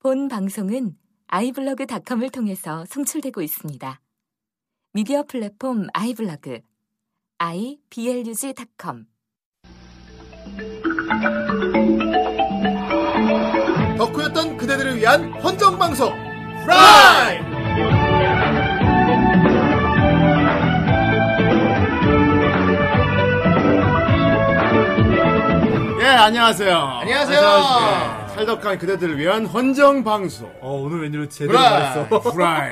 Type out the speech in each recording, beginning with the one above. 본 방송은 아이블로그닷컴을 통해서 송출되고 있습니다. 미디어 플랫폼 아이블로그 iblog.com 덕후였던 그대들을 위한 헌정 방송 프라이. 예 안녕하세요. 안녕하세요. 아, 안녕하세요. 네, 찰떡한 그대들을 위한 헌정 방송 어, 오늘 웬일로 제대로 브라이. 말했어. 네. 프라이.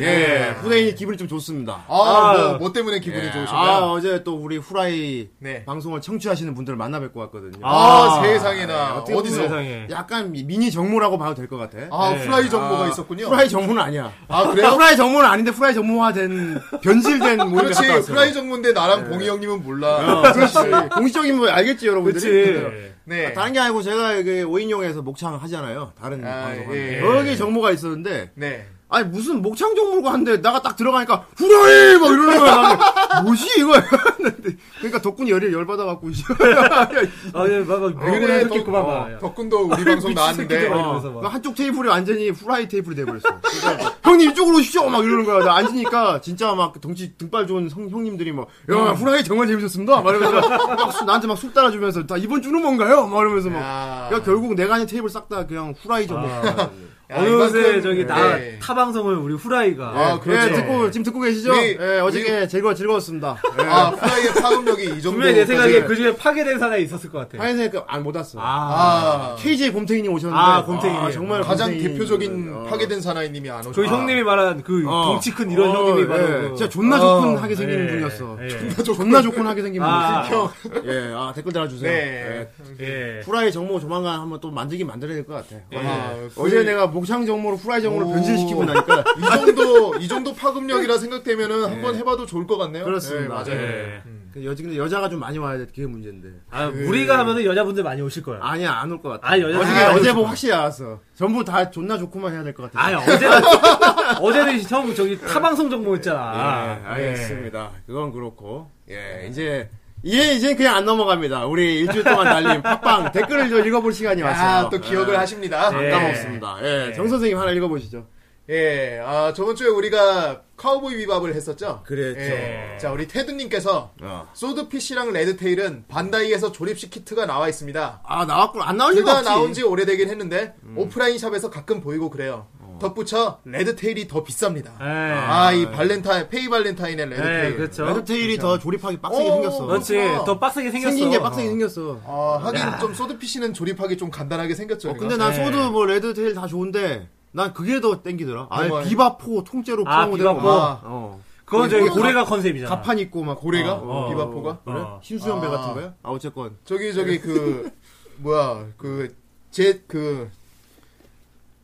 예 후대인이 기분이 좀 좋습니다. 아, 아. 뭐, 뭐 때문에 기분이 예, 아, 좋으신가요? 어제 또 우리 후라이 네. 방송을 청취하시는 분들을 만나 뵙고 왔거든요. 아, 아, 세상에나. 어떻게 보면 어디서? 세상에. 약간 미- 미니 정모라고 봐도 될 것 같아. 아, 네. 후라이 정보가 아, 있었군요. 후라이 정모는 아니야. 아, 그래요? 후라이 정모는 아닌데 후라이 정모화된 변질된 모임을 그렇지. 갔다 왔어요. 후라이 정보인데 나랑 봉이 형님은 몰라. 어, 그렇지. 공식적인 뭐 알겠지 여러분들이. 그치. 네. 다른 게 아니고 제가 이게 오인용에서 목창 하잖아요. 다른 아, 방송 예, 예. 여기 정모가 있었는데 네. 아니 무슨 목창 정모가 하는데 내가 딱 들어가니까 후라이 막 이러는 거야. 나는 뭐지 이거? 했는데 그러니까 덕분이 열이 열 받아갖고 이제 아, 예, 막, 막, 그래, 미국에 덕- 섞였구만, 어, 막. 덕군도 우리 방송 나왔는데. 새끼들아. 어, 이러면서 막. 그 한쪽 테이블이 완전히 후라이 테이블이 돼버렸어. 그러니까 막, 형님 이쪽으로 오십시오 막 이러는 거야. 나 앉으니까 진짜 막 덩치 등발 좋은 성- 형님들이 막 야, 음. 후라이 정말 재밌었습니다. 막 이러면서 막 술- 나한테 막 술 따라주면서 다 이번 주는 뭔가요? 막 이러면서 막 야. 그러니까 결국 내가 아닌 테이블 싹 다 그냥 후라이 정도. 아, 야, 어느새 이만큼- 저기 나, 네. 타방송을 우리 후라이가. 네. 아, 그렇죠. 예, 듣고 지금 듣고 계시죠? 우리- 예, 어저께 즐거 즐거웠습니다. 예. 아, 후라이의 파급력이 이 정도. 분명히 내 생각에 그치. 그 중에 파괴된 사나이 있었을 것 같아. 예. 하얀색 안못 왔어. 요 아, 아. KJ 곰탱이님 오셨는데 아, 곰탱이님. 정말 가장 곰탱이님. 대표적인 어. 파괴된 사나이님이 안 오죠. 저희 형님이 말한 그 어. 덩치 큰 이런 어, 형님이 예. 바로. 그- 진짜 존나 어. 조큰하게 생긴 예, 분이었어. 예. 존나 조건하게 생긴 분. 아. 형. 예, 아, 댓글 달아주세요. 네. 예. 예. 후라이 정모 조만간 한번 또 만들긴 만들어야 될 것 같아. 아, 어제 후라이- 내가 목창 정모로 후라이 정모로 오. 변신시키고 나니까. 이 정도, 이 정도 파급력이라 생각되면은 한번 해봐도 좋을 것 같네요. 네. 그렇습니다. 네, 맞아요. 예. 그 여, 근데 여자가 좀 많이 와야 돼. 그게 문제인데. 아, 우리가 하면은 여자분들 많이 오실 거야. 아, 아니야, 안 올 것 같아. 아, 여자- 어제, 아, 어제 여자- 뭐 확실히 알았어. 전부 다 존나 좋고만 해야 될 것 같아. 예, 아니, 어제, 어제는 처음 저기 타방송 정보였잖아. 예, 알겠습니다. 그건 그렇고. 예, 이제, 이제, 이제 그냥 안 넘어갑니다. 우리 일주일 동안 달린 팟빵 댓글을 좀 읽어볼 시간이 왔어요. 아, 또 기억을 예. 하십니다. 네. 까먹습니다. 예, 정 선생님 하나 읽어보시죠. 예, 아, 저번 주에 우리가 카우보이 비밥을 했었죠? 그랬죠. 예, 자, 우리 테드님께서 어. 소드피쉬랑 레드테일은 반다이에서 조립식 키트가 나와 있습니다. 아, 나왔구나. 안 나올 둘 리가 다 없지. 음. 나온 지 오래되긴 했는데, 오프라인 샵에서 가끔 보이고 그래요. 어. 덧붙여, 레드테일이 더 비쌉니다. 예. 아, 네. 이 발렌타인, 페이 발렌타인의 레드테일. 예, 그렇죠. 레드테일이 더 조립하기 빡세게 오, 생겼어. 그렇지. 그렇구나. 더 빡세게 생겼어. 생긴 게 빡세게 생겼어. 아, 하긴 좀 소드피쉬는 조립하기 좀 간단하게 생겼죠. 어, 얘가. 근데 난 예. 소드 뭐 레드테일 다 좋은데, 난 그게 더 땡기더라. 아, 뭐가- 비바포 통째로 아, 프로모델 비바포. 막, 어. 그건 저기 그리고 고래가 컨셉이잖아. 가판 있고 막 고래가? 어, 어. 비바포가? 그래? 어. 흰수염배 아. 같은 거야? 아, 어쨌건. 저기, 저기, 그, 뭐야, 그, 제, 그,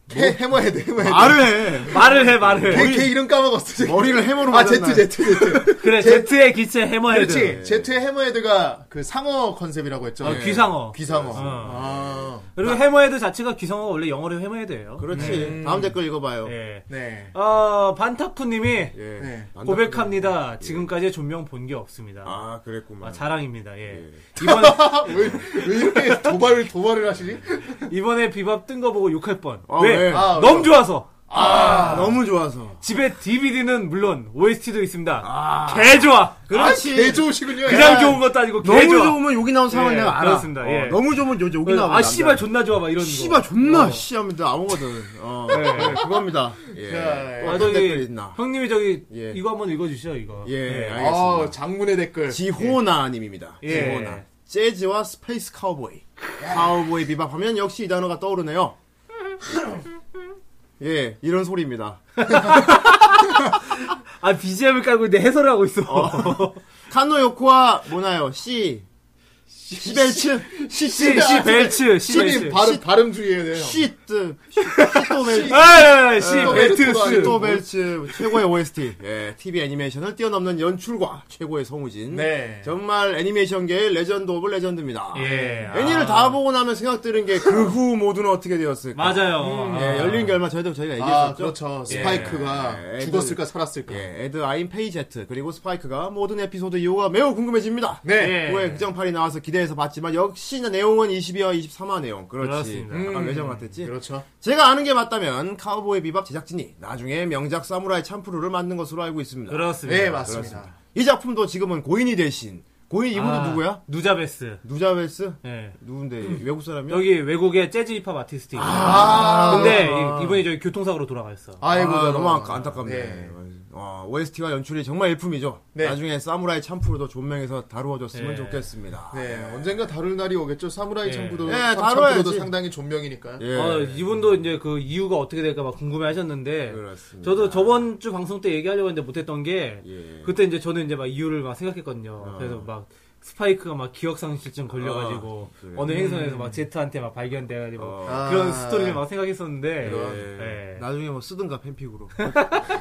캐, 뭐? 해머헤드, 해머헤드. 말을 해. 말을 해, 말을 걔, 해. 걔 이름 까먹었어. 아, 머리를 해머로 아, 맞았나? 제트, 제트, 제트. 그래, 제- 제트의 기체 해머헤드. 네. 그렇지. 제트의 해머헤드가 그 상어 컨셉이라고 했죠. 어, 예. 귀상어. 귀상어. 어. 아. 그리고 해머헤드 자체가 기성어가 원래 영어로 해머헤드예요. 그렇지. 다음 댓글 읽어봐요. 예. 네. 어, 반타쿠님이 예. 네. 고백합니다. 지금까지 존명 본 게 없습니다. 아, 아, 그랬구만. 자랑입니다. 예. 아, 이번 왜, 왜 이렇게 도발을, 도발을 하시지? 이번에 비밥 뜬 거 보고 욕할 뻔. 아, 왜? 왜? 아, 너무 좋아서. 아, 너무 좋아서. 집에 DVD는 물론 OST도 있습니다. 개 좋아. 그렇지. 개 좋으시군요. 그냥 야. 좋은 것도 아니고 너무 개 좋아. 좋으면 여기 나온 상황을 예, 내가 알아. 그렇습니다. 어, 예. 너무 좋으면 여기, 여기 나오면. 아 씨발 존나 좋아 막 이런 거. 씨발 존나 어. 씨 하면 나 아무거든. 어. 그겁니다. 예. 자, 또 아, 예. 어떤 댓글 저기 있나? 형님이 저기 예. 이거 한번 읽어주시죠 이거. 예, 알겠습니다. 아, 장문의 댓글. 지호나님입니다. 예. 지호나. 재즈와 스페이스 카우보이. 카우보이 비밥하면 역시 이 단어가 떠오르네요. 예, 이런 소리입니다. 아 BGM을 깔고 있는데 해설을 하고 있어. 카노 요코와 뭐나요? 씨. 시벨츠? 시, 시 벨츠, 시 시님 벨츠. 발음, 발음 주의해야 돼요. 시트. 시토벨츠. 아, 시 어, 벨츠. 벨트도 아니고. 시토벨츠. 최고의 OST. 예, TV 애니메이션을 뛰어넘는 연출과 최고의 성우진. 네. 정말 애니메이션계의 레전드 오브 레전드입니다. 예. 애니를 다 보고 나면 생각드는 게 그 후 모두는 어떻게 되었을까? 맞아요. 예, 열린 게 얼마 전에도 저희가 아, 얘기했었죠. 그렇죠. 스파이크가 예. 죽었을까, 살았을까. 예, 에드 아인 페이제트 그리고 스파이크가 모든 에피소드 이후가 매우 궁금해집니다. 네. 후에 극장판이 나와서 기대해서 봤지만 역시나 내용은 22화, 23화 내용. 그렇지. 그렇습니다. 약간 외정 같았지. 그렇죠. 제가 아는 게 맞다면 카우보이 비밥 제작진이 나중에 명작 사무라이 참프루를 만든 것으로 알고 있습니다. 예. 그렇습니다. 네, 맞습니다. 이 작품도 지금은 고인이 대신 고인 이분도 아, 누구야? 음. 누자베스. 누자베스? 예. 누군데 외국 사람이야? 여기 외국의 재즈 힙합 아티스트. 아, 근데 이- 이번에 저기 교통사고로 돌아가셨어. 아이고, 아, 저런. 너무 안타- 안타깝네. 네. 어, OST와 연출이 정말 일품이죠. 네. 나중에 사무라이 참프루도 존명해서 다루어졌으면 네. 좋겠습니다. 네, 언젠가 다룰 날이 오겠죠. 사무라이 네. 참부도 네, 참부도 다뤄야지. 상당히 존명이니까요. 예. 어, 이분도 이제 그 이유가 어떻게 될까 막 궁금해 하셨는데. 그렇습니다. 저도 저번 주 방송 때 얘기하려고 했는데 못했던 게. 예. 어. 그때 이제 저는 이제 막 이유를 막 생각했거든요. 그래서 막 스파이크가 막 기억상실증 걸려가지고 아, 그래요? 어느 행선에서 막 제트한테 막 발견돼가지고 어. 그런 아. 스토리를 막 생각했었는데 예. 예. 나중에 뭐 쓰든가 팬픽으로.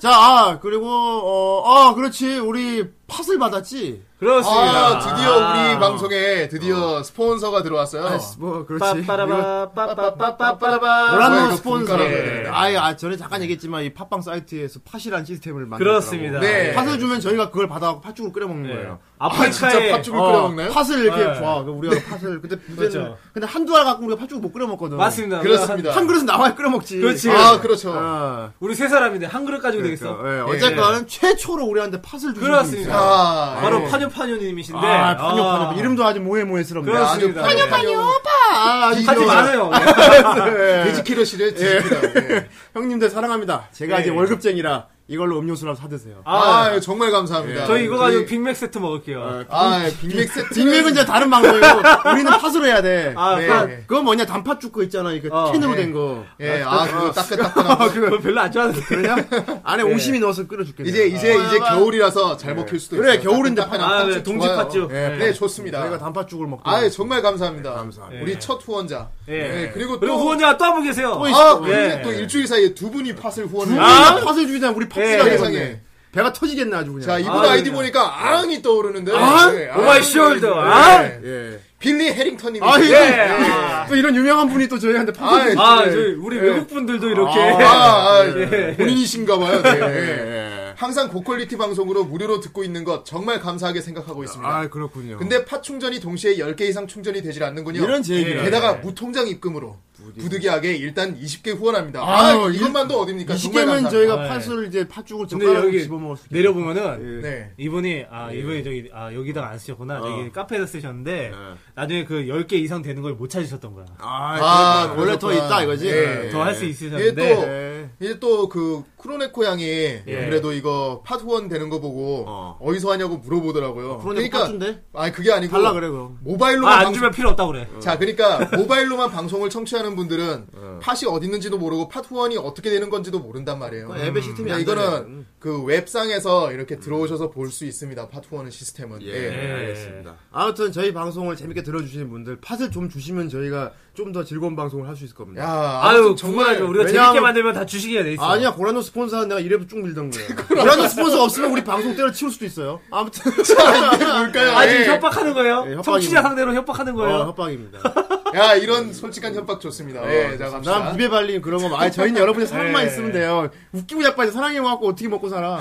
자, 아, 그리고 어, 아, 그렇지. 우리 팟을 받았지. 그렇습니다. 아, 드디어 우리 방송에 드디어 스폰서가 들어왔어요. 아, 뭐 그렇지. 빠빠라바 아, 아, 빠빠빠빠빠라바 뭐야, 노란 이거 스폰서. 분갈아야 예. 되는데. 아예 아, 전에 잠깐 얘기했지만 이 팟빵 사이트에서 팟이란 시스템을 만들더라고. 네. 그렇습니다. 네. 팟을 주면 저희가 그걸 받아갖고 팥죽을 끓여 먹는 예. 거예요. 아, 진짜 아프리카의 팥죽을 끓여 먹나요? 팥을 이렇게 네. 와, 우리가 팥을 근데 문제는 그렇죠. 근데 한두 알 갖고 우리가 팥죽 못 끓여 먹거든. 맞습니다. 그렇습니다. 한 그릇은 나와야 끓여 먹지. 그렇지. 아, 그렇죠. 아, 우리 세 사람인데 한 그릇 가지고 되겠어. 그러니까, 예, 예. 어쨌건 최초로 우리한테 팥을 주신 분이 있어요. 그렇습니다. 아, 바로 예. 파뇨파뇨님이신데 어. 아, 파뇨 파뇨. 이름도 아주 모해모해스럽네. 아주 그렇습니다. 파뇨 파뇨. 아, 아주 예. 하지 귀여워요. 마세요. 돼지키로 씨를 지킵니다. 예. 형님들 사랑합니다. 제가 예. 이제 월급쟁이라 이걸로 음료수라도 사드세요. 아, 아, 아유, 정말 감사합니다. 저희 이거 가지고 저희- 빅맥 세트 먹을게요. 아, 예, 빅맥 세트. 빅맥은 이제 다른 방법이고 우리는 팥으로 해야 돼. 아, 네. 그- 그거 뭐냐 단팥죽 거 있잖아. 이거 어, 캔으로 네. 된 거. 예, 아, 그거 따끈따끈한 거. 그거 별로 안 좋아하는데. 그러냐? 안에 옹심이 넣어서 끓여줄게. 이제, 이제, 이제 아, 예. 겨울이라서 잘 먹힐 수도 그래, 있어요. 겨울인데 따끈따끈한 아, 팥죽 네, 동지 좋아요. 팥죽. 예, 네, 좋습니다. 저희가 단팥죽을 먹고. 아유, 예, 정말 감사합니다. 네, 감사합니다. 우리 예. 첫 후원자. 예. 예, 그리고 또. 그리고 후원자 또 한 분 계세요. 아? 또 있- 아, 예. 근데 또 일주일 사이에 두 분이 팥을 후원을. 우리가 음, 팥을 주기 전에 우리 팥이라 예. 세상에. 배가 터지겠네 아주 그냥. 아. 자, 이분 아, 아, 이디 그냥. 보니까 앙이 떠오르는데. 앙? 예, 오마이 앙이 숄더, 떠오르는데. 예. 예. 빌리 네. 해링턴님. 아, 예. 예. 또 이런 유명한 분이 또 저희한테 팥을 주시네. 아, 저희 우리 외국 분들도 이렇게 아, 아, 예. 본인이신가봐요. 네. 예. 항상 고퀄리티 방송으로 무료로 듣고 있는 것 정말 감사하게 생각하고 있습니다. 아, 그렇군요. 근데 팟 충전이 동시에 10개 이상 충전이 되질 않는군요. 네. 이런 예. 제 얘기를. 게다가 무통장 입금으로 부득이하게 일단 20개 후원합니다. 아, 아유, 이것만도 어딥니까? 정말 20개면 감사합니다. 저희가 아, 팥을 이제 팥죽을 근데 젓가락으로 여기 집어먹을 수 있게. 내려보면은 네. 이분이 아 이분이 저기 아 여기다가 안 쓰셨구나 저기 카페에서 쓰셨는데 예. 나중에 그 10개 이상 되는 걸 못 찾으셨던 거야 아, 아, 그렇구나. 원래 더 그렇구나. 있다 네. 이거지. 예. 더 할 수 이게 또- 있으셨는데 예. 이제 또 그 크로네코 양이 그래도 이거 팟 후원 되는 거 보고 어. 어. 디서 하냐고 물어보더라고요. 그러니까 팥준데 아니 그게 아니고 달라 그래 그럼. 모바일로만 아 안 방송- 주면 필요 없다고 그래 자, 그러니까 모바일로만 방송을 청취하는 분들은 팟이 어디 있는지도 모르고 팟 후원이 어떻게 되는 건지도 모른단 말이에요. 그 앱의 시스템이 그러니까 안 되네. 이거는 그 웹상에서 이렇게 들어오셔서 볼 수 있습니다. 팟 후원은 시스템은. 예, 예. 알겠습니다. 아무튼 저희 방송을 재밌게 들어주시는 분들 팟을 좀 주시면 저희가 좀 더 즐거운 방송을 할 수 있을 겁니다. 야, 아유 아무튼 정말하죠 우리가 왜냐하면- 재밌게 만들면 다 주식이야 돼 있어 아니야 고라노 스폰서는 내가 이래도 쭉 밀던 거야. 고라노 스폰서 없으면 우리 방송 때려 치울 수도 있어요. 아무튼 뭘까요? 아, 지금 예. 협박하는 거예요 예, 협박이군요. 청취자 상대로 협박하는 거예요 어, 협박입니다. 야, 이런 솔직한 협박 좋습니다. 예, 자, 갑시다. 난 입에 발린 그런 거 말. 저희는 여러분의 사랑만 예. 있으면 돼요. 웃기고 자빠져 사랑해 갖고 어떻게 먹고 살아?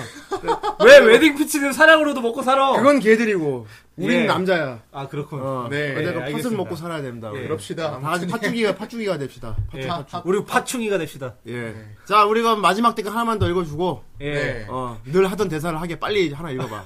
왜 웨딩 피치는 사랑으로도 먹고 살아 그건 걔들이고 우리는 예. 남자야. 아 그렇군 어, 네, 내가 팥을 알겠습니다. 먹고 살아야 됩니다. 예. 그럽시다. 다 같이 팥죽이가 팥죽이가 됩시다. 팥- 예. 다- 다- 우리 파충이가 됩시다 예. 자 우리가 마지막 댓글 하나만 더 읽어주고 예. 네. 어, 늘 하던 대사를 하게 빨리 하나 읽어봐.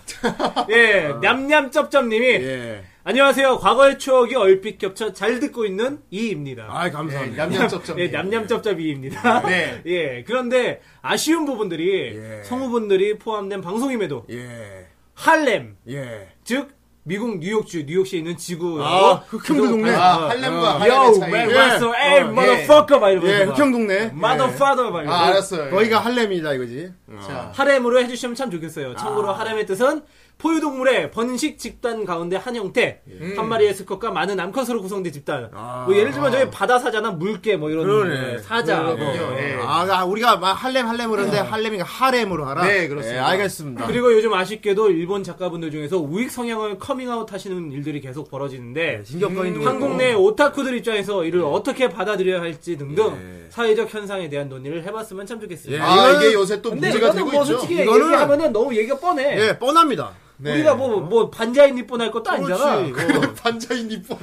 예, 냠냠쩝쩝님이 아. 예. 안녕하세요. 과거의 추억이 얼핏 겹쳐 잘 듣고 있는 이입니다. 아 예, 감사합니다. 아, 얌얌쩝쩝. 예, 냠냠쩝쩝 이입니다. 네. 예, 그런데 아쉬운 부분들이 예. 성우분들이 포함된 방송임에도 예. 할렘, 예. 즉 미국 뉴욕주 뉴욕시에 있는 지구 아, 흑형도 동네. 어? 어, 아, 할렘과 Yo, 할렘의 where 차이. 왜- was so 예. a motherfucker 막 예, 이러면서 흑형 동네. motherfather 막 아, 이러면서 알았어요. 예. 거기가 할렘이다 이거지. 어. 자, 하렘으로 해주시면 참 좋겠어요. 참고로 아. 하렘의 뜻은 포유동물의 번식 집단 가운데 한 형태, 한 마리의 수컷과 많은 암컷으로 구성된 집단. 예. 아. 뭐 예를 들면 저희 바다 사자나 물개 뭐 이런 그러네. 예, 사자, 뭐. 그러군요. 예. 아, 아, 우리가 막 할렘 할렘 그러는데 할렘이가 하렘으로 하라. 네, 그렇습니다. 예, 알겠습니다. 그리고 요즘 아쉽게도 일본 작가분들 중에서 우익 성향을 커밍아웃 하시는 일들이 계속 벌어지는데 음, 신경거인 네. 동네. 한국 내 오타쿠들 입장에서 이를 어떻게 받아들여야 할지 등등 사회적 현상에 대한 논의를 해봤으면 참 네. 예. 좋겠습니다. 아, 이거는- 이게 요새 또 근데 문제가 이거는 되고 뭐 있죠. 솔직히 이거는- 얘기하면은 너무 얘기가 뻔해. 예, 뻔합니다. 네. 우리가 뭐, 뭐, 반자인 니폰 할 것도 아니잖아. 그렇지. 어. 반자인 니뽀.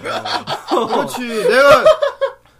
그렇지. 내가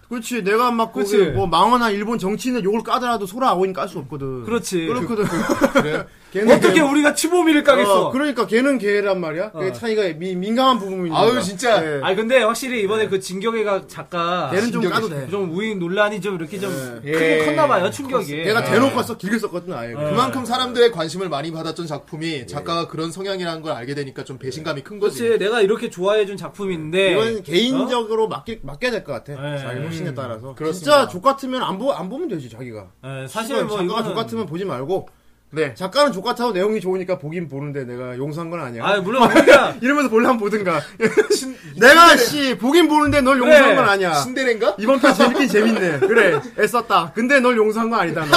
그렇지. 내가 막 어. 그렇지. 거기 뭐 망어나 일본 정치인을 욕을 까더라도 소라 아오인 깔 수 없거든. 그렇지. 그렇거든. 그래. 걔는 어떻게 걔- 우리가 치보미를 까겠어. 어, 그러니까 걔는 걔란 말이야. 어. 그게 차이가 미, 민감한 부분이니까. 아유 진짜. 예. 아니, 근데 확실히 이번에 그 진격애가 작가. 네. 걔는 좀 신경이 까도 돼. 좀 우익 논란이 좀 이렇게 좀 예. 크게 예. 컸나봐요, 충격이. 걔가 예. 대놓고 써 길게 썼거든 아예. 어. 그만큼 사람들의 관심을 많이 받았던 작품이 작가가 그런 성향이라는 걸 알게 되니까 좀 배신감이 큰 거지. 그렇지, 내가 이렇게 좋아해준 작품인데. 이건 개인적으로 맡기, 맡겨야 될 것 같아. 어? 예. 자기 확신에 따라서. 그렇습니다. 진짜 족 같으면 안, 보, 안 보면 되지, 자기가. 예, 사실 뭐. 작가가 이거는- 족 같으면 보지 말고. 네. 작가는 족 같아도 내용이 좋으니까 보긴 보는데 내가 용서한 건 아니야. 아, 물론 우리가. 이러면서 볼라면 보든가. 내가 씨 보긴 보는데 널 그래. 용서한 건 아니야. 신데레인가? 이번 편 재밌긴 재밌네. 그래 애썼다. 근데 널 용서한 건 아니다. 너.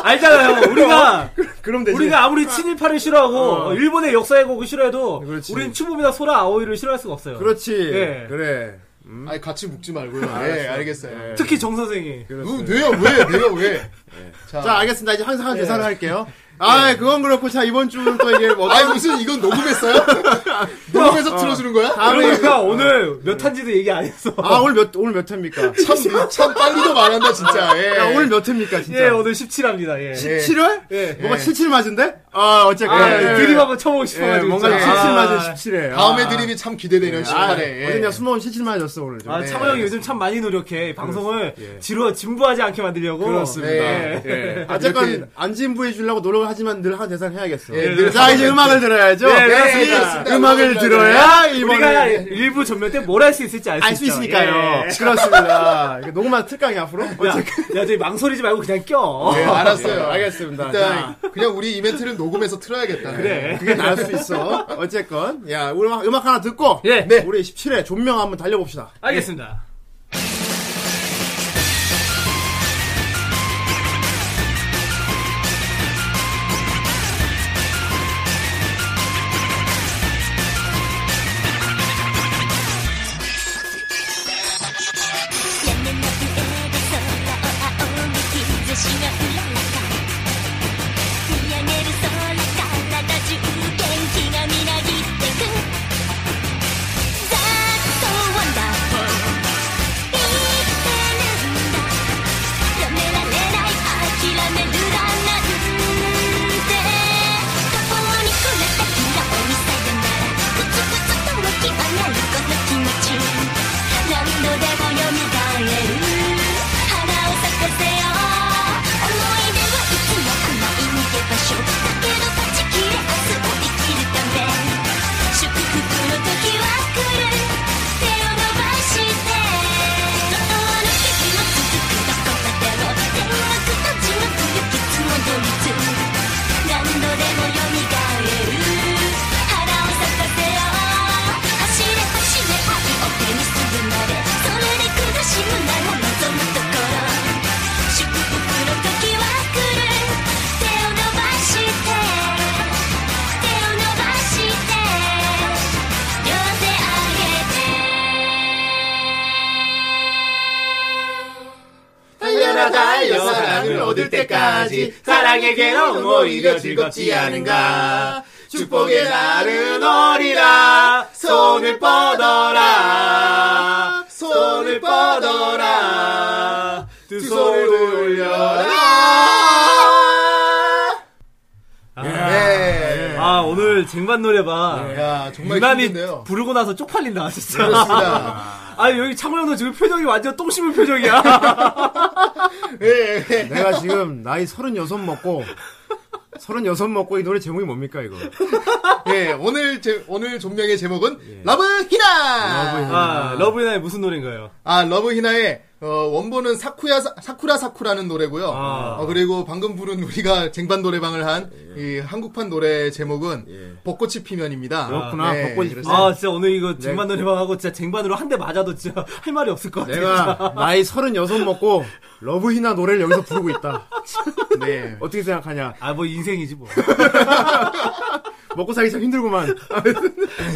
알잖아요. 우리가 어, 그럼 되지. 우리가 아무리 친일파를 싫어하고 어, 일본의 역사의 곡을 싫어해도 그렇지. 우리는 추범이나 소라 아오이를 싫어할 수가 없어요. 그렇지. 예. 그래. 아니 같이 묶지 말고요. 예, 음. 알았어요. 알겠어요. 예. 특히 정 선생이 너 내가 왜? 내가 왜? 자, 자 알겠습니다. 이제 항상 한 예. 대사를 할게요. 아 그건 그렇고 자 이번 주는 또 이게 뭐 아니 무슨 이건 녹음했어요? 녹음해서 틀어주는 거야? 그러니까 오늘 몇 탄지도 얘기 안 했어. 어. 아 오늘 몇 오늘 몇 회입니까? 참, 참 빨리도 말한다 진짜. 예. 야, 오늘 몇 회입니까 진짜? 예, 오늘 17합니다. 예. 예. 7월? 예. 뭐가 77 맞은데? 아 어쨌건 아, 예, 예. 드림 한번 쳐보고 예, 싶어가지고. 뭔가 진짜. 77 맞은 아, 17에 다음에 드림이 참 기대되는 아, 시간에. 예. 어제 내가 숨어온 77 맞았어 오늘 좀. 예. 아, 네. 차모 형이 요즘 참 많이 노력해. 방송을 예. 지루하, 진부하지 않게 만들려고. 그렇습니다. 네. 예. 이렇게- 어쨌건 안 진부해 주려고 노력을 하지만 늘 한 대사를 해야겠어. 예, 늘 네, 자 이제 음악을 들어야죠. 네, 그렇습니다. 그렇습니다. 음악을 들어야 우리가 이번에 일부 전면 때 뭘 할 수 있을지 알 알 수 수 있죠. 있으니까요. 예. 그렇습니다. 이거 녹음만 틀까요 앞으로? 야, 야, 저기 망설이지 말고 그냥 껴. 예, 알았어요. 예, 알겠습니다. 일단 그냥 우리 이벤트를 녹음해서 틀어야겠다. 그래. 그게 나을 수 있어. 어쨌건 야 우리 음악, 음악 하나 듣고 예. 네. 우리 17회 존명 한번 달려봅시다. 알겠습니다. 屋根の上で空を仰ぐ日差しがうららか見上げる空からだ中元気がみなぎってく That's so wonderful 生きてるんだやめられない諦めるだなんて途方に暮れた平尾にさよならプツプツと湧き上がるこの気持ち何度でも蘇える花を咲かせよう思い出はいつも甘い逃げ場所だけど断ち切れ明日を生きるため祝福の時は来る手を伸ばして「の奇跡の続くとこまでも天国と地獄行きつもどりつ」「何度でも蘇える花を咲かせよう」「走れ走れ愛を手にするまで」「それで苦しむなら望むところ」「祝福の時は来る手を伸ばして」「手を伸ばして」「両手あげて」 달려라 달려 사랑을 얻을 때까지 사랑의 괴로운 오히려 즐겁지 않은가 축복의 날은 오리라 손을 뻗어라 손을 뻗어라 두 손을 올려라 아, 예. 아, 오늘 쟁반 노래방. 야 네. 정말 유난히 힘든데요 부르고 나서 쪽팔린다, 진짜. 그렇습니다 아, 여기 창호 형도 지금 표정이 완전 똥 씹은 네. 표정이야. 예, 예. 내가 지금 나이 36 먹고 36 먹고 이 노래 제목이 뭡니까 이거? 예, 오늘 제, 오늘 존명의 제목은 러브 히나. 러브 히나. 아, 러브인의 무슨 노래인가요? 아, 러브 히나의 어, 원본은 사쿠야 사- 사쿠라 사쿠라는 노래고요. 아. 어, 그리고 방금 부른 우리가 쟁반 노래방을 한 이 한국판 노래 제목은 예. 벚꽃이 피면입니다. 그렇구나. 예, 벚꽃이 그래서 아, 진짜 오늘 이거 쟁반 네. 노래방하고 진짜 쟁반으로 한 대 맞아도 진짜 할 말이 없을 것 같아. 내가 나이 36 먹고 러브 히나 노래를 여기서 부르고 있다. 네. 어떻게 생각하냐? 아, 뭐 인생이지 뭐. 먹고 살기 참 힘들구만.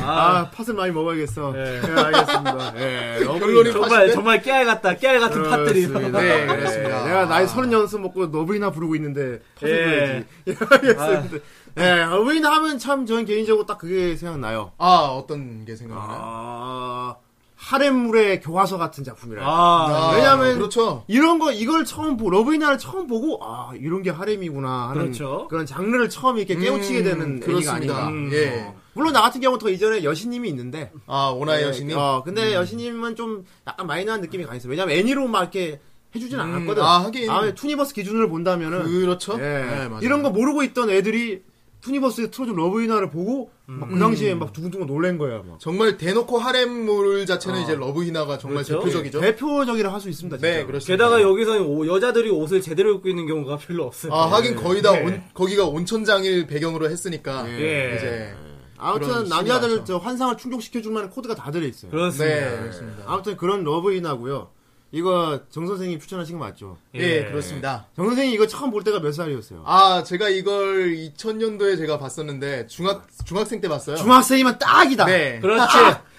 아, 아, 팥을 많이 먹어야겠어. 예. 예, 알겠습니다. 예, 너무 네. 결론이 이상- 정말 정말 깨알 같다. 깨알 같은 아, 팥들이. 그렇습니다. 네, 그렇습니다. 예, 내가 나이 서른 연수 먹고 너브이나 부르고 있는데 팥을 예. 먹어야지. 예, 알겠습니다. 아. 예, 너브이나 하면 참 저는 개인적으로 딱 그게 생각나요. 아 어떤 게 생각나요? 아, 하렘물의 교과서 같은 작품이라. 요 아, 왜냐면- 그렇죠. 이런 거 이걸 처음 보 러브이나를 처음 보고 아 이런 게 하렘이구나 하는 그렇죠. 런 장르를 처음 이렇게 깨우치게 되는 애니가 그렇습니다. 아닌가. 예. 물론 나 같은 경우 더 이전에 여신님이 있는데 아 오나의 예, 여신이. 어, 근데 여신님은 좀 약간 마이너한 느낌이 가 있어요. 왜냐면 애니로 막 이렇게 해주진 않았거든. 아, 하긴. 투니버스 기준으로 본다면은 그렇죠. 예, 네, 맞아요. 이런 거 모르고 있던 애들이 투니버스에 틀어준 러브이나를 보고 막 음. 그 당시에 막 두근두근 놀란 거야. 막. 정말 대놓고 하렘물 자체는 아. 이제 러브 히나가 정말 그렇죠. 대표적이죠. 예. 대표적이라 할 수 있습니다. 진짜. 네, 그렇습니다. 게다가 여기서는 오- 여자들이 옷을 제대로 입고 있는 경우가 별로 없어요. 아 예. 하긴 거의 다 네. 온, 거기가 온천장일 배경으로 했으니까 예. 이제 그런 아무튼 신이 많죠. 남자들 저 환상을 충족시켜줄 만한 코드가 다 들어 있어요. 그렇습니다. 네 그렇습니다. 아무튼 그런 러브인하고요. 이거 정 선생님 추천하신 거 맞죠? 예. 그렇습니다. 정 선생님 이거 처음 볼 때가 몇 살이었어요? 아 제가 이걸 2000년도에 제가 봤었는데 중학 중학생 때 봤어요. 중학생이면 딱이다. 네. 그렇지.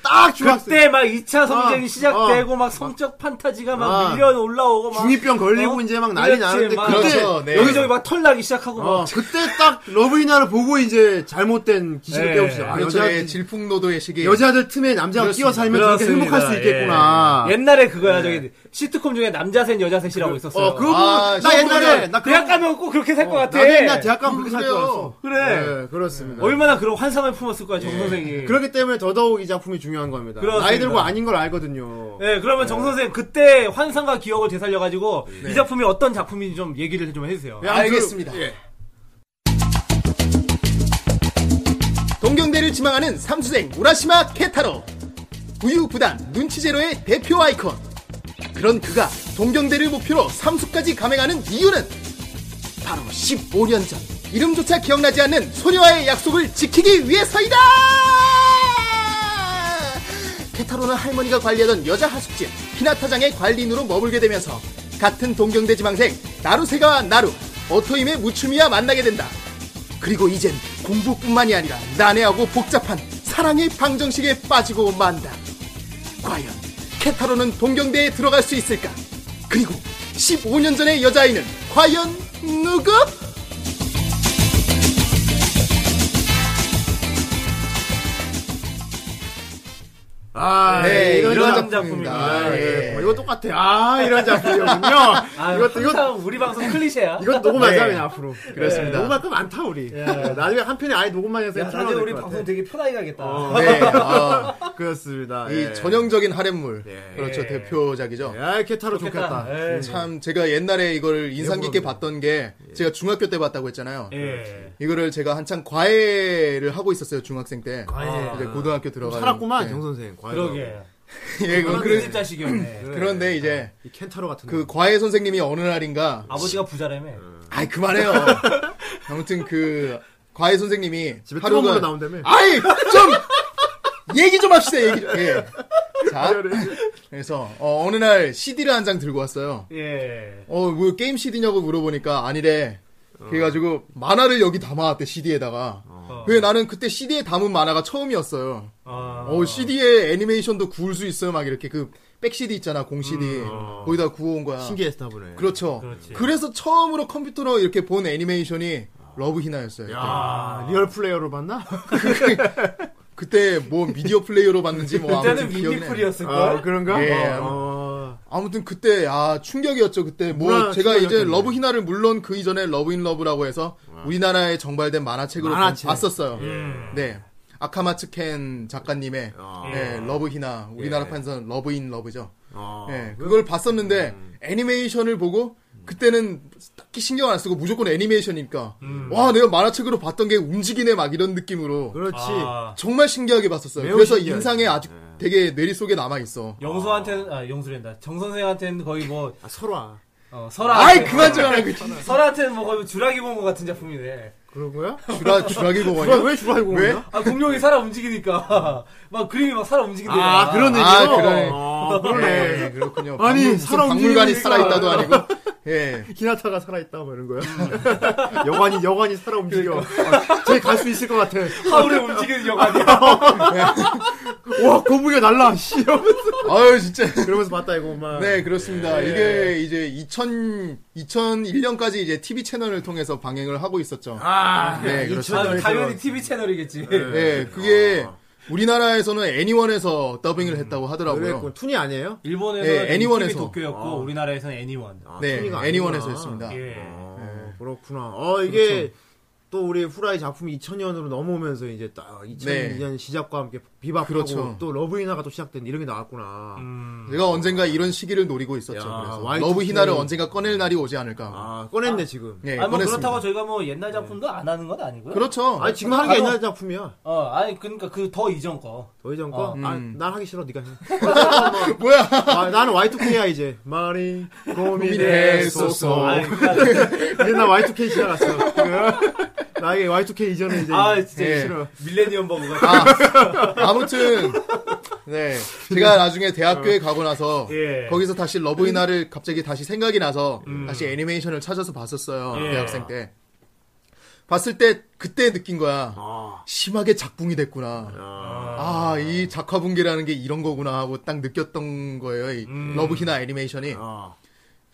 딱 중학생. 그때 막 2차 성쟁이 아, 시작되고 막 성적 판타지가 막 아. 밀려 올라오고 막 중이병 걸리고 어? 이제 막 난리 그렇지, 나는데 막. 그때 그렇죠. 네. 여기저기 막 털 나기 시작하고 막 어, 그때 딱 러브이나를 보고 이제 잘못된 기신을 예. 깨우시죠. 아, 그렇죠. 여자, 예, 질풍노도의 시기. 여자들 틈에 남자가 끼어 살면 그렇게 그렇습니다. 행복할 수 있겠구나. 예. 옛날에 그거야 저기 시트콤 중에 남자 셋 여자 셋이라고 있었어요. 어, 네. 네. 그거 보고 아, 나 옛날에 시험보면 나 대학 그런 어, 가면 꼭 그렇게 살 것 같아. 나도 옛날 대학 가면 그렇게 살줄 그래요. 알았어. 그래. 네, 그렇습니다. 얼마나 그런 환상을 품었을 거야 정 선생이. 네. 그렇기 때문에 더더욱 이 작품이 중요한 겁니다. 그렇습니다. 나이 들고 아닌 걸 알거든요. 네, 그러면 정 선생 그때 환상과 기억을 되살려가지고 이 작품이 어떤 작품인지 좀 얘기를 좀 해주세요. 예, 아무튼 알겠습니다. 동경대를 지망하는 삼수생 우라시마 케타로 우유부단 눈치제로의 대표 아이콘 그런 그가 동경대를 목표로 삼수까지 감행하는 이유는 바로 15년 전 이름조차 기억나지 않는 소녀와의 약속을 지키기 위해서이다 케타로는 할머니가 관리하던 여자 하숙집 피나타장의 관리인으로 머물게 되면서 같은 동경대 지망생 나루세가와 나루 어토임의 무츠미와 만나게 된다 그리고 이젠 공부뿐만이 아니라 난해하고 복잡한 사랑의 방정식에 빠지고 만다. 과연 케타로는 동경대에 들어갈 수 있을까? 그리고 15년 전의 여자아이는 과연 누구? 아, 네, 이런, 이런 작품. 작품입니다. 아, 예. 예. 뭐 이거 똑같아. 아, 이런 작품이군요. 아, 이것도, 이것도, 항상 우리 방송 클리셰야. 이건 녹음만 네. 하면 앞으로. 그렇습니다. 예, 녹음할 거 많다, 우리. 예, 나중에 한 편에 아예 녹음만 해서 야, 틀어도 나중에 될 우리 것 방송 같아. 되게 편하게 가겠다. 네, 아, 그렇습니다. 이 예. 전형적인 하렘물 예. 그렇죠 대표작이죠. 야, 케타로 좋겠다. 예. 참 제가 옛날에 이걸 인상 깊게 봤던 게 제가 중학교 때 봤다고 했잖아요. 예. 이거를 제가 한창 과외를 하고 있었어요 중학생 때. 과외. 이제 고등학교 들어가. 아. 살았구만, 정선생. 과연. 그러게. 예, 그런 그런 그 자식이었네. 그런데 이제 이 켄타로 같은. 그 과외 선생님이 어느 날인가 아버지가 부자라며. 아이 그만해요. 아무튼 그 과외 선생님이 집에 뜨거운 물로 하루가 나온다며. 아이 좀 얘기 좀 합시다. 얘기 좀. 예. 아, 자 그래서 어, 어느 날 CD를 한 장 들고 왔어요. 예. 어 뭐 게임 CD냐고 물어보니까 아니래. 그래가지고 만화를 여기 담아왔대 CD에다가. 어. 왜 나는 그때 CD에 담은 만화가 처음이었어요. 아. 어, CD에 애니메이션도 구울 수 있어요. 막 이렇게 그 백 CD 있잖아 공 CD 거기다 구워온 거야. 신기했나 보네. 그렇죠. 그렇지. 그래서 처음으로 컴퓨터로 이렇게 본 애니메이션이 러브 히나였어요. 야, 리얼 플레이어로 봤나? 그때 뭐 미디어 플레이어로 봤는지 뭐 그때는 아무튼 기억이 나. 아, 미니풀이었을걸? 그런가? 예. 어. 아무튼 그때 아 충격이었죠. 그때 뭐 문화 제가 이제 충격이었겠네. 러브 히나를 물론 그 이전에 러브 인 러브라고 해서 우리나라에 정발된 만화책으로 만화책. 봤었어요. 네. 아카마츠 켄 작가님의 어. 예, 러브 히나 우리나라 판선 러브 인 러브죠. 어. 음. 예, 그걸 봤었는데 애니메이션을 보고 그때는 딱히 신경 안 쓰고 무조건 애니메이션이니까 와 내가 만화책으로 봤던 게 움직이네 막 이런 느낌으로 음. 그렇지. 아, 정말 신기하게 봤었어요. 그렇죠. 매우 그래서 신기하죠. 네. 인상에 아직 되게 뇌리 속에 남아 있어. 영수한테는, 아, 영수랜다. 정선생한테는 거의 뭐, 아, 설화. 어, 설아. 아이 네. 그만 좀 하라고 설아한테는 뭐 거의 주라기 본 것 같은 작품이네. 그런 거야? 주라 주라기 주라, 공원이요. 어, 왜 주라 알고 왜? 그러냐? 아, 공룡이 살아 움직이니까. 막 그림이 막 살아 움직이네. 아, 그런 아, 얘기죠? 그러네. 아, 네, 그러네. 그렇군요. 아니, 박물, 사람 박물관이 움직이니까. 살아있다도 아니고 예. 히나타가 살아있다 뭐 이런 거야. 여관이 여관이 살아 움직여. 어, 쟤갈 수 있을 것 같아. 하울에 움직이는 여관이 아, 와 거북이가 날라. 씨. 이러면서. 아유 진짜. 그러면서 봤다 이거 막. 네, 그렇습니다. 이게 이제 2000 2001년까지 이제 TV 채널을 통해서 방영을 하고 있었죠. 아, 네, 아, 그렇습니다. 이천에 당연히 TV 채널이겠지. 예, 네, 그게 아. 우리나라에서는 애니원에서 더빙을 했다고 하더라고요. 음, 그랬고 툰이 아니에요? 일본에서 예, 애니원에서. TV 도쿄였고 아. 우리나라에서는 애니원. 아, 네, 툰이가 아니구나. 애니원에서 했습니다. 예. 아, 그렇구나. 어 이게 또 우리 후라이 작품이 2000년으로 넘어오면서 이제 딱 2002년 시작과 함께 비밥하고 그렇죠. 또 러브이나가 또 시작된 이런 게 나왔구나. 음. 제가 언젠가 이런 시기를 노리고 있었죠. 야, 그래서 Y2K. 러브 히나를 언젠가 꺼낼 날이 오지 않을까. 하고. 아 꺼냈네 지금. 네, 아니 뭐 꺼냈습니다. 네. 그렇다고 저희가 뭐 옛날 작품도 안 하는 건 아니고요. 그렇죠. 아니 지금 하는 게 바로- 옛날 작품이야. 어, 아니 그러니까 그 더 이전 거. 더 이전 거? 어. 아, 음. 난 하기 싫어 네가 해. 뭐야? 아, 나는 Y2K야 이제. 많이 고민했었어. 아니, 그러니까 이제 나 Y2K 지나갔어. 나에게 Y2K 이전에 이제. 아 진짜 예. 아. 싫어. 밀레니엄 버그가. 아무튼 네 제가 나중에 어. 대학교에 가고 나서 예. 거기서 다시 음. 러브 이나를 갑자기 다시 생각이 나서 다시 애니메이션을 찾아서 봤었어요 예. 대학생 때 봤을 때 그때 느낀 거야 아. 심하게 작붕이 됐구나 아 이 작화 붕괴라는 게 이런 거구나 하고 딱 느꼈던 거예요 이 음. 러브 히나 애니메이션이 아.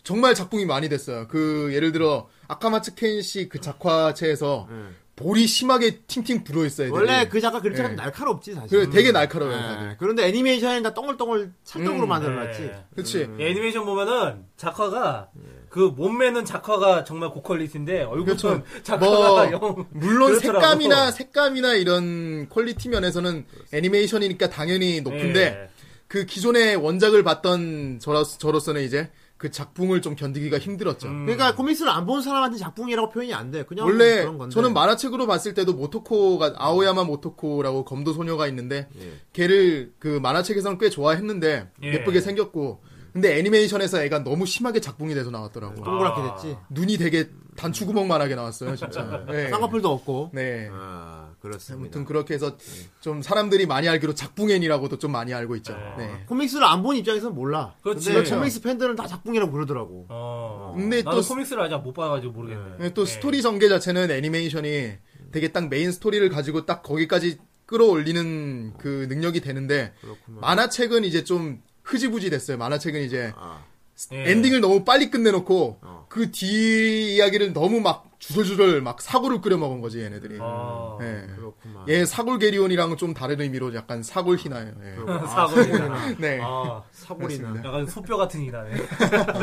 정말 작품이 많이 됐어요 그 예를 들어 아카마츠 켄 씨 그 작화체에서 네. 볼이 심하게 팅팅 불어있어요 애들이. 원래 그 작가 그림체가 예. 날카롭지 사실. 음. 그래, 되게 날카로워요 네. 다들. 예. 그런데 애니메이션은 다 똥글똥글 찰떡으로 음. 만들어놨지. 예. 그치 애니메이션 보면은 작화가 예. 그 몸매는 작화가 정말 고퀄리티인데 얼굴은 작화가 영. 그렇죠. 뭐 물론 그렇더라고. 예. 색감이나 색감이나 이런 퀄리티 면에서는 애니메이션이니까 당연히 높은데 예. 그 기존의 원작을 봤던 저로, 저로서는 이제 그 작품을 좀 견디기가 힘들었죠. 음. 그러니까 코믹스를 안 본 사람한테 작품이라고 표현이 안 돼. 그냥 원래 그런 건데. 저는 만화책으로 봤을 때도 모토코가 아오야마 모토코라고 검도 소녀가 있는데 예. 걔를 그 만화책에서는 꽤 좋아했는데 예. 예쁘게 생겼고 근데 애니메이션에서 애가 너무 심하게 작붕이 돼서 나왔더라고. 요 동그랗게 아. 됐지. 눈이 되게 단추구멍만하게 나왔어요, 진짜. 네. 아. 쌍꺼풀도 없고. 네. 아, 그렇습니다. 예. 아무튼 그렇게 해서 좀 사람들이 많이 알기로 작붕엔이라고도 좀 많이 알고 있죠. 아. 네. 코믹스를 안 본 입장에서는 몰라. 그렇지. 근데 그렇죠. 코믹스 팬들은 다 작품이라고 그러더라고. 어. 근데 나도 또, 코믹스를 아직 못 봐가지고 모르겠네. 또 스토리 전개 자체는 애니메이션이 되게 딱 메인 스토리를 가지고 딱 거기까지 끌어올리는 그 능력이 되는데 만화책은 이제 좀 흐지부지 됐어요. 만화책은 이제 아. 예. 엔딩을 너무 빨리 끝내놓고 그 뒤이야기를 너무 막 주술주술 막 사고를 끓여먹은 거지 얘네들이. 어. 예. 그렇구만. 얘 사골 게리온이랑은 좀 다른 의미로 약간 사골 희나예요. 예. 아, 사고리나. 네. 아, 사골이나. 약간 소뼈 같은 이나네.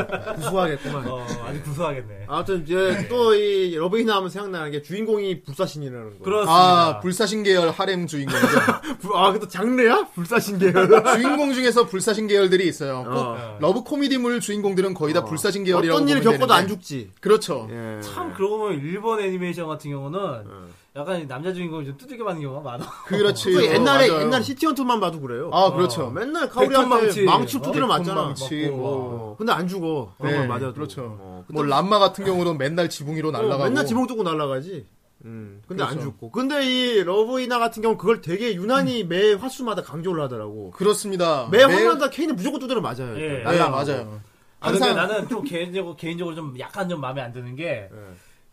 구수하겠구만. 어, 아주 구수하겠네. 아무튼 이제 또 이 러브이나 하면 생각나는 게 주인공이 불사신이라는 거. 그렇습니다. 아 불사신 계열 하렘 주인공이죠. 불- 아, 그것도 장르야? 불사신 어. 계열. 주인공 중에서 불사신 계열들이 있어요. 꼭 어. 러브 코미디물 주인공들은 거의 다 불사신 계열이라고 어떤 일을 보면 겪어도 안 되는데. 죽지. 그렇죠. 예. 참 그러고 보면 일본 애니메이션 같은 경우는 약간 남자 주인공이 좀 두들겨 맞는 경우가 많아. 그렇지. 네. 그 어, 옛날에 맞아요. 옛날 시티헌트만 봐도 그래요. 아 그렇죠. 어, 맨날 백톤 카오리한테 망치. 망치 두드려 어, 맞잖아. 백톤망치, 맞고. 뭐. 어, 근데 안 죽어. 그런 네, 걸 맞아도. 그렇죠. 어, 뭐 람마 같은 경우도 맨날 지붕 위로 어, 날아가고. 맨날 지붕 뚫고 날아가지. 음, 근데 안 그렇죠. 죽고. 근데 이 러브이나 같은 경우는 그걸 되게 유난히 음. 매 화수마다 강조를 하더라고. 그렇습니다. 매 화마다 케인은 무조건 두드려 맞아요. 예. 일단. 네, 날아가고. 아, 맞아요. 아, 근데 항상- 나는 좀 개인적으로, 개인적으로 좀 약간 좀 마음에 안 드는 게 네.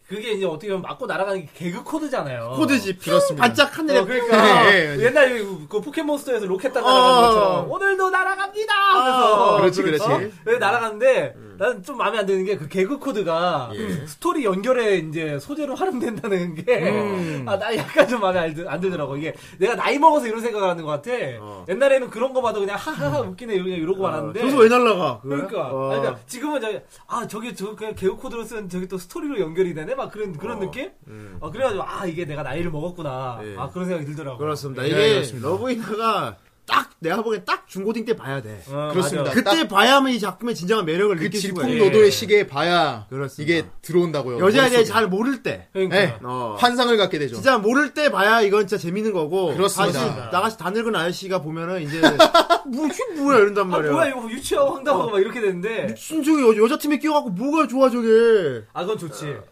그게 이제 어떻게 보면 맞고 날아가는 게 개그 코드잖아요. 코드지. 그렇습니다. 어, 반짝 하늘에. 어, 그러니까 예, 예. 옛날 그 포켓몬스터에서 로켓 따라가는 어. 것처럼 오늘도 날아갑니다. 하면서 아, 그렇지, 그렇지. 그렇지. 네, 날아가는데 나는 좀 마음에 안 드는 게 그 개그 코드가 스토리 연결에 이제 소재로 활용된다는 게아나 약간 좀 마음에 안, 드, 더라고 이게 내가 나이 먹어서 이런 생각을 하는 것 같아 옛날에는 그런 거 봐도 그냥 하하하 웃기네 이러- 이러고 말았는데 그래서 왜 날라가? 그거야? 그러니까 어. 아니, 그러니까 지금은 저기 아 저게 저 그냥 개그 코드로 쓴 저게 또 스토리로 연결이 되네 막 그런 그런 느낌 어, 그래가지고 아 이게 내가 나이를 먹었구나 음. 예. 아 그런 생각이 들더라고 그렇습니다. 네, 이게 그렇습니다. 러브이나가 딱 내가 보기엔 딱 중고딩 때 봐야 돼. 어, 그렇습니다. 맞아. 그때 봐야만 이 작품의 진정한 매력을 그 느낄 수가 있어요. 예, 질풍노도의 시계에 봐야 그렇습니다. 이게 들어온다고요. 여자에 대해 머릿속에. 잘 모를 때. 그러니까 예. 어. 환상을 갖게 되죠. 진짜 모를 때 봐야 이건 진짜 재밌는 거고. 그렇습니다. 사실 나가서 다 늙은 아저씨가 보면은 이제 뭐, 이게 뭐야 이런단 아 말이야. 뭐야 이거 유치하고 어. 황당하고 막 이렇게 되는데 순중이 여, 여자 팀에 끼워갖고 뭐가 좋아 저게. 아 그건 좋지 어.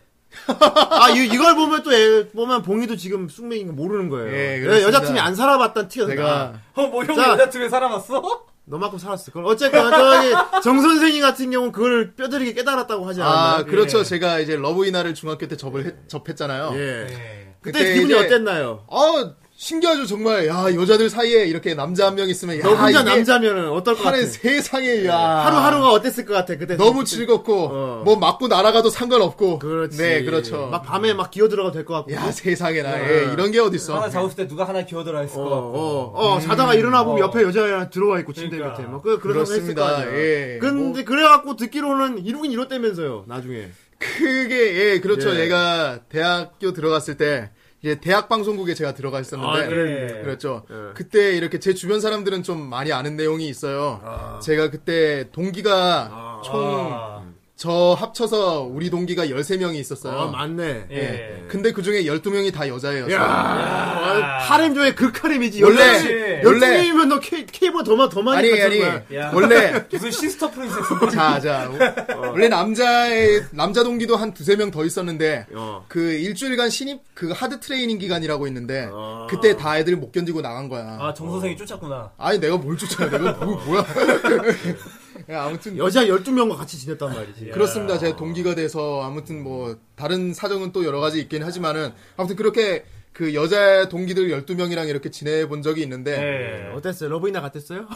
아 이, 이걸 보면 또 얘, 보면 봉이도 지금 숙맹인 거 모르는 거예요. 예, 예, 그렇습니다. 여자 팀이 안 살아봤다는 티가 나. 내가 어, 뭐, 형 자. 여자팀에 살아봤어? 너만큼 살았어. 그럼 어쨌건 저기 정 선생님 같은 경우는 그걸 뼈저리게 깨달았다고 하지 않았나? 아, 그렇죠. 제가 이제 러브이나를 중학교 때 접을 했- 접했잖아요. 예. 네. 그때, 그때 기분이 이제- 어땠나요? 아, 신기하죠, 정말. 야, 여자들 사이에 이렇게 남자 한 명 있으면. 너 야, 혼자 아, 이게 남자면은 어떨 것 같아? 하는 세상에, 야. 하루하루가 어땠을 것 같아? 그때 너무 즐겁고, 어. 뭐 맞고 날아가도 상관없고. 그렇지. 네, 그렇죠. 막 어. 밤에 막 기어 들어가도 될 것 같고. 야, 세상에나. 예, 이런 게 어딨어. 하나 잡았을 때 누가 하나 기어들어 했을 어, 것 어, 같고. 음. 어, 자다가 일어나 보면 옆에 여자애랑 들어와 있고 침대 그러니까. 밑에 막 그, 그런 생각 했을 거 그렇습니다. 아니야. 예. 근데 그래갖고 듣기로는 이러긴 이렇다면서요. 나중에. 크게, 예, 그렇죠. 예. 얘가 대학교 들어갔을 때, 이제 대학 방송국에 제가 들어가 있었는데. 아, 그랬네. 그렇죠. 예. 그때 이렇게 제 주변 사람들은 좀 많이 아는 내용이 있어요. 제가 그때 동기가 어. 음. 음. 아, 총 저 합쳐서 우리 동기가 13명이 있었어요. 아, 맞네. 예. 예. 근데 그 중에 12명이 다 여자예요. 야, 아, 하렘 조의 그 극하렘이지. 아. 원래, 원래, 12명이면 너 K, K보다 더, 마- 더 많이 아니, 갔을 아니, 거야. 거야. 야. 원래, 무슨 시스터 프린세스. 자, 자. 어. 원래 남자의, 남자 동기도 한 두세 명 더 있었는데, 어. 그 일주일간 신입, 그 하드 트레이닝 기간이라고 있는데, 어. 그때 다 애들 못 견디고 나간 거야. 아, 정선생이 쫓았구나. 아. 니 내가 뭘 쫓아야 돼? 내가 뭐, 뭐야. 야, 아무튼. 여자 12명과 같이 지냈단 예. 말이지. 그렇습니다. 제가 동기가 돼서 아무튼 뭐 다른 사정은 또 여러 가지 있긴 하지만은 아무튼 그렇게 그 여자 동기들 12명이랑 이렇게 지내 본 적이 있는데 예, 어땠어요? 러브이나 같았어요?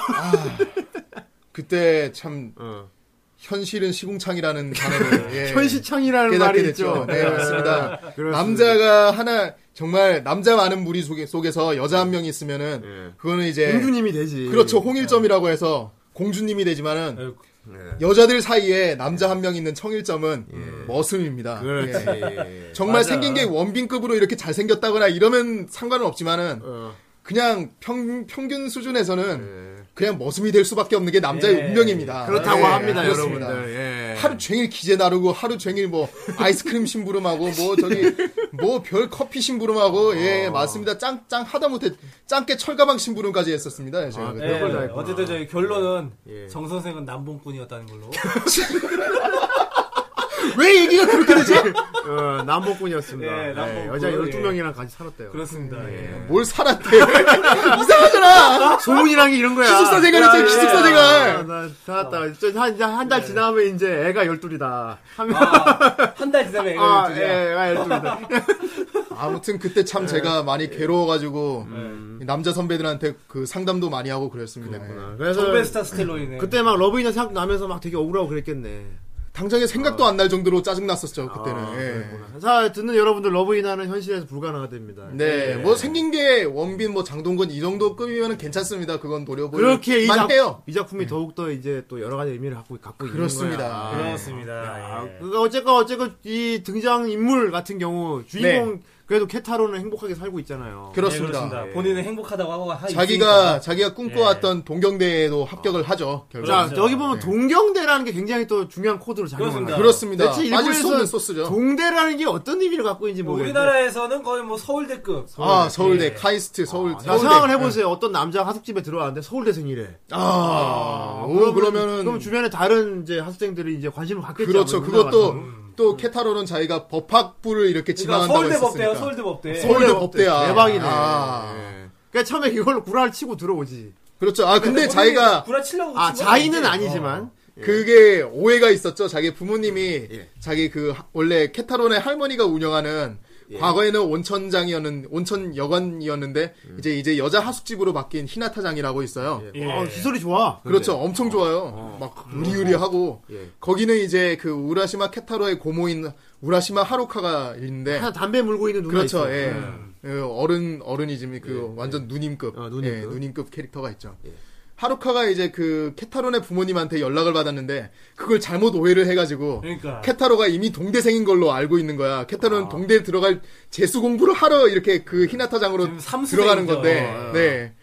그때 참 어. 현실은 시궁창이라는 단어를 예, 현시창이라는 깨닫게 말이 됐죠. 있죠. 아, 네, 맞습니다. 그렇습니다. 남자가 하나 정말 남자 많은 무리 속에, 서 여자 한 명 있으면은 예. 그거는 이제 공주님이 예. 되지. 그렇죠. 홍일점이라고 해서 공주님이 예. 되지만은 아이고. 여자들 사이에 남자 한 명 있는 청일점은 머슴입니다. 예. 그렇지. 예. 정말 생긴 게 원빈급으로 이렇게 잘생겼다거나 이러면 상관은 없지만은 어. 그냥 평, 평균 수준에서는 그냥 머슴이 될 수밖에 없는 게 남자의 예. 운명입니다. 예. 그렇다고 예, 합니다, 그렇습니다. 여러분들. 예. 하루 종일 기재 나르고 하루 종일 뭐 아이스크림 심부름하고 뭐 저기 뭐 별 커피 심부름하고 아. 예 맞습니다 짱짱 하다못해 짱깨 철가방 심부름까지 했었습니다 제가 아, 그때. 예, 별걸 다 했구나. 어쨌든 저희 결론은 예. 정선생은 남봉꾼이었다는 걸로. 왜 얘기가 그렇게 되지? 어, 남복군이었습니다. 예, 남복군. 예, 여자 예. 12명이랑 같이 살았대요. 그렇습니다. 예. 뭘 살았대 이상하잖아 소문이란 게 이런 거야. 기숙사 생활했잖아 기숙사 아, 생활 나 어. 살았다. 한, 네. 한달 지나면 이제 애가 12이다. 하면, 아, 한 달 지나면 애가 아, 아, 예, 애가 12이다. 아무튼 그때 참 네. 제가 많이 괴로워가지고 남자 선배들한테 그 상담도 많이 하고 그랬습니다 예. 음. 아, 그래서 정베스타 스텔로이네. 그때 막 러브이나 생각나면서 막 되게 억울하고 그랬겠네. 당장에 생각도 안 날 정도로 짜증 났었죠 그때는 아, 예. 네. 그랬구나. 자, 듣는 여러분들 러브이나는 현실에서 불가능하답니다. 네, 뭐 생긴 게 원빈 뭐 장동건 이 정도 급이면 괜찮습니다. 그건 노려볼 그렇게 이, 작, 만해요. 이 작품이 네. 더욱더 이제 또 여러 가지 의미를 갖고, 갖고 있는 아, 그렇습니다. 네. 거야. 그렇습니다. 아, 예. 그러니까 어쨌건 어쨌건 이 등장 인물 같은 경우 주인공 그래도 케타로는 행복하게 살고 있잖아요. 네, 네. 예, 그렇습니다. 그렇습니다. 본인은 행복하다고 하고 하- 자기가 예. 어. 자기가 꿈꿔왔던 동경대에도 합격을 하죠. 결국. 자 그렇죠. 여기 보면 동경대라는 게 굉장히 또 중요한 코드로 작용합니다. 그렇습니다. 네. 그렇습니다. 대체 빠질 수 없는 일본에서 소스죠. 동대라는 게 어떤 의미를 갖고 있는지 뭐 모르겠는데 우리나라에서는 거의 뭐 서울대급. 아 서울대 카이스트 서울 자, 생각을 해보세요. 어떤 남자 가 하숙집에 들어왔는데 서울대생이래. 아, 오, 그러면- 그러면은 그럼 주변에 다른 이제 하숙생들이 이제 관심을 갖겠죠. 그렇죠. 아무래도 그것도 나가서. 또 케타로는 자기가 법학부를 이렇게 그러니까 지망한다고 서울대 법대요. 했었으니까. 서울대 법대. 서울- 서울대 법대야. 대박이네. 아. 예. 그러니까 처음에 이걸로 구라를 치고 들어오지. 그렇죠. 아 근데 본인이 자기가 구라치려고 어. 아 친건 자의는 아닌데. 아니지만 예. 그게 오해가 있었죠. 자기 부모님이 예. 자기 그 하- 원래 케타론의 할머니가 운영하는 예. 과거에는 온천장이었는 온천 여관이었는데 음. 이제 이제 여자 하숙집으로 바뀐 히나타장이라고 있어요. 어, 예. 기술이 좋아. 그렇죠. 엄청 좋아요. 막 으리으리하고 어, 예. 거기는 이제 그 우라시마 케타로의 고모인 우라시마 하루카가 있는데 하나 담배 물고 있는 누나 그렇죠. 있어. 음. 예. 예, 어른 어른이지만 그 완전 누님급, 어, 누님급. 예, 누님급 캐릭터가 있죠. 하루카가 이제 그 케타론의 부모님한테 연락을 받았는데 그걸 잘못 오해를 해가지고 그러니까. 케타로가 이미 동대생인 걸로 알고 있는 거야. 케타로는 동대 들어갈 재수 공부를 하러 이렇게 그 히나타장으로 지금 삼수생이죠. 들어가는 건데, 어, 어. 네.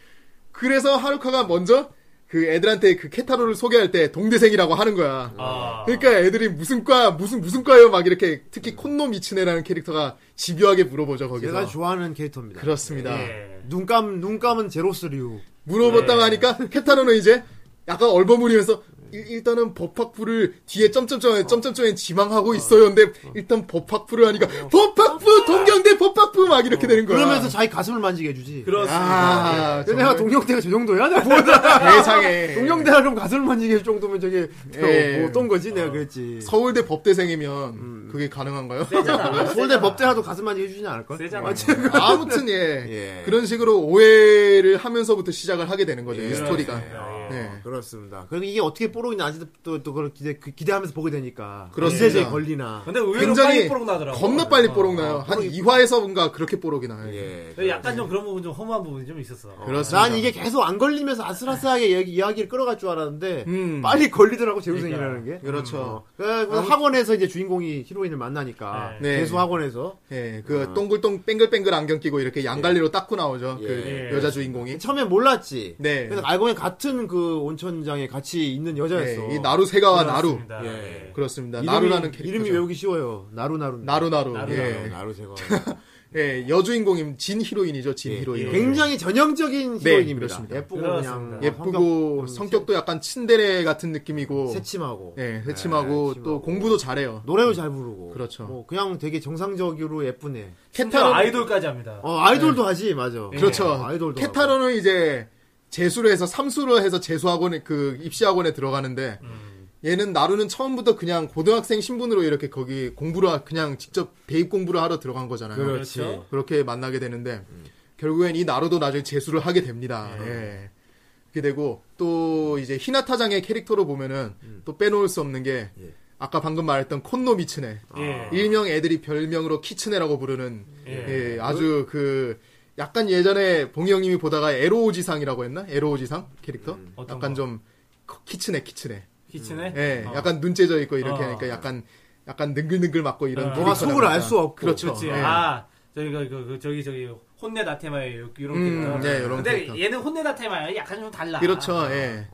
그래서 하루카가 먼저 그 애들한테 그 케타로를 소개할 때 동대생이라고 하는 거야. 아. 그러니까 애들이 무슨 과 무슨 무슨 과요 막 이렇게 특히 콘노 미츠네라는 캐릭터가 집요하게 물어보죠 거기서. 제가 좋아하는 캐릭터입니다. 그렇습니다. 예. 눈감 눈감은 제로스류. 물어봤다고 예. 하니까 케타로는 이제 약간 얼버무리면서 일- 일단은 어. 법학부를 뒤에 점점점 점점점에 지망하고 있어요. 근데 일단 법학부를 하니까 법학부 동경대 법학부 막 이렇게 되는 거야. 어. 그러면서 자기 가슴을 만지게 해주지. 그렇습니다. 아, 근데 내가 동경대가 저 정도야? 내가 뭐야? 세상에. 동경대라 그럼 가슴을 만지게 해줄 정도면 저게 예. 뭐 어떤 거지? 내가 그랬지. 서울대 법대생이면 음. 그게 네, 가능한가요? 서울대 법대라도 가슴 만지게 해주진 않을걸? 세잖아. 아무튼 예. 예. 그런 식으로 오해를 하면서부터 시작을 하게 되는 거죠. 이 스토리가. 예. 그렇습니다. 그리고 이게 어떻게 뽀록이 나지도 또, 또 그걸 기대, 그 기대하면서 보게 되니까. 그렇습니다. 이세제 걸리나. 근데 의외로 굉장히 빨리 뽀록 나더라고. 어. 겁나 빨리 뽀록 나요. 한 2화에서 뭔가 그렇게 뽀록이 나요. 예. 근데 약간 좀 그런 부분 좀 허무한 부분이 좀 있었어. 그렇습니다. 난 이게 계속 안 걸리면서 아슬아슬하게 이야기, 이야기를 끌어갈 줄 알았는데 음. 빨리 걸리더라고 재우생이라는 게. 그렇죠. 어. 그래서 학원에서 이제 주인공이 히로인을 만나니까 네. 계속 학원에서 예, 그 동글동 뺑글뺑글 안경 끼고 이렇게 양갈리로 닦고 나오죠. 그 예. 여자 주인공이. 처음에 몰랐지. 네. 그래서 알고 보니 같은 그 온천장에 같이 있는 여자였어. 예, 이 나루세가와 나루. 그렇습니다. 예. 그렇습니다. 이름이- 나루라는 캐릭터. 이름이 외우기 쉬워요. 나루나루. 네, 나루나루. 나루나루. 예. 나루세가. 예, 여주인공인 진 히로인이죠. 진 예. 히로인. 굉장히 전형적인 네, 히로인입니다. 그렇습니다. 예쁘고 그렇습니다. 그냥 예쁘고 성격도 약간 친데레 같은 느낌이고 새침하고. 예, 새침하고 네, 또 새침하고. 공부도 잘해요. 노래도 잘 부르고. 그렇죠. 뭐 그냥 되게 정상적으로 예쁘네. 심지어 케타로 아이돌까지 합니다. 어, 아이돌도 하지, 맞아. 네. 그렇죠. 어, 아이돌도. 하고. 케타로는 이제 재수를 해서 삼수를 해서 재수학원에 그 입시학원에 들어가는데 얘는 나루는 처음부터 그냥 고등학생 신분으로 이렇게 거기 공부를 하- 그냥 직접 대입 공부를 하러 들어간 거잖아요. 그렇지. 그렇죠. 그렇게 만나게 되는데 결국엔 이 나루도 나중에 재수를 하게 됩니다. 예. 그렇게 되고 또 이제 히나타장의 캐릭터로 보면은 또 빼놓을 수 없는 게 예. 아까 방금 말했던 콘노 미츠네 예. 일명 애들이 별명으로 키츠네라고 부르는 예. 예, 아주 그 약간 예전에 봉이 형님이 보다가 에로우지상이라고 했나? 에로우지상 캐릭터? 음. 어떤 약간 거? 좀 코- 키츠네 키츠네. 키친에. 예, 어. 약간 눈 째져 있고 이렇게 어. 하니까 약간 약간 능글능글 맞고 이런 어. 뭔가 속을 알 수 없고. 그렇죠. 그렇지. 예. 아, 저기 그, 그, 그, 저기 저기 혼내 나테마의 요- 이런 음, 캐릭터. 네, 이런 근데 캐릭터. 얘는 혼내 나테마야. 약간 좀 달라. 어. 그렇죠. 예.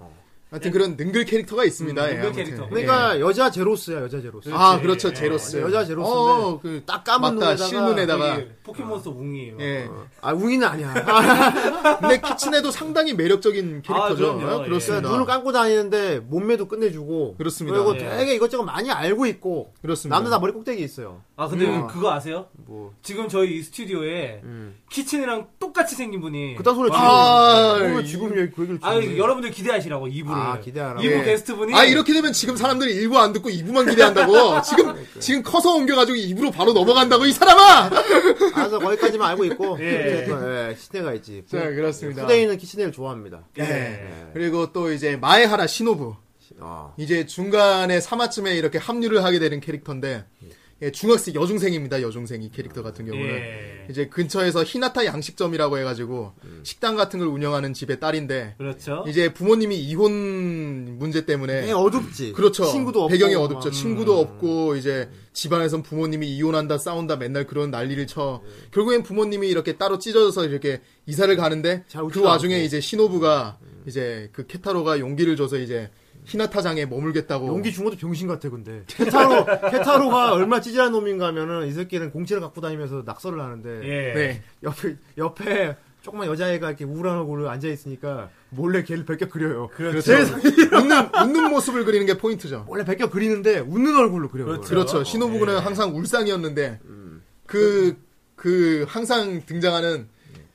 하여튼 그런 능글 캐릭터가 있습니다. 예, 능글 아무튼. 캐릭터. 그러니까 여자 제로스야, 여자 제로스. 예. 아, 그렇죠. 예. 제로스. 여자 제로스인데 어, 그 딱 까만 맞다. 눈에다가 실눈에다가 저기 포켓몬스터 웅이에요. 예. 아, 웅이는 아니야. 아, 근데 키츠네도 상당히 매력적인 캐릭터죠. 아, 어, 그럼요. 그러니까 그렇습니다. 눈을 감고 다니는데 몸매도 끝내주고. 그렇습니다. 네. 그리고 예. 되게 이것저것 많이 알고 있고. 그렇습니다. 남들 다 머리 꼭대기 있어요. 아 근데 음. 그거 아세요? 뭐. 지금 저희 이 스튜디오에 키친이랑 똑같이 생긴 분이 그딴 소리 아, 지금. 이- 지금 여기 그 얘기를 아 주는데. 여러분들 기대하시라고 2부를 아, 기대하라고. 2부 예. 게스트 분이 아 이렇게 되면 지금 사람들이 1부 안 듣고 2부만 기대한다고 지금 지금 커서 옮겨가지고 2부로 바로 넘어간다고 이 사람아 아, 그래서 거기까지만 알고 있고. 예. 예. 예. 키친애가 있지. 자 그렇습니다 후대인은 키친애를 좋아합니다. 예. 그리고 또 이제 마에하라 시노부 아. 이제 중간에 3화쯤에 이렇게 합류를 하게 되는 캐릭터인데 예, 중학생 여중생입니다 여중생 이 캐릭터 같은 경우는 예. 이제 근처에서 히나타 양식점이라고 해가지고 식당 같은 걸 운영하는 집의 딸인데 그렇죠. 이제 부모님이 이혼 문제 네, 때문에 예, 어둡지. 그렇죠. 친구도 없고. 음. 배경이 막. 어둡죠. 친구도 없고 이제 집안에선 부모님이 이혼한다 싸운다 맨날 그런 난리를 쳐. 결국엔 부모님이 이렇게 따로 찢어져서 이렇게 이사를 가는데 그 자우지도 와중에 않고. 이제 시노부가 이제 그 케타로가 용기를 줘서 이제 히나타장에 머물겠다고. 용기 준 것도 병신 같아 근데 케타로 케타로가 얼마 찌질한 놈인가 하면은 이 새끼는 공채를 갖고 다니면서 낙서를 하는데 예. 네. 옆에 옆에 조그만 여자애가 이렇게 우울한 얼굴로 앉아 있으니까 몰래 걔를 벗겨 그려요. 그렇죠. 웃는 웃는 모습을 그리는 게 포인트죠. 원래 벗겨 그리는데 웃는 얼굴로 그려요. 네. 음. 그렇죠. 그걸. 그렇죠. 신호부는 항상 울상이었는데 그 그 항상 등장하는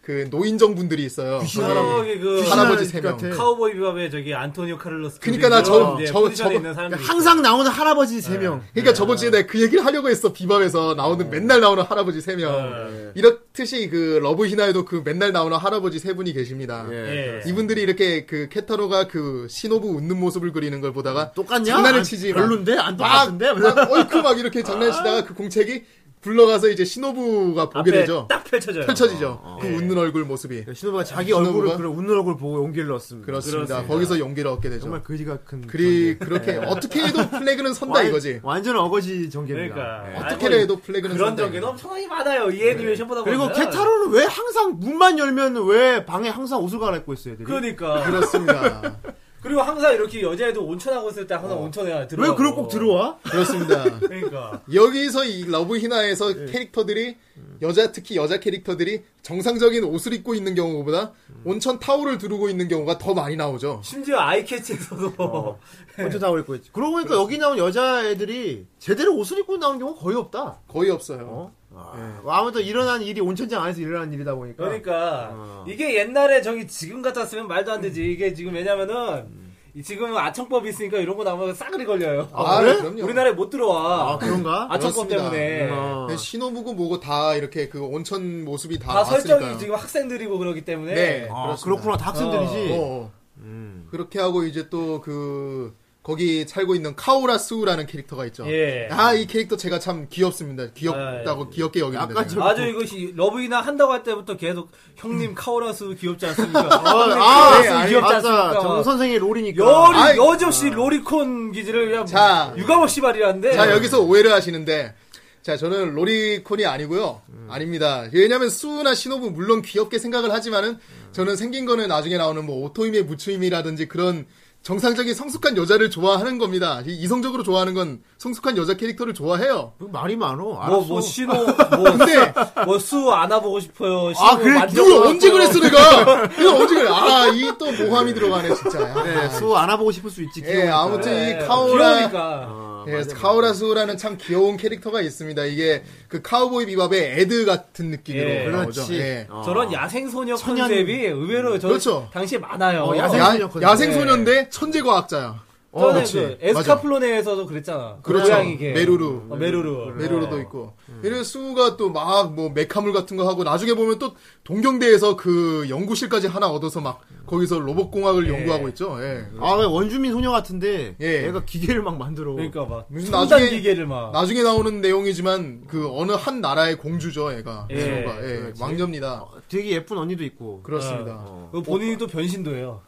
그 노인정분들이 있어요. 저기 그 귀신 할아버지 할아버지 세 명. 같아. 카우보이 비밥의 저기 안토니오 카를로스 그러니까 나 저- 이제 저- 포지션에 저- 있는 사람들 항상 나오는 할아버지 세 명. 그러니까 저번 주에 내가 그 얘기를 하려고 했어 비밥에서 나오는 맨날 나오는 할아버지 세 명. 이렇듯이 그 러브 히나에도 그 맨날 나오는 할아버지 세 분이 계십니다. 예. 이분들이 이렇게 그 케타로가 그 시노부 웃는 모습을 그리는 걸 보다가 똑같냐? 장난을 안- 치지 마. 별론데 안 막, 똑같은데. 막 얼큰 막 이렇게 장난치다가 그 공책이 굴러가서 이제 시노부가 보게 앞에 되죠. 딱 펼쳐져요. 펼쳐지죠. 그 웃는 얼굴 모습이. 신호부가 자기 신호부가? 얼굴을 그려 웃는 얼굴 보고 용기를 넣었습니다. 그렇습니다. 거기서 용기를 얻게 되죠. 정말 거지가 큰. 그리 그렇게 어떻게 해도 플래그는 선다 완- 이거지. 완전 어거지 전개입니다. 그러니까 예. 어떻게 해도 플래그는 그런 선다. 적이 엄청나게 많아요. 이 애니메이션보다 네. 그리고 보면은. 케타로는 왜 항상 문만 열면 왜 방에 항상 옷을 갈아입고 있어요, 애들이? 그러니까 그렇습니다. 그리고 항상 이렇게 여자애도 온천하고 있을 때 항상 온천에 들어. 왜 그걸 꼭 들어와? 그렇습니다. 그러니까 여기서 이 러브 히나에서 예. 캐릭터들이 여자 특히 여자 캐릭터들이 정상적인 옷을 입고 있는 경우보다 음. 온천 타올을 두르고 있는 경우가 더 많이 나오죠. 심지어 아이캐치에서도 어. 네. 먼저 다 입고 있지. 그러고 보니까 여기 나온 여자애들이 제대로 옷을 입고 나오는 경우가 거의 없다. 거의 없어요. 어? 예. 아, 아무튼 일어난 일이 온천장 안에서 일어난 일이다 보니까. 그러니까 어. 이게 옛날에 저기 지금 같았으면 말도 안 되지. 이게 지금 왜냐면은 이 지금은 아청법이 있으니까 이런 거 나오면 싸그리 걸려요. 음. 아, 그래? 그럼요. 우리나라에 못 들어와. 아, 그런가? 아청법 그렇습니다. 때문에. 어. 네, 신호부고 뭐고 다 이렇게 그 온천 모습이 다, 다 나왔으니까요. 설정이 지금 학생들이고 그러기 때문에. 네. 아, 그렇습니다. 그렇구나. 다 학생들이지. 어, 어. 음. 그렇게 하고 이제 또 그 거기 살고 있는 카오라스우라는 캐릭터가 있죠. 예. 아, 아 이 캐릭터 제가 참 귀엽습니다. 귀엽다고 귀엽게 여기는데. 제가. 약간 좀- 아주 이것이 러브이나 한다고 할 때부터 계속 형님 카오라스 귀엽지 않습니까? 아, 형님 아, 카오라스 아, 귀엽지 맞아. 않습니까? 정 선생의 롤이니까. 여리 아이. 여지없이 로리콘 기질을 그냥 자. 유감없이 말이라는데. 자 여기서 오해를 하시는데 자 저는 로리콘이 아니고요. 아닙니다. 왜냐하면 수우나 신호부 물론 귀엽게 생각을 하지만은 저는 생긴 거는 나중에 나오는 뭐 오토임의 무추임이라든지 그런 정상적인 성숙한 여자를 좋아하는 겁니다. 이- 이성적으로 좋아하는 건 성숙한 여자 캐릭터를 좋아해요. 뭐 말이 많어. 알았어. 뭐, 뭐, 신호, 뭐, 근데 뭐, 수 안아보고 싶어요. 신호 아, 그래? 만져보고 이거 언제 싶어요. 그랬어 내가? 이거 언제 그래? 아이 또 모함이 들어가네 진짜. 아, 네, 수 안아보고 싶을 수 있지. 예, 귀여우니까. 아, 아무튼 네, 이 카오라 귀여우니까. 예, 카오라스라는 참 귀여운 캐릭터가 있습니다. 이게 그 카우보이 비밥의 에드 같은 느낌으로 예, 나오죠. 그렇지. 예. 어. 저런 야생소녀 천연- 컨셉이 의외로 저 그렇죠. 당시에 많아요. 어, 야생- 야, 소녀 컨셉. 야생소년데 천재과학자야. 전에 그렇지. 그 에스카플로네에서도 그랬잖아. 그 어, 그렇죠. 고양이 걔. 메루루. 어, 메루루. 음. 메루로도 있고. 그리고 수가 또 막 뭐 메카물 같은 거 하고 나중에 보면 또 동경대에서 그 연구실까지 하나 얻어서 막 거기서 로봇공학을 연구하고 있죠. 예. 아, 왜 원주민 소녀 같은데 예. 얘가 기계를 막 만들어. 그러니까 막 무슨 첨단 음, 나중에- 기계를 아. 막. 나중에 나오는 내용이지만 그 어느 한 나라의 공주죠, 얘가. 예. 수가. 예, 그렇지. 왕녀입니다. 어, 되게 예쁜 언니도 있고. 그렇습니다. 어. 그 본인이 또 변신도 해요.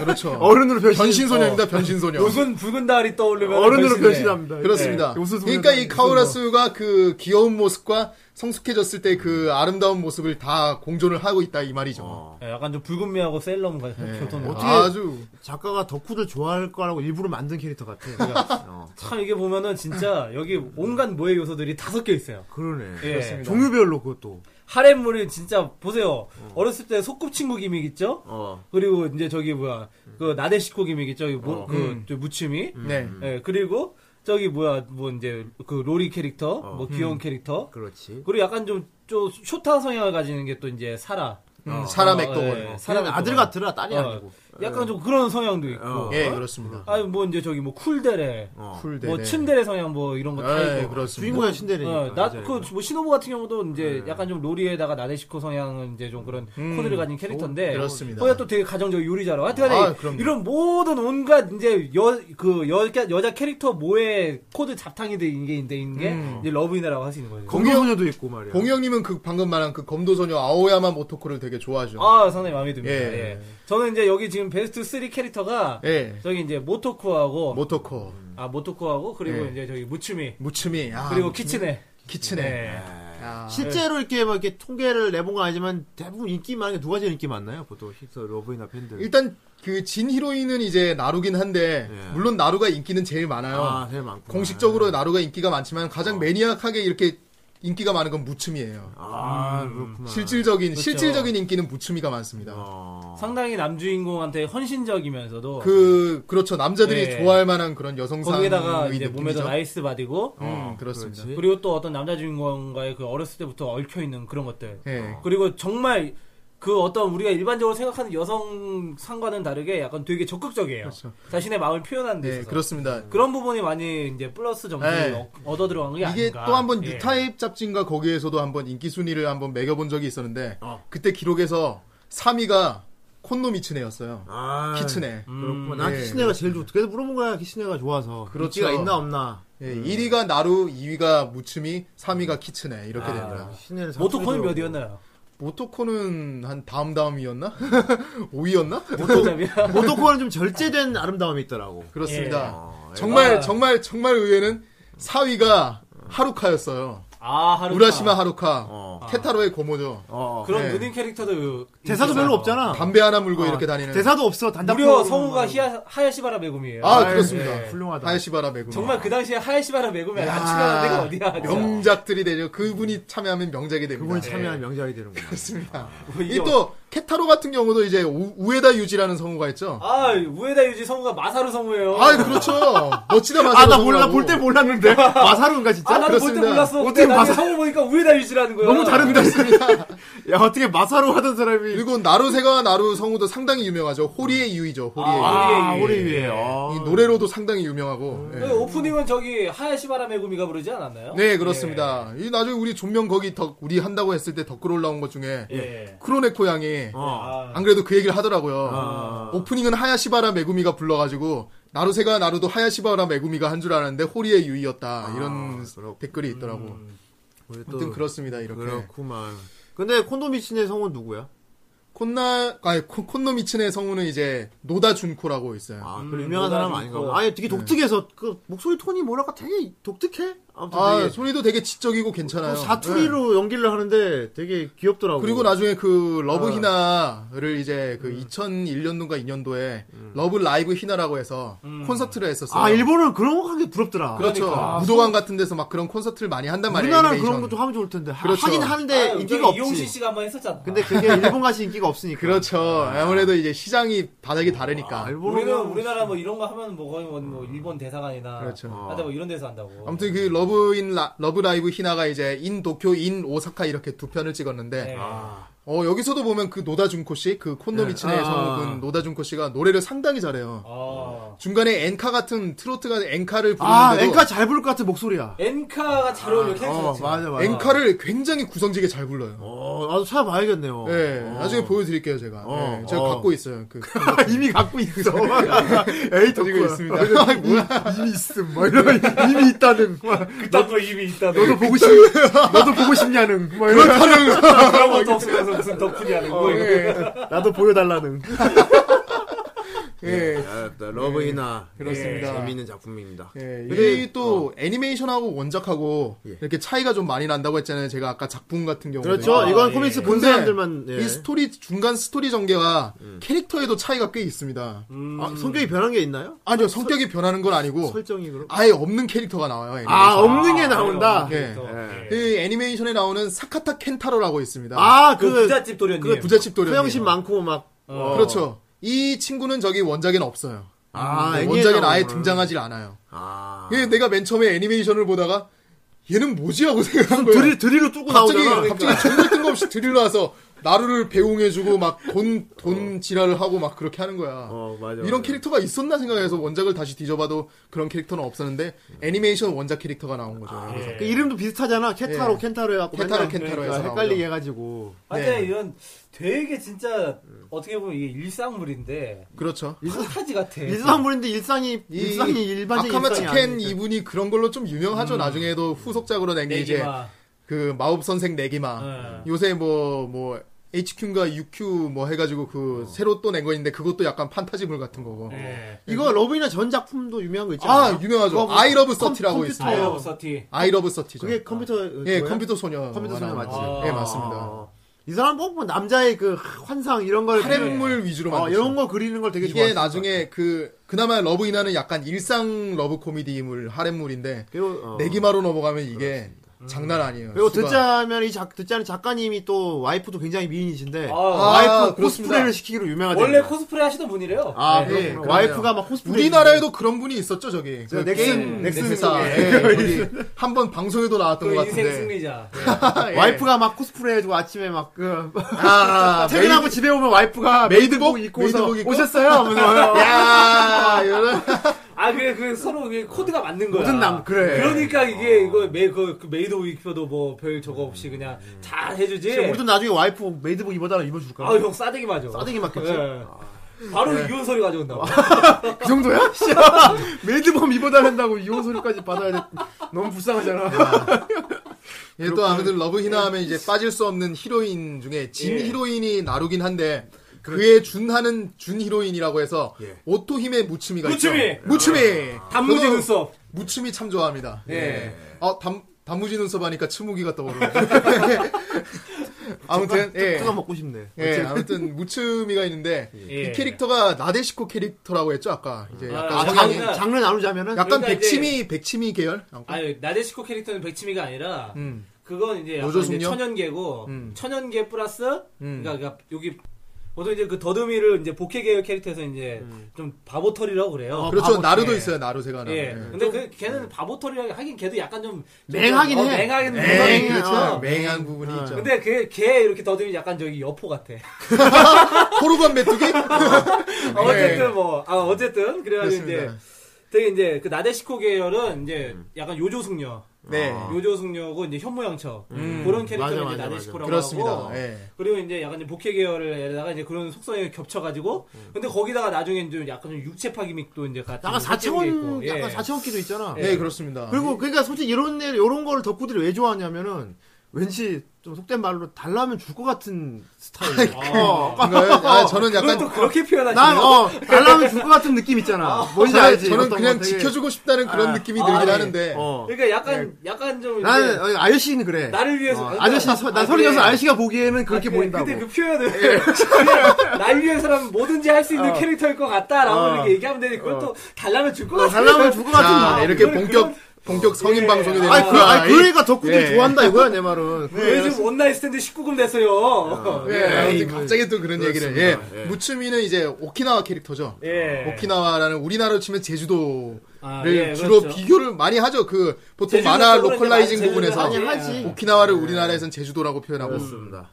그렇죠. 어른으로 변신. 변신소녀입니다, 변신소녀. 붉은 붉은 달이 떠오르면 어른으로 변신해. 변신합니다. 네, 그렇습니다. 예, 요새 소녀 그러니까 이 요새 카오라스가 그 귀여운 모습과 성숙해졌을 때 그 아름다운 모습을 다 공존을 하고 있다 이 말이죠. 예, 약간 좀 붉은 미하고 셀럼 같은 교통. 네. 어떻게- 아주 작가가 덕후들 좋아할 거라고 일부러 만든 캐릭터 같아. 그러니까, 어, 참 이게 보면은 진짜 음. 여기 온갖 모의 요소들이 다 섞여 있어요. 그러네. 예. 그렇습니다. 종류별로 그것도. 하렘물이 진짜 보세요. 어. 렸을때 소꿉친구 기믹 있죠? 어. 그리고 이제 저기 뭐야 그 나데시코 기믹 있죠? 이 뭐, 어. 음. 그 저 무침이. 네. 예, 그리고 저기 뭐야 뭐 이제 그 로리 캐릭터, 뭐 귀여운 캐릭터. 어. 그렇지. 그리고 약간 좀좀 쇼타 성향을 가지는 게 또 이제 사라. 음, 사람 어, 액도건. 예, 사라 사람 아들 맥도건. 같더라. 딸이 어, 아니고. 약간 좀 그런 성향도 있고. 어. 예, 그렇습니다. 아니 뭐 이제 저기 뭐 쿨데레, 어. 쿨대. 뭐 침대레 성향 뭐 이런 거 다 예, 있고. 그렇습니다. 주인공의 신데레. 어, 나그뭐 신호부 같은 경우도 이제 네. 약간 좀 로리에다가 나데시코 성향은 이제 좀 그런 코드를 가진 캐릭터인데 음, 그렇습니다. 거기가 또 되게 가정적 요리자로 하여튼간에 아, 그럼요. 이런 모든 온갖 이제 여 그 여자 여자 캐릭터 모의 코드 잡탕이 된 게 인데 인게 음. 이제 러브이나라고 하시는 거예요. 공룡소녀도 있고 말이야. 공영님은 그 방금 말한 그 검도소녀 아오야마 모토코를 되게 좋아하죠. 아 상당히 마음에 듭니다. 예. 예. 저는 이제 여기 지금 베스트 3 캐릭터가 예. 저기 이제 모토쿠하고 모토코, 아 모토쿠하고 그리고 예. 이제 저기 무츠미 무츠미, 아, 그리고 무츠미. 키츠네. 키츠네. 예. 아, 실제로 이렇게 막 이렇게 통계를 내본 건 아니지만 대부분 인기 많은 게 누가 제일 인기 많나요? 보통 히터 러브이나 팬들. 일단 그 진 히로인은 이제 나루긴 한데 네. 예. 물론 나루가 인기는 제일 많아요. 아, 제일 많고. 어, 공식적으로 나루가 인기가 많지만 어. 가장 매니악하게 이렇게 인기가 많은 건 무츠미예요. 아, 음. 그렇구나. 실질적인 그렇죠. 실질적인 인기는 무츠미가 많습니다. 어. 상당히 남주인공한테 헌신적이면서도 그 그렇죠 남자들이 예. 좋아할 만한 그런 여성상 거기에다가 이제 몸에도 나이스 바디고 네. 음, 그렇습니다. 그렇지. 그리고 또 어떤 남자 주인공과의 그 어렸을 때부터 얽혀 있는 그런 것들 어. 예. 그리고 정말 그 어떤 우리가 일반적으로 생각하는 여성 상과는 다르게 약간 되게 적극적이에요. 자신의 마음을 표현하는 데 그렇죠. 네, 있어서 그렇습니다. 그런 부분이 많이 이제 플러스 점수를 네. 얻- 얻어 들어간 게 이게 아닌가. 또 한번 예. 뉴타입 잡진과 거기에서도 한번 인기 순위를 한번 매겨본 적이 있었는데 어. 그때 기록에서 3위가 콘노미츠네였어요. 아, 키츠네. 음. 그렇구나. 난 예. 키츠네가 제일 좋. 그래서 물어본 거야. 키츠네가 좋아서. 그렇죠. 인기가 있나 없나. 예, 1위가 나루, 2위가 무츠미, 3위가 키츠네 아. 이렇게 됩니다. 키츠네는 모토코는 상투도- 몇이었나요? 모토코는 한 다음 다음이었나? 5위였나? 네. 모토잡이야. 모토코는 좀 절제된 아름다움이 있더라고. 그렇습니다. 어, 정말 아. 정말 정말 의외는 4위가 하루카였어요. 아 하루카. 우라시마 하루카. 어. 어. 테타로의 고모죠. 어. 그런 네. 누님 캐릭터도 대사도 그렇죠. 별로 없잖아. 담배 하나 물고 어, 이렇게 다니는. 대사도 없어. 단답. 무려 성우가 히야, 하야시바라 메구미예요. 아, 아이, 그렇습니다. 예, 훌륭하다. 하야시바라 메구. 정말 그 당시에 하야시바라 메구미 그 아출연는 데가 어디야? 진짜. 명작들이 되죠. 그분이 참여하면 명작이 됩니다. 예, 그분이 참여한 명작이 되는구나. 그렇습니다. 아, 뭐 이게 이 또 케타로 같은 경우도 이제 우- 우에다 유지라는 성우가 있죠. 아 우에다 유지 성우가 마사루 성우예요. 아, 그렇죠. 멋지다 마사. 아, 나 몰라. 볼 때 몰랐는데. 마사루인가, 진짜? 아, 나도 볼 때 그렇습니다. 몰랐어. 어떻게 근데 나중에 마사- 성우 보니까 우에다 유지라는 거야. 너무 다른데. 야, 어떻게 마사루 하던 사람이. 그리고 나루세가 나루 성우도 상당히 유명하죠. 호리의 유이죠. 호리의 유. 음. 아, 우리의 우리 위에. 아. 음. 네, 이 노래로도 상당히 유명하고. 예. 그 오프닝은 저기 하야시바라 메구미가 부르지 않았나요? 네, 그렇습니다. 이 나중에 우리 존명 거기 덕 우리 한다고 했을 때 댓글 올라온 것 중에 예. 예. 크로네코 양이 어. 아, 안 그래도 그 얘기를 하더라고요. 아. 오프닝은 하야시바라 메구미가 불러가지고 나루세가 나루도 하야시바라 메구미가 한 줄 알았는데 호리의 유이였다 이런 아, 그렇- 댓글이 있더라고. 우리 음, 또 아무튼 그렇습니다. 이렇게 그렇구만. 근데 콘도미친의 성우는 누구야? 콘나 아니 콘- 콘노미친의 성우는 이제 노다 준코라고 있어요. 아, 음, 그 유명한 사람 노다지 아닌가 있고. 보다. 아니, 되게 네. 독특해서 그 목소리 톤이 뭐랄까 되게 독특해. 아무튼 아, 되게 소리도 되게 지적이고 괜찮아요. 그 사투리로 연기를 하는데 되게 귀엽더라고. 그리고 나중에 그 아. 러브 히나를 이제 음. 그 2001년도인가 2년도에 러브 라이브 히나라고 해서 콘서트를 했었어요. 아, 일본은 그런 거 하기 부럽더라. 그렇죠. 그러니까. 무도관 같은 데서 막 그런 콘서트를 많이 한단 말이에요. 우리나라는 애니메이션. 그런 것도 하면 좋을 텐데. 하- 그렇죠. 하긴 하는데 아, 인기가 없지. 이용신 씨가 한번 했었잖아. 근데 그게 일본 가시 인기가 없으니까. 그렇죠. 아무래도 이제 시장이 바닥이 다르니까. 아, 우리는 일본은 우리나라 뭐 이런 거 하면 뭐 거의 뭐, 뭐 음. 일본 대사관이나 그렇죠. 아. 하다 뭐 이런 데서 한다고. 아무튼 그 러브 인 라, 러브 라이브 히나가 이제 인 도쿄 인 오사카 이렇게 두 편을 찍었는데 네. 아. 어 여기서도 보면 그 노다 준코 씨, 그 콘노미친의 네. 아. 성우군 노다 준코 씨가 노래를 상당히 잘해요. 아. 중간에 엔카 같은 트로트가 엔카를 아, 부르는데도 엔카 잘 부를 것 같은 어, 목소리야. 엔카가 잘 어울려 어, 캐릭터 자체가. 맞아, 맞아. 엔카를 굉장히 구성지게 잘 불러요. 어, 나도 찾아봐야겠네요. 네, 어. 나중에 보여드릴게요 제가. 어, 네, 제가 어. 갖고 있어요. 그 이미 갖고 있어. 에이, 가지고 덕후야. 있습니다. 이미 있음. 막 이런, 이미 있다는. 막 그딴 거 이미 있다. 너도 보고 싶, 너도 보고 싶냐는. 막 이런. 그런 것도 없으면서 무슨 뭐 덕분이냐는 어. 거. 예. 나도 보여달라는. 아, 예, 러브이나. 그렇습니다. 예, 재미있는 작품입니다. 예, 근데- 이게 또 애니메이션하고 원작하고 어. 예. 이렇게 차이가 좀 많이 난다고 했잖아요. 제가 아까 작품 같은 경우에. 그렇죠. 아, 이건 예. 코믹스 본 근데 사람들만. 예. 음. 이 스토리 중간 스토리 전개와 캐릭터에도 차이가 꽤 있습니다. 아, 성격이 변한 게 있나요? 아니요 성격이 변하는 건 아니고 설정이 그럼? 아예 없는 캐릭터가 나와요. 애니메이션. 아, 없는 게 나온다. 네. 예. 그 애니메이션에 나오는 사카타 켄타로라고 있습니다. 아, 그, 그 부잣집 도련님. 그 부잣집 도련님. 영심 많고 막. 어. 그렇죠. 이 친구는 저기 원작엔 없어요. 아, 애니에 원작엔 아예 나오는구나. 등장하질 않아요. 아. 예, 내가 맨 처음에 애니메이션을 보다가 얘는 뭐지 하고 생각한 거예요. 드릴, 드릴로 뚫고 그러니까. 갑자기 나오잖아. 갑자기 정말 뜬금없이 들이러 와서 나루를 배웅해주고 막 돈 돈 지랄을 하고 막 그렇게 하는 거야. 어, 맞아. 이런 맞아. 캐릭터가 있었나 생각해서 원작을 다시 뒤져봐도 그런 캐릭터는 없었는데 음. 애니메이션 원작 캐릭터가 나온 거죠. 그래서 그 이름도 비슷하잖아. 케타로 예. 켄타로 해갖고. 케타로 맨날 켄타로 그러니까 해서 헷갈리게 나오죠. 해가지고. 하여튼 네. 아, 이런 되게 진짜 어떻게 보면 이게 일상물인데 그렇죠. 판타지 같아. 일상물인데 일상이, 일상이 일반적인 일상이 아카마츠 켄 아니니까. 음. 이분이 그런 걸로 좀 유명하죠. 나중에도 후속작으로 낸 네, 게 네, 네, 이제 내기마. 그 마법 선생 내기마. 네. 요새 뭐 뭐 HQ인가 UQ 뭐 해가지고 그 새로 또 낸 거 있는데 그것도 약간 판타지물 같은 거고. 네. 이거 러브이나 전 작품도 유명한 거 있잖아. 예. 아 유명하죠. 그거 아이 러브 컴- 서티라고 컴퓨터. 있습니다. 아이 러브 네, 서티. 아이 러브 서티죠. 그게 컴퓨터. 예, 그거야? 컴퓨터 소녀. 컴퓨터 소녀 맞지? 어. 예, 맞습니다. 아. 이 사람 보면 남자의 그 환상 이런 걸 하렘물 위주로 어, 만든. 이런 거 그리는 걸 되게 좋아했어. 이게 나중에 그 그나마 러브 인하는 약간 일상 러브 코미디물 하렘물인데 그리고 어. 내기마로 넘어가면 이게 장난 아니에요. 그리고 수가. 듣자면 이 작, 듣자는 작가님이 또 와이프도 굉장히 미인이신데 아, 와이프 아, 그렇습니다. 코스프레를 시키기로 유명하대. 원래 코스프레 하시던 분이래요. 아, 네, 그렇구나. 그러네요. 와이프가 막 코스프레 우리나라에도 그런 분이 있었죠 저기. 저 그 넥슨- 게임 넥슨 회사. 쪽에. 예, 거기 한번 방송에도 나왔던 그 것 인생 같은데. 승리자. 예. 와이프가 막 코스프레 해주고 아침에 막그 아, 퇴근하고 집에 오면 와이프가 메이드복? 메이드복 입고서 메이드복 입고? 오셨어요? 하면서 야, 이런. 아, 그래, 그 서로 이게 코드가 맞는 거야. 모든 남- 그래. 어. 그러니까 이게 이거 메, 그, 그 메이드 오브 익혀도 뭐 별 저거 없이 그냥 음, 잘 해주지. 예. 우리도 나중에 와이프 메이드복 입어달라 입어줄까? 아형 싸대기 맞아. 싸대기 맞겠지? 네. 예. 바로 이혼 소리 가져온다. 고 그 정도야? 메이드복 입어달란다고 이혼 소리까지 받아야 돼. 너무 네, 불쌍하잖아. 예, 또 아무튼 러브 히나 하면 이제 빠질 수 없는 히로인 중에 진 예. 히로인이 나루긴 한데 그에 준하는 준 히로인이라고 해서 예. 오토 힘의 무츠미가 무츠미! 있죠. 무츠미. 단무지 저도 눈썹. 무츠미 참 좋아합니다. 예. 어, 담 단무지 눈썹 하니까 추무기가 떠오르네. 아무튼 예. 가 먹고 싶네. 예, 아무튼 무츠미가 있는데 예. 이 캐릭터가 나데시코 캐릭터라고 했죠 아까 이제 약간 아, 성향이- 장, 장르 나누자면은 약간 그러니까 백치미 백치미 계열 어, 아 나데시코 캐릭터는 백치미가 아니라 음. 그건 이제 약간 노조숙녀? 이제 천연계고 음. 천연계 플러스 그러니까, 그러니까 여기 보통 이제 그 더듬이를 이제 복해 계열 캐릭터에서 이제 좀 바보털이라고 그래요. 어, 그렇죠 바보, 나루도 예. 있어요 나루세가 나루. 예. 예. 근데 그 걔는 바보털이라 하긴 걔도 약간 좀 맹하긴 좀- 어, 해. 맹하긴 맹, 맹, 맹. 그렇죠. 어. 맹한 부분이 있죠. 근데 걔, 걔 이렇게 더듬이 약간 저기 여포 같아. 호르반 메뚜기? 아, 어쨌든 뭐, 아, 어쨌든 그래가지고 이제 그렇습니다. 되게 이제 그 나데시코 계열은 이제 약간 요조숙녀, 네. 요조숙녀고 이제 현모양처 어. 음. 그런 캐릭터를 맞아, 이제 맞아, 나데시코라고 그렇습니다. 하고. 예. 그리고 이제 약간 이제 복해 계열에다가 이제 그런 속성이 겹쳐가지고 근데 거기다가 나중에 좀 약간 좀 육체파 기믹도 이제 음. 같은 약간 섞이는 4차원 게그 있고. 약간 예. 4차원기도 있잖아. 네, 그렇습니다. 그리고 그러니까 솔직히 이런 애- 이런 걸 덕후들이 왜 좋아하냐면은 왠지 좀 속된 말로 달라면 줄 것 같은 스타일. 아, 어. 뭔가요? 아, 저는 그걸 약간 또 그렇게 표현하시네요. 난 어, 달라면 줄 것 같은 느낌 있잖아. 뭔지 저는, 알지? 저는 어떤 그냥 거 되게- 지켜주고 싶다는 그런 아, 느낌이 아, 들긴 예. 하는데 어. 그러니까 약간 약간 좀 이제 나는 어, 아저씨는 그래. 예. 나를 위해서- 어, 아저씨 서- 나 아, 서른여섯 그래. 아저씨가 보기에는 그렇게 아, 그- 보인다고. 예. 근데 그 표현을 날 위해서라면 뭐든지 할 수 있는 캐릭터일 것 같다라고 어. 이렇게 얘기하면 되는데 그걸 또 달라면 줄 것 같아. 달라면 줄 것 같은 자, 마 이렇게 그걸 본격 그런- 본격 성인 예. 방송이 되는 아니 그 거야. 아니, 그 애가 덕후들 예. 좋아한다 이거야 내 말은. 그 왜 예, 요즘 뭐, 원나잇 스탠드 19금 됐어요. 예, 예. 아무튼 갑자기 또 그런 얘기를. 예. 그렇습니다. 예. 무츠미는 이제 오키나와 캐릭터죠. 예. 오키나와라는 우리나라로 치면 제주도를 아, 예, 주로 그렇죠. 비교를 많이 하죠. 그 보통 제주도 만화 쪽으로 로컬라이징 이제 많이 부분에서 제주도 하지. 하지. 오키나와를 우리나라에선 제주도라고 표현하고 그렇습니다.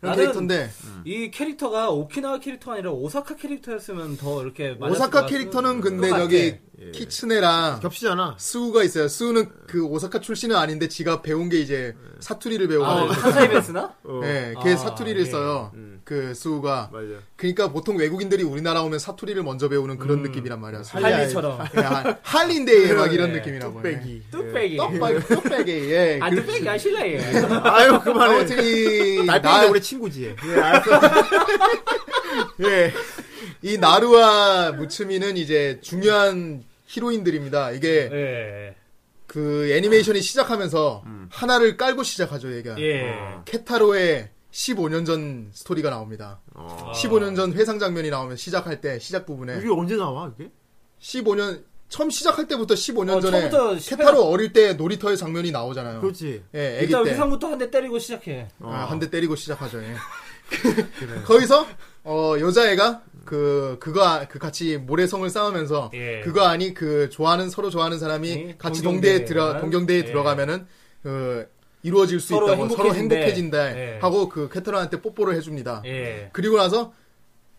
그런 나는 캐릭터인데 이 캐릭터가 오키나와 캐릭터가 아니라 오사카 캐릭터였으면 더 이렇게 많았을 것 오사카 같은 캐릭터는 그- 근데 것 같아. 예. 저기 키츠네랑 겹치잖아. 스우가 있어요. 스우는 그 오사카 출신은 아닌데 지가 배운 게 이제 사투리를 배워가지고 아, 네. 사사이베스나? 예, 걔 아, 사투리를 예. 써요. 그 수우가. 어. 맞아. 그러니까 보통 외국인들이 우리나라 오면 사투리를 먼저 배우는 그런 느낌이란 말이야. 할리처럼. 예, 하- 할리인데이 막 이런 예, 느낌이라고. 빼기. 뚝배기. 떡배기. 떡배기. 예. 아, 그- 뚝배기 아실래? 예. 아유 그만해. 아무튼 이 날빼기도 나- 우리 친구지. 예. 이 나루와 무츠미는 이제 중요한 히로인들입니다. 이게 예. 그 애니메이션이 시작하면서 하나를 깔고 시작하죠, 얘가. 예. 아, 케타로의 15년 전 스토리가 나옵니다. 15년 전 회상 장면이 나오면 시작할 때 시작 부분에 이게 언제 나와 이게? 15년 처음 시작할 때부터 15년 어, 전에 처음부터 케타로 어릴 때 놀이터의 장면이 나오잖아요. 그렇지. 예, 애기 일단 때. 아, 회상부터 한 대 때리고 시작해. 한 대 때리고 시작하죠. 예. 거기서 어, 여자애가 그 그거 아- 그 같이 모래성을 쌓으면서 예. 그거 아니 그 좋아하는 서로 좋아하는 사람이 예, 같이 동경대에 동대에 들어 가면? 동경대에 예. 들어가면은 그 이루어질 수 서로 있다고 뭐 서로 행복해진대. 행복해진다 예. 하고 그 케타로한테 뽀뽀를 해줍니다. 예. 그리고 나서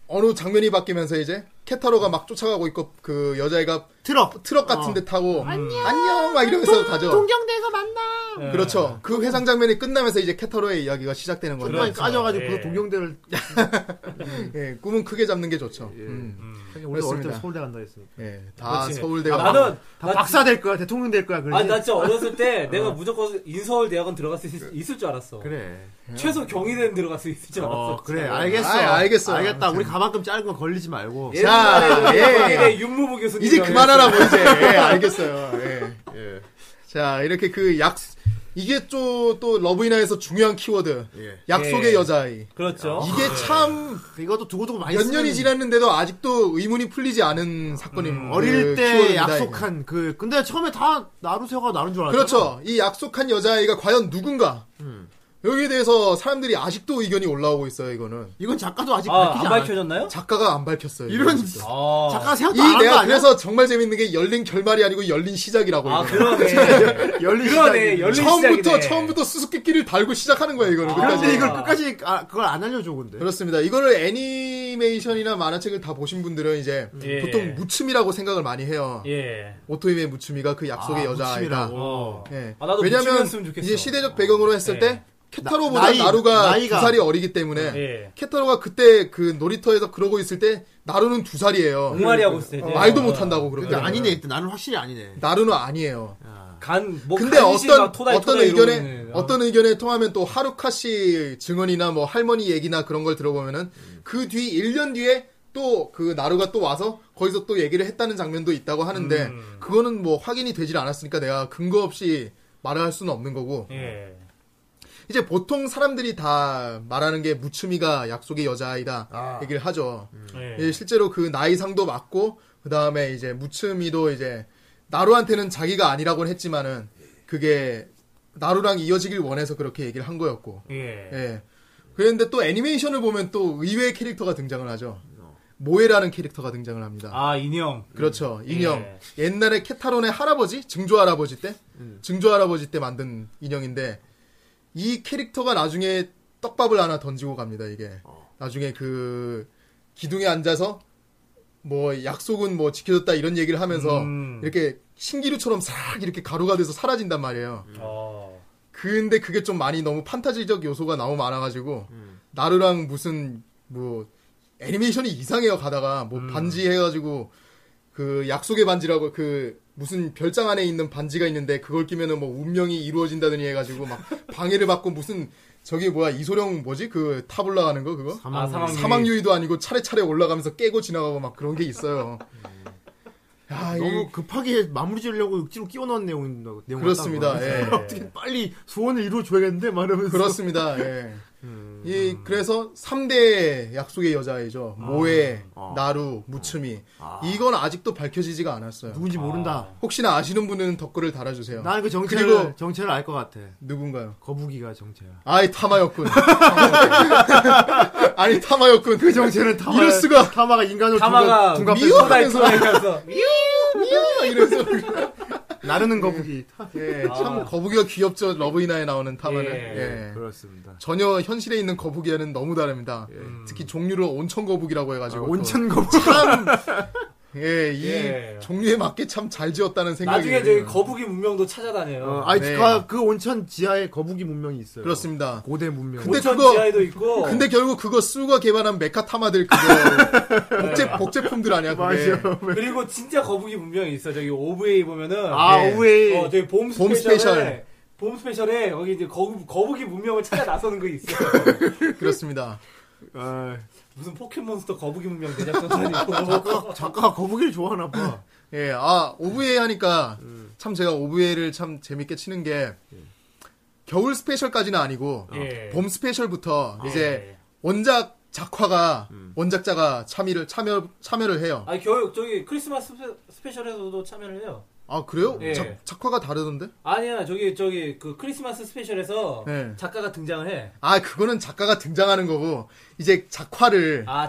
어느 장면이 바뀌면서 이제 케타로가 막 쫓아가고 있고 그 여자애가 트럭. 트럭 같은 데 타고 안녕 막 이러면서 가죠. 어. 음. 동경대에서 네. 만나. 예. 그렇죠. 그 회상 장면이 끝나면서 이제 케타로의 이야기가 시작되는 건데 그만 까져가지고 예. 그 동경대를 그- 예, 꿈은 크게 잡는 게 좋죠. 음. 우리 어릴 때 그렇습니다. 서울대 간다 했으니까. 예, 다 그렇지. 서울대가 아, 나는 다 나- 박사 될 거야 대통령 될 거야 그래. 아, 나 진짜 어렸을 때 내가 무조건 인서울 대학원 들어갈 수 있, 을줄 알았어. 그래. 최소 경희대는 들어갈 수 있을 줄 알았어. 어, 그래, 알겠어. 아이, 알겠어. 알겠다. 우리 가만큼 짧은 거 걸리지 말고. 자, 예. 경희대 윤무부 교수님. 이제 그만하라고 이제. 예, 알겠어요. 예. 예. 자, 이렇게 그 약 이게 또 또 러브이나에서 중요한 키워드. 예. 약속의 예. 여자아이. 그렇죠. 이게 참 이것도 두고두고 많이 몇 쓰는 년이 지났는데도 아직도 의문이 풀리지 않은 사건이 그 음, 어릴 때 키워드입니다, 약속한 그 근데 처음에 다 나루세가 나눈 줄 이게. 알았어. 그렇죠. 이 약속한 여자아이가 과연 누군가? 여기에 대해서 사람들이 아직도 의견이 올라오고 있어요, 이거는. 이건 작가도 아직 아, 밝히지 안 않아. 밝혀졌나요? 작가가 안 밝혔어요. 이런 이거는. 아, 작가 이 생각도 안한거 내가 아니야? 그래서 정말 재밌는 게 열린 결말이 아니고 열린 시작이라고 아, 이거는. 그러네. 열린 그러네. 열린 처음부터 시작이네. 처음부터 수수께끼를 달고 시작하는 거예요 이거는 끝까지. 그런데 아. 이걸 끝까지 아, 그걸 안 알려줘 근데. 그렇습니다. 이거를 애니메이션이나 만화책을 다 보신 분들은 이제 예. 보통 무춤이라고 생각을 많이 해요. 예. 오토임의 무춤이가 그 약속의 여자아이다. 어. 예. 아, 나도 왜냐면 무춤이었으면 좋겠어. 이제 시대적 배경으로 했을 예. 때 나- 케타로보다 나이, 나루가 나이가. 두 살이 어리기 때문에 예. 케타로가 그때 그 놀이터에서 그러고 있을 때 나루는 두 살이에요. 동아리 하고 있을 때. 어, 이제. 말도 어. 못 한다고 그러고. 근데 아니네 이때 나는 확실히 아니네. 나루는 아니에요. 간, 뭐, 근데 어떤 어떤 의견에 어떤 의견에 통하면 또 하루카 씨 증언이나 뭐 할머니 얘기나 그런 걸 들어보면은 그 뒤 1년 뒤에 또 그 나루가 또 와서 거기서 또 얘기를 했다는 장면도 있다고 하는데 그거는 뭐 확인이 되질 않았으니까 내가 근거 없이 말을 할 수는 없는 거고 예. 이제 보통 사람들이 다 말하는 게 무츠미가 약속의 여자아이다 얘기를 하죠. 예. 예, 실제로 그 나이상도 맞고 그 다음에 이제 무츠미도 이제 나루한테는 자기가 아니라고는 했지만은 그게 나루랑 이어지길 원해서 그렇게 얘기를 한 거였고. 예. 예. 그런데 또 애니메이션을 보면 또 의외의 캐릭터가 등장을 하죠. 모에라는 캐릭터가 등장을 합니다. 아, 인형. 그렇죠. 인형. 옛날에 케타론의 할아버지, 증조 할아버지 때, 증조 할아버지 때 만든 인형인데 이 캐릭터가 나중에 떡밥을 하나 던지고 갑니다. 이게 나중에 그 기둥에 앉아서 뭐 약속은 뭐 지켜줬다 이런 얘기를 하면서 음. 이렇게 신기루처럼 싹 이렇게 가루가 돼서 사라진단 말이에요. 어. 근데 그게 좀 많이 너무 판타지적 요소가 너무 많아가지고 나루랑 무슨 뭐 애니메이션이 이상해요 가다가 뭐 반지 해가지고 그 약속의 반지라고 그 무슨 별장 안에 있는 반지가 있는데 그걸 끼면은 뭐 운명이 이루어진다더니 해가지고 막 방해를 받고 무슨 저기 뭐야 이소룡 뭐지 그 탑 올라가는 거 그거 아, 사망. 사망유의도 아니고 차례차례 올라가면서 깨고 지나가고 막 그런 게 있어요. 야, 이- 너무 급하게 마무리 지으려고 억지로 끼워 넣은 내용 내용 그렇습니다. 같다는 예. 거예요. 어떻게 빨리 소원을 이루어 줘야겠는데 말하면서 그렇습니다. 예. 음. 이 그래서 3대 약속의 여자이죠. 모에, 아. 나루, 무츠미. 이건 아직도 밝혀지지가 않았어요. 누군지 모른다. 혹시나 아시는 분은 덧글을 달아주세요. 나는 그 정체를 그리고- 정체를 알 것 같아. 누군가요? 거북이가 정체야. 아이 타마였군. 아니 타마였군. 그 정체는 타마. 이럴 수가. 타마가 인간으로 타마가 둔갑, 둔갑, 미워. 소나이 소나이면서 이래서 나르는 거북이. 예, 아. 참 거북이가 귀엽죠. 러브이나에 나오는 타마는. 예. 예. 그렇습니다. 전혀 현실에 있는 거북이와는 너무 다릅니다. 특히 종류를 온천 거북이라고 해가지고 또 예. 아, 온천 거북이. 예, 이 예. 종류에 맞게 참 잘 지었다는 생각이 나중에 저기 들어요. 거북이 문명도 찾아다녀요. 어, 아니 네. 그, 그 온천 지하에 거북이 문명이 있어요. 그렇습니다. 고대 문명. 근데 온천 그거- 지하에도 있고. 근데 결국 그거 수가 개발한 메카타마들 그거 네. 복제 복제품들 아니야 그게. 맞아요. 그리고 진짜 거북이 문명이 있어. 저기 오브웨이 보면은 아 예. 우에 어, 저기 봄 봄 스페셜에 스페셜. 봄 스페셜에 거기 이제 거북, 거북이 문명을 찾아 나서는 거 있어요. 그렇습니다. 아, 무슨 포켓몬스터 거북이 문명 제작전이고 작가가 거북이를 좋아하나 봐. 예, 아 오브에 하니까 음. 참 제가 오브에를 참 재밌게 치는 게 겨울 스페셜까지는 아니고 예. 아, 봄 스페셜부터 이제 원작 작화가 원작자가 참여를 참여 참여를 해요. 음. 아 겨울 저기 크리스마스 스페- 스페셜에서도 참여를 해요. 아 그래요? 예. 작, 작화가 다르던데? 아니야 저기 저기 그 크리스마스 스페셜에서 예. 작가가 등장을 해. 아 그거는 작가가 등장하는 거고 이제 작화를 아,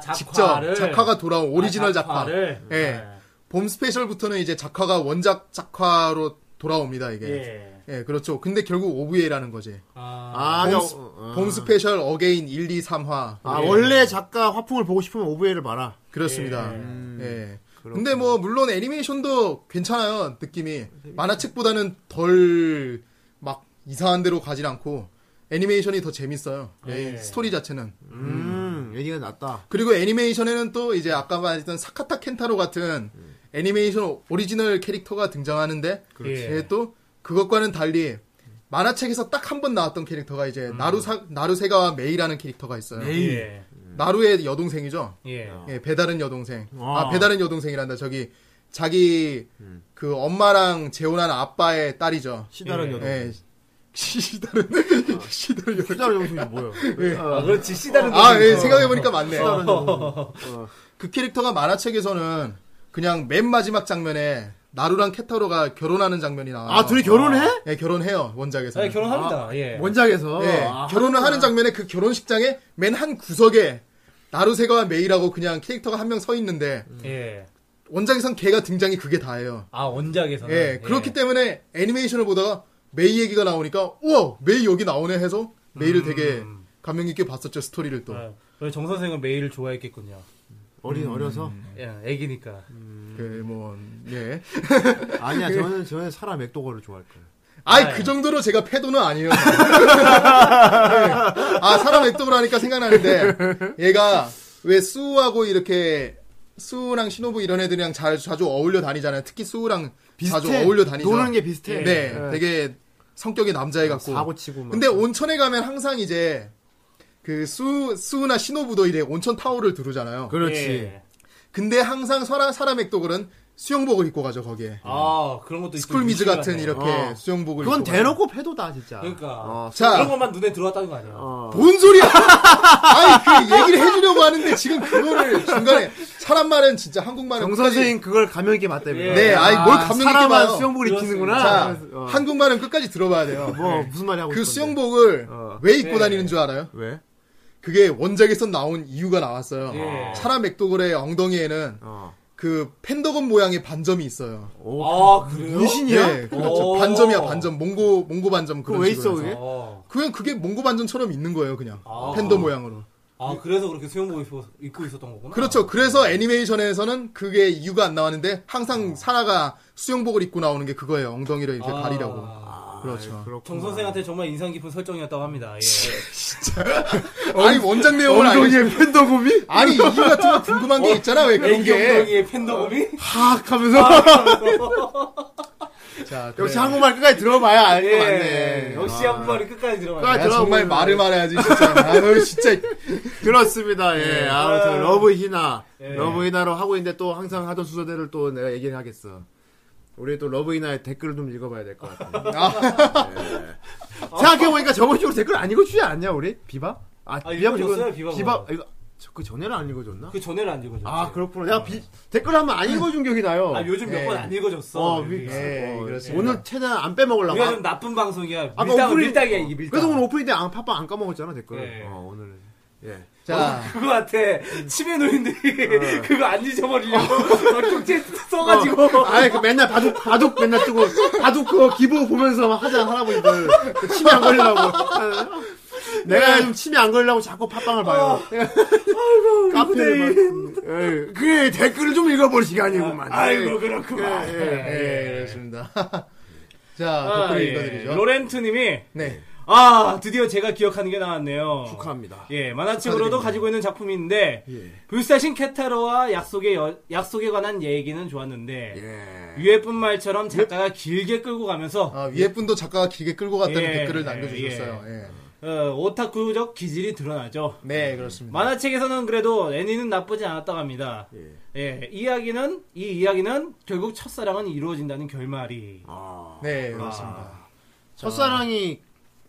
직접 작화를. 작화가 돌아온 오리지널 아, 작화. 작화를. 네. 예. 봄 스페셜부터는 이제 작화가 원작 작화로 돌아옵니다 이게. 예. 예. 그렇죠. 근데 결국 OVA라는 거지. 아, 아, 봄, 저- 스- 어. 봄 스페셜 어게인 1, 2, 3화. 아 원래 작가 화풍을 보고 싶으면 오브에를 봐라. 그렇습니다. 예. 근데 음, 그렇군요. 뭐 물론 애니메이션도 괜찮아요. 느낌이 만화책보다는 덜 막 이상한 데로 가진 않고 애니메이션이 더 재밌어요. 예, 스토리 자체는. 음, 얘기가 낫다. 그리고 애니메이션에는 또 이제 아까 말했던 사카타 켄타로 같은 애니메이션 오리지널 캐릭터가 등장하는데 이제 또 그것과는 달리 만화책에서 딱 한 번 나왔던 캐릭터가 이제 나루사, 나루세가와 음. 메이라는 캐릭터가 있어요. 음. 예. 나루의 여동생이죠. 예. 예, 배다른 여동생. 아. 아, 배다른 여동생이란다. 저기 자기 그 엄마랑 재혼한 아빠의 딸이죠. 시다른 여동. 예. 시다른 아. 시다른 여동생. 시다른 여동이 뭐예요? 아, 그렇지 시다는 아, 거지. 예, 생각해보니까 맞네. 시다른 여동. 그 캐릭터가 만화책에서는 그냥 맨 마지막 장면에 나루랑 케타로가 결혼하는 장면이 나와요. 아, 둘이 결혼해? 예, 결혼해요, 원작에서. 아, 결혼합니다. 예. 원작에서. 예, 아, 결혼을 하는 장면에 그 결혼식장에 맨 한 구석에 나루세가와 메이라고 그냥 캐릭터가 한 명 서 있는데 예. 원작에선 걔가 등장이 그게 다예요. 아 원작에서는. 예, 그렇기 때문에 애니메이션을 보다가 메이 얘기가 나오니까 우와, 메이 여기 나오네 해서 메이를 되게 감명 깊게 봤었죠, 스토리를 또. 아, 그래서 정 선생은 메일을 좋아했겠군요. 어린 어려서. 네. 예, 애기니까. 그, 뭐, 예. 아니야, 저는 저는 사라 맥도거를 좋아할 거예요. 아이 그 정도로 제가 패도는 아니에요. 네. 아 사람 액동을 하니까 생각나는데 얘가 왜 수우하고 이렇게 수우랑 신호부 이런 애들이랑 잘 자주 어울려 다니잖아요. 특히 수우랑 자주 어울려 다니죠. 노는 게 비슷해. 아, 네, 되게 성격이 남자애 같고. 사고 치고. 막. 그 근데 온천에 가면 항상 이제 그 수, 수우나 그 신호부도 이래 온천 타월을 두르잖아요. 그렇지. 예. 근데 항상 사람, 사람 액독은 수영복을 입고 가죠 거기에. 아 그런 것도 있고 스쿨미즈 유치하네. 같은 이렇게 어. 수영복을 그건 입고 대놓고 패도다 진짜. 그러니까 어, 자. 그런 것만 눈에 들어왔다는 거 아니야? 어. 뭔 소리야? 아니 그 얘기를 해주려고 하는데 지금 그거를 중간에 사람 말은 진짜 한국말은 정 끝까지- 선생 그걸 감명 있게 봤다. 예. 네, 아이 뭘 감명 있게 사람한 봐요. 수영복을 입히는구나. 자 어. 한국말은 끝까지 들어봐야 돼요. 뭐 무슨 말이 하고 그 싶은데. 수영복을 어. 왜 입고 예. 다니는 줄 알아요? 왜? 그게 원작에서 나온 이유가 나왔어요. 예. 사라 맥도글의 엉덩이에는 어. 그 펜더건 모양의 반점이 있어요. 오, 아 그래요? 문신이야? 어, 예, 그렇죠. 오. 반점이야, 반점. 몽고, 몽고 반점. 그런 그거 왜 식으로 있어, 해서. 그게? 어. 그냥 그게 몽고 반점처럼 있는 거예요, 그냥. 아. 팬더 모양으로. 아 그래서 그렇게 수영복 입고, 입고 있었던 거구나. 그렇죠. 그래서 애니메이션에서는 그게 이유가 안 나왔는데 항상 사라가 수영복을 입고 나오는 게 그거예요. 엉덩이를 이렇게 어. 아. 가리려고. 그렇죠. 어, 정 선생한테 정말 인상 깊은 설정이었다고 합니다. 예. 아니, 원작 내용을 알겠... 엉덩이에 팬더곰이 아니, 이유 같은 거 궁금한 게 있잖아, 왜 그런 어, 애기 게. 엉덩이의 팬더곰이 팍 하면서 아, 자, 그래. 역시 한국말 끝까지 들어봐야 알 것 예. 같네. 역시 아. 한국말이 끝까지 들어가요. 끝까지 야, 정말 들어보면- 말을 말해야지, 진짜. 아유, 진짜. 그렇습니다. 예. 아무튼 러브 히나, 예. 러브 히나로 하고 있는데 또 항상 하던 순서대로 또 내가 얘기를 하겠어. 우리 또 러브 히나의 댓글을 좀 읽어봐야 될 것 같아. 예. 생각해 보니까 저번 주로 댓글 안 읽어주지 않냐 우리 비바? 아, 비바 읽어줬어요, 읽은- 비바 비바 거. 이거 그 전에는 안 읽어줬나? 그 전에를 안 읽어줬지. 아 그렇구나. 내가 비- 댓글 한번 안 읽어준 기억이 나요. 아, 요즘 몇 예. 번 안 읽어줬어. 어, 미- 우리가. 예, 어, 그렇습니다. 오늘 최대한 안 빼먹으려고. 우리가 좀 나쁜 방송이야. 아까 밀당, 오프닝- 밀당이야 이게 밀당. 그래서 오늘 오프닝 때 안, 팝빵 안 까먹었잖아 댓글. 예. 어, 오늘은 예. 자. 그거 같아. 음. 치매 노인들이 어. 그거 안 잊어버리려고 쪽지 써가지고. 아예 그 맨날 바둑 바둑 맨날 뜨고 바둑 그 기부 보면서 막 하자 할아버지들 그 치매 안 걸리려고 네. 내가 요즘 치매 안 걸리려고 자꾸 팟빵을 어. 봐요 카페를 막 음, 에이, 그게 댓글을 좀 읽어볼 시간이구만 아이고 그렇구만. 네. 예, 예, 그렇습니다. 자, 아, 댓글 예. 읽어드리죠. 로렌트님이 네. 아 드디어 제가 기억하는 게 나왔네요. 축하합니다 예, 만화책으로도 축하드립니다. 가지고 있는 작품인데 예. 불사신 케타로와 약속의 여- 약속에 관한 얘기는 좋았는데 예. 위에 뿐 말처럼 작가가 길게 끌고 가면서 아, 위에 분도 작가가 길게 끌고 갔다는 예, 댓글을 예, 남겨주셨어요. 예. 어, 오타쿠적 기질이 드러나죠. 네, 그렇습니다. 만화책에서는 그래도 애니는 나쁘지 않았다고 합니다. 예. 예, 이야기는 이 이야기는 결국 첫사랑은 이루어진다는 결말이. 아, 네, 그렇습니다. 첫사랑이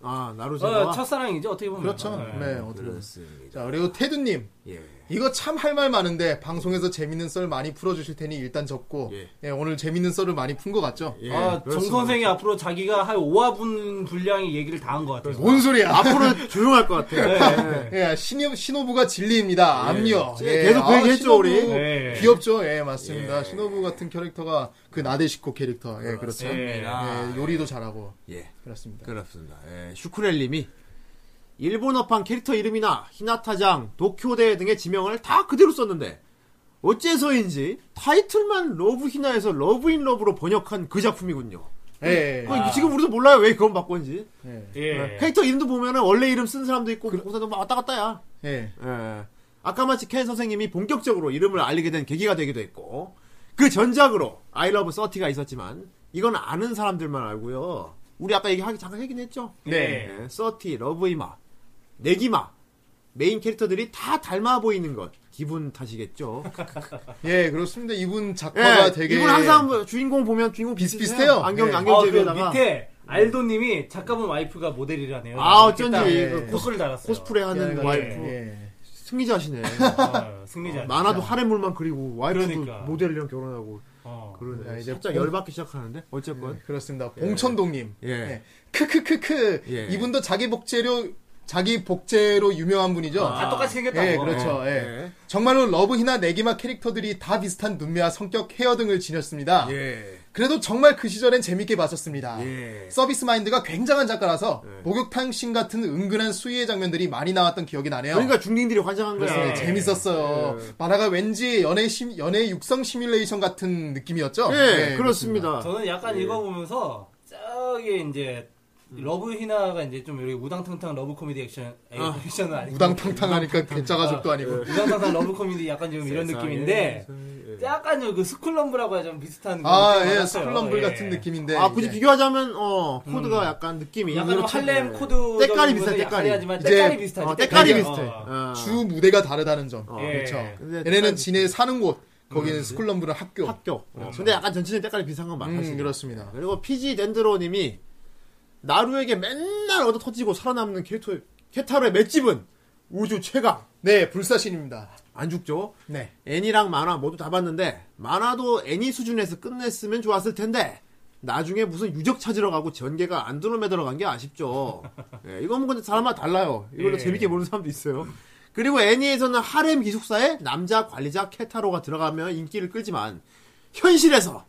아 나루세가 어, 첫사랑이죠 어떻게 보면. 그렇죠. 예. 네, 어떻게 보면. 그렇습니다 자, 그리고 테드님. 예. 이거 참 할 말 많은데, 방송에서 재밌는 썰 많이 풀어주실 테니 일단 접고, 예. 예, 오늘 재밌는 썰을 많이 푼 것 같죠? 예, 아, 정 그렇습니다. 선생이 앞으로 자기가 한 5화분 분량의 얘기를 다 한 것 같아요. 뭔 소리야! 앞으로 조용할 것 네. 같아 예. 예, 신이, 신호부가 진리입니다. 압류. 예, 계속 그 얘기 했죠, 신호부 우리. 예. 귀엽죠? 예, 맞습니다. 신호부 같은 캐릭터가 그 나데시코 캐릭터. 예, 그렇죠. 예, 그렇습니다. 요리도 잘하고. 예. 그렇습니다. 그렇습니다. 예, 슈크렐님이 일본어판 캐릭터 이름이나 히나타장, 도쿄대 등의 지명을 다 그대로 썼는데 어째서인지 타이틀만 러브 히나에서 러브 인 러브로 번역한 그 작품이군요. 예, 그거 지금 우리도 몰라요 왜 그건 바꾼지. 예, 예. 캐릭터 이름도 보면은 원래 이름 쓴 사람도 있고 그 사람도 막 왔다 갔다야. 예. 예. 아까마치 켄 선생님이 본격적으로 이름을 알리게 된 계기가 되기도 했고 그 전작으로 아이 러브 서티가 있었지만 이건 아는 사람들만 알고요. 우리 아까 얘기 잠깐 하긴 했죠. 네. 예, 서티, 러브이마, 내기마 메인 캐릭터들이 다 닮아 보이는 것 기분 탓이겠죠. 예, 그렇습니다. 이분 작가가 예, 되게 이분 항상 뭐 주인공 보면 주인공 비슷비슷해요. 네. 비슷비슷해요. 안경 예. 아, 그 안경제비에다가 밑에 알도님이 작가분 와이프가 모델이라네요. 예, 아, 어쩐지 그 코스를 달았어요. 코스프레 하는 예, 와이프 예. 네, 승리자시네. 어, 승리자. 만화도 하렘물만 그리고 와이프도 그러니까. 모델이랑 결혼하고 어. 그러네. 야, 이제 네. 살짝 뽕- 열받기 시작하는데 어쨌건 그렇습니다. 봉천동님. 예. 예. 크크크크. 예. 이분도 자기 복제로 자기 복제로 유명한 분이죠. 아, 다 똑같이 생겼다. 예, 어. 그렇죠. 예. 예. 정말로 러브히나 내기마 캐릭터들이 다 비슷한 눈매와 성격, 헤어 등을 지녔습니다. 예. 그래도 정말 그 시절엔 재밌게 봤었습니다. 예. 서비스 마인드가 굉장한 작가라서 예. 목욕탕 씬 같은 은근한 수위의 장면들이 많이 나왔던 기억이 나네요. 그러니까 중딩들이 환장한 거야. 예, 그렇습니다. 재밌었어요. 만화가 왠지 연애 심, 연애 육성 시뮬레이션 같은 느낌이었죠. 예, 예, 그렇습니다. 저는 약간 예. 읽어보면서 저기 이제 러브 히나가 이제 좀 이렇게 우당탕탕 러브 코미디 액션 에이, 액션은 아니고 우당탕탕 하니까 괴짜 가족도 네. 아니고. 우당탕탕 러브 코미디 약간 좀 이런 세상에. 느낌인데 예. 약간 좀그 스쿨럼블하고 좀 비슷한 아, 그런 예, 느낌이 스쿨럼블 받았어요. 같은 예. 음. 느낌인데. 아 굳이 이제. 비교하자면 어 코드가 약간 느낌이 약간 좀 이렇죠. 할렘 예. 코드 때깔이 비슷해 약간 때깔이 하지만 이제- 때깔이 비슷하지 어, 때깔이 때깔이 비슷해 네. 어. 어. 주 무대가 다르다는 점. 어. 예. 그렇죠. 근데 얘네는 지네 사는 곳, 거기는 스쿨 럼블은 학교. 학교. 어. 근데 약간 전체적인 색깔이 비슷한 건 많아. 음, 사실. 그렇습니다. 그리고 PG 덴드로님이 나루에게 맨날 얻어 터지고 살아남는 캐토, 케타로의 맷집은 우주 최강. 네, 불사신입니다. 안 죽죠? 네. 애니랑 만화 모두 다 봤는데 만화도 애니 수준에서 끝냈으면 좋았을 텐데 나중에 무슨 유적 찾으러 가고 전개가 안드로메다로 간 게 아쉽죠. 예, 이건 뭐 근데 사람마다 달라요. 이걸로 예. 재밌게 보는 사람도 있어요. 그리고 애니에서는 하렘 기숙사에 남자 관리자 케타로가 들어가면 인기를 끌지만 현실에서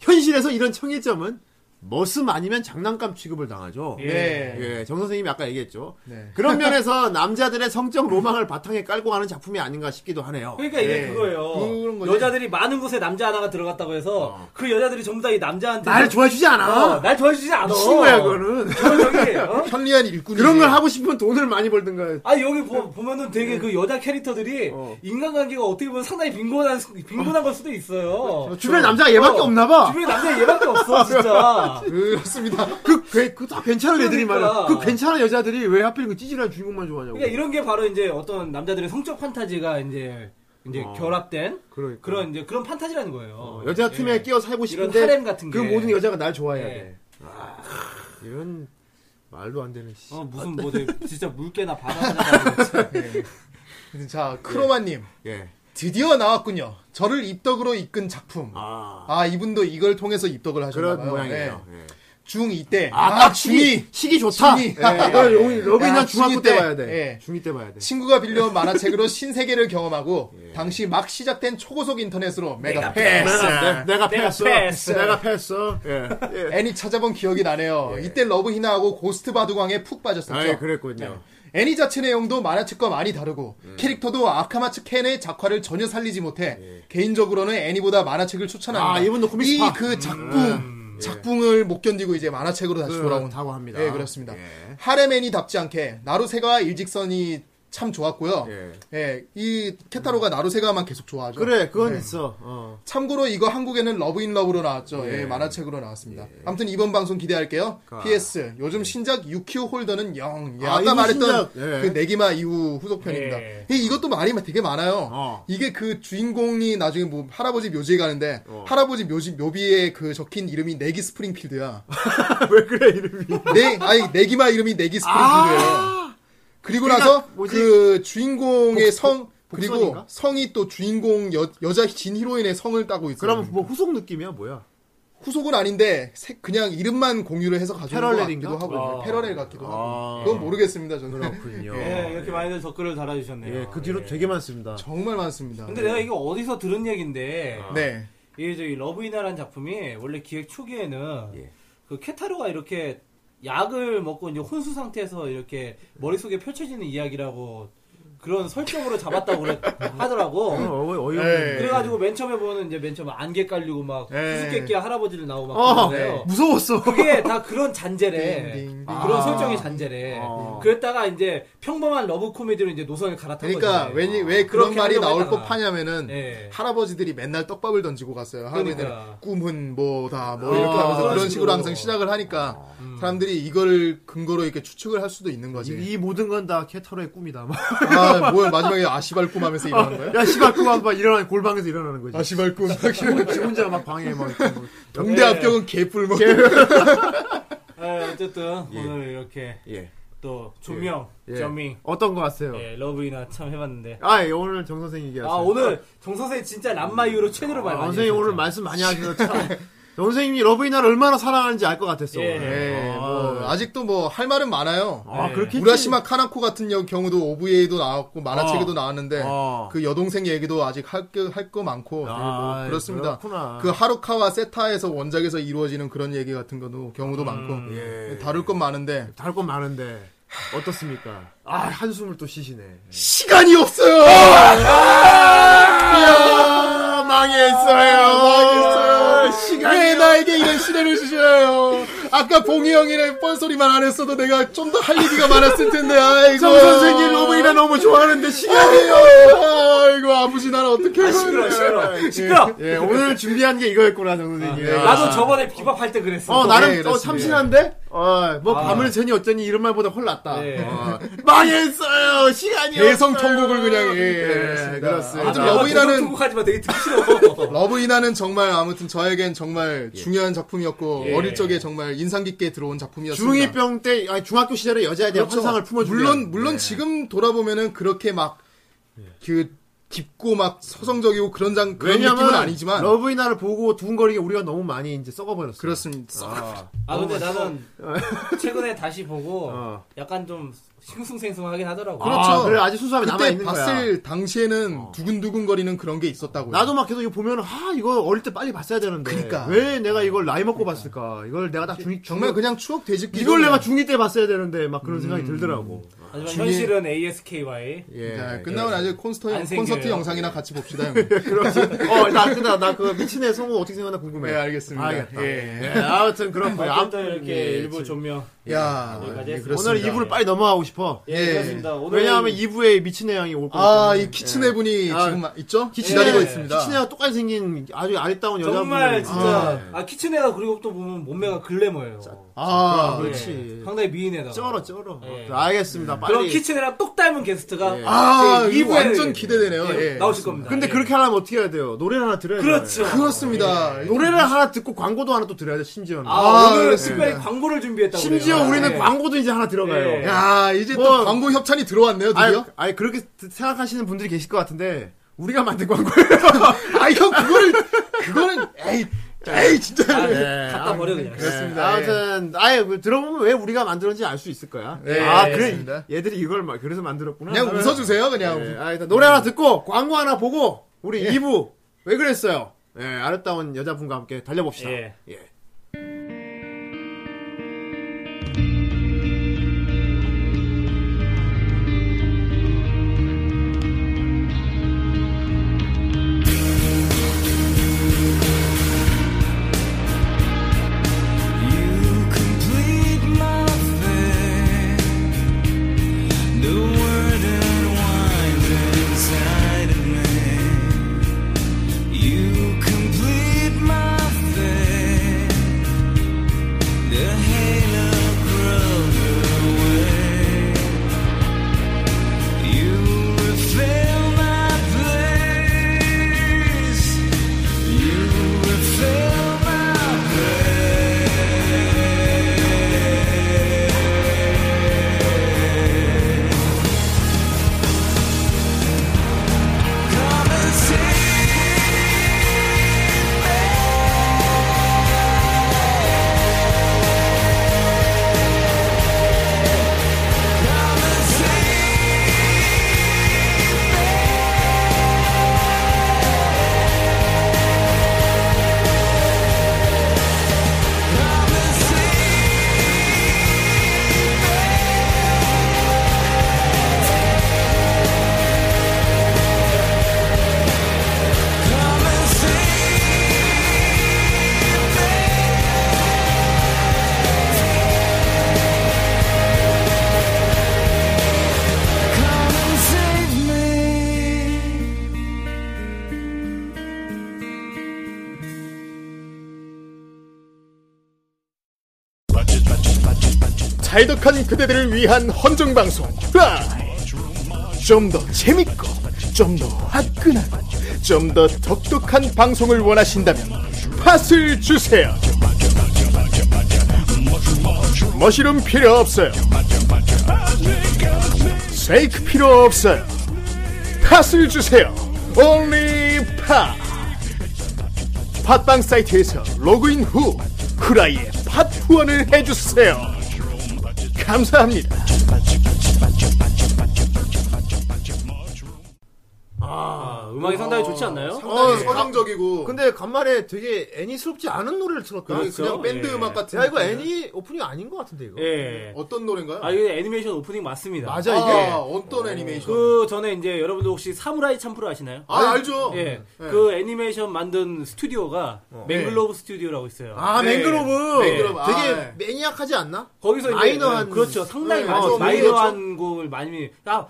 현실에서 이런 청일점은 머슴 아니면 장난감 취급을 당하죠. 예. 예, 정 선생님이 아까 얘기했죠. 네. 그런 면에서 남자들의 성적 로망을 바탕에 깔고 가는 작품이 아닌가 싶기도 하네요. 그러니까 이게 그거예요. 그런 거지. 여자들이 많은 곳에 남자 하나가 들어갔다고 해서 그 여자들이 전부 다 이 남자한테 날 좋아해주지 않아. 어, 날 도와주지 않아. 미친 거야, 그거는. 저는 여기 어? 편리한 일꾼이. 그런 걸 하고 싶으면 돈을 많이 벌든가. 아 여기 보, 면은 네. 되게 그 여자 캐릭터들이 어. 인간관계가 어떻게 보면 상당히 빈곤한 빈곤한 걸 수도 있어요. 주변에 남자가 얘밖에 어, 없나 봐. 주변에 남자 얘밖에 없어 진짜. 그렇습니다. 그, 그, 그, 다 괜찮은 애들이 그러니까. 말이야. 그 괜찮은 여자들이 왜 하필 그 찌질한 주인공만 좋아하냐고. 그러니까 이런 게 바로 이제 어떤 남자들의 성적 판타지가 이제 이제 결합된 어. 그러니까. 그런 이제 그런 판타지라는 거예요. 여자 틈에 예. 끼어 살고 싶은데. 이런 하렘 같은 그 게. 모든 여자가 날 좋아해야 예. 돼. 아, 이런 말도 안 되는 씨. 어, 무슨 뭐 되게 진짜 물개나 바다 자, 네. 크로마님. 예. 드디어 나왔군요. 저를 입덕으로 이끈 작품. 아, 아, 이분도 이걸 통해서 입덕을 하셨나봐요. 네. 그런 모양이에요. 예. 중2 때. 아, 딱 시기, 시기 좋다. 중이. 예, 이걸 용- 러브인은 야, 중학교 중이 때 때. 봐야 돼. 예. 중이 때 봐야 돼. 친구가 빌려온 만화책으로 신세계를 경험하고 예. 당시 막 시작된 초고속 인터넷으로 네. 메가패스 내가, 내가 패스. 패스. 내가 패스. 예. 예. 애니 찾아본 기억이 나네요. 이때 러브 히나하고 고스트 바둑왕에 푹 빠졌었죠. 아, 예, 그랬군요. 애니 자체 내용도 만화책과 많이 다르고 예. 캐릭터도 아카마츠 켄의 작화를 전혀 살리지 못해 예. 개인적으로는 애니보다 만화책을 추천합니다. 아, 이분도 코믹스파. 이그 작품 예. 작품을 못 견디고 이제 만화책으로 다시 돌아온 그렇다고 합니다. 예, 그렇습니다. 예. 하렘 애니답지 않게 나루세가 일직선이 참 좋았고요. 예. 예, 이 케타로가 나루세가만 계속 좋아하죠. 예. 그래, 그건 있어. 어. 참고로 이거 한국에는 러브 인 러브로 나왔죠. 예, 만화책으로 나왔습니다. 아무튼 이번 방송 기대할게요. PS 요즘 신작 유키오 홀더는 영. 예, 그러니까. 예. 아, 아, 이거 까 말했던 신작. 예. 그 네기마 이후 후속편입니다. 예. 이- 이것도 말이 되게 많아요. 어. 이게 그 주인공이 나중에 뭐 할아버지 묘지에 가는데 어. 할아버지 묘지 묘비에 그 적힌 이름이 네기 스프링필드야. 왜 그래, 이름이. 아! 네 아니 네기마 이름이 네기 스프링필드예요. 그리고 나서 그러니까 뭐지? 그 주인공의 성 그리고 복선인가? 성이 또 주인공 여, 여자 진 히로인의 성을 따고 있어요. 그러면 뭐 후속 느낌이야, 뭐야? 후속은 아닌데 색- 그냥 이름만 공유를 해서 가져온 것 패럴렐인가? 같기도 하고 아. 패러렐 같기도 아. 하고 그건 모르겠습니다 저는 그렇군요. 예, 이렇게 많이들 댓글을 달아주셨네요. 예, 그 뒤로 예. 되게 많습니다. 정말 많습니다 근데 내가 이거 어디서 들은 얘긴데 아. 네 이 저기 러브이나라는 작품이 원래 기획 초기에는 예. 그 케타로가 이렇게 약을 먹고 이제 혼수 상태에서 이렇게 머릿속에 펼쳐지는 이야기라고 그런 설정으로 잡았다고 그래- 하더라고. 어, 어, 예. 어이없네. 그래가지고 맨 처음에 보는 이제 맨 처음에 안개 깔리고 막 예. 수수께끼 할아버지를 나오고 막 어, 그러는데요. 무서웠어. 그게 다 그런 잔재래. 아. 딩딩딩. 그런 설정이 잔재래. 어. 그랬다가 이제 평범한 러브 코미디로 이제 노선을 갈아탄 그러니까 거지. 왜, 왜 그런 그렇게 말이 하려고 나올 했다가. 법하냐면은 예. 할아버지들이 맨날 떡밥을 던지고 갔어요 할아버지들 그러니까. 꿈은 뭐다 뭐 어, 이렇게 하면서 그런 그런 식으로 식으로. 아. 항상 시작을 하니까 음. 사람들이 이걸 근거로 이렇게 추측을 할 수도 있는 거지 이, 이 모든 건 다 케타로의 꿈이다. 막. 아 뭐야 마지막에 아시발 꿈하면서 일어난 거야? 야, 씨발, 꿈 한번 일어나, 골방에서 일어나는 거지. 아시발 꿈 지 혼자 막 방에 막. 이렇게 뭐. 동대 합격은 개뿔 뭐 예, 어쨌든 오늘 이렇게 예. 또 조명, 예. 점밍, 어떤 거 같아요? 예, 러브이나 참 해봤는데. 아, 예, 오늘 정선생 얘기하세요. 아 오늘 정 선생 진짜 람마 이후로 최대로 말 많이. 아, 선생님 오늘 말씀 많이 하셔서 참. 선생님이 러브이나를 얼마나 사랑하는지 알 것 같았어. 예. 예, 아, 뭐 아직도 뭐 할 말은 많아요. 아, 예. 그렇게. 우라시마 카나코 같은 여- 경우도 OVA도 나왔고 만화책에도 어. 나왔는데 어. 그 여동생 얘기도 아직 할거 할거 많고 아, 뭐 그렇습니다. 그렇구나. 그 하루카와 세타에서 원작에서 이루어지는 그런 얘기 같은 것도 경우도 많고 네, 예. 다룰 건 많은데 달건 많은데 어떻습니까? 아 한숨을 또 쉬시네. 예. 시간이 없어요. 아, 아, 망했어요. 시간. 왜 나에게 이런 시대를 주셔요? 아까 봉이 형이랑 뻔소리만 안 했어도 내가 좀 더 할 얘기가 많았을 텐데, 아이고. 정 선생님 러브이나 너무 좋아하는데 시간이. 아이고, 아버지, 나는 어떻게. 시끄러 시끄러 시끄러. 예, 오늘 준비한 게 이거였구나 정 선생님. 아, 네. 나도 예, 저번에 비밥할 때 그랬어. 예. 어 나름 네, 어 그렇습니다. 참신한데. 아, 뭐 아. 밤을 새니 어쩌니 이런 말보다 훨 낫다. 네. 예. 어. 망했어요. 시간이 대성 없어요. 통곡을 그냥, 예, 예, 그렇습니다. 아, 좀 여보- 러브이라는- 통곡하지만 되게 듣기 싫어. 러브 인하는 정말 아무튼 저에겐 정말 예. 중요한 작품이었고 예. 어릴 적에 정말 인상 깊게 들어온 작품이었습니다. 중2병 때 아니, 중학교 시절에 여자에 대한 그렇죠. 환상을 네. 품어주는 물론 물론 지금 돌아보면은 그렇게 막 그 깊고 막 서성적이고 그런 장 그런 느낌은 네. 왜냐면 아니지만 러브이나를 보고 두근거리게 우리가 너무 많이 이제 썩어버렸어. 그렇습니다. 아 근데 나는 최근에 다시 보고 어. 약간 좀 싱숭생숭하긴 하더라고. 그렇죠. 그렇죠. 그래 아직 수수함이 남아 그때 있는 거야. 어. 봤을 당시에는 두근두근거리는 그런 게 있었다고요. 나도 막 계속 이거 보면 아 이거 어릴 때 빨리 봤어야 되는데 그러니까. 왜 내가 이걸 나이 먹고 봤을까? 이걸 내가 딱 중, 정말 그냥 음. 추억 되짓기 이걸 내가 중2 때 봤어야 되는데 막 그런 생각이 들더라고. 하지만 현실은 ASKY. 예. 네, 자, 끝나고 나중에 콘서트, 안 콘서트 생겨요. 영상이나 같이 봅시다. 형님. 어나 끝나 나그 미친 애 성우 어떻게 생각나 궁금해. 예, 알겠습니다. 알겠다. 예. 예, 아무튼 그런 거야. 아무튼 이렇게 예, 일부 조명. 야, 여기까지 예, 했습니다. 오늘 그렇습니다. 2부를 빨리 넘어가고 싶어. 예, 예. 그렇습니다. 오늘 왜냐하면 2부에 미친 애 양이 올 거야. 아, 이 키친의 분이 아, 지금 있죠? 키친애, 기다리고 있습니다. 키친애가 똑같이 생긴 아주 아리따운 여자분. 정말 아, 진짜 아, 키친애가 그리고 또 보면 몸매가 글래머예요. 아, 그래. 예, 그렇지. 상당히 미인애다. 쩔어 쩔어. 예. 알겠습니다. 빨리. 그럼 키친애랑 똑 닮은 게스트가 예. 아, 이거 이제 이부에 완전 기대되네요. 예. 예, 나오실 겁니다. 근데 예. 그렇게 하려면 어떻게 해야 돼요? 노래를 하나 들어야 돼요. 그렇죠. 그렇습니다. 노래를 하나 듣고 광고도 하나 또 들어야 돼, 심지어는. 아, 아, 오늘 그렇습니다. 특별히 광고를 준비했다고. 예. 심지어 그래요. 우리는 예. 광고도 이제 하나 들어가요. 예. 야, 이제 뭐- 또 광고 협찬이 들어왔네요, 아니, 드디어. 아니, 그렇게 생각하시는 분들이 계실 것 같은데, 우리가 만든 광고예요. 아, 형, 그거를, 그거는, 에이, 에이, 진짜. 아, 예. 갖다 버려 그냥. 그렇습니다. 예. 아무튼 아예 그 들어보면 왜 우리가 만들었는지 알 수 있을 거야. 예, 아 예, 그래 그렇습니다. 얘들이 이걸 막 그래서 만들었구나. 그냥 하면- 웃어주세요, 그냥. 예, 아, 일단 노래 하나 듣고 광고 하나 보고 우리 2부 왜 그랬어요? 예, 아름다운 여자분과 함께 달려봅시다. 예. 예. 잘독한 그대들을 위한 헌정방송 좀 더 재밌고 좀 더 화끈하고 좀 더 독특한 방송을 원하신다면 팟을 주세요 머시룸 필요 없어요 세이크 필요 없어요 팟을 주세요 only 팟 팟빵 사이트에서 로그인 후 후라이에 팟 후원을 해주세요 감사합니다. 아, 음악이 상당히 좋지 않나요? 어, 서정적이고. 예. 근데 간만에 되게 애니스럽지 않은 노래를 들었다. 그냥 그렇죠? 밴드 예. 음악 같은. 야 이거 느낌이야. 애니 오프닝 아닌 것 같은데 이거. 예. 어떤 노래인가요? 아, 이게 애니메이션 오프닝 맞습니다. 맞아 아, 이게. 어떤 애니메이션? 그 전에 이제 여러분들 혹시 사무라이 참프로 아시나요? 아, 알죠. 어. 네. 예. 그 애니메이션 만든 스튜디오가 맹글로브 스튜디오라고 있어요. 아 네. 맹그로브. 맹그로브, 아, 되게 예. 매니악하지 않나? 거기서 이제 마이너한- 음, 그렇죠. 상당히 네, 마이너, 좀 마이너한 곡을 많이 아,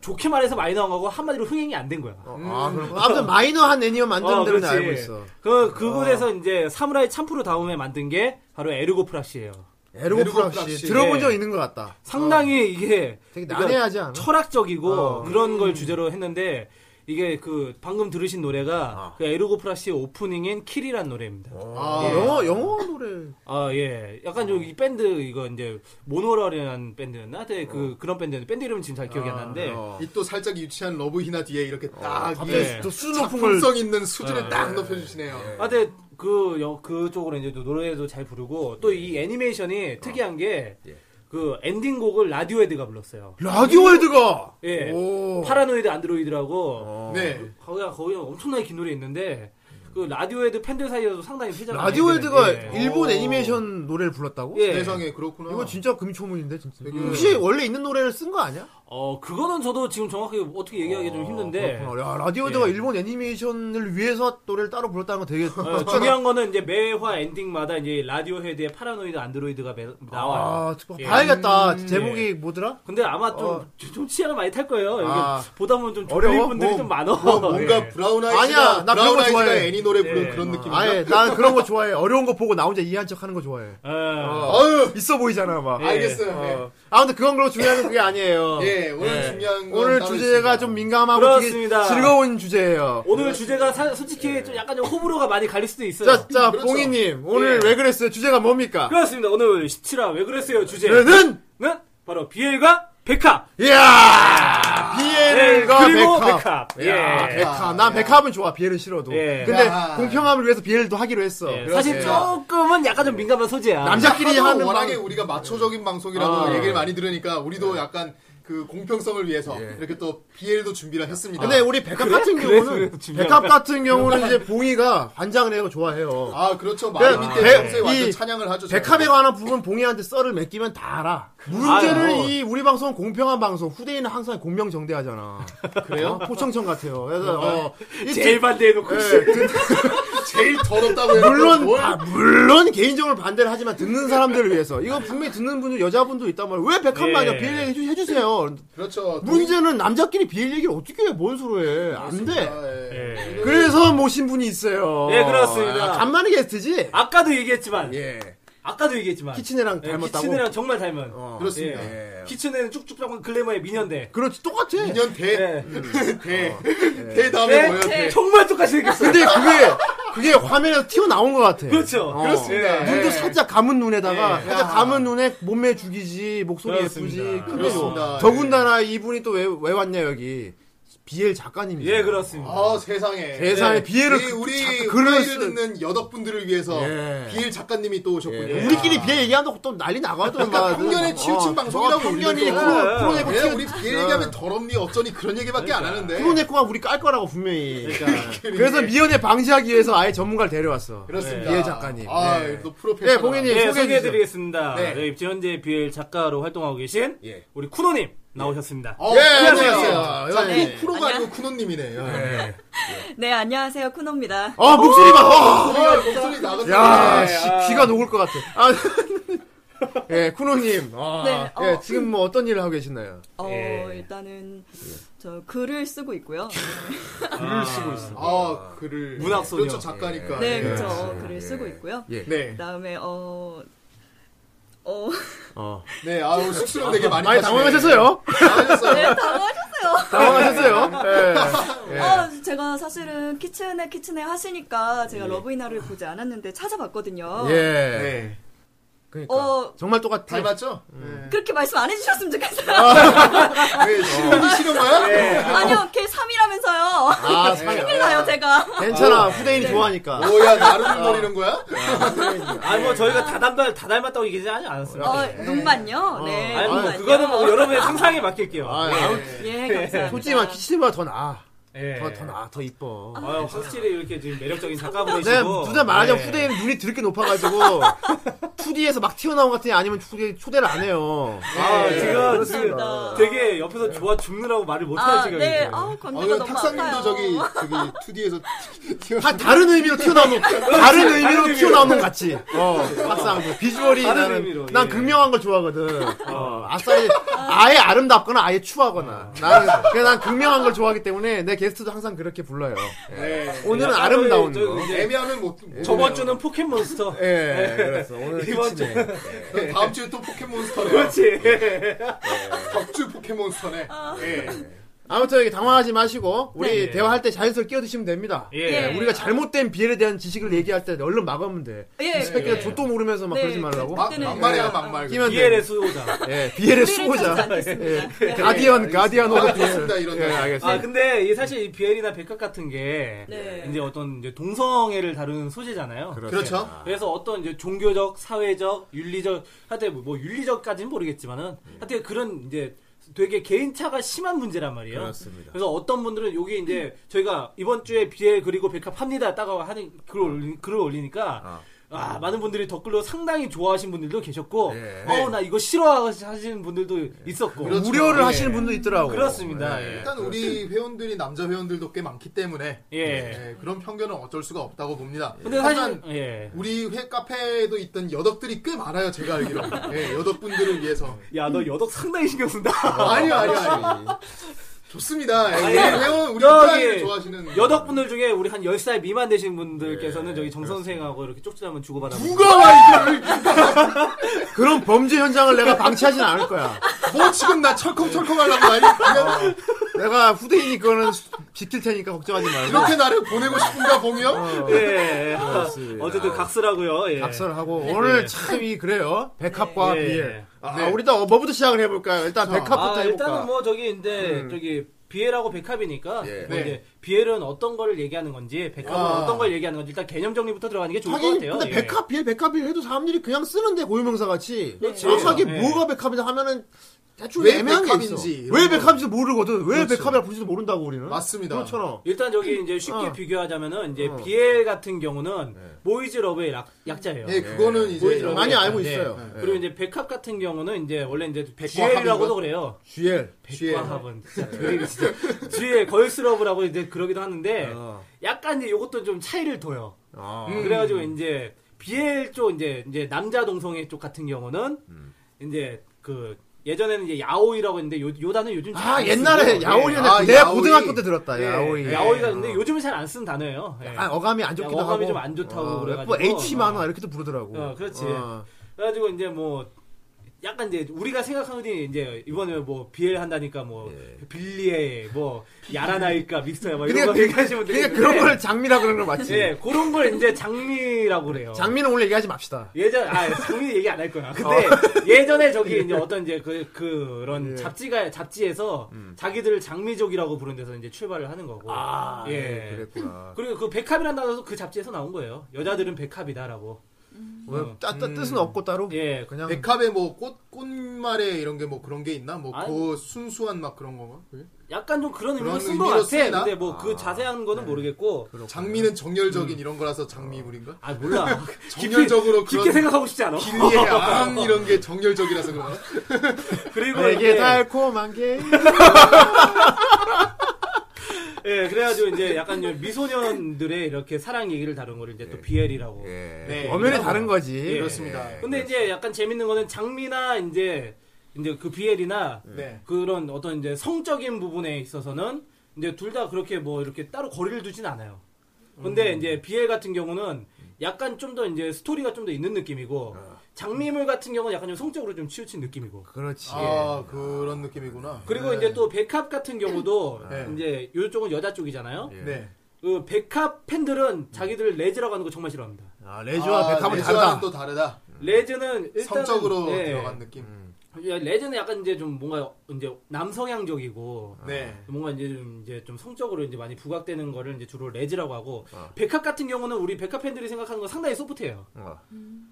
좋게 말해서 마이너한 거고 한마디로 흥행이 안 된 거야. 아 그렇구나. 아무튼 마이너한 애니어 만드는 어, 데로 그렇지. 알고 있어. 그 그곳에서 이제 사무라이 참프로 다음에 만든 게 바로 에르고프라시예요. 에르고 에르고 프락시 프락시. 들어본 예. 적 있는 것 같다. 상당히 이게 어. 되게 그러니까 난해하지 않아? 철학적이고 어. 그런 걸 주제로 했는데 이게 그 방금 들으신 노래가 그 에르고프라시의 오프닝인 킬이란 노래입니다. 아, 영어 영어 노래. 아 예, 약간 어. 저이 밴드 이거 이제 모노럴이라는 밴드였나? 되게 그 그런 밴드였는데 밴드 이름은 지금 잘 기억이 안 나는데 어. 이 또 살짝 유치한 러브히나 뒤에 이렇게 딱 갑자기 예. 또 수준 높은 걸 작품성 있는 수준을 예. 딱 높여주시네요. 아, 근데 그, 여, 그쪽으로 이제 또 노래도 잘 부르고, 또 예. 이 어. 애니메이션이 특이한 게, 그 엔딩곡을 라디오헤드가 불렀어요. 라디오헤드가. 예. 오. 어. 파라노이드 안드로이드라고, 네. 거기가 거의 엄청나게 긴 노래 있는데, 그 라디오헤드 팬들 사이에서도 상당히 회자가. 많이 라디오헤드가 네. 되는데, 일본 오. 애니메이션 노래를 불렀다고? 예. 세상에 그렇구나. 이거 진짜 금초문인데 진짜. 되게- 혹시 원래 있는 노래를 쓴 거 아니야? 어, 그거는 저도 지금 정확히 어떻게 얘기하기 좀 힘든데, 그렇구나. 야, 라디오헤드가 예. 일본 애니메이션을 위해서 노래를 따로 불렀다는 건 되게 어, 중요한 거는 이제 매화 엔딩마다 이제 라디오헤드의 파라노이드 안드로이드가 매- 나와요. 아, 특- 봐야겠다. 제목이 예. 뭐더라? 근데 아마 좀, 어. 좀 취향을 많이 탈 거예요. 이게 아. 보다 보면 좀 어려워? 졸릴 분들이 뭐, 좀 많아. 뭐 뭔가 네. 브라운 아니야, 아이즈가 나 그런 브라운 거 아이즈가 좋아해. 애니 노래 부른 예. 그런 느낌인가? 아예 난 그런 거 좋아해. 어려운 거 보고 나 혼자 이해한 척 하는 거 좋아해. 예. 어. 아유, 있어 보이잖아 막. 예. 알겠어요. 예. 어. 아 근데 그건 그렇고 중요한 건 그게 아니에요. 예, 오늘 중요한 건 오늘 따로 주제가 있습니다. 좀 민감하고 그렇습니다. 되게 즐거운 주제예요. 오늘 주제가 사- 솔직히 좀 약간 좀 호불호가 많이 갈릴 수도 있어요. 자, 자, 그렇죠. 예. 봉이님 오늘 왜 그랬어요? 주제가 뭡니까? 그렇습니다. 오늘 17화 왜 그랬어요 주제는 는 바로 비엘과 백합. 이야 비엘과 네, 그리고 백합. 백합. 이야, 예. 백합. 난 백합은 좋아. 비엘은 싫어도. 예. 근데 야. 공평함을 위해서 비엘도 하기로 했어. 예. 사실 조금은 약간 좀 민감한 소재야. 네, 남자끼리 하도 하는 워낙에 방- 우리가 마초적인 방송이라고 아. 얘기를 많이 들으니까 우리도 약간 그 공평성을 위해서 이렇게 또 BL도 준비를 했습니다. 근데 우리 백합 같은 그래? 경우는 그래, 중요한 백합 같은 경우는 이제 봉이가 관장을 해서 좋아해요. 아 그렇죠. 그러니까 마음 밑에 백- 평소에 이 완전 찬양을 하죠. 저는. 백합에 관한 부분 봉이한테 썰을 맡기면 다 알아. 문제는 아유. 뭐. 이 우리 방송은 공평한 방송. 후대인은 항상 공명정대하잖아. 그래요? 포청청 같아요. 그래서 어, 이 제일 반대해놓고. 예, 그- 제일 더럽다고 해요. 물론 뭘- 아, 물론 개인적으로 반대를 하지만 듣는 사람들을 위해서 이거 분명히 듣는 분들 여자분도 있단 말이에요. 왜 백합만이야? 예. 비엘 얘기 해주- 해주세요. 그렇죠. 문제는 남자끼리 비엘 얘기를 어떻게 해? 뭔 소리 해? 안 돼. 아, 예. 예. 그래서 모신 분이 있어요. 예, 그렇습니다. 아, 간만에 게스트지? 아까도 얘기했지만, 예. 아까도 얘기했지만, 키친애랑 예, 닮았다고? 어. 키친애랑 정말 닮은. 그렇습니다. 예. 키친애는 쭉쭉 닮은 글래머의 미녀인데. 그렇지, 똑같아. 2년 대, 예. 대, 대 다음에 뭐예요? 대. 네? 정말 똑같이 생겼어요. 근데 그게 그게 화면에서 튀어나온 것 같아. 그렇죠. 어. 그렇습니다. 눈도 예. 살짝 감은 눈에다가 예. 살짝 감은 눈에 몸매 죽이지 목소리 그렇습니다. 예. 예쁘지. 근데 그렇습니다. 더군다나 이분이 또 왜 왜 왔냐 여기 BL 작가님이. 예, 그렇습니다. 아 세상에. 세상에 예. BL을 이 우리 글을 후라이를 쓰는 듣는 여덟 분들을 위해서 예. 비엘 작가님이 또 오셨군요. 우리끼리 BL 얘기한다고 또 난리 나가도 예. 그러니까 막 평년에 치우친 방송이라고 아, 어, 평년이 뭐 우리는 또. 프로- 프로네코 왜 튀어 우리 비엘 얘기하면 더럽니 어쩌니 그런 얘기밖에 안 하는데. 예. 프로네코가 우리 깔 거라고 분명히. 그러니까. 그러니까. 그래서 미연에 방지하기 위해서 아예 전문가를 데려왔어. 그렇습니다. 예, 작가님. 아, 예. 또 프로페셔널. 예, 봉현이. 예, 소개해 주시죠. 소개해드리겠습니다. 네. 네, 지금 현재 BL 작가로 활동하고 계신 예. 우리 쿠노님 나오셨습니다. 어, 예, 안녕하세요. 예. 안녕하세요. 자, 네. 쿠- 쿠로가 아니고 쿠노님이네. 예. 요 네, 안녕하세요. 쿠노입니다. 아 목소리 봐. 어. 아! 목소리 나가서. 야, 예. 씨, 귀가 녹을 것 같아. 아, 예, 쿠노님. 아, 네, 어. 예, 지금 뭐 어떤 일을 하고 계시나요? 어, 예. 일단은 저 글을 쓰고 있고요. 글을 쓰고 있습니다. 아, 글을. 문학 소녀. 그렇죠, 작가니까. 네, 그렇죠. 예. 글을 쓰고 있고요. 예. 네. 그다음에 어 어, 어. 네, 아우, 쑥스러움 되게 많이 많이 당황하셨어요? 네, 당황했어요. 당황하셨어요. 네. 당황하셨어요? 예. 예. 아, 제가 사실은 키친에 키친에 하시니까 제가 러브이나를 보지 않았는데 찾아봤거든요. 예. 네. 그러니까. 어, 정말 똑같아. 닮았죠? 그렇게 말씀 안 해주셨으면 좋겠어요. 왜, 네. 실험이 싫은 거야? 네. 아니요, 걔 3이라면서요. 아, 상- 큰일 나요, 제가. 괜찮아. 후대인이 좋아하니까. 어. 뭐야, 나를 노리는 거야? 네. 아니 뭐 저희가 다 닮다 다 닮았다고 얘기하지 않았습니다. 어, 눈만요? 네. 아, 아니 뭐 눈만요. 그거는 뭐 여러분의 상상에 맡길게요. 아, 네. 아무튼 예, 감사합니다. 솔직히 말 키친보다 더 나아. 예. 더, 더 나아, 더 이뻐. 아유, 확실히 이렇게 지금 매력적인 내가 작가분이시고 둘다 말하자면 예. 후대인 눈이 드럽게 높아가지고 2D에서 막 튀어나온 것 같으니 아니면 초대, 초대를 안 해요. 네. 아, 지금 지금 그렇습니다. 되게 옆에서 좋아 죽느라고 말을 못해요 아, 지금. 네. 이제. 아, 어, 건조가 이거 너무 탁상님도 아파요. 저기, 저기, 2D에서 다, 다른 의미로 튀어나오는 다른 의미로 네. 의미로. 튀어나오는 것 같이 어 막상 그 비주얼이 다른 나는 의미로, 난 예. 극명한 걸 좋아하거든 어. 어 아싸리 아예 아름답거나 아예 추하거나 나는 그냥 난 극명한 걸 좋아하기 때문에 내 게스트도 항상 그렇게 불러요. 예. 네. 오늘은 약간 아름다운 저기 거. 이제 애매하면 뭐, 못. 못 네. 저번 보네요. 주는 포켓몬스터. 예, 그래서 오늘 네. 이번 주- 끝이네. 그럼 뭐 다음 주에 또 포켓몬스터네요. 그렇지. 격주 포켓몬스터네. 아. 예. 아무튼 여기 당황하지 마시고 우리 대화할 때 자연스럽게 끼어드시면 됩니다. 네, 예. 예. 우리가 잘못된 비엘에 대한 지식을 얘기할 때 얼른 막으면 돼. 예. 스펙이나 좆도 모르면서 막 네, 그러지 말라고. 막, 그때는- 막말이야 막말. 끼면 이엘의 돼. 수호자. 예, 비엘의 우리를 찾지 수호자. 않겠습니다. 예, 가디언, 가디언 아, 오브 비엘. 네. 알겠습니다, 이런 예, 거. 알겠습니다. 아 근데 이 사실 이 비엘이나 백합 같은 게 네. 이제 어떤 이제 동성애를 다루는 소재잖아요. 그렇죠. 그래서 어떤 이제 종교적, 사회적, 윤리적, 하여튼 뭐- 뭐 윤리적까지는 모르겠지만은 예. 하여튼 그런 이제 되게 개인차가 심한 문제란 말이에요. 그렇습니다. 래서 어떤 분들은 요게 이제 저희가 이번 주에 비엘 그리고 백합합니다 따가 하는 글을, 올리, 글을 올리니까 아. 아, 많은 분들이 댓글로 상당히 좋아하신 분들도 계셨고, 예. 그렇죠. 어우, 나 이거 싫어하시는 분들도 있었고. 우려를 예. 하시는 분도 있더라고. 그렇습니다. 예. 일단 네. 우리 회원들이 남자 회원들도 꽤 많기 때문에 예. 예, 그런 편견은 어쩔 수가 없다고 봅니다. 근데 사실, 하지만 예. 우리 회 카페에도 있던 여덕들이 꽤 많아요. 제가 알기로. 예, 여덕분들을 위해서. 어, 야, 너 여덕 상당히 신경 쓴다. 아니요, 아니요, 아니요. 좋습니다. 예, 우리 아니, 회원 우리 저기 회원들 좋아하시는 여덕분들 중에 우리 한 10살 미만 되신 분들께서는 예, 저기 정선생하고 이렇게 쪽지 한번 주고받아. 누가 와 이걸 그런 범죄 현장을 내가 방치하진 않을 거야. 뭐 지금 나 철컹철컹 하려고 아니 그냥 내가 후대인이 그거는 수- 지킬 테니까 걱정하지 말고. 어, 이렇게 나를 보내고 싶은가 봉이요? 예, 예. 아, 그렇습니다. 어쨌든 각서라고요. 예. 각설하고 오늘 참 이 그래요. 백합과 예. 비엘. 아, 네. 우리 일단 뭐부터 시작을 해볼까요? 일단 백합부터 아, 해볼까. 음. 일단은 뭐 저기 이제 저기 비엘하고 백합이니까 예. 뭐 네. 이제 비엘은 어떤 걸 얘기하는 건지 백합은 아. 어떤 걸 얘기하는 건지 일단 개념 정리부터 들어가는 게 좋을 것 하긴 같아요. 근데 예. 백합 비엘 백합 비엘 해도 사람들이 그냥 쓰는데 고유명사 같이 정확하게 예. 뭐가 백합이다 하면은 대충 왜 애매한 게 백합인지 있어. 이런 왜 거. 그렇죠. 백합인지 모르거든. 왜 백합이라 부르지도 모른다고 우리는. 맞습니다. 그렇잖아. 일단 저기 이제 쉽게 어. 네. 비교하자면은 이제 비엘 같은 경우는 보이즈 러브의 락- 약자예요. 예, 그거는 이제 네. 보이더라고요. 많이 네, 알고 네. 있어요. 예. 그리고 이제 백합 같은 경우는 이제 원래 이제 백과합인가? GL이라고도 그래요. GL. GL. 백과합은 진짜 드립이 진짜 GL 걸스러브라고 이제 그러기도 하는데 어. 약간 이제 요것도 좀 차이를 둬요. 음. 아. 그래가지고 이제 BL 쪽 이제 이제 남자 동성애 쪽 같은 경우는 음. 이제 그 예전에는 이제 야오이라고 했는데 요, 요 단어 요즘 아, 잘안 옛날에 쓰고, 야오이는 예. 아, 내가 야오이. 고등학교 때 들었다. 야오이. 어. 예. 야오이가 근데 요즘은 잘 안 쓰는 단어예요. 예. 아, 어감이 안 좋기도 어감이 하고. 좀안 좋다고 그래가지고. 뭐 H 만화 이렇게도 부르더라고. 어, 그렇지. 어. 그래가지고 이제 뭐 약간 이제 우리가 생각하는 이제 이번에 뭐 BL 한다니까 뭐 빌리의 뭐 야라나이까 믹스터야 막 이런 예. 그러니까 거 얘기하시면 그러니까 되겠는데 그런 걸 장미라 그러는 거 맞지? 예 그런 걸 이제 장미라고 그래요. 장미는 오늘 얘기하지 맙시다. 예전 아 장미 얘기 안 할 어. 거야. 근데 예전에 저기 이제 어떤 이제 그 그런 예. 잡지가 잡지에서 음. 자기들을 장미족이라고 부른 데서 이제 출발을 하는 거고. 아, 예. 그랬구나. 그리고 그 백합이라는 단어도 그 잡지에서 나온 거예요. 여자들은 백합이다라고. 뭐, 따, 따, 뜻은 없고 따로? 음. 예, 그냥 백합에 뭐 꽃 꽃말에 이런 게 뭐 그런 게 있나? 뭐 아니. 그 순수한 막 그런 건가? 그게? 약간 좀 그런 의미로 그런 쓴 것 의미로 같아. 쓰이나? 네. 근데 뭐 그 자세한 거는 모르겠고. 장미는 정열적인 음. 이런 거라서 장미물인가? 아 몰라. 정열적으로 깊게, 깊게 그런 생각하고 싶지 않아. 길리의 암 이런 게 정열적이라서 그런가? 그리고 네, 되게 이제 네, 달콤한 게 예, 그래가지고 이제 약간 좀 미소년들의 이렇게 사랑 얘기를 다룬 거를 예. 이제 또 BL이라고. 네. 엄연히 다른 거지. 예. 그렇습니다. 근데 이제 약간 재밌는 거는 장미나 이제 이제 그 BL이나 네. 그런 어떤 이제 성적인 부분에 있어서는 이제 둘 다 그렇게 뭐 이렇게 따로 거리를 두진 않아요. 근데 음. 이제 BL 같은 경우는 약간 좀 더 이제 스토리가 좀 더 있는 느낌이고 아. 장미물 같은 경우는 약간 좀 성적으로 좀 치우친 느낌이고 그렇지. 아 그런 느낌이구나. 그리고 네. 이제 또 백합 같은 경우도 네. 이제 요쪽은 여자 쪽이잖아요. 네. 그 백합 팬들은 자기들 레즈라고 하는 거 정말 싫어합니다. 아, 레즈와 아, 백합은 레즈와는 다르다. 네. 또 다르다. 레즈는 예. 일단 성적으로 들어간 느낌. 레즈는 약간 이제 좀 뭔가 이제 남성향적이고 네. 아. 뭔가 이제 좀 이제 좀 성적으로 이제 많이 부각되는 거를 이제 주로 레즈라고 하고 아. 백합 같은 경우는 우리 백합 팬들이 생각하는 건 상당히 소프트해요. 어.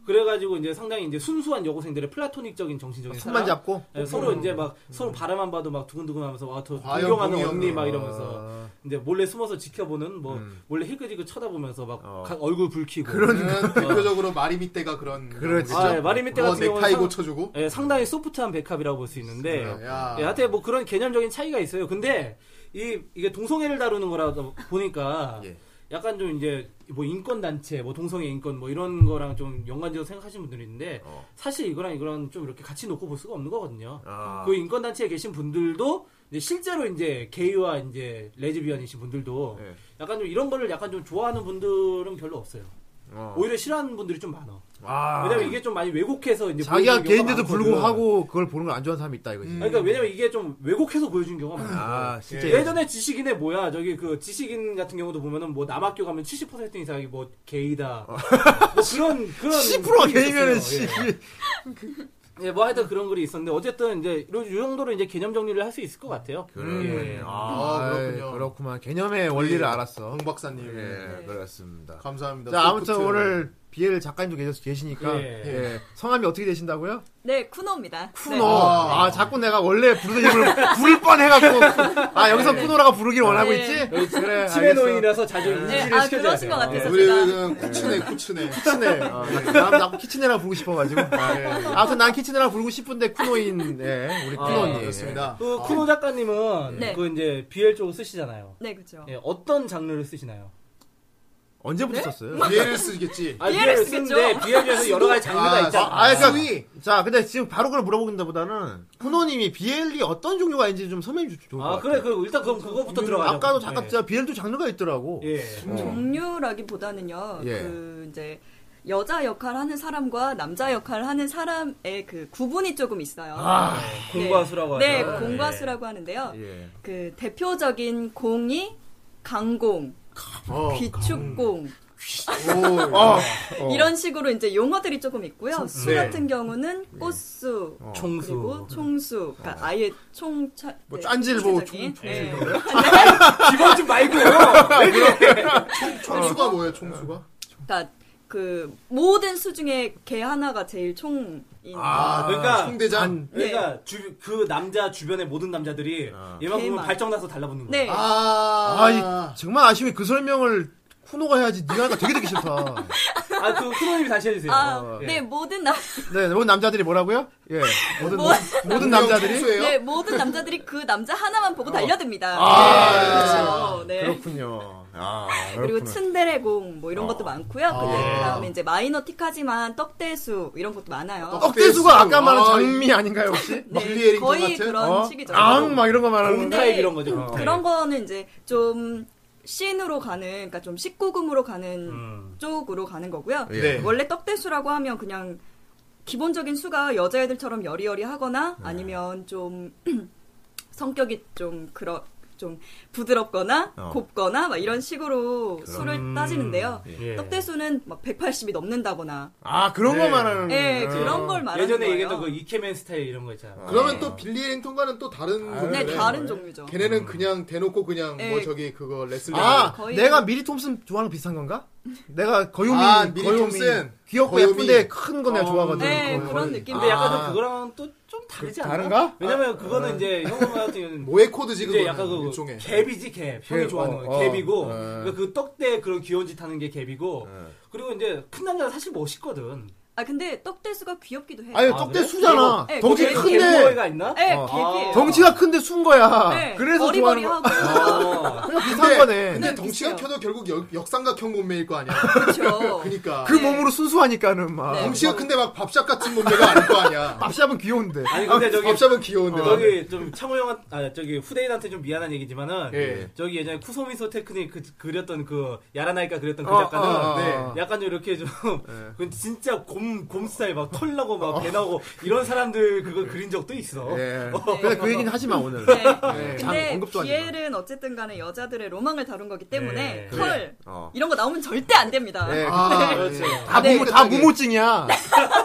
그래가지고 이제 상당히 이제 순수한 여고생들의 플라토닉적인 아, 정신적인 손만 사랑. 잡고. 예, 서로 이제 막 서로 바라만 봐도 막 두근두근하면서 와더 음. 과연 동경하는 공이었나. 아. 언니 막 이러면서 이제 몰래 숨어서 지켜보는 뭐 음. 몰래 힐끗힐끗 쳐다보면서 막 어. 가- 얼굴 붉히고 음. 저는 대표적으로 마리미떼가 그런 그렇지. 거죠. 아, 예, 마리미떼 뭐 같은 경우는 넥타이 상- 고쳐주고 네, 예, 상당히 소프트한 백합이라고 볼 수 있는데 네. 네. 야. 아. 예, 하여튼 뭐 그런 개념적인 차이가 있어요. 근데 이 이게 동성애를 다루는 거라다 보니까 예. 약간 좀 이제 뭐 인권 단체, 뭐 동성애 인권 뭐 이런 거랑 좀 연관지어서 생각하시는 분들이 있는데 어. 사실 이거랑 이거랑 좀 이렇게 같이 놓고 볼 수가 없는 거거든요. 아. 그 인권 단체에 계신 분들도 이제 실제로 이제 게이와 이제 레즈비언이신 분들도 예. 약간 좀 이런 거를 약간 좀 좋아하는 분들은 별로 없어요. 어. 오히려 싫어하는 분들이 좀 많아. 아. 왜냐면 이게 좀 많이 왜곡해서 이제 자기가 보여주는 경우가 개인데도 많거든. 불구하고 그걸 보는 걸 안 좋아하는 사람이 있다 이거지. 아니, 그러니까 왜냐면 이게 좀 왜곡해서 보여준 경우가 많아요. 아, 진짜. 예전에 지식인의 뭐야 저기 그 지식인 같은 경우도 보면은 뭐 남학교 가면 70% 이상이 뭐 게이다 뭐 그런 그런 10%가 글이 개이면은 있었어요. 씨. 예. 예, 뭐 하여튼 그런 글이 있었는데 어쨌든 이제 이런 이 정도로 이제 개념 정리를 할 수 있을 것 같아요. 그러네. 예. 아. 아, 아이, 그렇군요. 그렇구만. 개념의 원리를 예. 알았어. 황 박사님. 예, 그렇습니다. 감사합니다. 자, 아무튼 끝을. 오늘 BL 작가님도 계셔서 계시니까 예. 예. 성함이 어떻게 되신다고요? 네, 쿠노입니다. 쿠노. 아, 자꾸 내가 원래 부르던 이름을 부를 뻔 해갖고. 아, 여기서 쿠노라고 부르길 원하고 아, 예. 네. 있지? 그래, 치매 아, 알겠어. 노인이라서 자주 네, 인지를 아, 시켜줘야 그러신 돼요. 예. 것 네. 같아서 네, 우리 제가. 그냥 쿠츠네 쿠츠네. 키친에. 어, 나, 나 키친에라 부르고 싶어가지고. 아, 네. 예. 아무튼 난 키친에라 부르고 싶은데 쿠노인, 예, 우리 쿠노 언니. 그렇습니다. 아, 그 쿠노 작가님은 아. 네. 그 이제 BL 쪽을 쓰시잖아요. 네, 그죠. 예, 어떤 장르를 쓰시나요? 언제부터 네? 썼어요? 뭐, 얘를 쓰겠지. 아, BL 를 쓰는데 쓰겠죠. BL에서 여러 가지 장르가 아, 있잖아요. 아, 그러니까, 자, 근데 지금 바로 그걸 물어보긴다보다는 쿠노님이 BL이 어떤 종류가 있는지 좀 설명해 주면 좋을 것 아, 같아요. 음, 그래, 그래. 일단 그럼 그거부터 들어가자. 네. 아까도 잠깐 제가 BL도 장르가 있더라고. 예. 종류라기보다는요. 예. 그 이제 여자 역할 하는 사람과 남자 역할 하는 사람의 그 구분이 조금 있어요. 아, 아, 네. 공과수라고 하죠. 네, 공과수라고 하는데요. 예. 그 대표적인 공이 강공, 비축공 어, 이런 식으로 이제 용어들이 조금 있고요. 수 네. 같은 경우는 꽃수 총수. 그리고 총수, 그러니까 아예 총차 네, 뭐 짠질보 총수적인. 총- 네. 기본 좀 말고요. 총수가 뭐예요? 총수가? 그러니까 그 모든 수 중에 걔 하나가 제일 총인. 아, 그러니까 총대장. 그러니까 주, 그 남자 주변의 모든 남자들이 얘만 보면 네. 걔만. 발정 나서 달라붙는 거야. 네. 아, 이- 아, 정말 아쉬움이 그 설명을 쿠노가 해야지 니가 하니까 되게 듣기 싫다. 아, 그 후노님이 다시 해주세요. 아, 예. 네, 모든 남, 네, 모든 남자들이 뭐라고요? 예. 모든, 뭐- 모든 남자들이? 총수예요? 네, 모든 남자들이 그 남자 하나만 보고 달려듭니다. 아, 네, 그렇죠. 네. 그렇군요. 아, 그리고 그렇구나. 츤데레공 뭐 이런 것도 많고요. 그 다음에 이제 마이너틱하지만 떡대수 이런 것도 많아요. 떡대수가 아까 말한 아, 장미 아닌가요, 혹시? 네, 빌리에링턴 아, 거의 같은? 그런 어? 식이죠. 앙! 막 이런 거 말하는 거. 음, 공타입 이런 거죠. 어. 공타입. 네. 음, 그런 거는 이제 좀 씬으로 가는, 그러니까 좀 19금으로 가는 음. 쪽으로 가는 거고요. 네. 원래 떡대수라고 하면 그냥 기본적인 수가 여자애들처럼 여리여리하거나 아니면 좀 성격이 좀 그런 좀 부드럽거나 어. 곱거나 막 이런 식으로 수를 따지는데요. 예. 떡대수는 막 180이 넘는다거나 아, 그런 거 말하는 거. 예, 그런 걸 말하는 음, 예전에 거예요. 얘기했던 그 이케맨 스타일 이런 거 있잖아. 그러면 네. 또 빌리에링턴과는 또 다른 아, 네, 종류네. 다른 종류죠. 걔네는 그냥 대놓고 그냥 뭐 네. 저기 그거 레슬링 아, 거의- 내가 미리 톰슨 좋아하는 거 비슷한 건가? 내가 거요미, 아, 미리 거요미. 톰슨. 귀엽고 거요미. 예쁜데 큰 거 내가 좋아하거든. 네, 거요미. 그런 느낌. 근데 약간 아. 좀 그거랑 또 좀 다르지 않나? 다른가? 왜냐면 그거는 아. 이제 형 같은 경우는 모의 코드지 이제 그거 약간 그 일종의 갭이지 갭 형이 갭, 좋아하는 어, 거 어. 어. 갭이고 예. 그러니까 그 떡대 그런 귀여운 짓 하는 게 갭이고 그리고 이제 큰 남자는 사실 멋있거든 아 근데 떡대수가 귀엽기도 해요. 아니, 아, 떡대 그래? 수잖아. 네, 덩치 거기 큰데, 갭보이가 있나? 네, 어. 개비예요. 덩치가 큰데 순 거야. 네, 그래서 좋아하는 거. 어리버리하고 어. 그냥 비슷한 거네. 근데 네, 덩치가 비슷해요. 켜도 결국 역, 역삼각형 몸매일 거 아니야 어. 그렇죠. 그니까 그 네. 몸으로 순수하니까는 막. 네. 덩치가 큰데 막 밥샵 같은 몸매가 아닐 거 아니야 밥샵은 귀여운데. 아니 근데 저기 어. 밥샵은 귀여운데 막. 저기 좀 창호 형한 아 저기 후대인한테 좀 미안한 얘기지만은 예. 저기 예전에 쿠소미소 테크닉 그, 그렸던 그 야라나이까 그렸던 그 어, 작가는 어, 어, 예. 네, 어. 약간 좀 이렇게 좀그 진짜 곰, 곰 스타일 막 털 나고 막 배 나고 이런 사람들 그거 그린 적도 있어. 어. 예. 근데 그 얘기는 하지 마, 오늘. 네. 네, 장 근데 언급도 하지 마. 비엘은 어쨌든 간에 여자들의 로망을 다룬 거기 때문에 네. 털 어. 이런 거 나오면 절대 안 됩니다. 네, 아, 그렇지. 다, 네, 무모, 뭐 다 끝나게. 뭐 무모증이야.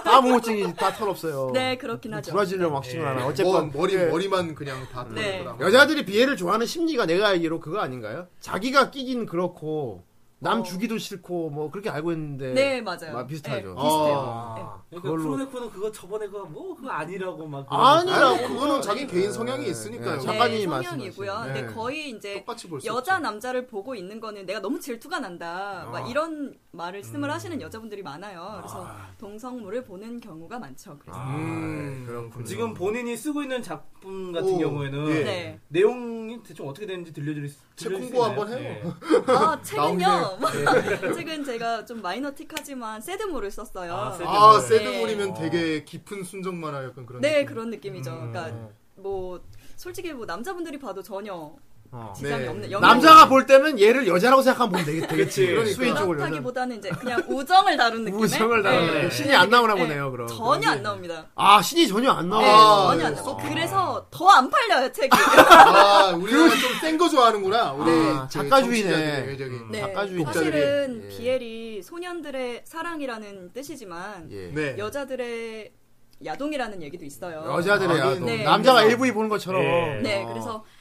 다 무모증이 다 털 없어요. 네, 그렇긴 하죠. 브라질로 막싱을 하나. 뭐, 어쨌건. 머리 예. 머리만 그냥 다 네. 뜯어버리더라고. 여자들이 비애를 좋아하는 심리가 내가 알기로 그거 아닌가요? 자기가 끼긴 그렇고 남 주기도 싫고 뭐 그렇게 알고 있는데 네, 맞아요. 막 비슷하죠. 어. 네, 비슷해요. 아. 그러니까 그걸로- 프로네코는 그거 저번에 그거 뭐 그거 아니라고 막 아니, 아니 뭐 그거는 자기 개인 성향이 네, 있으니까요 작가님이 네, 성향이고요. 말씀하시는. 근데 네. 거의 이제 똑같이 볼수 어. 여자 남자를 보고 있는 거는 내가 너무 질투가 난다. 막 이런 말을 음. 쓰을 하시는 여자분들이 많아요. 그래서 동성물을 보는 경우가 많죠. 그래서 음, 그렇군요. 지금 본인이 쓰고 있는 작품 같은 오, 경우에는 예. 네. 내용이 대충 어떻게 되는지 들려드릴 수 책 들려줄 수 홍보 있나요? 한번 해요. 네. 아 네. 책은요. 책은 제가 좀 마이너틱하지만 새드물을 썼어요. 아, 새드물. 아, 네. 새드물이면 되게 깊은 순정 만화 약간 그런. 네 느낌. 그렇죠. 그런 느낌이죠. 음. 그러니까 뭐 솔직히 뭐 남자분들이 봐도 전혀 어. 지장이 네. 없는 영향이 남자가 볼 때는 얘를 여자라고 생각하면 보면 되겠, 지 그치. 수인 쪽을 여자. 그렇다기보다는 이제 그냥 우정을 다룬 느낌의 우정을 다룬 네. 느낌. 신이 안 나오나 네. 보네요, 그럼. 전혀 안 나옵니다. 아 신이 예. 전혀 안 네, 나와. 전혀 안 나와요. 그래서 더 안 팔려요 책이. 아, 우리가 좀센 거 좋아하는구나. 우리 아, 저기 작가주의네. 정치자들의 저기. 네, 작가주의 사실은 독자들이. 예. 비엘이 소년들의 사랑이라는 뜻이지만 예. 네. 여자들의 야동이라는 얘기도 있어요. 여자들의 아, 야동. 네. 남자가 AV 보는 것처럼. 네. 네, 그래서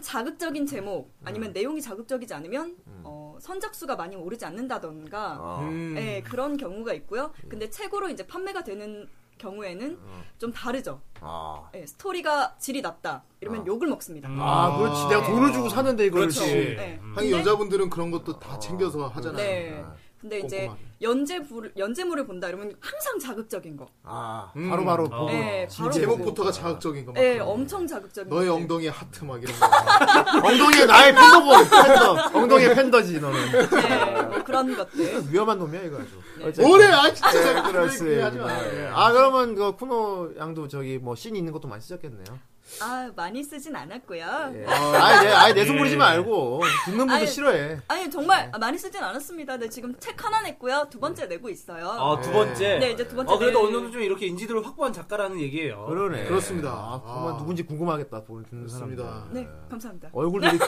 자극적인 제목 음. 아니면 내용이 자극적이지 않으면 어, 선작수가 많이 오르지 아. 않는다던가 음. 네, 그런 경우가 있고요. 근데 책으로 이제 판매가 되는 경우에는 음. 좀 다르죠. 아, 예, 스토리가 질이 낮다 이러면 욕을 먹습니다. 음. 아, 그렇지. 내가 돈을 주고 샀는데 이걸. 그렇죠. 그렇지. 네. 예. 한국 근데- 여자분들은 그런 것도 다 챙겨서 하잖아요. 네. 근데 이제 꼼꼼하게. 연재부를 연재물을 본다 이러면 항상 자극적인 거. 아, 바로바로. 어. 예, 바로 어. 제목부터가 자극적인 거 막. 예, 엄청 자극적인 너의 거. 엉덩이에 하트 막 이런 거. 엉덩이에 나의 팬더고 팬더. 엉덩이에 팬더지 너는. 네, 뭐 그런 것들. 위험한 놈이야 이거 아주. 네. 오래 아 네, 진짜 잘 하지 마. 네. 그렇습니다. 아 그러면 그 쿠노 양도 저기 뭐 씬 있는 것도 많이 쓰셨겠네요. 아, 많이 쓰진 않았고요. 예. 아예 내, 아예 내 손부리지 말고 듣는 분도 아니, 싫어해. 아니 네. 정말 아, 많이 쓰진 않았습니다. 네, 지금 책 하나 냈고요. 두 번째 내고 있어요. 아, 두 번째. 네, 이제 두 번째 어, 그래도 낼- 어느 정도 좀 이렇게 인지도를 확보한 작가라는 얘기예요. 그러네. 그렇습니다. 아, 아. 정말 누군지 궁금하겠다 보는 듣는 그렇습니다. 사람들. 네, 감사합니다. 얼굴도 이렇게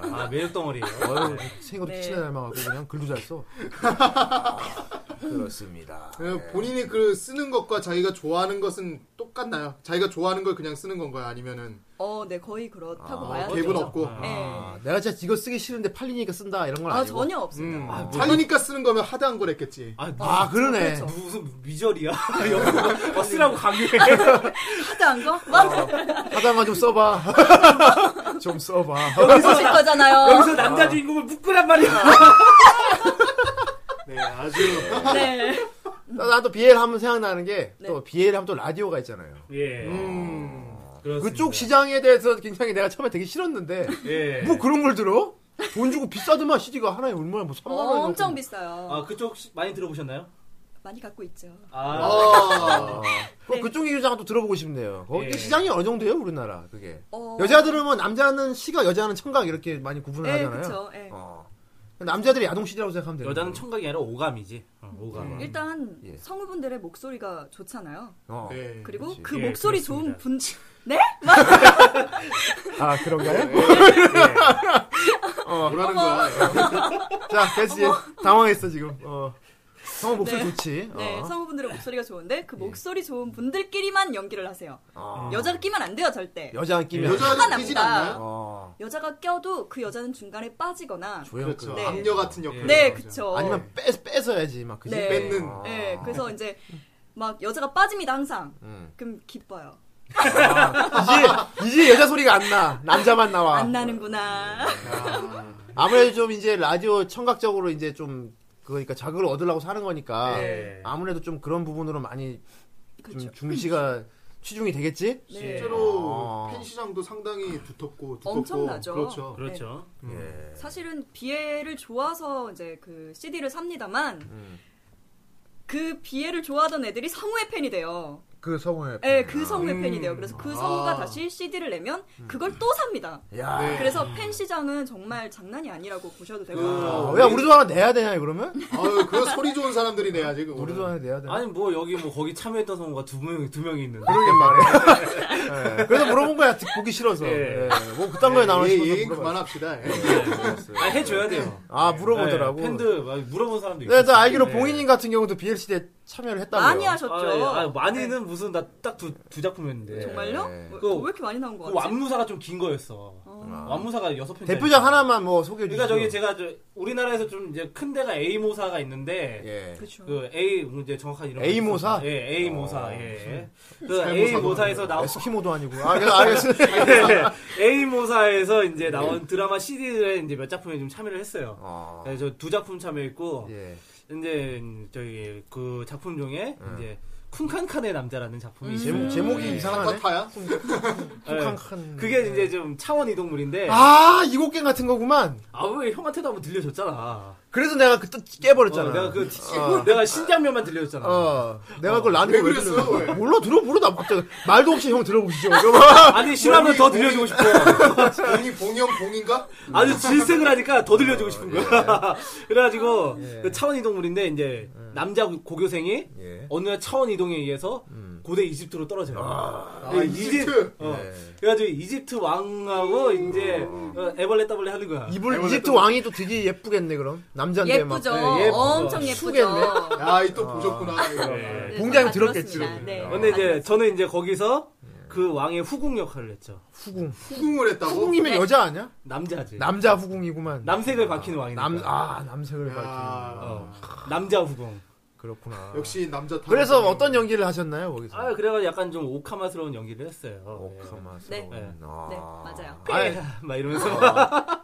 예쁜데. 아, 매력 덩어리예요. 어유 생각도 네. 피치나 닮아가고 그냥 글도 잘 써. 그렇습니다. 예, 본인이 그 쓰는 것과 자기가 좋아하는 것은 똑같나요? 자기가 좋아하는 걸 그냥 쓰는 건가요? 아니면은 어, 네, 거의 그렇다고 봐야 되죠. 갭은 없고 네. 아, 내가 진짜 이거 쓰기 싫은데 팔리니까 쓴다 이런 건 아, 아니고. 전혀 없습니다. 음, 팔리니까 쓰는 거면 하드한 걸 했겠지. 아, 무슨, 아 그러네. 그렇죠. 무슨 미절이야. 옆으로 쓰라고 강요해. 하드한 거? 막 하다만 좀 써봐. 좀 써봐. 여기서 어. 실 거잖아요. 여기서 남자 주인공을 묶으란 말이야. 네, 아주 네. 나- 나도 BL 하면 생각나는 게 네. 또 BL 하면 또 라디오가 있잖아요. 예. 그렇습니다. 그쪽 시장에 대해서 굉장히 내가 처음에 되게 싫었는데 예. 네. 뭐 그런 걸 들어? 돈 주고 비싸더만 CD가 하나에 얼마야 뭐 3만 어, 원 엄청 비싸요. 아, 그쪽 시- 많이 들어보셨나요? 많이 갖고 있죠. 아, 네. 그 그쪽 얘기장도 들어보고 싶네요. 거기 예. 시장이 어느 정도예요 우리나라 그게? 어, 여자들은 뭐 남자는 시가 여자는 청각 이렇게 많이 구분을 네, 하잖아요. 그렇죠. 예. 어. 남자들이 야동 CD라고 생각하면 돼요. 여자는 청각이 아니라 오감이지. 어, 오감. 네. 일단 예. 성우분들의 목소리가 좋잖아요. 어. 네. 그리고 그 예, 목소리 그렇습니다. 좋은 분 네? 아 그런가요? 뭐라는 거야? 자 배지 당황했어 지금. 어. 성우 목소리 네. 좋지. 어. 예. 네, 성우분들의 목소리가 좋은데 그 목소리 좋은 분들끼리만 연기를 하세요. 어. 여자를 끼면 안 돼요, 절대. 여자 안 끼면 화가 여자는 끼진 납니다. 아, 않나요? 어. 여자가 껴도 그 여자는 중간에 빠지거나 조연 그렇죠. 그 네. 악녀 같은 역할. 네, 그쵸. 어. 아니면 뺏 뺏어야지 막 그지. 네. 뺏는. 아. 네, 그래서 이제 막 여자가 빠집니다 항상. 음. 그럼 기뻐요. 아, 이제 이제 여자 소리가 안 나. 남자만 나와. 안 나는구나. 네. 아무래도 좀 이제 라디오 청각적으로 이제 좀 그러니까 자극을 얻으려고 사는 거니까 네. 아무래도 좀 그런 부분으로 많이 그렇죠. 네. 좀 중시가 취중이 되겠지? 실제로 아. 팬 시장도 상당히 두텁고 두껍고 엄청나죠. 그렇죠. 네. 그렇죠. 사실은 비애를 좋아서 이제 그 CD를 삽니다만 음. 그 비애를 좋아하던 애들이 성우의 팬이 돼요. 그 성우의 네, 그 성우의 팬이 돼요. 그래서 음. 그 성우가 아. 다시 CD를 내면 그걸 또 삽니다. 야. 그래서 팬 시장은 정말 장난이 아니라고 보셔도 되고. 아, 요 야, 우리도 하나 내야 되냐 그러면? 아유, 그 소리 좋은 사람들이네요, 지금. 우리도 하나 내야 되나? 아니 뭐 여기 뭐 거기 참여했던 성우가 두 명이 두 명이 있는데. 그러게 말해. 예. 그래서 물어본 거야 듣- 보기 싫어서. 예. 예. 뭐 그딴 거에 나오는 예, 싶어서 네. 얘긴 물어봤어. 그만합시다. 예. 아, 해줘야 돼요. 아 물어보더라고. 네, 팬들 막 물어본 사람도 있고. 네, 저 알기로 봉인님 같은 경우도 BLC 때 참여를 했다고요. 많이 하셨죠. 아, 아, 많이는 무슨 나 딱 두 두 작품이었는데. 정말요? 네. 왜, 그- 왜 이렇게 많이 나온 거 그 같지? 완무사가 좀 긴 거였어. 완무사가 여섯 편. 아. 대표작 하나만 뭐 소개해 주세요. 그러니까 저기 제가 저 우리나라에서 좀 이제 큰 데가 A 모사가 있는데 예. 그렇죠. 그 A 이제 정확한 이름 A 모사? 예 A 모사 어. 예. 그 A 모사에서 나온 에스키모도 아니고. 아, 그래서 알겠습니다. A 모사에서 이제 나온 드라마 시리즈에 이제 몇 작품에 좀 참여를 했어요. 어. 그래서 두 작품 참여했고 예. 이제 저기 그 작품 중에 네. 이제 쿵칸칸의 남자라는 작품이 있어요. 제목, 제목이 이상하네. 타야? 예. 쿵칸칸. 그게 이제 좀 차원 이동물인데 아, 이곡갱 같은 거구만. 아왜 형한테도 한번 들려줬잖아. 그래서 내가 그때 어, 깨버렸잖아. 내가 그 내가 신장면만 들려줬잖아. 어, 내가 그걸 나한테 왜 왜 그랬어? 들려? 왜? 몰라 들어보라 나 갑자기 말도 없이 형 들어보시죠. 그러면 아니 싫어하면 더 들려주고 싶어. 봉이 봉이형 봉인가? 아주 질색을 하니까 더 들려주고 싶은 거야. 예, 그래가지고 그 차원 이동물인데 이제 남자 고교생이 예. 음. 어느 날 차원 이동에 의해서 고대 이집트로 떨어져요. 아, 예, 이집트. 어. 예. 그래가지고 이집트 왕하고 이제 어, 애벌레 따벌레 하는 거야. 이불 이집트 왕이 또 되게 예쁘겠네 그럼 남자인데 막 예쁘죠. 예, 예쁘죠. 엄청 예쁘죠. 아. 야이또 보셨구나. 이거. 네, 공장에 다 들었겠지. 들었습니다. 네. 근데 아, 이제 저는 이제 거기서 예. 그 왕의 후궁 역할을 했죠. 후궁. 후궁을 했다고? 후궁이면 네. 여자 아니야? 남자지. 남자 후궁이구만. 색을 박힌 왕이니까. 남, 아, 남색을 밝히는. 야, 어, 남자 후궁. 그렇구나. 역시 남자 다. 그래서 어떤 연기를 하셨나요, 거기서? 네. 아 그래가지고 약간 좀 오카마스러운 연기를 했어요. 오카마스러운. 네. 아. 네, 맞아요. 예. 막 이러면서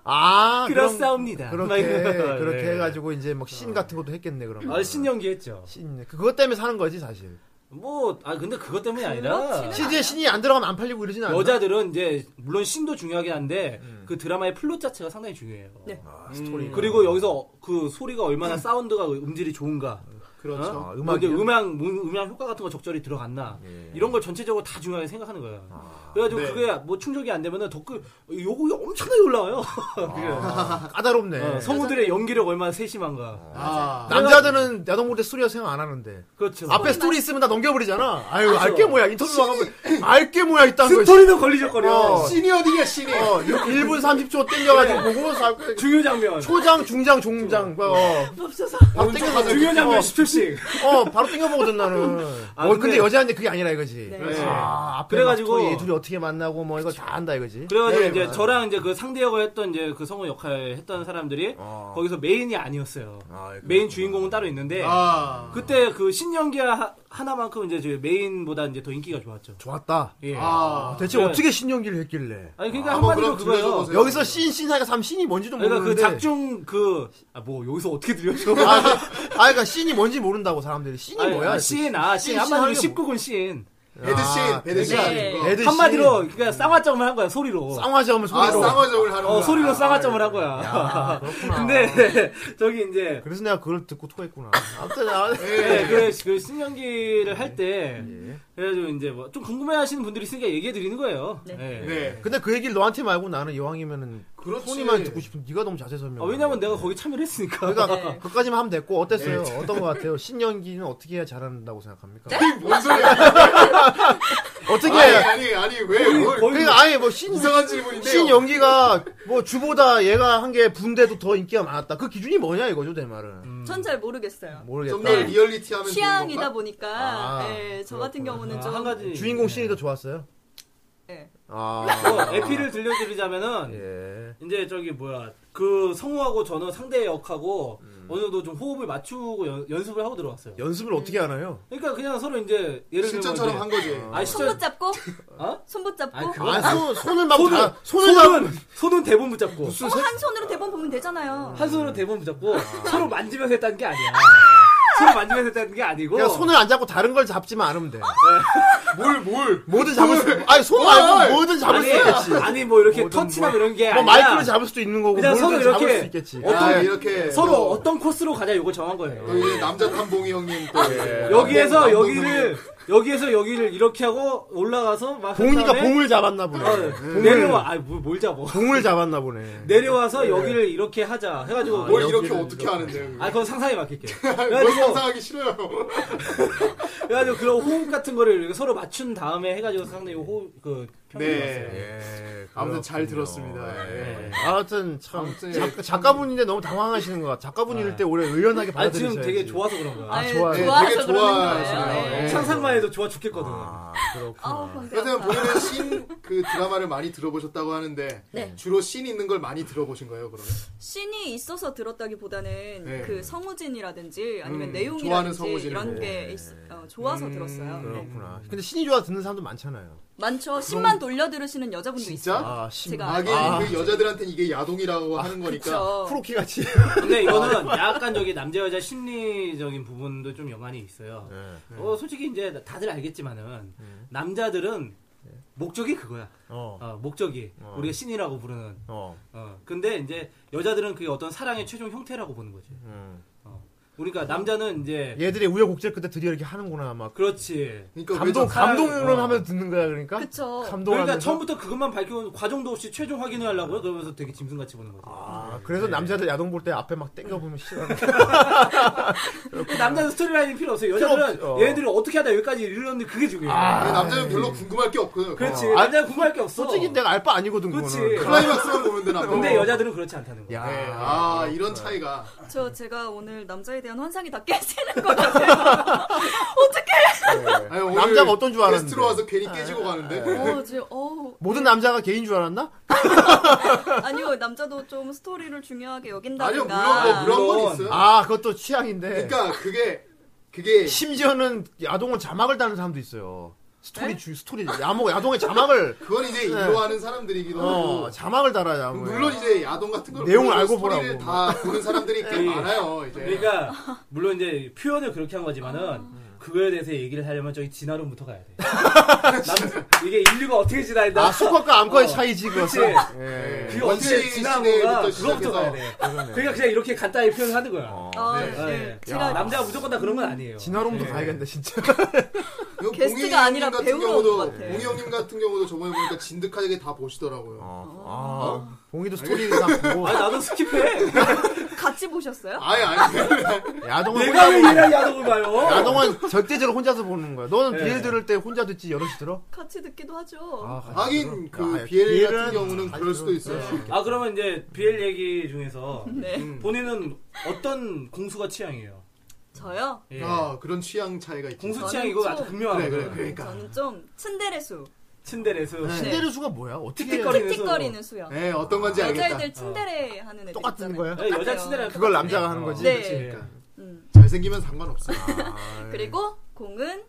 아, 어, 그럼 그렇사옵니다. 막 그렇게, 이러면서, 그렇게 예. 해가지고 이제 막 씬 같은 것도 했겠네, 그럼. 어. 아, 신연기 했죠. 씬. 그것 때문에 사는 거지, 사실. 뭐, 아, 근데 그것 때문이 아니라, CD에 신이 안 들어가면 안 팔리고 이러진 않아. 여자들은 이제, 물론 신도 중요하긴 한데, 그 드라마의 플롯 자체가 상당히 중요해요. 음. 네. 스토리. 그리고 여기서 그 소리가 얼마나 사운드가 음질이 좋은가. 그렇죠. 아, 뭐 이제 음악이요? 음향, 음- 음향 효과 같은 거 적절히 들어갔나. 이런 걸 전체적으로 다 중요하게 생각하는 거예요. 그래가지고 네. 그게 뭐 충족이 안 되면은 덕글, 요거 엄청나게 올라와요. 그게. 아, 까다롭네. 어, 성우들의 연기력 얼마나 세심한가. 아, 남자들은 야동물대 스토리가 생각 안 하는데. 그렇죠. 앞에 스토리 있으면 다 넘겨버리잖아. 아유, 알게 뭐야. 인터뷰 와가면 알게 뭐야, 어. 있다는 거지. 스토리도 걸리적거려. 어. 신이 어디냐 신이. 어, 1분 30초 땡겨가지고 보고 사- 중요 장면. 초장, 중장, 종장. 어, 없어서. 바로 땡겨서 중요 장면 어, 10초씩. 어, 바로 땡겨보거든, 나는. 아, 어, 근데, 근데 여자인데 그게 아니라 이거지. 네. 아, 앞에 그래가지고- 그래가지고. 둘이, 둘이 어떻게 만나고 뭐 이거 다 안다 이거지. 그래가지고 이제 저랑 이제 그 상대 역을 했던 이제 그 성우 역할 했던 사람들이 아. 거기서 메인이 아니었어요. 아, 예, 메인 주인공은 따로 있는데 아, 그때 그 신연기 하- 하나만큼 이제 저희 메인보다 이제 더 인기가 좋았죠. 좋았다. 예. 아, 대체 네. 어떻게 신연기를 했길래. 아니 그러니까 한번 한마디로 그럼 그거예요. 들려줘보세요. 여기서 신, 신사가 참 신이 뭔지도 그러니까 모르는데. 그 작중 그아뭐 여기서 어떻게 들려줘? 음, 네. 아, 그- 아, 그러니까 씬이 뭔지 모른다고 사람들이 씬이 아니, 뭐야? 씬, 아, 씬. 씬, 한마디로 씬 하는 게 뭐. 19군 씬. 아, 배드신, 배드신. 네. 이거. 애들 한마디로, 그니까, 쌍화점을 한 거야, 소리로. 쌍화점을 아, 소리로. 쌍화적을 하는 어, 거야. 소리로 아, 쌍화점을 한 거야. 아, 그렇구나. 아. 근데, 저기, 이제, 그래서 내가 그걸 듣고 토했구나. 아무튼 아, 네, 그, 그 신연기를 할 때 그래가지고 이제 뭐 좀 궁금해하시는 분들이 있으니까 얘기해 드리는 거예요. 네. 예. 네. 근데 그 얘기를 너한테 말고 나는 이왕이면은 그렇지. 소니만 듣고 싶은 네가 너무 자세 설명. 아, 왜냐면 내가 거기 참여를 했으니까. 그러니까 네. 그까지만 하면 됐고 어땠어요? 어떤 것 같아요? 신연기는 어떻게 해야 잘한다고 생각합니까? 뭔 소리야? 아, 어떻게 아니, 해야? 아니, 아니, 왜? 뭘. 그러니까 아예 뭐신 이상한 질문인데. 신 연기가 뭐 주보다 얘가 한 게 분데도 더 인기가 많았다. 그 기준이 뭐냐 이거죠 내 말은. 전 잘 모르겠어요. 모르겠다. 좀더 리얼리티 하면 취향이다 보니까 음. 아, 예, 저 같은 경우는 아, 좀 한 가지 주인공 신이 더 좋았어요. 예. 아. 뭐 에피를 들려드리자면은 예. 이제 저기 뭐야 그 성우하고 저는 상대 역하고 어느 정도 좀 호흡을 맞추고 연, 연습을 하고 들어왔어요. 연습을 어떻게 하나요? 그러니까 그냥 서로 이제 뭐. 예를 들면 네. 실전처럼 한 거지. 아 실전 손붙잡고 어? 손붙잡고 아니, 그거- 아, 손, 손을 막 손은 다- 손은 손을 손은, 대본 붙잡고 어, 한 손으로 대본 보면 되잖아요. 한 손으로 대본 붙잡고 서로 만지면서 했다는 게 아니야. 서로 만지면서 했다는 게 아니고 그냥 손을 안 잡고 다른 걸 잡지만 않으면 돼. 네. 뭘, 뭘. 뭐든 잡을 수, 아니, 손 말고 뭐든 잡을 수 아니, 있겠지. 아니 뭐 이렇게 뭐든 터치나 뭐- 이런 게 뭐 아니라 마이크를 잡을 수도 있는 거고, 그냥 뭘든 서로 잡을 이렇게 수 있겠지. 어떤- 아, 이렇게. 서로 또- 어떤 코스로 가자 이걸 정한 거예요. 네. 또 이제 남자 탐봉이 형님 또. 아, 예. 여기에서 남봉 여기를 여기에서 여기를 이렇게 하고 올라가서 막 봉이가 그다음에 봉을 잡았나 보네. 어, 내려와 뭐, 아뭘 잡어 봉을 잡았나 보네. 내려와서 여기를 이렇게 하자 해가지고 뭘 아, 이렇게 어떻게 예. 하는데요? 그거? 그건 상상에 맡길게 뭘 그래가지고 상상하기 싫어요. 그래가지고 그런 호흡 같은 거를 이렇게 서로 맞춘 다음에 해가지고 상당히 호흡 그 평이 네. 좋았어요. 예. 아무튼 잘 들었습니다. 예. 아무튼 참 아무튼 작- 작가분인데 너무 당황하시는 것 같아. 작가분일 때 오히려 의연하게 아 지금 받아들이셔야지. 되게 좋아서 그런 거야. 아니, 좋아요. 네, 좋아서 되게 그러는 좋아하시네요. 거예요. 예. 네. 상상만 해도 좋아 죽겠거든. 아우, 그래서 감사합니다. 본인은 씬그 드라마를 많이 들어보셨다고 하는데 네. 주로 씬 있는 걸 많이 들어보신 거예요, 그러면? 씬이 있어서 들었다기보다는 네. 그 성우진이라든지 아니면 음, 좋아하는 내용이라든지 성우진을 이런 보고. 음, 게 있- 어, 좋아서 들었어요. 네. 그렇구나. 근데 신이 좋아 듣는 사람도 많잖아요. 많죠. 신만 돌려 들으시는 여자분도 진짜? 있어요. 아, 신. 제가 악의 아. 그 여자들한테는 이게 야동이라고 하는 거니까. 그렇죠. 프로키 같이. 근데 이거는 약간 저기 남자 여자 심리적인 부분도 좀 연관이 있어요. 네. 어, 솔직히 이제 다들 알겠지만은 남자들은 목적이 그거야. 네. 어. 어, 목적이 어. 우리가 신이라고 부르는. 어. 어, 근데 이제 여자들은 그게 어떤 사랑의 최종 형태라고 보는 거지. 음. 그러니까 남자는 이제 얘들이 우여곡절 끝에 드디어 이렇게 하는구나 막. 그렇지. 그러니까 왜 감동 저- 감동으로 하면서 듣는 거야 그러니까. 그쵸. 감동. 그러니까 처음부터 그것만 밝혀온 과정도 없이 최종 확인을 하려고요. 그러면서 되게 짐승같이 보는 거지. 아, 그래서 남자들 야동 볼 때 앞에 막 땡겨 보면 싫어. 그 남자는 스토리라인이 필요 없어요. 여자들은 필요 없- 어. 얘네들이 어떻게 하다 여기까지 이르렀는데 그게 중요해요. 아, 남자는 별로 예. 궁금할 게 없거든. 그렇지. 어. 남자는 궁금할 게 없어. 솔직히 내가 알 바 아니거든 그렇지. 그거는. 클라이막스만 보면 되나 봐. 근데 여자들은 그렇지 않다는 거야. 야. 네. 아, 이런 차이가. 저 제가 오늘 남자에 대한 환상이 다 깨지는 것 같아요. 네. 아니, 오늘 남자가 어떤 줄 알았는데. 게스트로 와서 괜히 깨지고 가는데. 어, 지금, 어, 모든 남자가 개인 줄 알았나? 아니요 남자도 좀 스토리를 중요하게 아니요, 물론, 여긴다든가. 뭐 그런 건 물론. 있어요. 아, 그것도 취향인데. 그러니까 그게 예. 그게 심지어는 야동은 자막을 다는 사람도 있어요. 네? 스토리 주 스토리 야목 야동에 자막을 그건 이제 인도하는 사람들이기도 어 하고. 자막을 달아야 뭐. 물론 이제 야동 같은 걸 내용을 보면서 알고 스토리를 보라고. 다 보는 사람들이 꽤 예. 많아요. 이제 그러니까 물론 이제 표현을 그렇게 한 아. 거지만은 음. 그거에 대해서 얘기를 하려면 저기 진화론부터 가야 돼. 남- 이게 인류가 어떻게 진화했나? 아 수컷과 암컷의 어. 차이지 그렇지. 그것은. 예. 그게 원시 언제 진화한가 시대부터 그거부터 시작해서. 가야 돼. 그러니까 그냥 이렇게 간단히 표현을 하는 거야. 어, 네. 네. 네. 제가 남자가 무조건 다 그런 건 아니에요. 예. 진화롬도 가야겠네 진짜. 이거 게스트가 봉이 형님 아니라 같은 배우러 온 경우도- 것 같아. 봉이 형님 같은 경우도 저번에 보니까 진득하게 다 보시더라고요. 어. 아, 봉이도 스토리를 다 보고 아니 나도 스킵해. 같이 보셨어요? 아예 아니 야동은 내가 왜 혼자, 얘랑 야동을 봐요? 야동은 절대적으로 혼자서 보는 거야. 너는 네. 비엘 들을 때 혼자 듣지 여럿이 들어? 같이 듣기도 하죠. 아, 같이 하긴 들어? 그 아, BL BL 같은 은 경우는 같이 그럴 수도 들어. 있어요. 아 그러면 이제 BL 얘기 중에서 네. 음. 본인은 어떤 공수가 취향이에요? 저요? 예. 아 그런 취향 차이가 있죠. 공수 저는 취향 이거 좀- 아주 분명하거든. 그래, 그러니까. 그래, 그래. 저는 좀 츤데레수, 츤데레수. 네. 신데렐 수가 뭐야? 어떻게 틱틱거리- 츤데레수. 틱틱거리는 수요. 네 어떤 건지 알겠다. 여자애들 츤데레 하는 애들 똑같은 있잖아요. 거예요? 네, 여자 츤데레 그걸 남자가 하는 거지? 네. 그러니까. 음. 잘생기면 상관없어요. 아, 그리고 예. 공은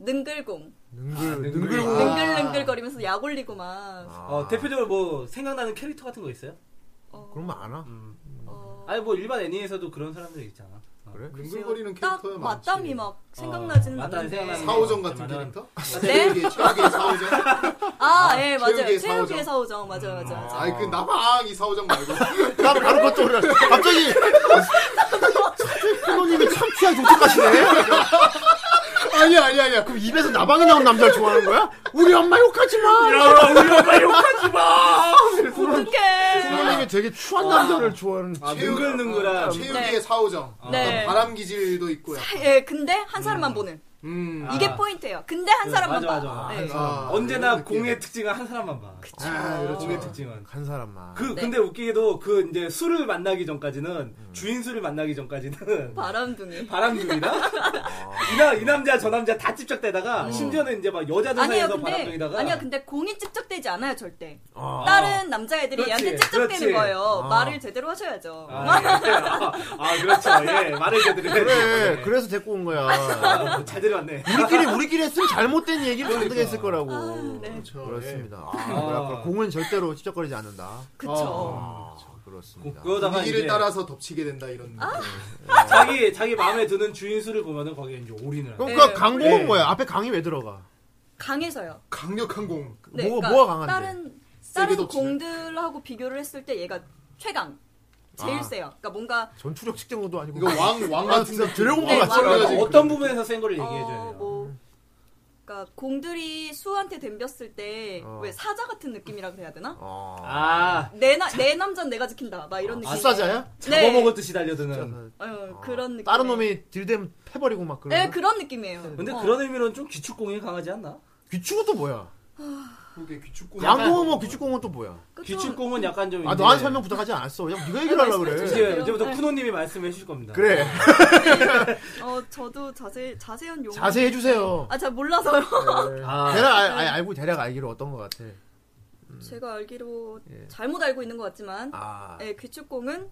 능글공. 능글 능글. 능글 음. 아. 능글능글거리면서 약 올리고 막. 어, 대표적으로 뭐 생각나는 캐릭터 같은 거 있어요? 어, 그런 거안 와. 어, 아니 뭐 일반 애니에서도 그런 사람들 있잖아. 어. 그래? 능글거리는 그렇죠. 딱 캐릭터야 많지. 아. 맞담이 막 생각나지는 어, 맞담이 않는데. 생각나는 사오정 같은 맞아요. 캐릭터? 네? 최욱의 최욱의 사오정. 아, 예, 맞아요. 최욱의 사오정. 최욱의 사오정. 맞아요, 맞아요. 맞아요. 아이 그 나방 이 사오정 말고. 나 바로 그것도 그래. 갑자기 부모님이 참치한 독특하시네. 아니야 아니야 아니야. 그럼 입에서 나방이 나온 남자를 좋아하는 거야? 우리 엄마 욕하지 마. 어떡해. 부모님이 되게 추한 남자를 좋아하는. 아, 능글능글한. 최욱의 네. 사오정. 그 네. 바람 기질도 있고요. 예, 근데 한 사람만 보는. 음. 이게 포인트예요. 근데 한 사람만 음, 맞아, 봐. 맞아. 예. 아, 아, 언제나 그런 느낌. 공의 특징은 한 사람만 봐. 아, 그렇죠. 공의 특징은. 한 사람만. 네. 그 근데 웃기게도 그 이제 술을 만나기 전까지는 주인 술을 만나기 아. 전까지는 뭐. 바람둥이. 바람둥이나 이나 이 남자 저 남자 다 찝쩍대다가 심지어는 이제 막 여자들 아니야 사이에서 근데 바람둥이다가 아니야 근데 공이 찝쩍대지 않아요 절대 아. 다른 남자애들이 그렇지, 얘한테 찝쩍대는 그렇지. 거예요 아. 말을 제대로 하셔야죠 아, 예. 아, 아, 그렇죠 예 말을 제대로 해야 그래, 돼. 네. 그래서 데리고 온 거야. 아, 뭐잘 데려왔네 우리끼리 우리끼리 했으면 잘못된 얘기를 잔뜩 했을 거라고. 네 그렇죠. 그러니까. 그렇습니다. 아, 그렇구나. 공은 절대로 찝쩍거리지 않는다. 그쵸 아, 그렇습니다. 그러다가 분위기를 이제 따라서 덮치게 된다 이런. 자기 자기 마음에 드는 주인 수를 보면은 거기에 이제 올인을 하는 그러니까 네. 강공은 네. 뭐야? 앞에 강이 왜 들어가? 강해서요 강력한 공. 네, 뭐가 그러니까 뭐가 강한데? 다른 세게 다른 덮치는. 공들하고 비교를 했을 때 얘가 최강 제일 아. 세요 그러니까 뭔가 전투력 측정도 아니고. 이거 왕 왕 아, 같은 진짜 드래곤 네, 같같 왕- 아 그러니까 어떤 어떤 부분에서 센 걸 얘기해줘야 돼요. 어뭐 그러니까 공들이 수한테 덤볐을 때 어. 왜 사자 같은 느낌이라고 해야 되나 아, 아 내 나 내 남잔 내가 지킨다 막 이런 느낌 아싸자야? 네. 잡아먹었듯이 그렇죠. 달려드는. 어, 그런 느낌 다른 놈이 딜되면 패버리고 막 그런. 네 그런 느낌이에요 근데 어. 그런 의미로는 좀 기축공이 강하지 않나? 귀추고도 뭐야? 그게 귀축공. 양궁은 뭐 귀축공은 또 뭐야? 귀축공은 약간 좀. 아 이제- 너한테 설명 부탁하지 않았어. 그냥 네가 얘기를 하려고 그래. 이제, 이제부터 네. 쿠노님이 말씀해 주실 겁니다. 그래. 어, 저도 자세 자세한 용어 자세히 음. 해주세요. 아, 잘 몰라서요. 아, 대략 알, 알- 알고 대략 알기로 어떤 것 같아. 제가 알기로 예. 잘못 알고 있는 것 같지만, 아. 음. 예, 귀축공은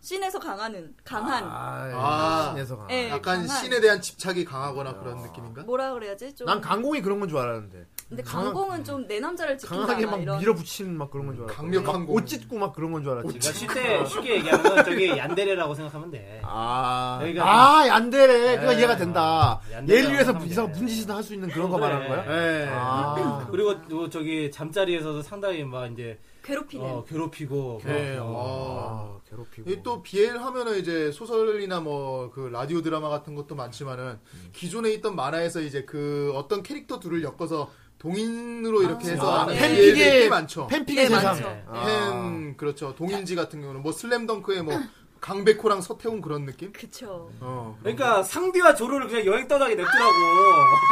씬에서 강하는 강한 아. 아. 신에서 강. 예, 약간 강한. 신에 대한 집착이 강하거나 그런 느낌인가? 뭐라 그래야지 좀. 난 강공이 그런 건 줄 알았는데. 근데 강한- 강공은 좀 내 남자를 지킨다 강하게 막 이런. 밀어붙이는 막 그런 건 줄 알았어. 강력한 막 공. 옷 찢고 막 그런 건 줄 알았지. 그러니까 쉽게, 쉽게 얘기하면 저기 얀데레라고 생각하면 돼. 아, 여기가- 아, 얀데레. 그거 네. 이해가 된다. 얀데레 얘를 위해서 하면 이상한 돼. 분짓이나 할 수 있는 그런 거 그래. 말하는 거야? 네. 예. 아. 그리고 또 저기 잠자리에서도 상당히 막 이제 괴롭히는. 어, 괴롭히고. 막 어. 예. 와. 아, 괴롭히고. 이게 또 BL 하면은 이제 소설이나 뭐 그 라디오 드라마 같은 것도 많지만은 음. 기존에 있던 만화에서 이제 그 어떤 캐릭터 둘을 엮어서 동인으로 이렇게 해서 아, 하는 팬픽의- BL들이 꽤 많죠. 팬픽의 네, 세상. 맞죠. 아. 팬 그렇죠. 동인지 같은 경우는 뭐 슬램덩크의 뭐 강백호랑 서태웅 그런 느낌? 그쵸. 어. 그러니까 상디와 조로를 그냥 여행 떠나게 냅두라고.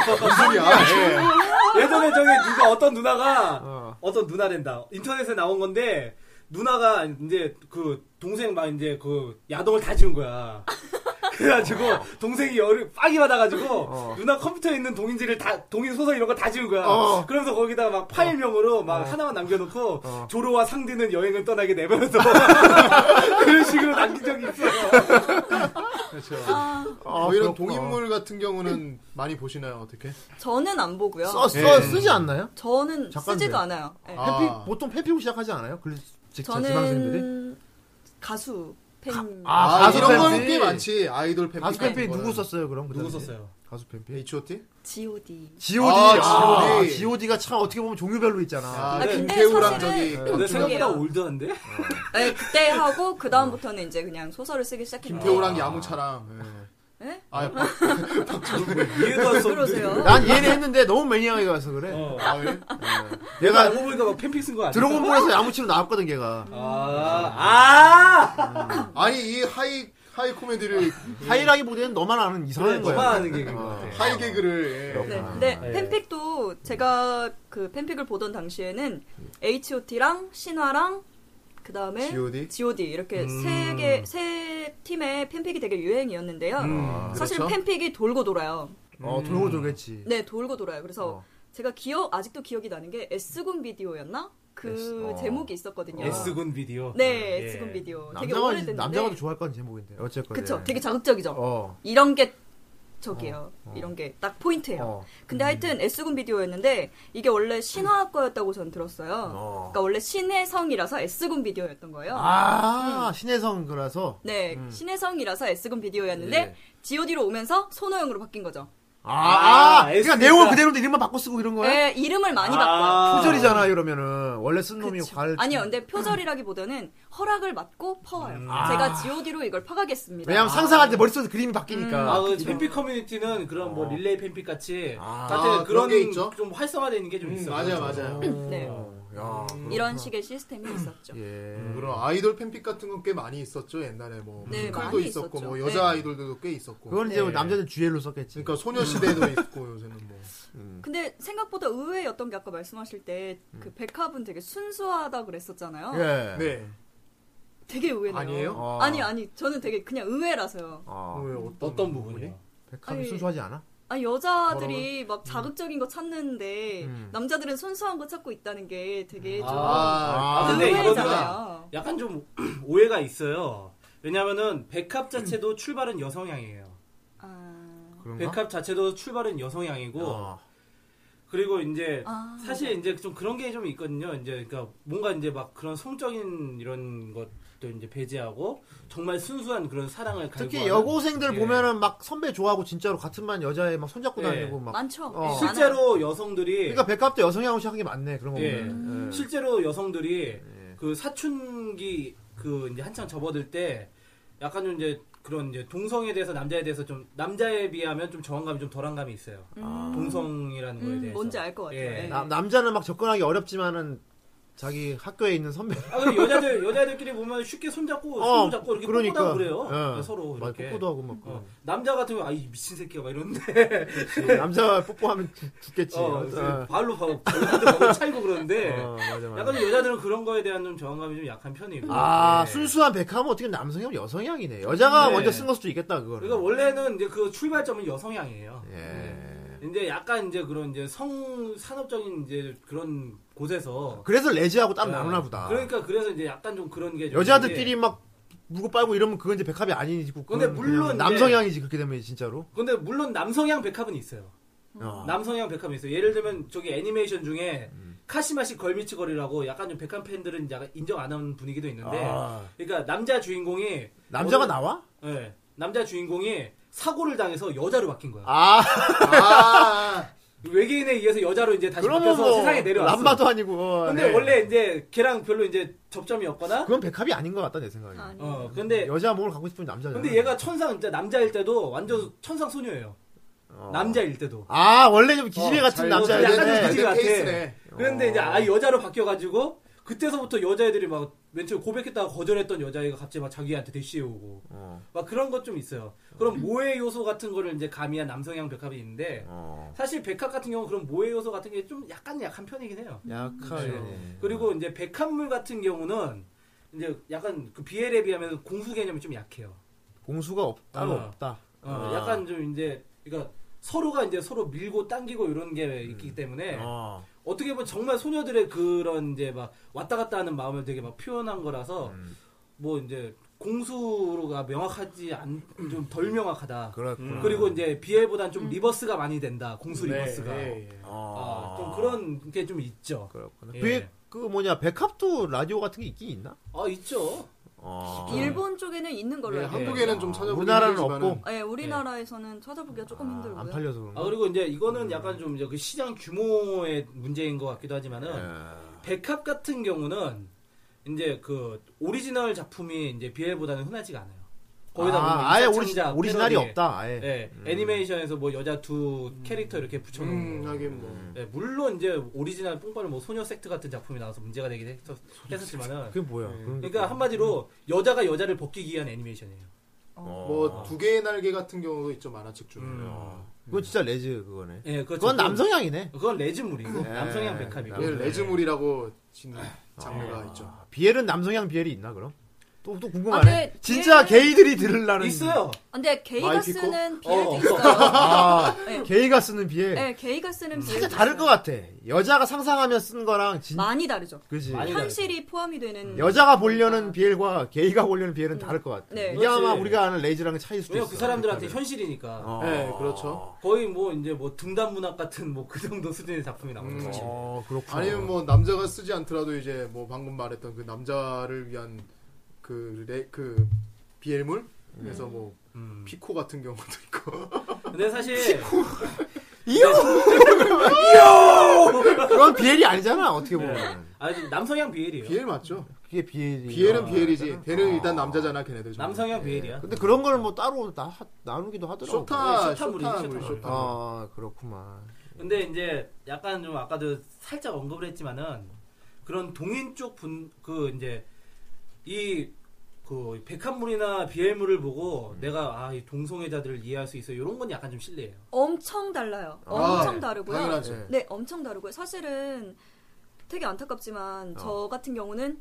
무슨 아, 그렇죠. 소리야? 예. 예전에 저기 누가 어떤 누나가 어. 어. 떤 누나랜다 인터넷에 나온 건데 누나가 이제 그 동생 막 이제 그 야동을 다 지운 거야. 그래가지고 동생이 열을 빡이 받아가지고 누나 컴퓨터에 있는 동인지를 다 동인 소설 이런 거 다 지운 거야. 어. 그러면서 거기다가 막 파일명으로 막 하나만 남겨놓고 어. 조로와 상디는 여행을 떠나게 내버려둬 그런 식으로 남긴 적이 있어. 아, 뭐 이런 그렇구나. 동인물 같은 경우는 많이 보시나요? 어떻게? 저는 안 보고요. 써, 써, 예. 쓰지 않나요? 저는 작가인데. 쓰지도 않아요. 예. 아. 팬픽, 보통 팬픽으로 시작하지 않아요? 글, 지, 지방생들이? 저는 가수 팬. 아, 가수 이런 거는 팬픽. 꽤 많지. 아이돌 팬픽. 가수 팬픽 같은 누구 거는. 썼어요, 그럼? 그 누구 당시에? 썼어요? 가수 팬픽? H.O.T? G.O.D. G.O.D. 아, 아, G.O.D. G.O.D가 참 어떻게 보면 종류별로 있잖아. 예. 아, 아, 근데 김태우랑 사실은- 저기 근데 생각보다 그러게요. 올드한데? 네, 그때 하고 그 다음부터는 이제 그냥 소설을 쓰기 시작했는데. 김태우랑 야무차랑. 예. 예? 아, 이해도 안 썼는데. 그러세요? 난 얘네 했는데 너무 매니아하게 가서 그래. 어. 아, 왜? 내가 얘가 알고 보니까 막 팬픽 쓴거 아니야? 드래곤볼에서 야무치로 나왔거든, 걔가. 아, 아! 아니 이 하이 하이 코미디를 하이라기보다는 너만 아는 이상한 그래, 거야. 너만 아는 개그인 것 같아. 하이 개그를 예. 아. 네. 근데 예. 팬픽도 제가 그 팬픽을 보던 당시에는 H.O.T.랑 신화랑 그 다음에 G.O.D? 이렇게 세 개, 세 팀의 팬픽이 되게 유행이었는데요. 아, 사실 그렇죠. 팬픽이 돌고 돌아요. 어, 돌고 돌겠지. 네, 돌고 돌아요. 그래서 어. 제가 기억 아직도 기억이 나는 게 S군 비디오였나? 그 S, 어. 제목이 있었거든요. S군 비디오. 네, 예. S군 비디오. 되게 남자가, 오래됐는데. 남자가도 좋아할 건 제목인데. 어쨌건. 그쵸. 예. 되게 자극적이죠. 어. 이런 게 저기요. 이런 게 딱 포인트예요. 어. 근데 하여튼 S군 비디오였는데 이게 원래 신화학과였다고 전 들었어요. 어. 그러니까 원래 신의 성이라서 S군 비디오였던 거예요. 아, 음. 신혜성 그라서. 네, 신의 성이라서 S군 비디오였는데 예. G.O.D로 오면서 손호영으로 바뀐 거죠. 아, 아, 그러니까 S니까. 내용은 그대로인데 이름만 바꿔 쓰고 이런 거야? 네, 이름을 많이 바꿔요. 아. 표절이잖아, 이러면은. 원래 쓴 놈이 과일. 아니요, 근데 표절이라기보다는 허락을 받고 퍼와요. 제가 G.O.D로 이걸 파가겠습니다. 음. 아. 왜냐면 상상할 때 머릿속에 그림이 바뀌니까. 아, 그 팬픽 커뮤니티는 그런 뭐 릴레이 팬픽 같이 아, 같은 아, 그런 그런 게 있죠. 좀 활성화되는 게 좀 있어. 맞아요, 맞아요. 네, 야, 음. 이런 식의 시스템이 있었죠. 예. 그런 아이돌 팬픽 같은 건 꽤 많이 있었죠 옛날에 뭐 네, 뮤지컬도 많이 있었고 있었죠. 뭐 네. 여자 아이돌들도 꽤 있었고 그건 음. 이제 뭐 네. 남자들 주엘로 썼겠지. 그러니까 소녀시대도 있고 요새는 뭐 근데 생각보다 의외였던 게 아까 말씀하실 때 그 음. 백합은 되게 순수하다 그랬었잖아요. 예. 네. 되게 의외네요. 아니에요? 아. 아니 아니 저는 되게 그냥 의외라서요. 아, 왜, 어떤 어떤 네, 부분이? 백합이 아니. 순수하지 않아? 아 여자들이 막 자극적인 거 찾는데 음. 남자들은 순수한 거 찾고 있다는 게 되게 좀 아, 아, 근데 이거는 의외잖아요. 약간 좀 오해가 있어요. 왜냐면은 백합 자체도 출발은 여성향이에요. 아, 그런가? 백합 자체도 출발은 여성향이고 어. 그리고 이제 아. 네. 사실 이제 좀 그런 게 좀 있거든요. 이제 그러니까 뭔가 이제 막 그런 성적인 이런 것도 이제 배제하고 정말 순수한 그런 사랑을 특히 갈구하는- 여고생들 예. 보면은 막 선배 좋아하고 진짜로 같은 반 여자애 막 손잡고 예. 다니고 막. 많죠. 어. 네, 많아요. 실제로 여성들이 그러니까 백합도 여성향으로 시작한 게 맞네 그런 거 예. 보면. 예. 실제로 여성들이 예. 그 사춘기 그 이제 한창 접어들 때 약간 좀 이제 그런 이제 동성에 대해서 남자에 대해서 좀 남자에 비하면 좀 저항감이 좀 덜한 감이 아. 있어요. 동성이라는 거에 음, 대해서. 뭔지 알 것 같아요. 예. 예. 남- 남자는 막 접근하기 어렵지만은 자기 학교에 있는 선배 아, 근데 여자들, 여자들끼리 보면 쉽게 손잡고, 어, 손잡고 이렇게 그러니까. 뽀뽀도 하고 그래요. 네, 예. 서로 많이 이렇게. 뽀뽀도 하고 막 그래. 어, 남자 같은 경우, 아, 이 미친 새끼야, 막 이러는데. 남자 뽀뽀하면 죽, 죽겠지. 어, 어, 그래서 발로 바- 발로 한대 막 찰고 그러는데. 어, 맞아 맞아. 약간 여자들은 그런 거에 대한 좀 저항감이 좀 약한 편이고. 아 네. 순수한 백합은 어떻게 남성형 여성향이네. 여자가 네. 먼저 쓴 걸 수도 있겠다 그거를. 그러니까 원래는 음. 이제 그 출발점은 여성향이에요. 예. 이제 약간 이제 그런 이제 성 산업적인 이제 그런 곳에서 그래서 레즈하고 따로 네. 나누나 보다. 그러니까 그래서 이제 약간 좀 그런 게 좀 여자들끼리 이게- 막 물고 빨고 이러면 그건 이제 백합이 아니고. 근데 그건 물론 그냥 이제- 남성향이지 그렇게 되면 진짜로. 근데 물론 남성향 백합은 있어요. 어. 남성향 백합이 있어요. 예를 들면 저기 애니메이션 중에 음. 카시마시 걸미치걸이라고 약간 좀 백합 팬들은 약간 인정 안 하는 분위기도 있는데 아. 그러니까 남자 주인공이 남자가 어느- 나와? 예. 남자 주인공이 사고를 당해서 여자로 바뀐 거야. 아 외계인에 의해서 여자로 이제 다시 그러면 바뀌어서 뭐 세상에 내려왔어. 람마도 아니고. 어, 근데 네. 원래 이제 걔랑 별로 이제 접점이 없거나 그건 음, 백합이 아닌 것 같다 내 생각에. 아니. 어 근데 여자 몸을 갖고 싶은 남자잖아. 근데 얘가 천상 진짜 남자일 때도 완전 천상 소녀예요. 어. 남자일 때도. 아 원래 좀 기집애 같은 남자야. 어, 약간 되네. 좀 기집애 같아. 케이스네. 그런데 이제 아 여자로 바뀌어가지고 그때서부터 여자애들이 막맨 처음 고백했다가 거절했던 여자애가 갑자기 막 자기한테 대시해오고 어. 막 그런 것 좀 있어요. 그런 모해 요소 같은 거를 이제 가미한 남성향 백합이 있는데 어. 사실 백합 같은 경우 그런 모해 요소 같은 게 좀 약간 약한 편이긴 해요. 그렇죠. 약하게. 네. 그리고 이제 백합물 같은 경우는 이제 약간 그 BL에 비하면 공수 개념이 좀 약해요. 공수가 없, 따로 어. 없다. 어, 아. 약간 좀 이제 그러니까 서로가 이제 서로 밀고 당기고 이런 게 있기 때문에 어. 어떻게 보면 정말 소녀들의 그런 이제 막 왔다 갔다 하는 마음을 되게 막 표현한 거라서 음. 뭐 이제 공수로가 명확하지 않 좀 덜 명확하다. 음. 그렇구나. 네, 그리고 이제 BL보단 좀 리버스가 많이 된다. 공수 리버스가. 예, 예. 아, 어. 좀 그런 게 좀 있죠. 그렇구나. 예. 백- 그 뭐냐 백합도 라디오 같은 게 있긴 있나? 아, 있죠. 어. 일본 쪽에는 있는 걸로 예, 알고 있어요. 한국에는 좀 찾아보기 우리나라는 힘들지만은 네. 없고. 예, 우리나라에서는 찾아보기가 조금 힘들고요. 안 팔려서 그런 아, 가 그리고 이제 음. 이거는 약간 좀 이제 그 시장 규모의 문제인 것 같기도 하지만은 네. 백합 같은 경우는 이제 그 오리지널 작품이 이제 BL보다는 흔하지가 않아요. 거기다 보면 아예 인사 오리지, 창작, 오리지널이 패러디, 없다. 아예. 예, 애니메이션에서 뭐 여자 두 캐릭터 이렇게 붙여놓은 음, 거. 하긴 뭐. 예, 물론 이제 오리지널 뽕빠는 뭐 소녀 섹트 같은 작품이 나와서 문제가 되긴 했었, 했었지만은 그게 뭐야? 그런 게 그러니까 한마디로 여자가 여자를 벗기기 위한 애니메이션이에요. 뭐 아. 두 개의 날개 같은 경우도 있죠 만화책 중에. 음. 예, 그건 진짜 레즈 그거네. 예, 그거 그건 조금- 남성향이네. 네. 그건 레즈물이고 남성향 아. 백합이고. 얘 레즈물이라고 짓는 장르가 있죠. 비엘은 남성향 비엘이 있나 그럼? 또 또 궁금하네. 아, 근데 진짜 BL 게이들이 들으려는 있어요. 근데 게이가 마이피코? 쓰는 비엘도 어. 있어요. 아, 네. 게이가 쓰는 비엘. 네, 게이가 쓰는 비엘. 진짜 다를 것 같아. 여자가 상상하면 쓴 거랑 진 많이 다르죠. 그지. 많이 다르죠. 현실이 포함이 되는 여자가 보려는 비엘과 게이가 보려는 비엘은 다를 것 같아. 네. 이게 그렇지. 아마 우리가 아는 레이즈랑은 차이일 수도 있어. 왜냐면 그 사람들한테 현실이니까. 어. 네, 그렇죠. 거의 뭐 이제 뭐 등단 문학 같은 뭐 그 정도 수준의 작품이 나오는 거지. 어, 그렇구나. 아니면 뭐 남자가 쓰지 않더라도 이제 뭐 방금 말했던 그 남자를 위한 그레그 그 비엘물 그래서 뭐 음. 피코 같은 경우도 있고 근데 사실 그건 비엘이 아니잖아. 어떻게 보면. 아 남성향 비엘이에요. 비엘 맞죠? 그게 비엘이. 비엘은 비엘이지 걔는 일단 남자잖아 걔네들 전부. 남성향 비엘이야. 근데 그런 걸 뭐 따로 나, 나누기도 하더라고. 쇼타 쇼타물이지, 쇼타물. 쇼타물 쇼타 아, 그렇구만. 근데 이제 약간 좀 아까도 살짝 언급을 했지만은 그런 동인 쪽 분 그 이제 이 그 백합물이나 비엘물을 보고 내가 아이 동성애자들을 이해할 수 있어 이런 건 약간 좀 실례예요. 엄청 달라요. 아, 엄청 예. 다르고요. 당연하죠. 예. 네, 엄청 다르고요. 사실은 되게 안타깝지만 저 같은 경우는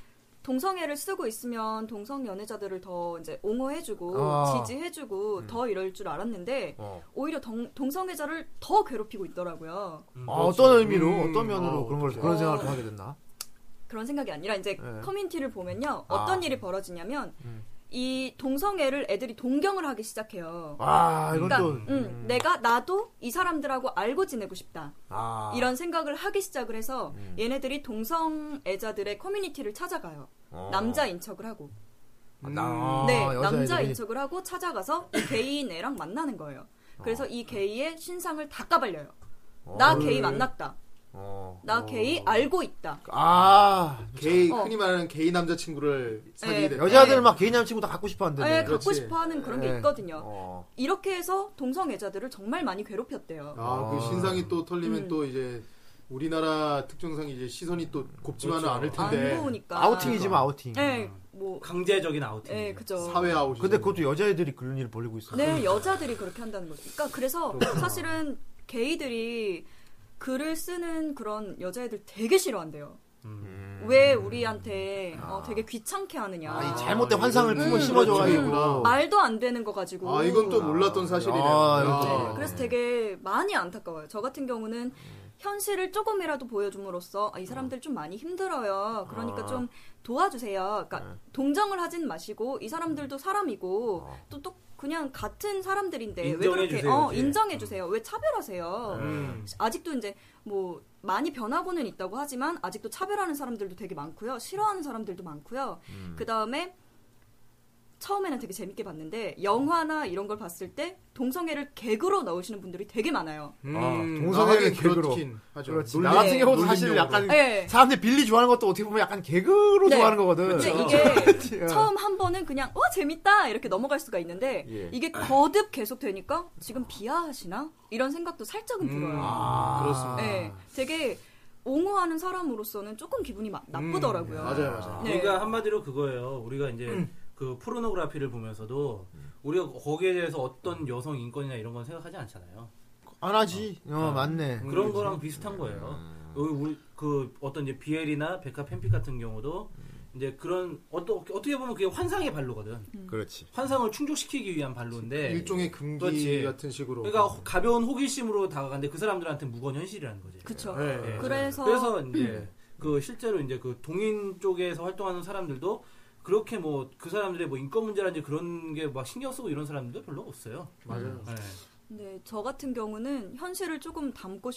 동성애를 쓰고 있으면 동성 연애자들을 더 이제 옹호해주고 아. 지지해주고 더 이럴 줄 알았는데 어. 오히려 동, 동성애자를 더 괴롭히고 있더라고요. 아, 어떤 의미로, 음, 어떤 면으로 어, 그런 걸, 그런 생각을 좀 하게 됐나? 그런 생각이 아니라 이제 네. 커뮤니티를 보면요 어떤 아. 일이 벌어지냐면 이 동성애를 애들이 동경을 하기 시작해요. 아, 이건 그러니까 또. 음, 내가 나도 이 사람들하고 알고 지내고 싶다. 아. 음. 이런 생각을 하기 시작을 해서 얘네들이 동성애자들의 커뮤니티를 찾아가요. 어. 남자 인척을 하고. 아, 나, 네, 여자애들이. 남자 인척을 하고 찾아가서 이 게이인 애랑 만나는 거예요. 어. 그래서 이 게이의 신상을 다 까발려요. 나 게이 만났다. 어. 나 게이 알고 있다. 아. 게이 어. 흔히 말하는 게이 남자 친구를 사귀게 예. 됐다. 여자들 막 개인 남친구 다 갖고 싶어 한대. 예, 갖고 그렇지. 싶어 하는 그런 게 네. 있거든요. 어. 이렇게 해서 동성애자들을 정말 많이 괴롭혔대요. 아, 그 신상이 또 털리면 음. 또 이제 우리나라 특정상 이제 시선이 또 곱지만은 않을 텐데 안 보니까. 아, 아우팅이지만 아우팅. 그러니까. 네, 뭐, 강제적인 아우팅. 네, 그죠. 사회 아웃이 근데 그것도 여자애들이 그런 일을 벌이고 있어. 네, 여자들이 그렇게 한다는 거죠. 그러니까 그래서 사실은 게이들이 글을 쓰는 그런 여자애들 되게 싫어한대요. 왜 우리한테 어, 되게 귀찮게 하느냐. 아, 이 잘못된 음, 환상을 품어 심어줘가지고. 말도 안 되는 거 가지고. 아 이건 또 몰랐던 사실이네요. 아, 이거 네, 또. 아, 그래서 되게 많이 안타까워요. 저 같은 경우는 현실을 조금이라도 보여줌으로써 아, 이 사람들 좀 많이 힘들어요. 아. 그러니까 좀 도와주세요. 그러니까 네. 동정을 하진 마시고 이 음. 사람들도 사람이고 또 또 그냥 같은 사람들인데 왜 그렇게 아. 인정해주세요, 어, 이제. 네. 인정해 주세요. 왜 차별하세요? 음. 아직도 이제 뭐 많이 변하고는 있다고 하지만 아직도 차별하는 사람들도 되게 많고요. 싫어하는 사람들도 많고요. 그다음에 처음에는 되게 재밌게 봤는데 영화나 이런 걸 봤을 때 동성애를 개그로 넣으시는 분들이 되게 많아요. 음. 음. 동성애는 음, 개그로. 그렇긴 하죠. 네. 그렇지. 논리- 나 같은 경우도 논리적으로. 사실 약간 예. 사람들이 빌리 좋아하는 것도 어떻게 보면 약간 개그로 네. 좋아하는 거거든. 근데 그렇죠. 예. 이게 처음 한 번은 그냥 와 재밌다 이렇게 넘어갈 수가 있는데 예. 이게 거듭 계속 되니까 지금 비하하시나 이런 생각도 음. 살짝은 들어요. 아. 아, 그렇습니다. 네, 되게 옹호하는 사람으로서는 조금 기분이 막 나쁘더라고요. 음. 맞아요, 맞아요. 네. 그러니까 한마디로 그거예요. 우리가 이제 음. 그 포르노그래피를 보면서도 우리가 거기에 대해서 어떤 여성 인권이나 이런 건 생각하지 않잖아요. 안 하지. 어, 맞네. 음, 그런 거랑 비슷한 거예요. 우리, 우리 그 어떤 이제 비엘이나 백화 팬픽 같은 경우도 이제 그런 어떠, 어떻게 보면 그게 환상의 발로거든. 음. 그렇지. 환상을 충족시키기 위한 그렇죠. 발로인데 일종의 금기 네. 그렇지. 같은 식으로. 그러니까 호- 가벼운 호기심으로 다가가는데 그 사람들한테 무거운 현실이라는 거지. 그쵸. 예. 그래서, 음. 그래서 이제 그 실제로 이제 그 동인 쪽에서 활동하는 사람들도 그렇게 뭐 그 사람들의 뭐 인권 문제라든지 그런 게 막 신경 쓰고 이런 사람들도 별로 없어요. 예. 맞아요. 네, 저 같은 경우는 현실을 조금 담고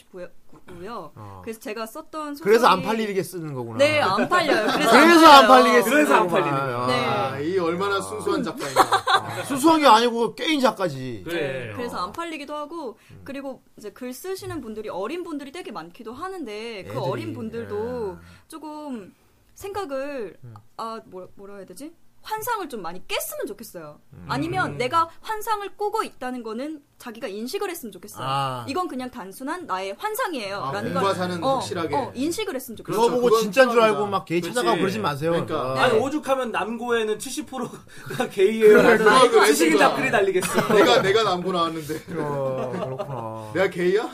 싶고요. 어. 그래서 제가 썼던 소설이 그래서 안 팔리게 쓰는 거구나. 네, 안 팔려요. 그래서, 그래서 안 팔리게 팔려요. 쓰는 그래서 안 거구나. 팔리는 거야. 네. 아, 이 얼마나 순수한 작가인가. 그러니까 수수한 게 아니고 게임 작가지. 네, 그래. 그래서 안 아. 팔리기도 하고 음. 그리고 이제 글 쓰시는 분들이 어린 분들이 되게 많기도 하는데 그 애들이, 아. 어린 분들도 조금 생각을 음. 아 뭐라, 뭐라 해야 되지 환상을 좀 많이 깼으면 좋겠어요. 음. 아니면 내가 환상을 꾸고 있다는 거는 자기가 인식을 했으면 좋겠어요. 아. 이건 그냥 단순한 나의 아, 환상이에요라는 걸 공과 사는 확실하게. 그러니까 어, 인식을 했으면 좋겠어요. 그거 그렇죠, 보고 그건 진짜인 줄 필요합니다. 알고 막 게이 그렇지. 찾아가고 그러지 마세요. 그러니까. 아. 아니 오죽하면 남고에는 70%가 게이에요. 그래, 그래, 지식인 그래. 답글이 달리겠어. 아, 네. 내가 내가 남고 나왔는데. 어, 네. 그렇구나. 내가 게이야?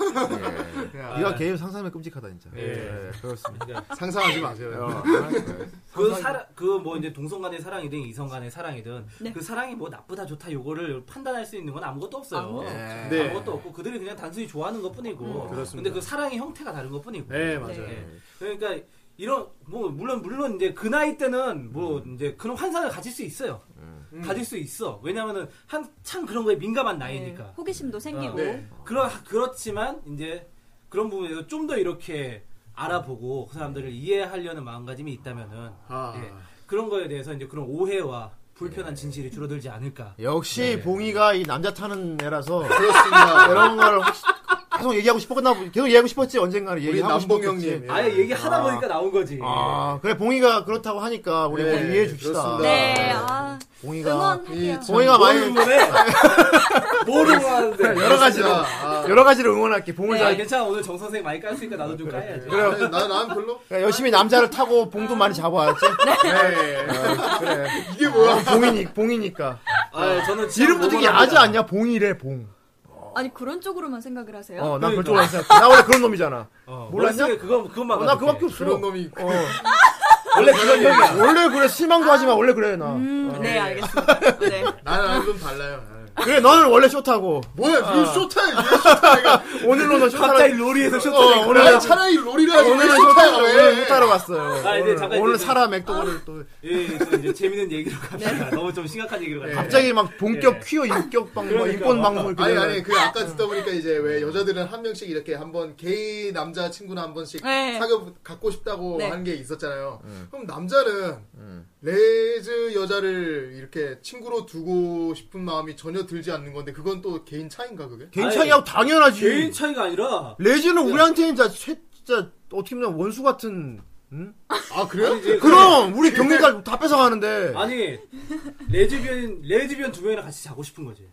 네가 게임 상상하면 끔찍하다 진짜. 예. 예, 그렇습니다. 상상하지 마세요. 어. 그 사랑 그 뭐 이제 동성 간의 사랑이든 이성 간의 사랑이든 네. 그 사랑이 뭐 나쁘다 좋다 요거를 판단할 수 있는 건 아무것도 없어요. 아무것도 없죠. 음, 네. 아무것도 없고 그들이 그냥 단순히 좋아하는 것뿐이고. 근데 그 사랑의 형태가 다른 것뿐이고. 네, 맞아요. 예. 그러니까 이런 뭐 물론 물론 이제 그 나이 때는 뭐 음. 이제 그런 환상을 가질 수 있어요. 가질 수 있어. 왜냐면은 한참 그런 거에 민감한 나이니까. 네, 호기심도 생기고 네. 그러, 그렇지만 이제 그런 부분에서 좀 더 이렇게 알아보고 그 사람들을 이해하려는 마음가짐이 있다면은 아. 예, 그런 거에 대해서 이제 그런 오해와 예. 불편한 진실이 줄어들지 않을까. 역시 봉이가 이 남자 타는 애라서 그렇습니다. 이런 걸 확- 계속 얘기하고 싶었나 보- 계속 얘기하고 싶었지 언젠가는 우리 얘기하고 남봉 싶었겠지. 형님. 예. 아예 얘기하다 보니까 나온 거지. 아 그래 봉이가 그렇다고 하니까 우리 네, 모두 이해해 줍시다. 그렇습니다. 네, 아, 봉이가 응원할게요. 이 참- 봉이가 많이 모르는데 모르고 하는데. 여러 가지로 아. 여러 가지를 응원할게. 봉을 아, 잘 네. 괜찮아 오늘 정 선생 많이 깠으니까 나도 좀 까야지. 그래. 나, 난 별로? 그러니까 열심히 남자를 타고 봉도 많이 잡아왔지. 어, 이게 뭐야? 봉이니 봉이니까 아 저는 진짜 이름도 되게 응원합니다. 야하지 않냐? 봉이래 봉. 아니 그런 쪽으로만 생각을 하세요? 어, 난 그러니까. 그쪽으로 생각. 나 원래 그런 놈이잖아. 어, 몰랐냐? 원래 그거 그것만. 어, 나 같아. 그밖에 없어. 그런 놈이. 어. 원래 그런 놈이야. 원래 그래. 실망도 하지 마. 원래 그래 나. 음, 네, 알겠습니다. 네. 나는 좀 달라요. 예. 그래 너는 원래 쇼타고 뭐야? 이거 쇼타야. 이거 쇼타야. 오늘로 너 쇼타를 예. 갑자기 로리에서 쇼트. 어, 오늘 아니, 차라리 롤이라 하지. 왜 오늘은 쇼타야, 쇼타를 예. 오늘 왜? 쇼타로 왔어요. 아, 이제 오늘, 잠깐 오늘 이제- 사라 맥도그를 또 예, 또 이제 재밌는 얘기로 갑시다. 너무 좀 심각한 얘기로 갑시다. 네. 갑자기 막 본격 예. 퀴어 인격 방송, 뭐 그러니까, 인권 방송을 아니 그냥- 아니 그 아까 듣다 보니까 이제 왜 여자들은 한 명씩 이렇게 한번 게이 남자 친구나 한 번씩 네. 사귀어 갖고 싶다고 네. 하는 게 있었잖아요. 음. 그럼 남자는 레즈 여자를 이렇게 친구로 두고 싶은 마음이 전혀 들지 않는 건데 그건 또 개인 차인가 그게? 개인 차이하고 당연하지. 개인 차이가 아니라 레즈는 우리한테는 진짜 쇠- 진짜 어떻게 보면 원수 같은. 응? 아 그래요? 예. 그럼 우리 경기가 아, 다 뺏어가는데. 아니 레즈비언 레즈비언 두 명이랑 같이 자고 싶은 거지.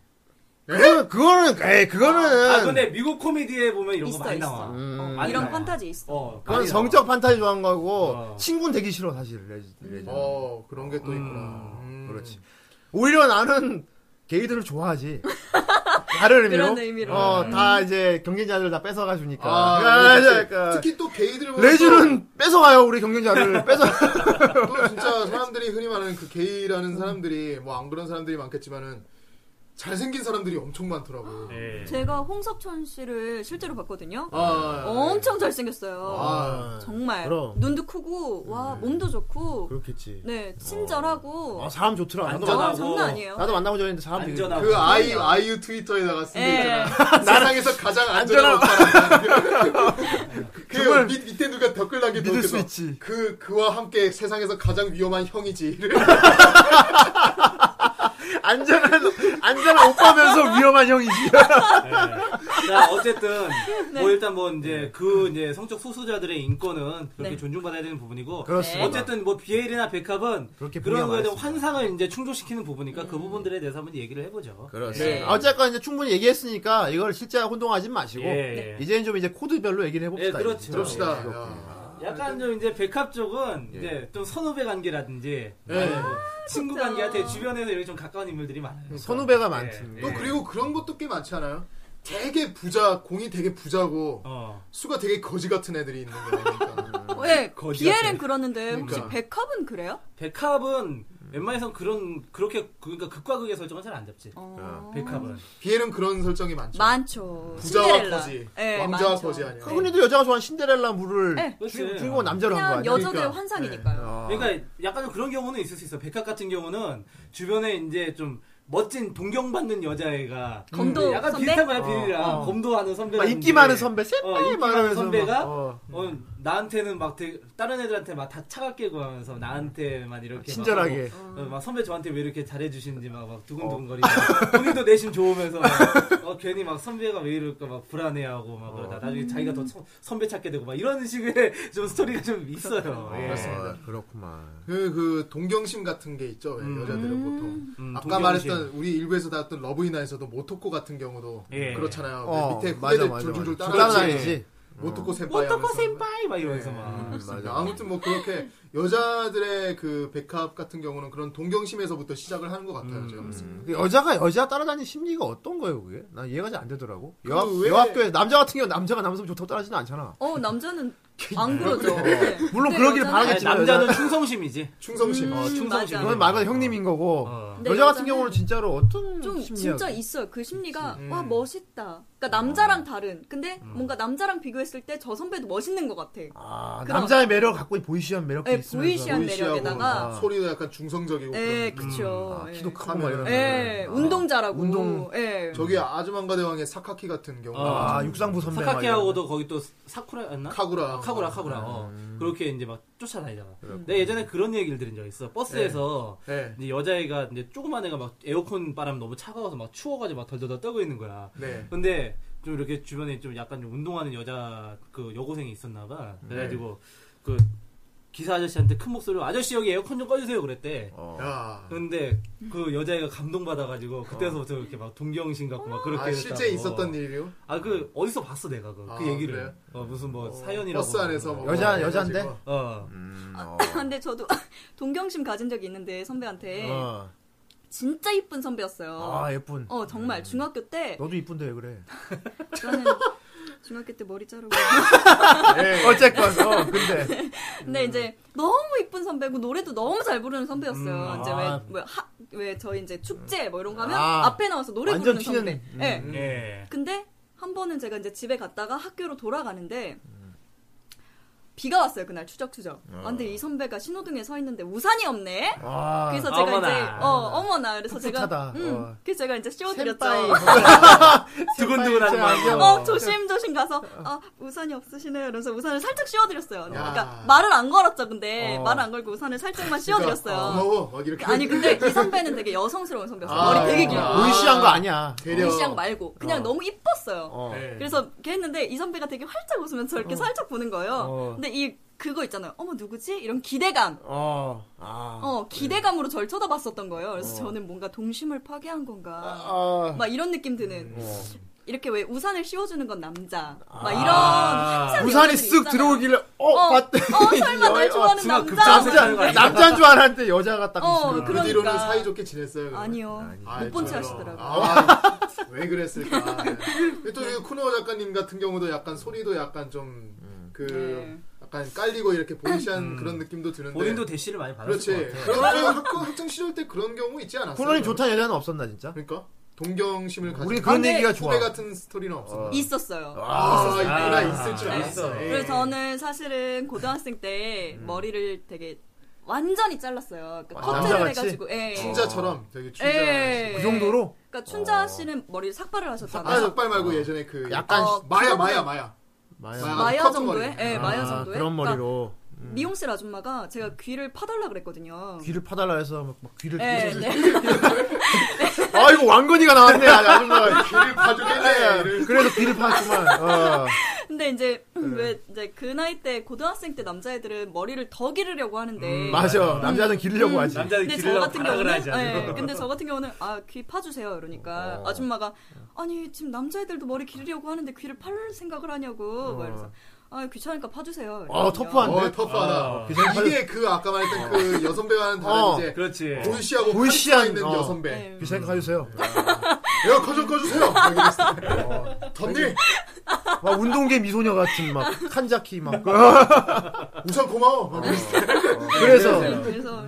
예, 그거는 그거는 에이 그거는 아 근데 미국 코미디에 보면 이런 거 있어, 많이 있어. 나와. 어, 많이 이런 나와. 판타지 있어. 어, 그건 많이 성적 판타지 좋아하는 거고 어. 친구는 되기 싫어 사실 레, 레 어 그런 게 또 있구나. 음. 그렇지 오히려 나는 게이들을 좋아하지 다른 의미로 그런 의미로. 어다 이제 경쟁자들 다 뺏어가 주니까 아, 그러니까 그렇지. 이제 그러니까 특히 또 게이들 보면 레즈는 뺏어가요 우리 경쟁자를 뺏어 또, 또 진짜 사람들이 흔히 말하는 그 게이라는 사람들이 뭐 안 그런 사람들이 많겠지만은 잘생긴 사람들이 엄청 많더라고. 네. 나와. 예. 제가 홍석천 씨를 실제로 봤거든요. 아, 엄청 잘생겼어요. 아. 정말 네. 그럼. 눈도 크고 와 몸도 좋고 그렇겠지 네 친절하고 아 사람 좋더라 나도, 완전- 만- 아, 안전하고. 장난 아니에요. 나도 만나고 전에 사람 되게 안전하고. 그 아이 아이유 트위터에다가 쓴 거 예. 있잖아. 세상에서 가장 안전한 사람. 그 밑, 밑에 누가 댓글 남긴 믿을 수 있지. 그 그와 함께 세상에서 가장 위험한 형이지. 안전한 안전한 오빠면서 위험한 형이지 자, 어쨌든 네. 뭐 일단 뭐 네. 이제 그 이제 성적 소수자들의 인권은 그렇게 네. 존중받아야 되는 부분이고 그렇습니다. 어쨌든 뭐 비엘이나 백합은 그렇게 그런 분야 거에 대한 환상을 이제 충족시키는 부분이니까 음. 그 부분들에 대해서 한번 얘기를 해보죠. 네. 아, 어쨌건 이제 충분히 얘기했으니까 이걸 실제 혼동하지 마시고 예, 예. 이제는 좀 이제 코드별로 얘기를 해봅시다. 예, 그렇죠. 이제. 그럽시다. 예. 야. 약간 좀 이제 백합 쪽은 이제 좀 선후배 관계라든지 예. 아니면 뭐 친구 진짜. 관계한테 주변에서 이렇게 좀 가까운 인물들이 많아요. 네. 선후배가 예, 많지. 또 그리고 그런 것도 꽤 많지 않아요? 되게 부자, 공이 되게 부자고 어. 수가 되게 거지 같은 애들이 있는 거니까. 왜 거지 비엘은 같아. 그러는데 혹시 그러니까. 백합은 그래요? 백합은 웬만해선 그런 그렇게 그러니까 극과 극의 설정은 잘 안 잡지. 어... 백합은 비엘은 그런 설정이 많죠. 많죠. 부자와 신데렐라. 거지, 예, 왕자와 많죠. 거지 아니야. 그분이도 여자가 좋아하는 신데렐라 물을 네. 주- 그렇지. 주인공 남자로 한 거 그냥 아니야? 여자들의 그러니까. 환상이니까요. 어. 그러니까 약간 좀 그런 경우는 있을 수 있어. 백합 같은 경우는 주변에 이제 좀 멋진 동경받는 여자애가 검도 약간 선배? 비슷한 거야 비리랑 어. 검도하는 선배 막 인기 많은 선배, 어, 새빨리 인기 많은 많은 선배가 막, 어. 어, 나한테는 막 되게- 다른 애들한테 막 다 차갑게 구하면서 나한테만 이렇게 친절하게. 막, 하고, 어, 막 선배 저한테 왜 이렇게 잘해주시는지 막, 막 두근두근거리고 어. 본인도 내심 좋으면서 막, 어, 괜히 막 선배가 왜 이럴까 막 불안해하고 막 어. 그러다 나중에 자기가 더 선- 선배 찾게 되고 막 이런 식의 좀 스토리가 좀 있어요. 예. 아, 그렇구만. 그, 그, 동경심 같은 게 있죠, 왜 음. 여자들은 보통. 음, 아까 동경심. 말했던, 우리 일부에서 다뤘던 러브이나에서도 모토코 같은 경우도 예. 그렇잖아요. 어, 밑에 맞아, 후배들 맞아, 줄줄줄 맞아. 따라다니지. 따라다니지. 모토코 센파이. 오토코 하면서. 어. 센파이 막 이러면서 막 음, 맞습니다. 맞아. 아무튼 뭐 그렇게 여자들의 그 백합 같은 경우는 그런 동경심에서부터 시작을 하는 것 같아요. 음. 제가 봤을 때. 그 여자가 여자 따라다니는 심리가 어떤 거예요, 그게? 난 이해가 잘 안 되더라고. 그 여학, 왜- 여학교에 남자 같은 경우 남자가 남성 좋다고 따라지는 않잖아. 어 남자는 안 그러죠. 네. 뭐, 물론 근데 그러길 여자는- 아니, 바라겠지만 남자는 충성심이지. 충성심. 어, 음, 충성심. 맞아. 그건 말 그대로 형님인 거고 어. 근데 여자 같은 여자는 경우는 진짜로 어떤 좀 심리야? 진짜 있어요. 그 심리가 음. 와 멋있다. 그러니까 남자랑 다른. 근데 뭔가 남자랑 비교했을 때 저 선배도 멋있는 것 같아. 아, 그런- 남자의 매력 갖고 보이시한 매력도 예, 있으면서 보이시한 보이시하고 매력에다가. 어, 소리도 약간 중성적이고. 예, 그런- 그쵸. 아, 예. 키도 크고 막 이런. 예, 아. 운동자라고. 운동. 예. 저기 아즈만가 대왕의 사카키 같은 경우. 어. 아, 육상부 선배 막 이런. 사카키하고도 거기 또 사쿠라였나? 카구라. 카구라 카구라 어. 그렇게 이제 막 쫓아다니잖아. 내가 예전에 그런 얘기를 들은 적 있어. 버스에서 네. 이제 여자애가 이제 조그만 애가 막 에어컨 바람 너무 차가워서 막 추워가지고 막 덜덜덜 떨고 있는 거야. 네. 근데 좀 이렇게 주변에 좀 약간 좀 운동하는 여자 그 여고생이 있었나봐. 음. 그래가지고 그 기사 아저씨한테 큰 목소리로 아저씨 여기 에어컨 좀 꺼주세요 그랬대. 어. 야. 아, 근데 그 여자애가 감동받아가지고 그때서부터 이렇게 막 동경심 갖고 막 그렇게 어. 아, 실제 있었던 일이요? 아 그 어디서 봤어 내가 그, 그 아, 얘기를 그래요? 어, 무슨 뭐 사연이라고 버스 안에서 뭐 여자- 그래가지고. 여잔데? 어 음, 어. 근데 저도 동경심 가진 적이 있는데 선배한테 어. 진짜 이쁜 선배였어요. 아, 예쁜. 어 정말 중학교 때 너도 이쁜데 왜 그래? 저는 중학교 때 머리 자르고 예, 어쨌건 어, 근데 근데 음. 이제 너무 이쁜 선배고 노래도 너무 잘 부르는 선배였어요. 음, 이제 아. 왜뭐왜 저희 이제 축제 뭐 이런 거 하면 아. 앞에 나와서 노래 완전 부르는 선배. 튀는, 음. 예. 예. 근데 한 번은 제가 이제 집에 갔다가 학교로 돌아가는데 비가 왔어요 그날 추적추적. 아, 근데 이 선배가 신호등에 서 있는데 우산이 없네. 아, 그래서 제가 어머나. 이제 어 어머나 그래서 풋풋하다. 제가 음, 어. 그래서 제가 이제 씌워드렸죠. 두근두근하는 마음으로. 아, 어, 조심조심 가서, 그렇죠. 아, 우산이 없으시네요. 이러면서 우산을 살짝 씌워드렸어요. 그러니까 야. 말을 안 걸었죠, 근데. 어. 말을 안 걸고 우산을 살짝만 아, 씌워드렸어요. 고마워. 막 이렇게. 아니, 근데 이 선배는 되게 여성스러운 선배였어요. 아, 머리 되게 아, 길고. 의시한 거 아니야. 되려. 시장 말고. 그냥 어. 너무 이뻤어요. 예. 어. 네. 그래서 이렇게 했는데 이 선배가 되게 활짝 웃으면서 이렇게 살짝 보는 거예요. 어. 근데 이 그거 있잖아요. 어머 누구지? 이런 기대감. 어, 아. 어 기대감으로 저를 쳐다봤었던 거예요. 그래서 저는 뭔가 동심을 파괴한 건가. 아. 막 이런 느낌 드는. 어. 이렇게 왜 우산을 씌워주는 건 남자. 막 이런 아. 항상 우산이 여자들이 쓱 있잖아요. 들어오길래 어, 어, 봤대. 어 설마 날 좋아하는 중학 남자. 급작- 남자- 남자인 줄 알았는데 여자 같다고 어, 있으면. 그런- 그 뒤로는 그러니까. 사이좋게 지냈어요. 그러면? 아니요. 아, 못 본 채 저요. 하시더라고요. 아, 왜 그랬을까. 네. 또이 쿠노 작가님 같은 경우도 약간 소리도 약간 좀 그 네. 약간 깔리고 이렇게 보이시한 그런 느낌도 드는데. 본인도 대시를 많이 그렇지. 받았을 것 같아. 그런 네, 학교 학창 시절 때 그런 경우 있지 않았어요? 코너님 좋다는 여자는 없었나 진짜? 그러니까 동경심을 가진 우리 그런 근데 얘기가 좋아. 후배 같은 스토리는 없어. 있었어요. 아, 있구나 아, 있을 줄 알았어. 예. 있어. 네. 에이. 그래서 저는 사실은 고등학생 때 음. 머리를 되게 완전히 잘랐어요. 그러니까 커트를 아, 남자같이? 해가지고, 예. 춘자처럼 되게 춘자. 예. 그 정도로? 어. 그러니까 춘자 씨는 머리를 삭발을 아, 하셨잖아요. 삭발 말고 예전에 그 약간 어, 마야 그런 마야 거- 마야. 마야. 마야 커트 정도에, 머리. 예, 마야 정도에. 아, 그런 그러니까 머리로 음. 미용실 아줌마가 제가 귀를 파달라 그랬거든요. 귀를 파달라 해서 막, 막 귀를 예, 네. 아 이거 왕건이가 나왔네 아, 아줌마가 귀를 파주겠네. 이를. 그래서 귀를 파지만 어. 근데 이제 왜 이제 그 나이 때 고등학생 때 남자애들은 머리를 더 기르려고 음, 하는데 맞아 남자는 기르려고 하지 남자는 근데 저 길을 같은 발악을 경우는 하지 예, 않아요. 근데 저 같은 경우는 아 귀 파주세요 이러니까 아줌마가 아니 지금 남자애들도 머리 기르려고 하는데 귀를 팔 생각을 하냐고 막 이러면서 아 귀찮으니까 파주세요. 어, 이러거든요. 터프한데? 어, 아. 터프하다. 이게 그 아까 말했던 그 여선배와는 다른 어. 이제 그렇지. 보이시하고 보이시한, 보이시한 있는 어. 여선배. 예. 그 생각해주세요 야, 커져 커주세요. 어, 덧니 막 운동계 미소녀 같은 막 칸자키 막 우선 고마워. 막 이러면서. 그래서 네, 그래서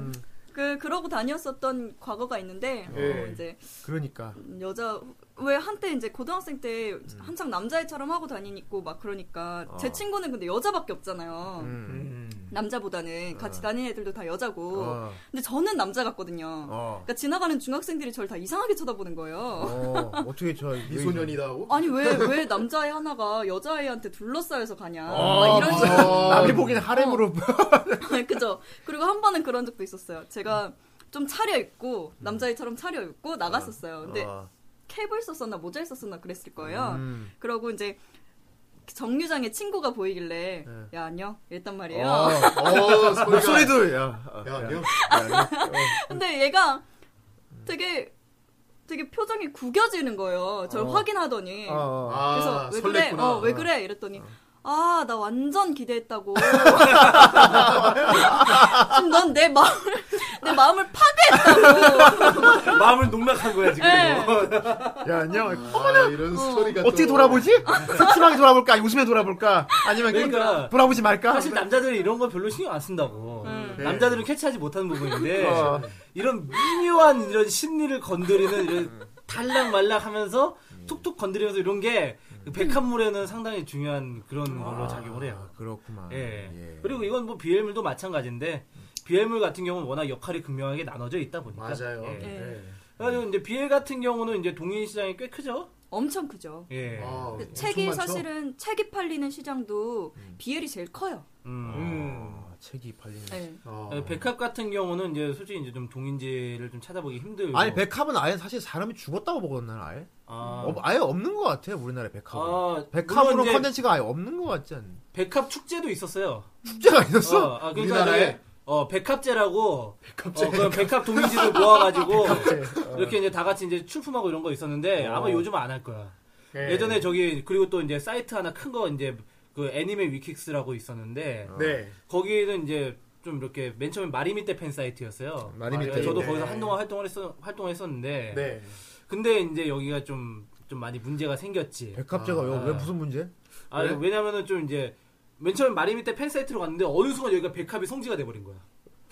그 그러고 다녔었던 과거가 있는데 예. 어, 이제 그러니까 여자 왜 한때 이제 고등학생 때 한창 남자애처럼 하고 다니고 막 그러니까 제 친구는 근데 여자밖에 없잖아요. 음. 음. 음. 네. 남자보다는 같이 다니는 애들도 다 여자고 어. 근데 저는 남자 같거든요. 어. 그러니까 지나가는 중학생들이 저를 다 이상하게 쳐다보는 거예요. 어, 어떻게 저 미소년이다 하고. 아니 왜 왜 남자애 하나가 여자애한테 둘러싸여서 가냐 아, 어, 막 이런 식으로 어. 어. 남이 보기엔 하렘으로 그죠? 그리고 한 번은 그런 적도 있었어요. 제가 좀 차려입고 음. 남자애처럼 차려입고 아. 나갔었어요. 근데 어. 캡을 썼었나 모자를 썼었나 그랬을 거예요. 음. 그러고 이제 정류장에 친구가 보이길래 네. 야 안녕 이랬단 말이에요. 어, 소리가. 목소리도 야, 어. 야, 아니요. 근데 얘가 되게 되게 표정이 구겨지는 거예요. 저를 확인하더니 어, 어. 그래서 아, 왜 그래? 설렜구나. 어, 왜 그래? 이랬더니 아 나 완전 기대했다고. 지금 넌 내 마음을 내 마음을 파괴했다고. 마음을 농락한 거야 지금. 네. 이거. 야 안녕 아, 이런 스토리가 어떻게 또- 돌아보지? 새침하게 돌아볼까? 아니, 웃으며 돌아볼까? 아니면 그러니까 돌아보지 말까? 사실 남자들은 이런 걸 별로 신경 안 쓴다고. 음. 네. 남자들은 캐치하지 못하는 부분인데 어. 이런 미묘한 이런 심리를 건드리는 이런 탈락말락하면서 음. 툭툭 건드리면서 이런 게그 백합물에는 상당히 중요한 아. 그런 걸로 작용을 해요. 그렇구만. 예. 그리고 이건 뭐 비엘물도 마찬가지인데 비엘물 같은 경우는 워낙 역할이 극명하게 나눠져 있다 보니까. 음. 맞아요. 예. 예. 그래가지고 이제 비엘 같은 경우는 이제 동인 시장이 꽤 크죠. 엄청 크죠. 예. 아, 그 엄청 책이 많죠? 음. 사실은 책이 팔리는 시장도 비엘이 제일 커요. 음. 음. 책이 팔리는. 네. 어. 음, 어, 백합 같은 경우는 이제 솔직히 이제 좀 동인지를 좀 찾아보기 힘들고. 아니, 백합은 아예 사실 사람이 죽었다고 보거든, 난 아예. 아, 어, 아예 없는 것 같아, 우리나라에 백합은. 아, 물론 백합으로 이제 컨텐츠가 아예 없는 것 같지 않니? 백합 축제도 있었어요. 축제가 있었어? 어, 아, 그러니까 우리나라에? 이제, 어, 백합제라고. 백합제. 어, 그런 백합 동인지를 모아가지고. 이렇게 이제 다 같이 이제 출품하고 이런 거 있었는데 아마 요즘 안 할 거야. 예. 예전에 저기 그리고 또 이제 사이트 하나 큰 거 이제 그 애니메 위킥스라고 있었는데 네. 거기는 이제 좀 이렇게 맨 처음에 마리미떼 팬 사이트였어요. 마리미떼. 그러니까 저도 네. 거기서 한동안 활동을 했었 활동을 했었는데 네. 근데 이제 여기가 좀, 좀 많이 문제가 생겼지. 백합제가 왜, 왜 무슨 문제? 아, 왜? 왜냐면은 좀 이제, 맨 처음에 마리미떼 팬사이트로 갔는데 어느 순간 여기가 백합이 성지가 돼버린 거야.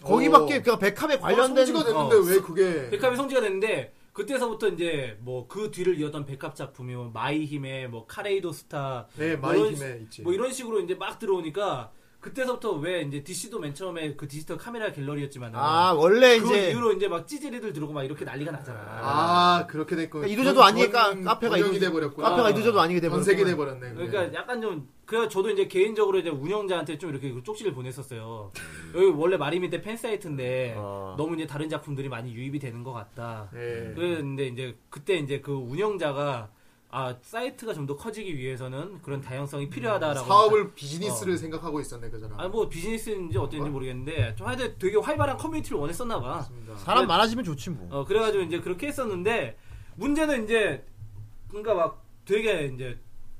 거기밖에, 그 백합에 관련된 관련된. 성지가 어. 아, 됐는데 어. 왜 그게 백합이 성지가 됐는데, 그때서부터 이제 뭐 그 뒤를 이었던 백합 작품이 뭐 마이힘의 뭐 카레이도 스타 네, 뭐 마이 이런 힘에 시- 있지. 뭐 이런 식으로 이제 막 들어오니까 그때서부터 왜 이제 DC도 맨 처음에 그 디지털 카메라 갤러리였지만 아, 원래 그 이제. 이후로 이제 막 찌질이들 들어오고 막 이렇게 난리가 나잖아. 아, 그렇게 됐고. 그러니까 이도저도 아니니까 카페가 이동이 이도- 돼 버렸구나. 카페가 이도저도 아니게 돼버렸구나. 전세계 돼 버렸네. 그러니까 약간 좀 그래서 저도 이제 개인적으로 이제 운영자한테 좀 이렇게 쪽지를 보냈었어요. 음. 여기 원래 마리미떼 팬 사이트인데 아. 너무 이제 다른 작품들이 많이 유입이 되는 것 같다. 예. 그런데 이제 그때 이제 그 운영자가 아 사이트가 좀 더 커지기 위해서는 그런 다양성이 필요하다라고 음. 사업을 비즈니스를 생각하고 있었네 그 사람. 아니 뭐 비즈니스인지 어땠는지 모르겠는데 좀 하여튼 되게 활발한 커뮤니티를 원했었나 봐. 사람 많아지면 좋지 뭐. 어 그래가지고 이제 그렇게 했었는데 문제는 이제 그러니까 막 되게 이제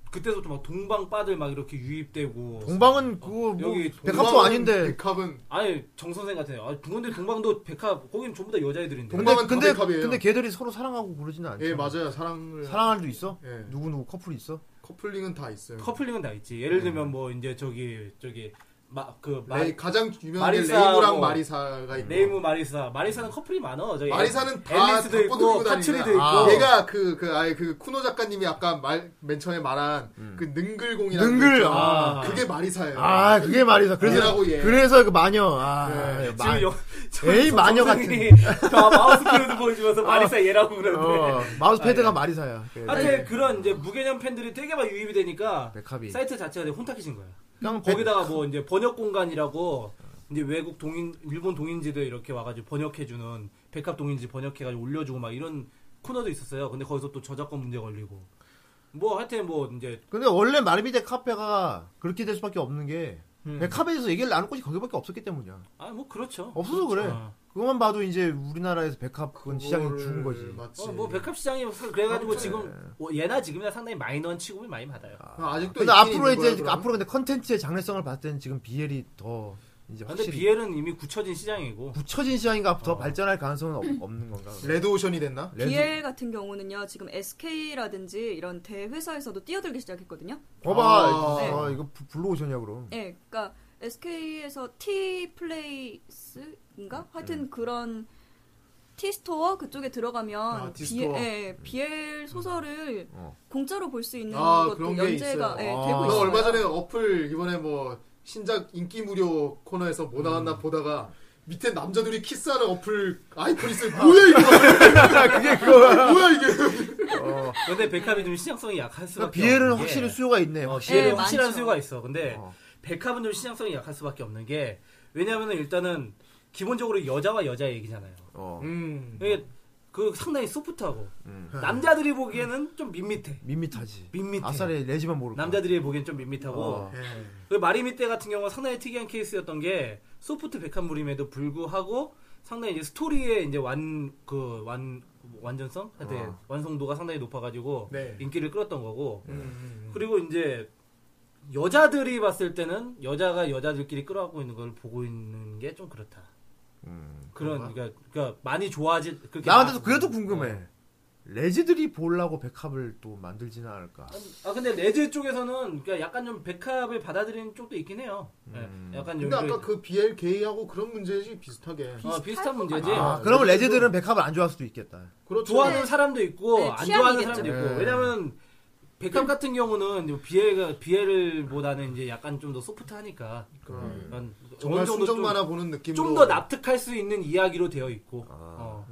그때부터 막 동방 빠들 막 이렇게 유입되고 동방은 그거 뭐 여기 백합도 아닌데. 백합은 아니 정 선생 같은 아 근데 동방도 백합 거긴 전부 다 여자애들인데 근데 동방은 그 근데 백합이에요. 근데 걔들이 서로 사랑하고 그러지는 않죠. 예 맞아요 사랑을 사랑할 도 있어? 예. 누구 누구 커플 있어? 커플링은 다 있어요. 커플링은 다 있지 예를 들면 뭐 이제 저기 저기 마그 네. 레이- 네, 가장 유명한 게 마리사 레이무랑 뭐. 마리사가 있고 예. 레이무 마리사 마리사는 커플이 많아 저기 마리사는 다 앨리스도 덮고 있고 들고 다니는 카츄리도 있고 아. 얘가 그, 그, 아예 그, 쿠노 작가님이 아까 말, 맨 처음에 말한, 그, 능글공이라는. 능글! 거 있죠. 아. 그게 마리사예요. 아 그게 말이다. 그래서 얘라고 얘. 그래서 그 마녀. 아, 예. 마- 지금 여, 저- 에이, 저 마녀 선생님이 다 마우스 키보드 보여주면서 아. 마리사 얘라고 그러는데 어, 마우스 패드가 네, 마리사야. 그래. 하여튼 그런 이제 무개념 팬들이 되게 막 유입이 되니까 백합이. 사이트 자체가 되게 혼탁해진 거야 그냥 백- 거기다가 뭐 이제 번역 공간이라고 이제 외국 동인 일본 동인지도 이렇게 와가지고 번역해주는 백합 동인지 번역해가지고 올려주고 막 이런 코너도 있었어요 근데 거기서 또 저작권 문제 걸리고 뭐 하여튼 뭐 이제 근데 원래 마르비데 카페가 그렇게 될 수밖에 없는 게 음. 백합에서 얘기를 나눌 곳이 거기밖에 없었기 때문이야. 아 뭐 그렇죠 없어서 그래. 어. 그것만 봐도 이제 우리나라에서 백합 그건 시장이 죽은 거지. 맞지. 어, 뭐 백합 시장이 그래가지고 네. 지금 뭐 예나 지금이나 상당히 마이너한 취급을 많이 받아요. 아직도. 근데 있긴 있는 앞으로 이제 거야, 그럼? 앞으로 근데 컨텐츠의 장래성을 봤을 때는 지금 비엘이 더 이제 아, 근데 확실히 비엘은 아. 이미 굳혀진 시장이고 붙여진 시장인가 더 발전할 가능성은 없- 없는 건가? 레드오션이 됐나? 레드- BL 같은 경우는요, 지금 SK라든지 이런 대회사에서도 뛰어들기 시작했거든요. 봐봐, 아. 아, 이거 블- 블루오션이야 그럼. 예, 그러니까 SK에서 T 네. 플레이스인가? 하여튼 그런 T 스토어 그쪽에 들어가면 아, T B, 스토어. 예, BL 소설을 어. 공짜로 볼 수 있는 아, 그런 것도 게 연재가 있어요. 예, 아. 되고 너 나 있어요. 얼마 전에 어플, 이번에 뭐, 신작 인기 무료 코너에서 뭐 나왔나 보다가, 밑에 남자들이 키스하는 어플 아이폰 있을 뭐야 이거 그게 그거야. 뭐야 이게 근데 백합이 좀 시장성이 약할 어. 그러니까 수밖에 비엘은 없는 게 확실히 수요가 있네. 어, 확실히. 비엘은 네, 확실한 많죠. 수요가 있어. 근데 어. 백합은 좀 시장성이 약할 수밖에 없는 게 왜냐하면 일단은 기본적으로 여자와 여자 얘기잖아요. 어. 음. 이게 그 상당히 소프트하고 음. 남자들이 보기에는 좀 밋밋해. 밋밋하지. 밋밋해. 아싸리 레지만 모르고. 남자들이 보기엔 좀 밋밋하고 어. 예. 그 마리미 때 같은 경우는 상당히 특이한 케이스였던 게 소프트 백합물임에도 불구하고 상당히 이제 스토리의 이제 완 그 완 완전성, 하여튼 어. 완성도가 상당히 높아가지고 네. 인기를 끌었던 거고 음, 그리고 이제 여자들이 봤을 때는 여자가 여자들끼리 끌어안고 있는 걸 보고 있는 게 좀 그렇다. 그런 그러니까, 그러니까 많이 좋아하지 그렇게 음, 나한테도 많- 그래도 어. 궁금해. 레지들이 보려고 백합을 또 만들지는 않을까. 아 근데 레즈 쪽에서는 그러니까 약간 좀 백합을 받아들이는 쪽도 있긴 해요. 예, 음. 약간 좀 근데 아까 이렇게- 그 BL 게이하고 그런 문제지 비슷하게 어, 비슷한 문제지. 어, 아, 그러면 레지들은 백합을 안 좋아할 수도 있겠다. 그렇죠 좋아하는 사람도 있고 네, 안 좋아하는 취향이겠죠. 사람도 있고 네. 왜냐면 백합 같은 경우는 비애가 비애를보다는 이제 약간 좀 더 소프트하니까 약간 음. 정말 어느 정도 순정 좀- 만화 보는 느낌으로 아. 좀 더 납득할 수 있는 이야기로 되어 있고 아, 어,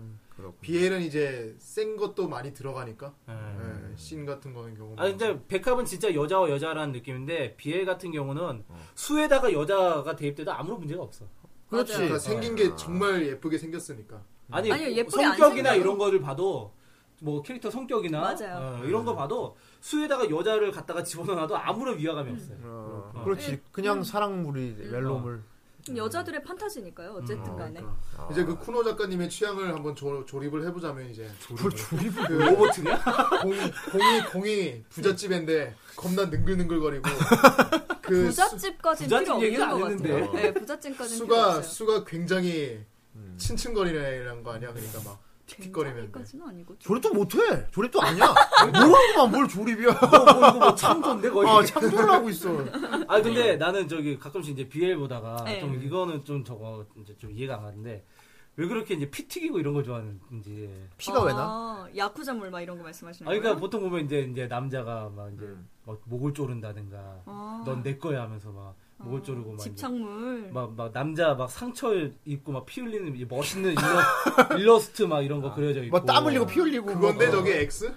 BL은 이제 센 것도 많이 들어가니까 예. 예, 씬 같은 거는 경우 아 진짜 백합은 진짜 여자와 여자라는 느낌인데 비엘 같은 경우는 어. 수에다가 여자가 대입돼도 아무런 문제가 없어. 그렇지. 그러니까 생긴 게 정말 예쁘게 생겼으니까 아니, 아니요, 예쁘게 안 성격이나 생겨요. 이런 거를 봐도 뭐 캐릭터 성격이나 맞아요. 어, 이런 거 봐도 수에다가 여자를 갖다가 집어넣어도 아무런 위화감이 음. 없어요. 어, 그렇지. 그냥 사랑물이 멜로물. 여자들의 판타지니까요. 음. 어쨌든 간에. 아. 이제 그 쿠노 작가님의 취향을 한번 조, 조립을 해보자면 이제 그걸 조립을. 네. 그 로봇이냐? 공, 공이 공이 부잣집인데 겁나 능글능글거리고 그 수, 부잣집까지는 부잣집 필요 없는 얘기는 것 안 같아요. 했는데. 네, 부잣집까지는 필요 수가 없어요. 수가 굉장히 음. 친친거리네 이런 거 아니야 그러니까 막 틱틱거리면 굉장히까지는 아니고 좀. 조립도 못해. 조립도 아니야. 뭐라고만 뭘 조립이야. 뭐, 이거 뭐 참고인데 거의. 아, 창조를 하고 있어. 아 근데 나는 저기 가끔씩 이제 BL 보다가 네. 좀 이거는 좀 저거 이제 좀 이해가 안 가는데 왜 그렇게 이제 피 튀기고 이런 걸 좋아하는지. 피가 왜 나? 아, 야쿠자물 막 이런 거 말씀하시는 아 그러니까 거예요? 보통 보면 이제 이제 남자가 막 이제 음. 막 목을 조른다든가 아. 넌 내 거야 하면서 막 목을 조르고 막 이제 어. 집착물. 막, 막 남자 막 상처 입고 막 피 흘리는 이 멋있는 일러, 일러스트 막 이런 거 그려져 있고 막 아, 뭐 땀 흘리고 피 흘리고. 그건데 막, 어, 저게 X?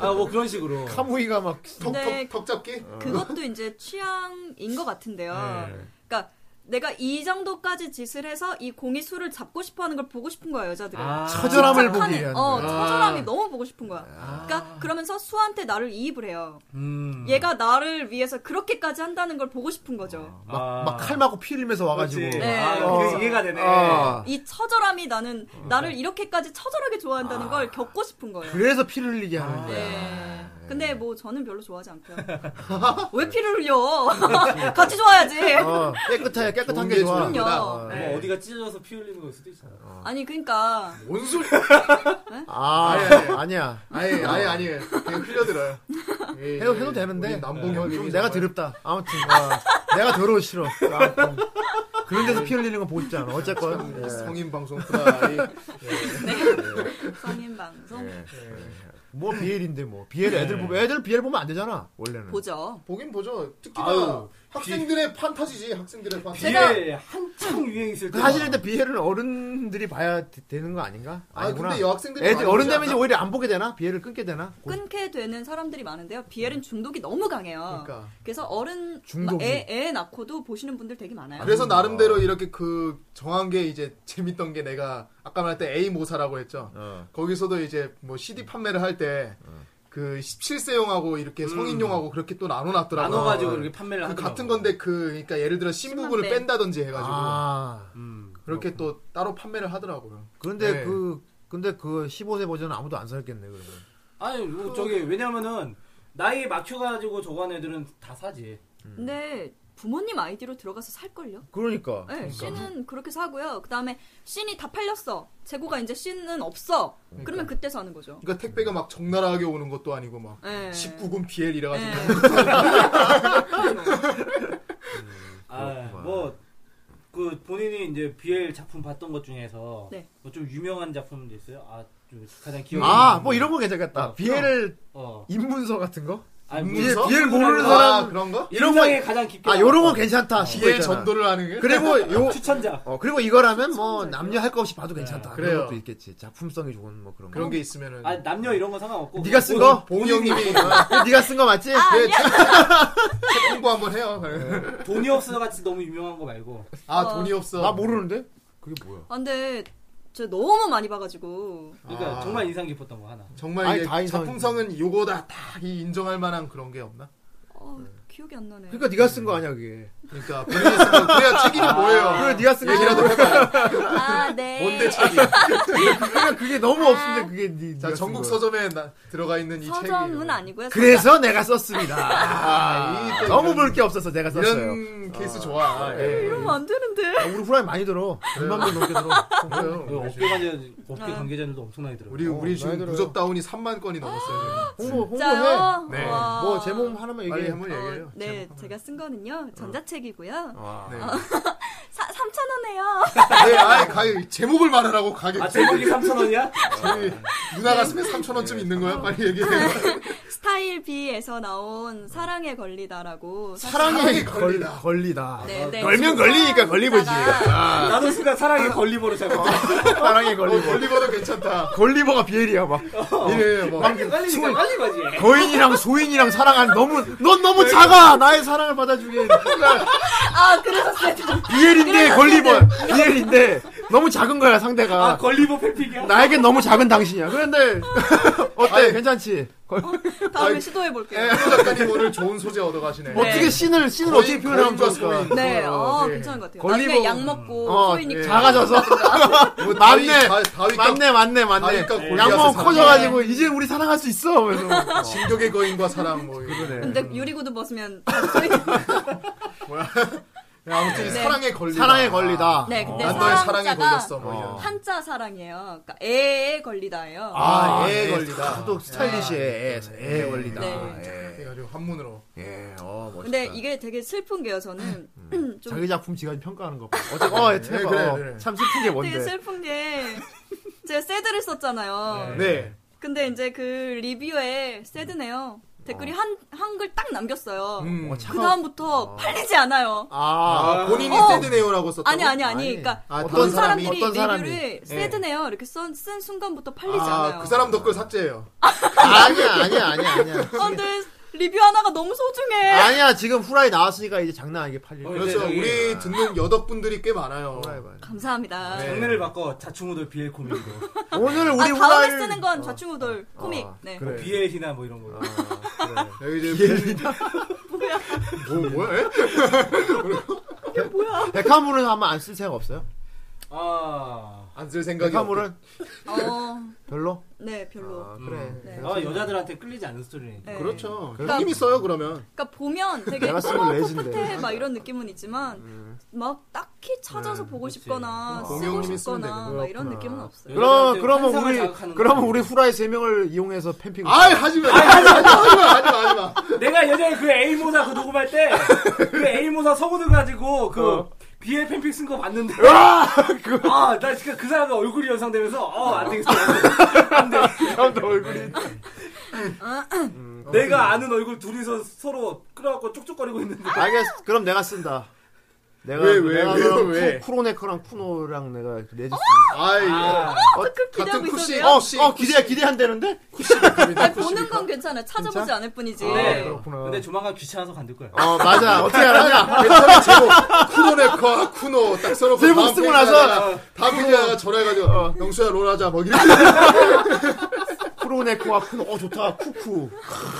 아뭐 그런 식으로 카무이가 막. 턱, 네. 어. 턱, 턱 잡기? 네. 그것도 이제 취향인 것 같은데요. 그러니까 내가 이 정도까지 짓을 해서 이 공이 수를 잡고 싶어 하는 걸 보고 싶은 거야, 여자들은. 아, 처절함을 아, 보기 착하네. 위한 어, 거야. 아. 처절함이 너무 보고 싶은 거야. 그러니까 그러면서 수한테 나를 이입을 해요. 음. 얘가 나를 위해서 그렇게까지 한다는 걸 보고 싶은 거죠. 아. 막칼 맞고 피 흘리면서 와가지고 그렇지. 네. 아, 어. 이해, 가 되네. 아, 어. 이 처절함이 나는 나를 이렇게까지 처절하게 좋아한다는 걸 겪고 싶은 거예요. 그래서 아. 피를 흘리게 하는 거야. 네. 근데 뭐 저는 별로 좋아하지 않고요. 왜 피를 흘려? 같이 좋아야지. 어, 깨끗해 깨끗한 좋은 게 게 좋아. 좋은 그럼요. 네. 뭐 어디가 찢어져서 피 흘리는 걸 수도 있잖아. 요 아니 그러니까 뭔 소리? 아 아니, 아니. 아니야. 아예 아예 아니에요. 그냥 흘려들어요. 예, 해도 예. 해도 되는데 우리 남봉 형님이 좀 정말- 내가 더럽다. 아무튼 아, 내가 더러워 싫어. 아무튼. 그런 데서 피 흘리는 건 보고 싶지 않아. 어쨌건 예. 예. 성인 방송 프라이 네. 성인 방송 뭐 비엘인데 뭐 비엘 애들 보면 네. 애들 비엘 보면 안 되잖아 원래는. 보죠. 보긴 보죠. 특히나 아유, 학생들의 판타지지 학생들의 판타지. 이게 한창 유행했을 그 때. 사실 근데 비엘은 어른들이 봐야 되- 되는 거 아닌가? 아 아니구나. 근데 여학생들이 애들 많이 어른 보지 되면 이제 않나? 오히려 안 보게 되나? 비엘을 끊게 되나? 고- 끊게 되는 사람들이 많은데요. 비엘은 중독이 너무 강해요. 그러니까. 그래서 어른 중독이. 애, 애 낳고도 보시는 분들 되게 많아요. 그래서 나름대로 이렇게 그 정한 게 이제 재밌던 게 내가 아까 말했던 A 모사라고 했죠. 어. 거기서도 이제 뭐 CD 판매를 할 때 그 17세용하고 이렇게 성인용하고 그렇게 또 나눠놨더라고요. 어, 나눠가지고 이렇게 판매를 그 하더라고. 같은 건데 그 그러니까 예를 들어 신부분을 10만 뺀. 뺀다든지 해가지고 아 음. 그렇게 또 따로 판매를 하더라고요. 근데 네. 그 근데 그 15세 버전은 아무도 안 살겠네 그러면. 아니 뭐 저기 왜냐면은 나이 맞춰가지고 저거 하는 애들은 다 사지. 근데 부모님 아이디로 들어가서 살걸요? 그러니까. 네, 씬은 그렇게 사고요. 그 다음에 씬이 다 팔렸어. 재고가 이제 씬은 없어. 그러면 그때 사는 거죠. 그러니까 택배가 막 적나라하게 오는 것도 아니고 막 네. 19금 BL 이래가지고 아뭐 그 본인이 이제 BL 작품 봤던 것 중에서 네. 뭐 좀 유명한 작품도 있어요. 아좀 가장 기억에 아 남는 뭐 이런 거 괜찮겠다. 비엘을 어. 입문서 같은 거? 아니 비엘, 뭐 비엘 모르는 아, 아 사람 그런 거? 이런 이런 거- 거에 가장 깊게 아 요런 거 괜찮다. 시계 이게 전도를 하는 예, 게 그리고 요 추천작. 어, 그리고 이거라면 뭐 남녀 할 거 없이 봐도 괜찮다. 아, 그런 그래요. 것도 있겠지. 작품성이 좋은 뭐 그런 거. 그런 게 있으면은 아 남녀 이런 거 상관없고. 뭐 네가 쓴 거? 봉이 형님이 이거 어, 네가 쓴 거 맞지? 아, 네, 책 공부 한번 해요. 돈이 없어 같이 너무 유명한 거 말고. 네. 아 돈이 없어. 나 모르는데. 그게 뭐야? 아, 근데 저 너무 많이 봐가지고 그러니까 아. 정말 인상 깊었던 거 하나. 정말 아니, 이게 다 인상- 작품성은 요거다 딱 이 인정할 만한 그런 게 없나? 어, 기억이 안 나네. 그러니까 네가 쓴 거 아니야 그게. 그러니까 본인이 쓰면 그래야 책임이 아, 뭐예요? 그래 네가 쓴 거라도 아, 네. 뭔데 책임? 그러니까 그게 너무 없는데 그게 네. 자 네가 쓴 전국 거야. 서점에 나- 들어가 있는 이 책이 서점은 아니고요. 그래서 내가 썼습니다. 아, 이- 너무 볼 게 없어서 내가 썼어요. 이런 케이스 좋아. 예. 이러면 안 되는데. 아, 우리 후라이 많이 들어. 2만 명 넘게 들어. 그래요. 네, 그 업계 관계 업계 관계자들도 엄청나게 들어. 우리 우리 지금 무적 다운이 3만 건이 넘었어요. 홍보 홍보해. 진짜요? 네. 와. 뭐 제목 하나만 지금. 빨리 얘기해. 한번 어, 얘기해요. 네, 제가 쓴 거는요. 아, 전자책이고요. 어, 네. 사, 3,000원에요. 네, 아예 가게 제목을 말하라고 가게. 아 제목이 3천 원이야? 저희 누나 가슴에 3천 원쯤 있는 거야? 빨리 얘기해. 스타일 B에서 나온 사랑에 걸리다라고. 사실- 사랑에 걸리다. 걸리다. 걸리다. 네, 네. 아, 걸면 걸리니까 걸리고지. 아. 나도 순간 사랑의 걸리버로 잡고. 사랑에 어, 걸리고. 어. 걸리버도 괜찮다. 걸리버가 비엘이야 막. 이래 뭐. 깔리니까 빨리 가지. 거인이랑 소인이랑 사랑하는 너무 넌 너무 작아 나의 사랑을 받아주기엔 아, 그래서 세 비엘인데 걸리버 비엘인데 너무 작은 거야 상대가 아 걸리버 패픽이야? 나에겐 너무 작은 당신이야 그런데 어때 괜찮지 걸- 다음에 네. 시도해볼게요. 예, 조 작가님 오늘 좋은 소재 얻어가시네. 뭐 어떻게 씬을 씬을 어떻게 거인, 표현하면 거인과 좋을까 소인. 네, 어, 네. 괜찮은 것 같아요. 걸리고- 나중에 약 먹고 어 소이니까. 예. 작아져서 뭐 다위- 맞네 다- 다위가 맞네 맞네 맞네 다윗과 골리앗의 양모 사랑. 커져가지고 이제 우리 사랑할 수 있어 네. 그래서 진격의 거인과 사랑 뭐 이거. 근데 네. 유리구두 벗으면 소이- 아무튼 이 네. 사랑에 걸리다. 사랑에 걸리다 네, 근데 난 너의 사랑에 사랑자가- 걸렸어. 뭐 이런. 한자 사랑이에요. 그러니까 애에 걸리다예요. 아, 아, 예, 예, 걸리다. 또 스타일리시해. 예, 예, 걸리다. 네. 해가지고 한문으로. 예, 예, 어, 멋있다. 근데 이게 되게 슬픈 게요, 저는. 좀 자기 작품 지가 평가하는 거 봐. 어차피, 어, 예, 예, 대박. 그래, 어, 그래. 참 슬픈 게 뭔데. 어, 되게 슬픈 게 제가 새드를 썼잖아요. 네. 근데 이제 그 리뷰에 새드네요. 아. 댓글이 한 한글 딱 남겼어요. 어, 그 차가워. 다음부터 팔리지 않아요. 아, 아, 본인이 어. 세드네요라고 썼다고? 아니 아니 아니. 아니. 그러니까 아, 어떤, 다른 사람이? 사람들이 어떤 사람이? 예. 리뷰를 새드네요 이렇게 쓴, 쓴 순간부터 팔리지 아, 그 않아요. 그 사람 덕글 삭제예요. 아니야, 아니야, 아니야, 아니야. 어, 근데 리뷰 하나가 너무 소중해. 아니야 지금 후라이 나왔으니까 이제 장난 아니게 팔릴 거야. 그렇죠. 저기- 우리 아. 듣는 여덕분들이 꽤 많아요. 후라이 봐요. 감사합니다. 장르를 바꿔 자충우돌 비엘 코믹으로 오늘 아 네. 우리 다음에 후라이 쓰는 건 좌충우돌 코믹. 네. 그래. 비엘 희나 뭐 이런 거. 여기 이제 뭐 뭐야? 예? 뭐야? 백화물은 아마 안 쓸 생각 없어요? 아, 안 쓸 생각이 백화물은 어, 별로? 네 별로. 아, 그래. 네. 아 여자들한테 끌리지 않는 스토리네. 네. 없- 그렇죠. 그러니까- 힘이 써요 그러면. 그러니까 보면 되게 내가 쓰는 레진데. 음. 풋풋해 막 이런 느낌은 있지만 막 딱히 찾아서 네, 보고 그치. 싶거나 쓰고 공룡님이 쓰면 싶거나 되는 막 이런 거였구나. 느낌은 없어요. 그럼 그러면 환상을 우리 자극하는 그러면 거야. 우리 후라이 세 명을 이용해서 팬핑. 아이 하지 마. 하지 마. 하지 마. 하지 마. 하지 마. 내가 예전에 그 A 모사 그 녹음할 때 그 A 모사 서문을 가지고 그 비엘 팬픽 쓴 거 봤는데. 아나 지금 그 사람의 얼굴이 연상되면서 어안 되겠어. 사람들 얼굴이. 내가 아는 얼굴 둘이서 서로 끌어갖고 쪽쪽거리고 있는데. 알겠어. 그럼 내가 쓴다. 내가 왜, 왜, 내가 왜요, 그럼 왜? 쿠- 쿠로네커랑 쿠노랑 내가 어, 레지. 아이 아, 기대하고 같은 쿠시. 있었네요. 어, 어 기대 기대한다는데? 아니, 보는 건 괜찮아요. 찾아보지 않을 뿐이지. 네. 그렇구나. 근데 조만간 귀찮아서 간들 거야. 어 맞아. 어떻게 알았냐? 괜찮아 제목 쿠노네커 쿠노 딱 써놓고 제목 다음 쓰고 페이지 나서 하다가 다음 페이지에 전화해가지고 영수야 롤하자 뭐 이렇게 쿠로네커와 쿠노. 어 좋다. 쿠쿠.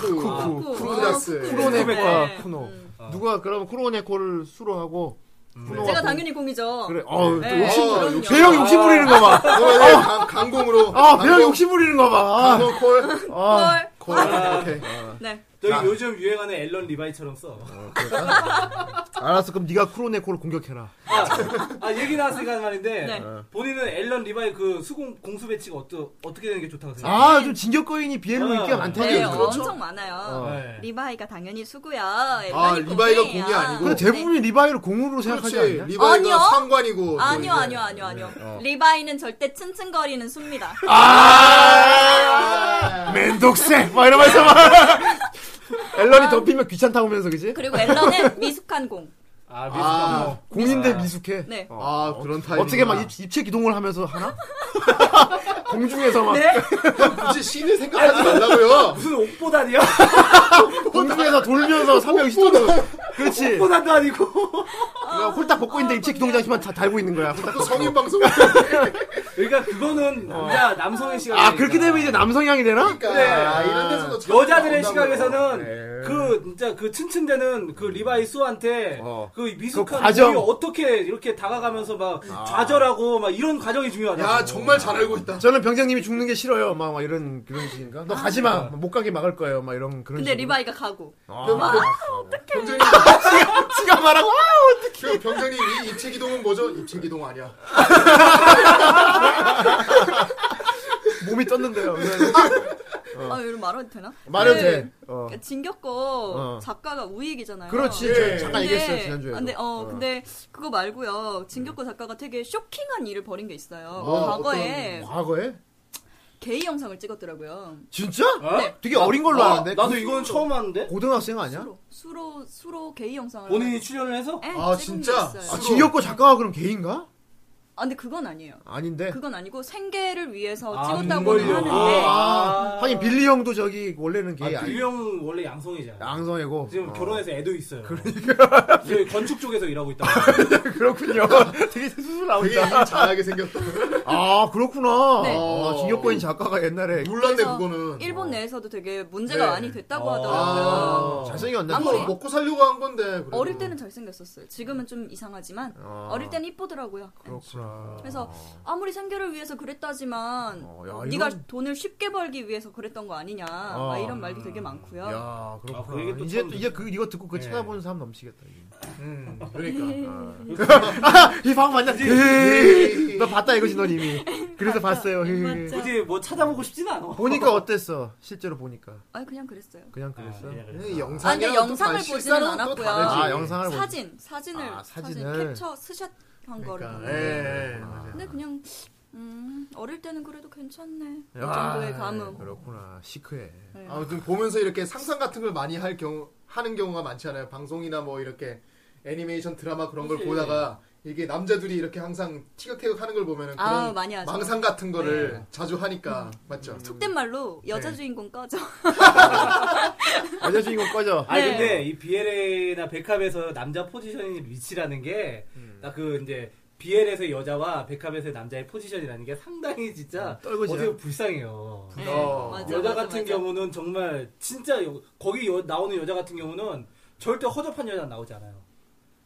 쿠쿠. 쿠쿠. 쿠로다스. 아, 쿠쿠. 쿠로네코와 네. 쿠노. 누가 그러면 쿠로네코를 수로 하고 쿠노와 제가 쿠- 당연히 공이죠. 그래. 음. 어, 네, 또 욕심 어, 그럼요. 배영 욕심 부리는 거 봐. 강, 강공으로 아, 배영 욕심 부리는 거 봐. 아, 강공콜 아. 헐. 콜 오케이 네. 저기 요즘 유행하는 앨런 리바이처럼 써. 아, 알았어. 그럼 네가 쿠로네코를 공격해라. 아, 아, 얘기 나왔으니까 말인데 네. 본인은 앨런 리바이 그 수공 공수 배치가 어떠, 어떻게 되는 게 좋다고 생각해요? 아, 좀 진격거인이 비엘로 아, 인기가 네, 많다네. 엄청 많아요. 네. 리바이가 당연히 수고요. 그렇죠. 아, 리바이가 공이 아니고? 근데 대부분이 리바이를 공으로 생각하지 그렇지 않냐? 리바이가 아니요. 상관이고 아니요, 아니요, 아니요, 아니요. 리바이는 절대 층층거리는 수입니다. 아! 맨독새! 막 이러면서 막. 앨런이 덮이면 귀찮다 하면서, 그지? 그리고 앨런은 미숙한 공. 아, 아. 미스터 공인데 미숙해. 네. 아 그런 타입 어떻게 막 입, 입체 기동을 하면서 하나? 공중에서 막. 네. 굳이 신을 생각하지 말라고요 무슨 옥보단이야? 공중에서 돌면서 360도. 그렇지. 옥보단도 아니고. 그냥 홀딱 벗고 있는데 입체 기동장치만 다 달고 있는 거야. 홀딱. 그 성인 방송 그러니까 그거는 남자 남성의 시각. 어. 아, 그렇게 되면 이제 남성향이 되나? 그러니까 이런 데서도 참 여자들의 나온다고요. 네. 시각에서는 그 진짜 그 츤츤대는 그 리바이 수한테 어. 그 미숙한 그 과정. 아. 우리 어떻게 이렇게 다가가면서 막 좌절하고 막 이런 과정이 중요하다. 야 정말 잘 알고 있다 저는 병장님이 죽는 게 싫어요. 막, 막 이런, 그런 식인가? 너 가지 마. 못 가게 막을 거예요. 막 이런, 그런 근데 식으로. 리바이가 가고. 아, 병장님 지가 말하고, 그 병장님 이 입체 기동은 뭐죠 입체 기동 아니야 몸이 떴는데요. 아, 이런 말해도 되나? 말해도 네. 돼. 어. 진격거 어. 작가가 우익이잖아요. 네. 그렇지. 예. 저- 잠깐 얘기했어요, 지난주에. 근데 어, 근데 그거 말고요. 진격거 작가가 되게 쇼킹한 일을 벌인 게 있어요. 어, 과거에 과거에? 게이 영상을 찍었더라고요. 진짜? 네. 되게 어린 걸로 아, 아는데? 나도 그- 이건 처음 하는데 고등학생 아니야? 수로 수로 수로 게이 영상을 본인이 출연을 해서 예, 아, 찍은 진짜? 게 있어요. 아, 진격고 작가가 그럼 개인가? 아, 근데 그건 아니에요. 아닌데. 그건 아니고 생계를 위해서 아, 어, 돈 찍었다고 벌려. 하는데 아, 하긴 빌리 형도 저기 원래는 아, 개이 아, 니 빌형 원래 양성이잖아. 양성애고. 지금 어. 결혼해서 애도 있어요. 그러니까 지금 건축 쪽에서 일하고 있다고. 그렇군요. 되게 수술 되게 나온다. 일 잘하게 생겼다 아, 그렇구나. 네. 아, 진격고인 작가가 옛날에 몰랐네 그래서 그거는 어. 어. 일본 내에서도 되게 문제가 네. 많이 됐다고 아. 하더라고요. 잘생겼나? 아무리- 뭐- 그거 먹고 살려고 한 건데 그래도. 어릴 때는 잘생겼었어요. 지금은 좀 이상하지만 아. 어릴 때는 이쁘더라고요. 그렇구나. 그래서 아무리 생계를 위해서 그랬다지만 어, 야, 네가 이건- 돈을 쉽게 벌기 위해서 그랬던 거 아니냐 막 이런 말도 되게 많고요. 음, 야, 아, 그렇구나. 그 얘기 또 이제 처음 또 이제 그 이거 듣고 그 네. 찾아보는 사람 넘치겠다. 이게. 아. 음, 그러니까 이 방금 봤냐? 헤헤헤. 너 봤다 이거지 넌 이미. 그래서 봤어요. 헤헤헤. 굳이 뭐 찾아보고 싶진 않아. 보니까 어땠어? 실제로 보니까 아 그냥 그랬어요. 그냥 그랬어. 아, 예, 그래. 아 근데 영상이랑 영상을 보지는 않았고요. 다르지. 아, 영상을 보지. 사진 사진을 아, 사진 사진을. 캡처 스샷 한 거를 그러니까 봤는데 예, 예, 맞아요. 근데 그냥 음, 어릴 때는 그래도 괜찮네. 그 야, 예, 정도의 감흥. 네. 그렇구나. 시크해. 아무튼 보면서 이렇게 상상 같은 걸 많이 할 경우 하는 경우가 많잖아요 방송이나 뭐 이렇게 애니메이션 드라마 그런 걸 보다가 이게 남자들이 이렇게 항상 티격태격 하는 걸 보면은 그런 아, 많이 하죠. 음. 망상 같은 거를 자주 하니까 맞죠. 속된 말로 예. 여자 주인공 꺼져. 어, 아, 여자 주인공 꺼져. 아니 네. 근데 이 BLA나 백합에서 남자 포지션이 위치라는 게 나 그 이제 BL에서 여자와 백합에서의 남자의 포지션이라는 게 상당히 진짜 떨거지야. 어떻게 불쌍해요. 네, 어. 맞아, 여자 맞아, 같은 맞아. 경우는 정말 진짜 여- 거기 여- 나오는 여자 같은 경우는 절대 허접한 여자 는 나오지 않아요.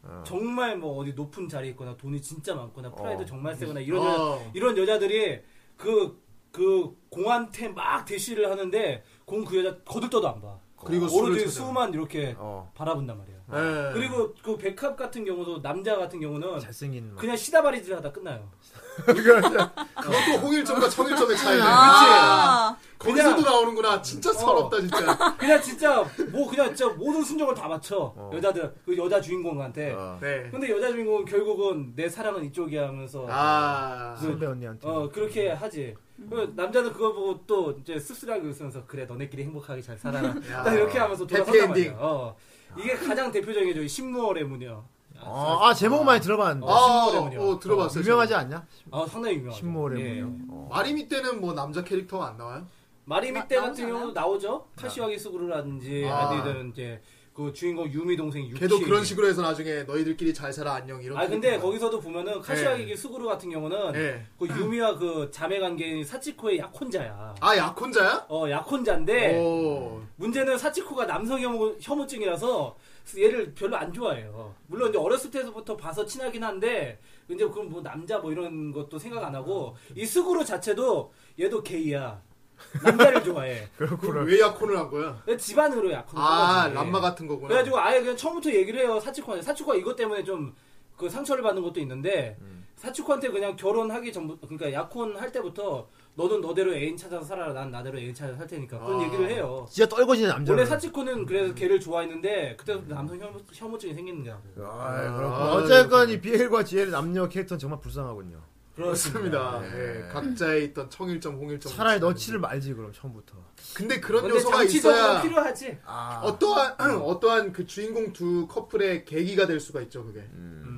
어. 정말 뭐 어디 높은 자리에 있거나 돈이 진짜 많거나 프라이드 어. 정말 세거나 이런 어. 여자, 이런 여자들이 그 그 공한테 막 대시를 하는데 공 그 여자 거들떠도 안 봐. 그리고 술을 오로지 찾아. 수만 이렇게 어. 바라본단 말이에요. 네. 예. 그리고 그 백합 같은 경우도 남자 같은 경우는 잘생긴 막 그냥 시다바리질 하다 끝나요. 그것도 홍일점과 청일점의 차이네. 아, 그치? 거기서도 그냥- 나오는구나. 진짜 서럽다 진짜. 그냥 진짜 뭐 그냥 진짜 모든 순정을 다 맞춰 어. 여자들 그 여자 주인공한테. 어. 네. 근데 여자 주인공은 결국은 내 사랑은 이쪽이야 하면서 아. 선배 언니한테 어 그렇게 하지. 그 남자는 그거 보고 또 이제 씁쓸하게 웃으면서 그래 너네끼리 행복하게 잘 살아라. 딱 이렇게 하면서 돌아선단 해피엔딩. 아. 말이야. 어. 이게 가장 대표적인 게 저기 심무월의 문이요. 아, 아 제목은 많이 들어봤는데 아, 신문이군요. 어, 들어봤어요. 유명하지 않냐? 아 상당히 유명하죠. 신무월의 예. 문이요? 마리미 때는 뭐 남자 캐릭터가 안 나와요? 마리미 나- 때 나오지 같은 경우도 나오죠. 카시와기 스구루라든지 아. 아. 니든 이제 그 주인공 유미 동생 유키. 걔도 그런 식으로 해서 나중에 너희들끼리 잘 살아 안녕 이런. 아 근데 캐릭터가. 거기서도 보면은 카시와기 스구루 같은 경우는 예. 그 유미와 그 자매 관계인 사치코의 약혼자야. 아 약혼자야? 어 약혼자인데 오. 문제는 사치코가 남성 혐오, 혐오증이라서 얘를 별로 안 좋아해요. 물론 이제 어렸을 때부터 봐서 친하긴 한데 이제 그럼 뭐 남자 뭐 이런 것도 생각 안 하고 아. 이 스구루 자체도 얘도 게이야. 남자를 좋아해. 그럼 왜 약혼을 한 거야? 근데 집안으로 약혼을 아 한 거지. 람마 같은 거구나. 그래가지고 아예 그냥 처음부터 얘기를 해요 사치코한테 사치코가 이것 때문에 좀 그 상처를 받는 것도 있는데 음. 사치코한테 그냥 결혼하기 전부 그러니까 약혼할 때부터 너는 너대로 애인 찾아서 살아라 난 나대로 애인 찾아서 살 테니까 그런 아. 음. 얘기를 해요 진짜 떨궈지는 남자 원래 사치코는 그래서 걔를 좋아했는데 그때부터 남성 혐오, 혐오증이 생기는 거야 아, 그렇구나. 아, 어쨌건 이 비엘과 지엘의 남녀 캐릭터는 정말 불쌍하군요 그렇습니다. 예, 각자의 있던 청일점, 홍일점. 네. 차라리 넣지를 말지 그럼 처음부터 근데 그런 근데 요소가 정치적으로 있어야 필요하지 아. 어떠한 어떠한 그 주인공 두 커플의 계기가 될 수가 있죠. 그게 음.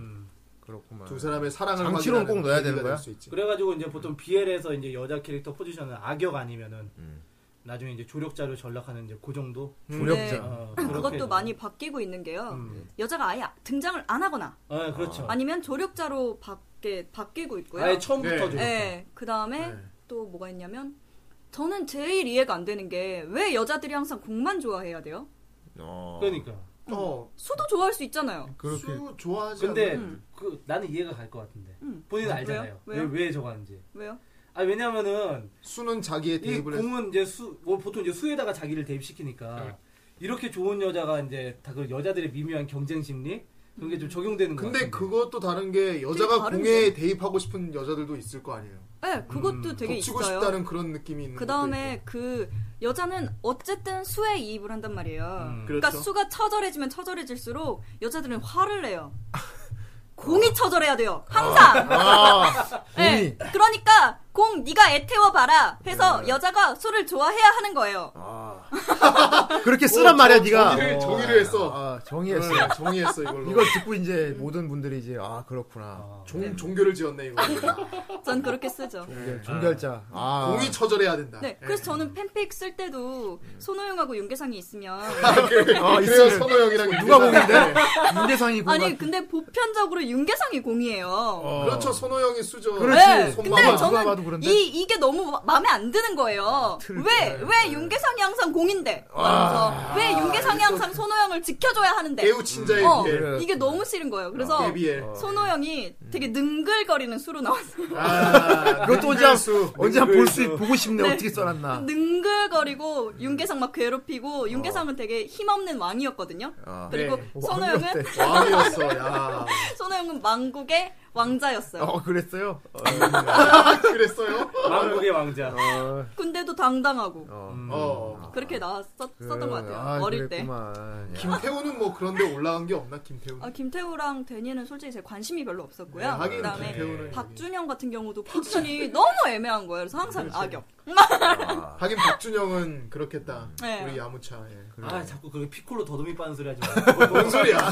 그렇구만 두 사람의 사랑을 장치로는 확인하는 꼭 넣어야 계기가 되는 거야? 될수 있지. 그래가지고 이제 보통 BL에서 이제 여자 캐릭터 포지션은 악역 아니면은 음. 나중에 이제 조력자로 전락하는 이제 그 정도 조력자 네. 어, 그렇게. 음. 그것도 많이 바뀌고 있는 게요. 음. 여자가 아예 등장을 안 하거나 아, 그렇죠 아니면 조력자로 밖에 바뀌고 있고요. 아예 처음부터 네. 좀. 네, 그 다음에 또 뭐가 있냐면 저는 제일 이해가 안 되는 게 왜 여자들이 항상 공만 좋아해야 돼요? 어. 그러니까. 어, 수도 좋아할 수 있잖아요. 그렇게 수 좋아하지. 근데 않나? 음. 그 나는 이해가 갈 것 같은데. 음. 본인은 왜요? 알잖아요. 왜 왜요? 왜 저거 하는지. 왜요? 아 왜냐면은 수는 자기의 이 대입을 해서 공은 이제 수, 뭐 보통 이제 수에다가 자기를 네. 대입시키니까 이렇게 좋은 여자가 이제 다 그 여자들의 미묘한 경쟁 심리 그런 음. 게 좀 적용되는 거 근데 같은데. 그것도 다른 게 여자가 다른 공에 대입하고 싶은 여자들도 있을 거 아니에요. 네, 그것도 되게 덮치고 있어요. 음, 싶다는 그런 느낌이 있는. 그 다음에 것도 그 여자는 어쨌든 수에 이입을 한단 말이에요. 음. 그러니까 그렇죠. 수가 처절해지면 처절해질수록 여자들은 화를 내요. 공이 처절해야 돼요. 아. 항상. 아, 네. 그러니까 공 네가 애태워 봐라. 해서 네. 여자가 수를 좋아해야 하는 거예요. 그렇게 쓰란 말이야 네가 정의를- 어. 정의를 했어. 아, 있고. 정의했어 네, 정의했어 이걸로. 이걸 듣고 이제 모든 분들이 이제 아 그렇구나 종, 종교를 지었네 이거. 전 그렇게 쓰죠. 이제 종결자 아 공이 처절해야 된다. 네, 그래서 저는 팬픽 쓸 때도 손호영하고 윤계상이 있으면 아, 그래요 선호영이랑 네. 누가 공인데? 문대상이 공같 아니 그- 근데 보편적으로 윤계상이 공이에요. 그렇죠 선호영이 수저. 그렇지. 네, 손 근데 봐봐. 누가 봐도 저는 그런데? 이 이게 너무 마- 마음에 안 드는 거예요. 왜 왜 윤계상이 항상 공인데? 그래서 왜 윤계상이 항상 손호영을 지켜줘야 하는데? 배우 친자의 어, 게 이게 너무 싫은 거예요. 그래서 데뷔에. 손호영이 되게 능글거리는 수로 나왔어요. 아, 그것도 언제 한- 수. 언제 한 볼 수 보고 싶네 어떻게 써놨나 능글거리고 윤계상 막 괴롭히고 윤계상은 되게 힘없는 왕이었거든요. 아. 그리고 네. 손호영은 왕이었어. 야. 손호영은 망국의 네. 왕자였어요. 음. 어 그랬어요 그랬어요? 네. 왕국의 왕자. 군 근데도 당당하고 어. 어. 그렇게 나왔었던 것 같아요. 어릴 때. 때. 김태우는 뭐 그런데 올라간 게 없나 김태우? 아, 김태우랑 데니는 솔직히 제 관심이 네, 별로 없었고요. 네, 하긴 그다음에 김태우는 박준영 같은 경우도 포지션이 너무 애매한 거예요. 그래서 항상 악역. 여기. 하긴 박준영은 그렇겠다. 네. 우리 야무차. 예. 아 자꾸 그 피콜로 더듬이 빠는 소리 하지 마. 뭐, 뭔 소리야?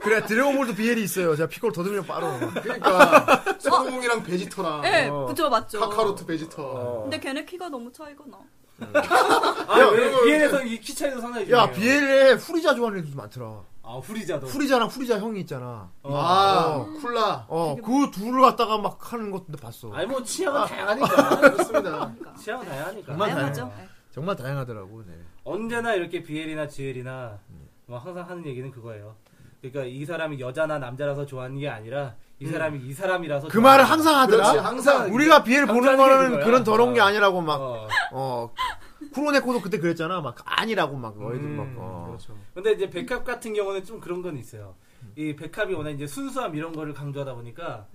그래 드래곤볼도 비엘이 있어요. 제가 피콜 더듬이랑 빠로. 그러니까 손오공이랑 베지터랑 어. 어, 예, 어. 그죠 맞죠. 카카로트 베지터. 근데 걔네 키가 너무 차이가 나. 아, 왜 비엔에서 이키 차이도 상당히 중요해요. 야 비엘에 후리자 좋아하는 애들도 많더라. 아, 후리자도. 어. 후리자랑 후리자 형이 있잖아. 아 쿨라. 어 그 둘을 갖다가 막 하는 것도 봤어. 아니 뭐 취향은 다양하니까. 아, 그렇습니다. 취향은 다양하니까. 아, 네. 다양하죠. 예. 정말 다양하더라고. 네. 그렇죠. 언제나 이렇게 비엘이나 지엘이나 뭐 항상 하는 얘기는 그거예요. 그러니까 이 사람이 여자나 남자라서 좋아하는 게 아니라 이 사람이 이 사람이라서 음. 그 말을 항상 하더라. 그렇지, 항상. 우리가 비엘 보는 당장이게 거는 그거야. 그런 더러운 게 어. 아니라고 막 어. 어. 쿠로네코도 그때 그랬잖아. 막 아니라고 막 너희들 막 어. 그렇죠. 근데 이제 백합 같은 경우는 좀 그런 건 있어요. 이 백합이 워낙 이제 순수함 이런 거를 강조하다 보니까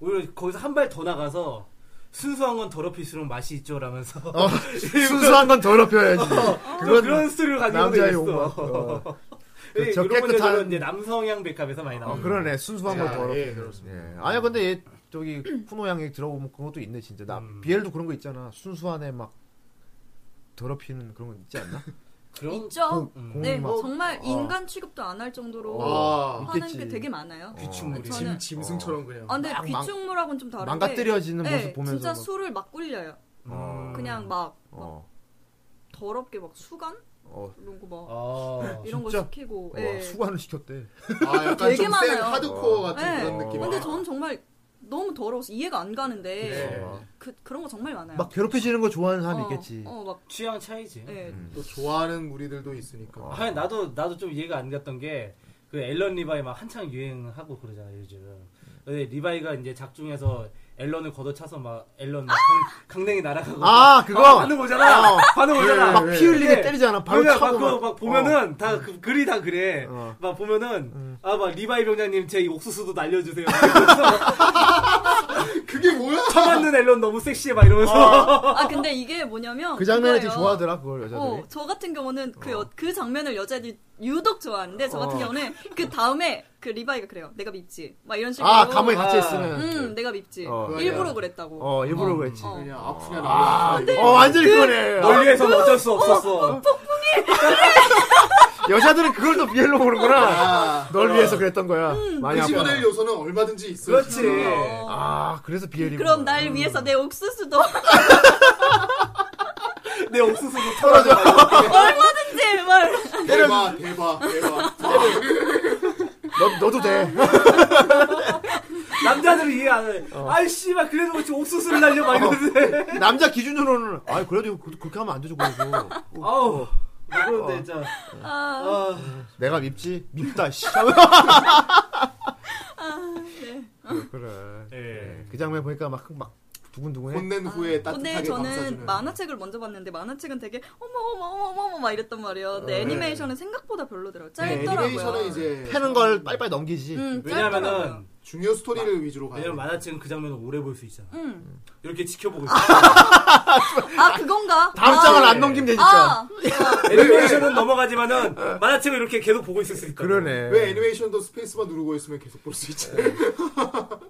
오히려 거기서 한 발 더 나가서 순수한 건 더럽힐수록 맛이 있죠 라면서 어, 순수한 건 더럽혀야지. 그런, 그건 그런 스토리를 가지고 남자의 있어. 욕망. 어. 예, 저 이런 깨끗한- 문제들은 이제 남성향 백합에서 많이 어, 나오는 그러네. 순수한 걸 야, 더럽혀. 예, 예, 아니야 근데 얘 저기 쿠노 양이 들어보면 그것도 있네 진짜. 나 음. 비엘도 그런 거 있잖아. 순수한 애막 더럽히는 그런 거 있지 않나? 어, 그런 있죠. 공- 음. 공이 네, 막 정말 어. 인간 취급도 안 할 정도로 아, 하는 있겠지. 어. 게 되게 많아요. 비축물이 어, 짐 저는- 짐승처럼 그냥. 아, 근데 막- 막- 귀축물하고는 좀 다른 게 망가뜨려지는 모습 네, 보면서 진짜 막, 술을 막 꿀려요. 어, 그냥 막, 막 어, 더럽게 막 수간 어. 이런 거막 아, 이런 거 진짜? 시키고. 와, 예. 수관을 시켰대. 아, 약간 되게 좀 센 많아요. 하드코어 같은 네. 그런 느낌. 아. 근데 저는 정말 너무 더러워서 이해가 안 가는데 그 그런 거 정말 많아요. 네. 막 괴롭혀지는 거 좋아하는 사람이 있겠지. 어, 막 취향 차이지. 예. 음. 또 좋아하는 무리들도 있으니까. 아, 나도 나도 좀 이해가 안 갔던 게 그 앨런 리바이 막 한창 유행하고 그러잖아 요즘. 근데 리바이가 이제 작중에서 앨런을 걷어차서 막 앨런 막 강, 강냉이 날아가고 아, 그거? 어. 예, 반응 오잖아. 반응 오잖아. 막 피 흘리게 근데 때리잖아. 바로 그러니까 차고 막, 그거 막- 막 보면은 다 그, 글이 다 그래. 어. 음. 막 보면은 아 막 리바이 병장님 제이 옥수수도 날려주세요. 그게 뭐야? 처맞는 앨런 너무 섹시해 막 어. 이러면서. 아 근데 이게 뭐냐면 그 장면을 되게 그거예요. 좋아하더라 그걸 여자들이. 어, 저 같은 경우는 그, 어. 여- 그 장면을 여자들이 유독 좋아하는데 저 같은 경우는 그 다음에 그 리바이가 그래요. 내가 밉지. 막 이런 식으로. 아 감을 같이 아. 했으면. 음, 내가 밉지. 어. 일부러 그랬다고. 어 일부러 그랬지. 어. 그냥 아프냐 나. 아, 어 완전히 아. 그거네. 멀리에서 어쩔 수 없었어. 여자들은 그걸 더 비엘로 아. 보는구나. 널 위해서 그랬던 거야. 음. 많이 아파. 아, 끄집어낼 요소는 얼마든지 있어요. 그렇지. 어. 아 그래서 비엘이. 그럼 날 음. 위해서 내 옥수수도 내 옥수수도 털어줘. 얼마든지 말. 대박, 대박, 대박. 너 너도 돼. 남자들은 이해 안 해. 어. 아이 씨발 그래도 어찌 옥수수를 날려 막 이러는데. 남자 기준으로는 아 그래도 그- 그렇게 하면 안 되죠 그래서. 아우. 무거운데 진짜. 아, 아, 내가 밉지 밉다 씨. 아, 네. 그래. 예. 그 장면 보니까 막 막 두근두근해. 혼낸 후에 아, 근데 따뜻하게 저는 감싸주는. 만화책을 먼저 봤는데 만화책은 되게 어머 어머 어머 어머 막 이랬단 말이에요. 근데 애니메이션은 생각보다 별로더라고. 짧더라고요. 네, 애니메이션은 이제 패는 걸 빨빨 넘기지. 음, 짧더라고요. 왜냐면은 중요 스토리를 위주로 가요. 왜냐면 만화책은 그 장면을 오래 볼 수 있잖아. 음. 이렇게 지켜보고 있어. 아 그건가? 다음 아, 장을 안 넘기면 돼 진짜. 아, 애니메이션은 넘어가지만은 만화책을 이렇게 계속 보고 있을 수 있다. 그러네. 왜 애니메이션도 스페이스만 누르고 있으면 계속 볼 수 있지.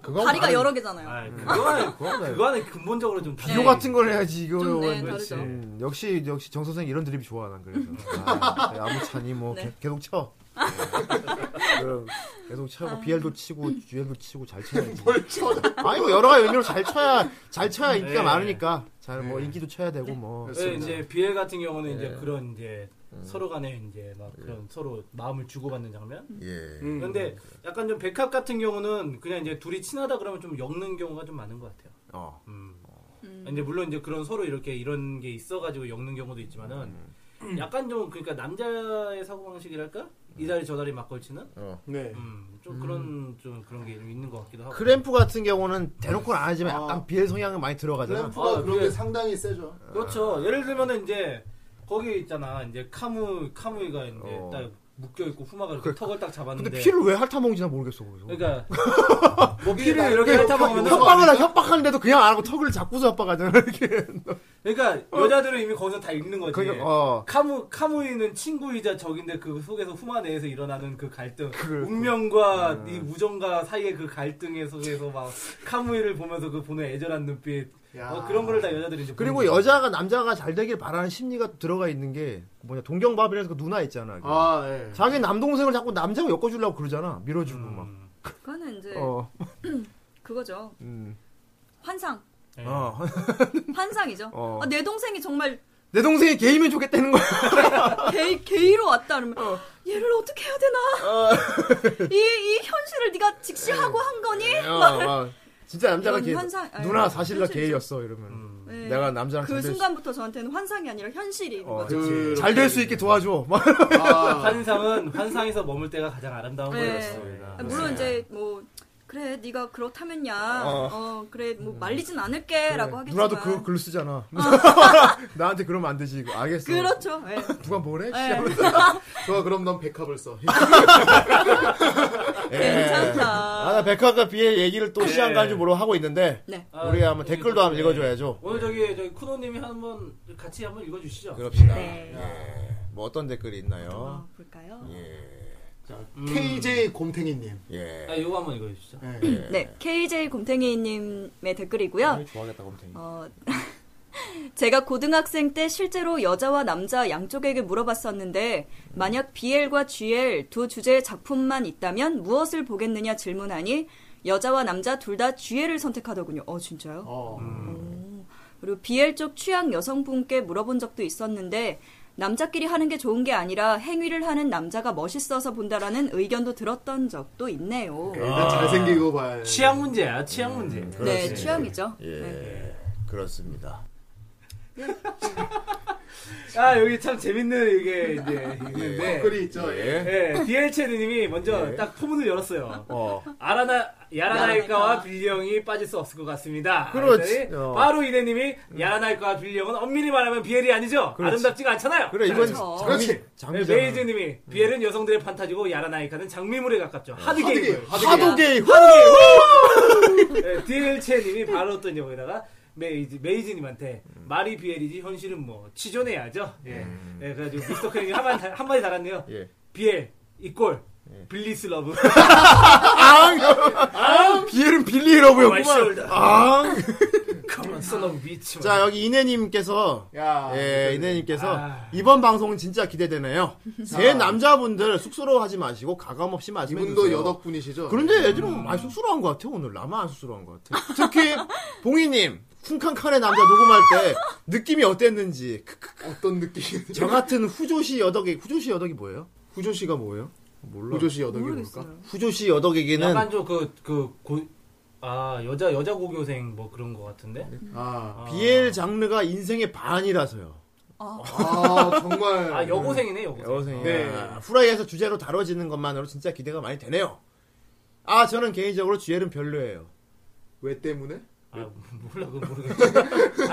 그거 다리가 여러 개잖아요. 아, 그거는 그거는 근본적으로 좀 음. 네. 비교 같은 걸 해야지 이거. 네. 좀, 네, 그렇지. 다르죠. 음, 역시 역시 정 선생 이런 드립이 좋아 난 그래서 아, 아무 차니 뭐 네. 계- 계속 쳐 네. 그럼 계속 쳐고 아. BL도 치고 UL도 치고 잘 쳐야지 뭘 쳐다. 아니 뭐 여러 가지 의미로 잘 쳐야 잘 쳐야 인기가 네. 많으니까 잘 뭐 인기도 쳐야 되고 뭐 네, 이제 비엘 같은 경우는 네. 이제 그런 이제 음. 서로 간에 이제 막 그런 서로 마음을 주고받는 장면. 예. 근데 약간 좀 백합 같은 경우는 그냥 이제 둘이 친하다 그러면 좀 엮는 경우가 좀 많은 것 같아요. 어. 음. 음. 이제 물론 이제 그런 서로 이렇게 이런 게 있어가지고 엮는 경우도 있지만은 약간 좀 그러니까 남자의 사고 방식이랄까 이 다리 저 다리 막걸치는 네. 음, 좀 그런 좀 그런 게 좀 있는 것 같기도 하고. 크램프 같은 경우는 대놓고는 안 하지만 아. 약간 BL 성향은 많이 들어가잖아 램프가 아, 그런 그게- 게 상당히 세죠. 그렇죠. 예를 들면은 이제 거기 있잖아. 이제 카무 카무이가 이제 어. 딱 묶여 있고 후마가 이렇게 턱을 딱 잡았는데. 근데 피를 왜 핥아먹는지 난 모르겠어 거기서 네. 그러니까 뭐 피를 이렇게 그냥 핥아먹으면 협박을 협박하는데도 그냥 안 하고 턱을 잡고서 협박하잖아 이렇게 그러니까 여자들은 이미 거기서 다 읽는 거지. 어. 그러니까 어. 카무 카무이는 친구이자 적인데 그 속에서 후마 내에서 일어나는 그 갈등, 운명과 음. 이 우정과 사이의 그 갈등의 속에서 막 카무이를 보면서 그 보는 애절한 눈빛, 어, 그런 거를 다 여자들이 이제 그리고 보는 거야. 여자가 남자가 잘 되길 바라는 심리가 들어가 있는 게 뭐냐 동경바벨에서 그 누나 있잖아. 아, 네. 예. 자기 남동생을 자꾸 남자가 엮어주려고 그러잖아. 밀어주고 막. 그거는 이제 어. 그거죠. 음. 환상. 어. 환상이죠. 어. 아, 내 동생이 정말 내 동생이 게이면 좋겠다는 거야. 게, 게이로 왔다 그러면 얘를 어떻게 해야 되나? 이, 이 현실을 네가 직시하고 한 거니? 어, 막. 진짜 남자가 이건 게이. 환상- 아니, 누나 사실 나 현실이죠. 게이였어 이러면. 네. 내가 남자랑 그 잘 될 수- 순간부터 저한테는 환상이 아니라 현실인 어, 거죠. 그렇지. 잘될 수 있게 도와줘. 막. 환상은 환상에서 머물 때가 가장 아름다운 네. 거였습니다. 아, 물론 이제 뭐 그래 네가 그렇다면야 어, 그래 뭐 말리진 않을게라고 하겠지만 누나도 음. 그 글 쓰잖아. 나한테 그러면 안 되지. 이거. 알겠어. 어. 그렇죠. 예. 누가 뭐래? 예. 좋아, 그럼 넌 백합을 써. 음. 그러니까 아, 괜찮다. 나 백화가 비해 얘기를 또 시간 가는 줄 모르고 하고 있는데 네. 아, 우리 한번 댓글도 한번 네. 읽어줘야죠. 오늘 저기 저기 쿠노님이 한번 같이 한번 읽어주시죠. 그럽시다. 네. 뭐 어떤 댓글이 있나요? 어, 볼까요? KJ 곰탱이님. 아, 예. 요거 한번 읽어주시죠. 네, KJ 곰탱이님의 댓글이고요. 네, 좋아하겠다 곰탱이. 어, 제가 고등학생 때 실제로 여자와 남자 양쪽에게 물어봤었는데 만약 BL과 GL 두 주제의 작품만 있다면 무엇을 보겠느냐 질문하니 여자와 남자 둘 다 GL을 선택하더군요. 어 진짜요? 어. 음. 그리고 BL 쪽 취향 여성분께 물어본 적도 있었는데 남자끼리 하는 게 좋은 게 아니라 행위를 하는 남자가 멋있어서 본다라는 의견도 들었던 적도 있네요. 아, 일단 아. 잘생기고 봐야 지 취향 문제야, 음, 취향 문제. 네, 취향이죠. 예. 그렇습니다. 아 여기 참 재밌는 이게 네. 이제 어, 있는데 댓글이 있죠. 예. 예. 예, DL체드님이 먼저 딱 포문을 열었어요. 어. 아라나 야라나일까와 빌리 형이 빠질 수 없을 것 같습니다. 그렇지. 그랬더니 어. 바로 이네님이 야라나일까와 빌리 형은 엄밀히 말하면 비엘이 아니죠. 그렇지. 아름답지가 않잖아요. 그래 이건 그렇죠. 장미, 네, 장미잖아. 음. 메이즈님이 비엘은 여성들의 판타지고 야라나일까는 장미물에 어. 가깝죠. 하드게임. 하드게임. 화도게이 네, DL체님이 바로 또 여기다가 메이즈 메이즈님한테 음. 말이 비엘이지 현실은 뭐 치존해야죠. 예, 예, 그래가지고 미스터 크랭이 한마디 달- 한마디 달았네요. 예. 비엘 이꼴 빌리스 러브. 아, 비엘은 빌리 러브였구만. 왈쇼울더. 아. 그만 써놓은 미치. 자 여기 이내님께서 야. 예, 이내님께서 아. 이번 방송은 진짜 기대되네요. 제 남자분들 쑥스러워하지 마시고 가감 아. 없이 마시면 이분도 되세요. 여덕분이시죠? 그런데 애들은 많이 쑥스러운 것 같아요 오늘 나만 안 쑥스러운 것 같아. 특히 봉이님 쿵칸칸의 남자 녹음할 때 느낌이 어땠는지 크크. 어떤 느낌? 저 같은 후조시 여덕이 후조시 여덕이 뭐예요? 후조씨가 뭐예요? 몰라. 후조씨 여덕이 뭘까? 모르겠어요. 후조시 여덕에게는 약간 그, 좀그그아 여자 여자 고교생 뭐 그런 거 같은데. 네. 음. 아, BL 장르가 인생의 반이라서요. 아 정말. 아 여고생이네 여고생. 여고생이 네. 후라이에서 주제로 다뤄지는 것만으로 진짜 기대가 많이 되네요. 아 저는 개인적으로 GL은 별로예요. 음. 왜 때문에? 네. 아 몰라 그건 모르겠어.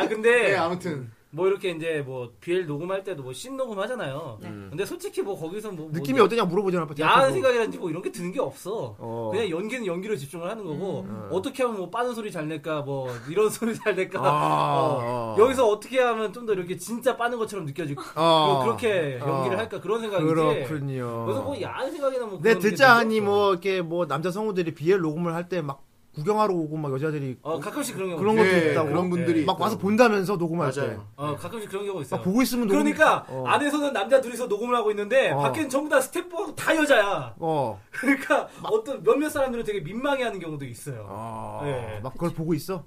아 근데 네, 음. 아무튼 뭐 이렇게 이제 뭐 BL 녹음할 때도 뭐씬 녹음 하잖아요. 네. 근데 솔직히 뭐 거기서 뭐 느낌이 뭐 어떠냐 물어보잖아. 아빠 야한 대답하고. 생각이라든지 뭐 이런 게 드는 게 없어. 어. 음. 네. 그냥 연기는 연기로 집중을 하는 거고 어떻게 하면 뭐 빠는 소리 잘 낼까 뭐 이런 소리 잘 낼까 아, 어, 어. 여기서 어떻게 하면 좀 더 이렇게 진짜 빠는 것처럼 느껴지고 어. 그렇게 연기를 할까 그런 생각이지. 그렇군요. 그래서 뭐 야한 생각이나 뭐. 내 그런 게 어. 듣자 하니 들죠. 뭐 이렇게 뭐 남자 성우들이 BL 녹음을 할 때 막 구경하러 오고 막 여자들이 어 가끔씩 그런 경우. 그런 있어요. 것도 네, 있다고 예. 그런 분들이 막 있다고. 와서 본다면서 녹음할 때. 맞아요. 어 가끔씩 그런 경우 있어요. 막 보고 있으면 녹음- 그러니까 어. 안에서는 남자 둘이서 녹음을 하고 있는데 어. 밖에는 전부 다 스태프하고 다 여자야. 어. 그러니까 어떤 몇몇 사람들은 되게 민망해하는 경우도 있어요. 아, 음. 네. 막 그걸 보고 있어.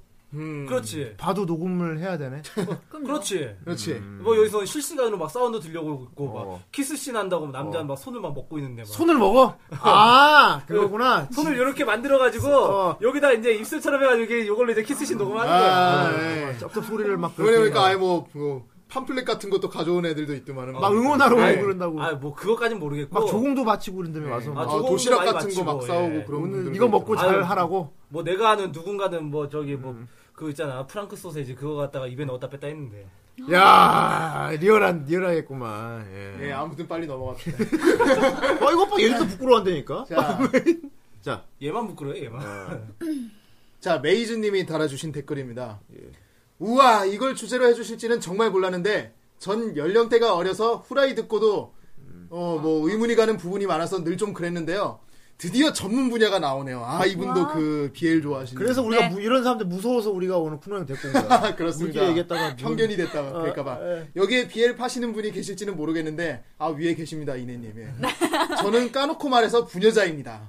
그렇지. 봐도 녹음을 해야 되네. 그렇지. 그렇지. 뭐 여기서 실시간으로 막 사운드 들려고 있고 음. 어. 막 키스씬 한다고 남자 막 손을 막 먹고 있는데 막. 손을 먹어? 아, 그거구나. 손을 이렇게 만들어가지고 어. 여기다 이제 입술처럼 해가지고 이게 이걸로 이제 키스씬 녹음하는 거야. 아, 네. 쩝쩝 소리를 막 그러네 그렇게 보니까 아예 뭐, 뭐 팜플렛 같은 것도 가져온 애들도 있더만은. 막 아, 응원하러 오고 네. 그런다고. 아 뭐 그것까진 모르겠고. 막 조공도 바치고 그런다며 와서 아, 막 아, 조공도 도시락 많이 같은 거 막 맞추고, 싸우고 예. 그런 분들 오늘 이거 먹고 잘 아유. 하라고. 뭐 내가 아는 누군가는 뭐 저기 뭐 그 있잖아 프랑크 소세지 그거 갖다가 입에 넣었다 뺐다 했는데 야, 리얼한 리얼하겠구만. 예. 예, 아무튼 빨리 넘어갑시다. 아, 이거 봐. 얘들도 부끄러워한다니까. 자, 자, 네. 얘만 부끄러워 얘만 자 메이즈님이 달아주신 댓글입니다. 우와 이걸 주제로 해주실지는 정말 몰랐는데 전 연령대가 어려서 후라이 듣고도 어 뭐 의문이 가는 부분이 많아서 늘 좀 그랬는데요. 드디어 전문 분야가 나오네요. 아 이분도 그 BL 좋아하시는. 그래서 우리가 네. 무- 이런 사람들 무서워서 우리가 오늘 쿠노형 데리고 온 거야. 그렇습니다. 우리끼리 얘기했다가 편견이 됐다 어, 그럴까봐 예. 여기에 BL 파시는 분이 계실지는 모르겠는데 아 위에 계십니다 이내님. 예. 저는 까놓고 말해서 부녀자입니다.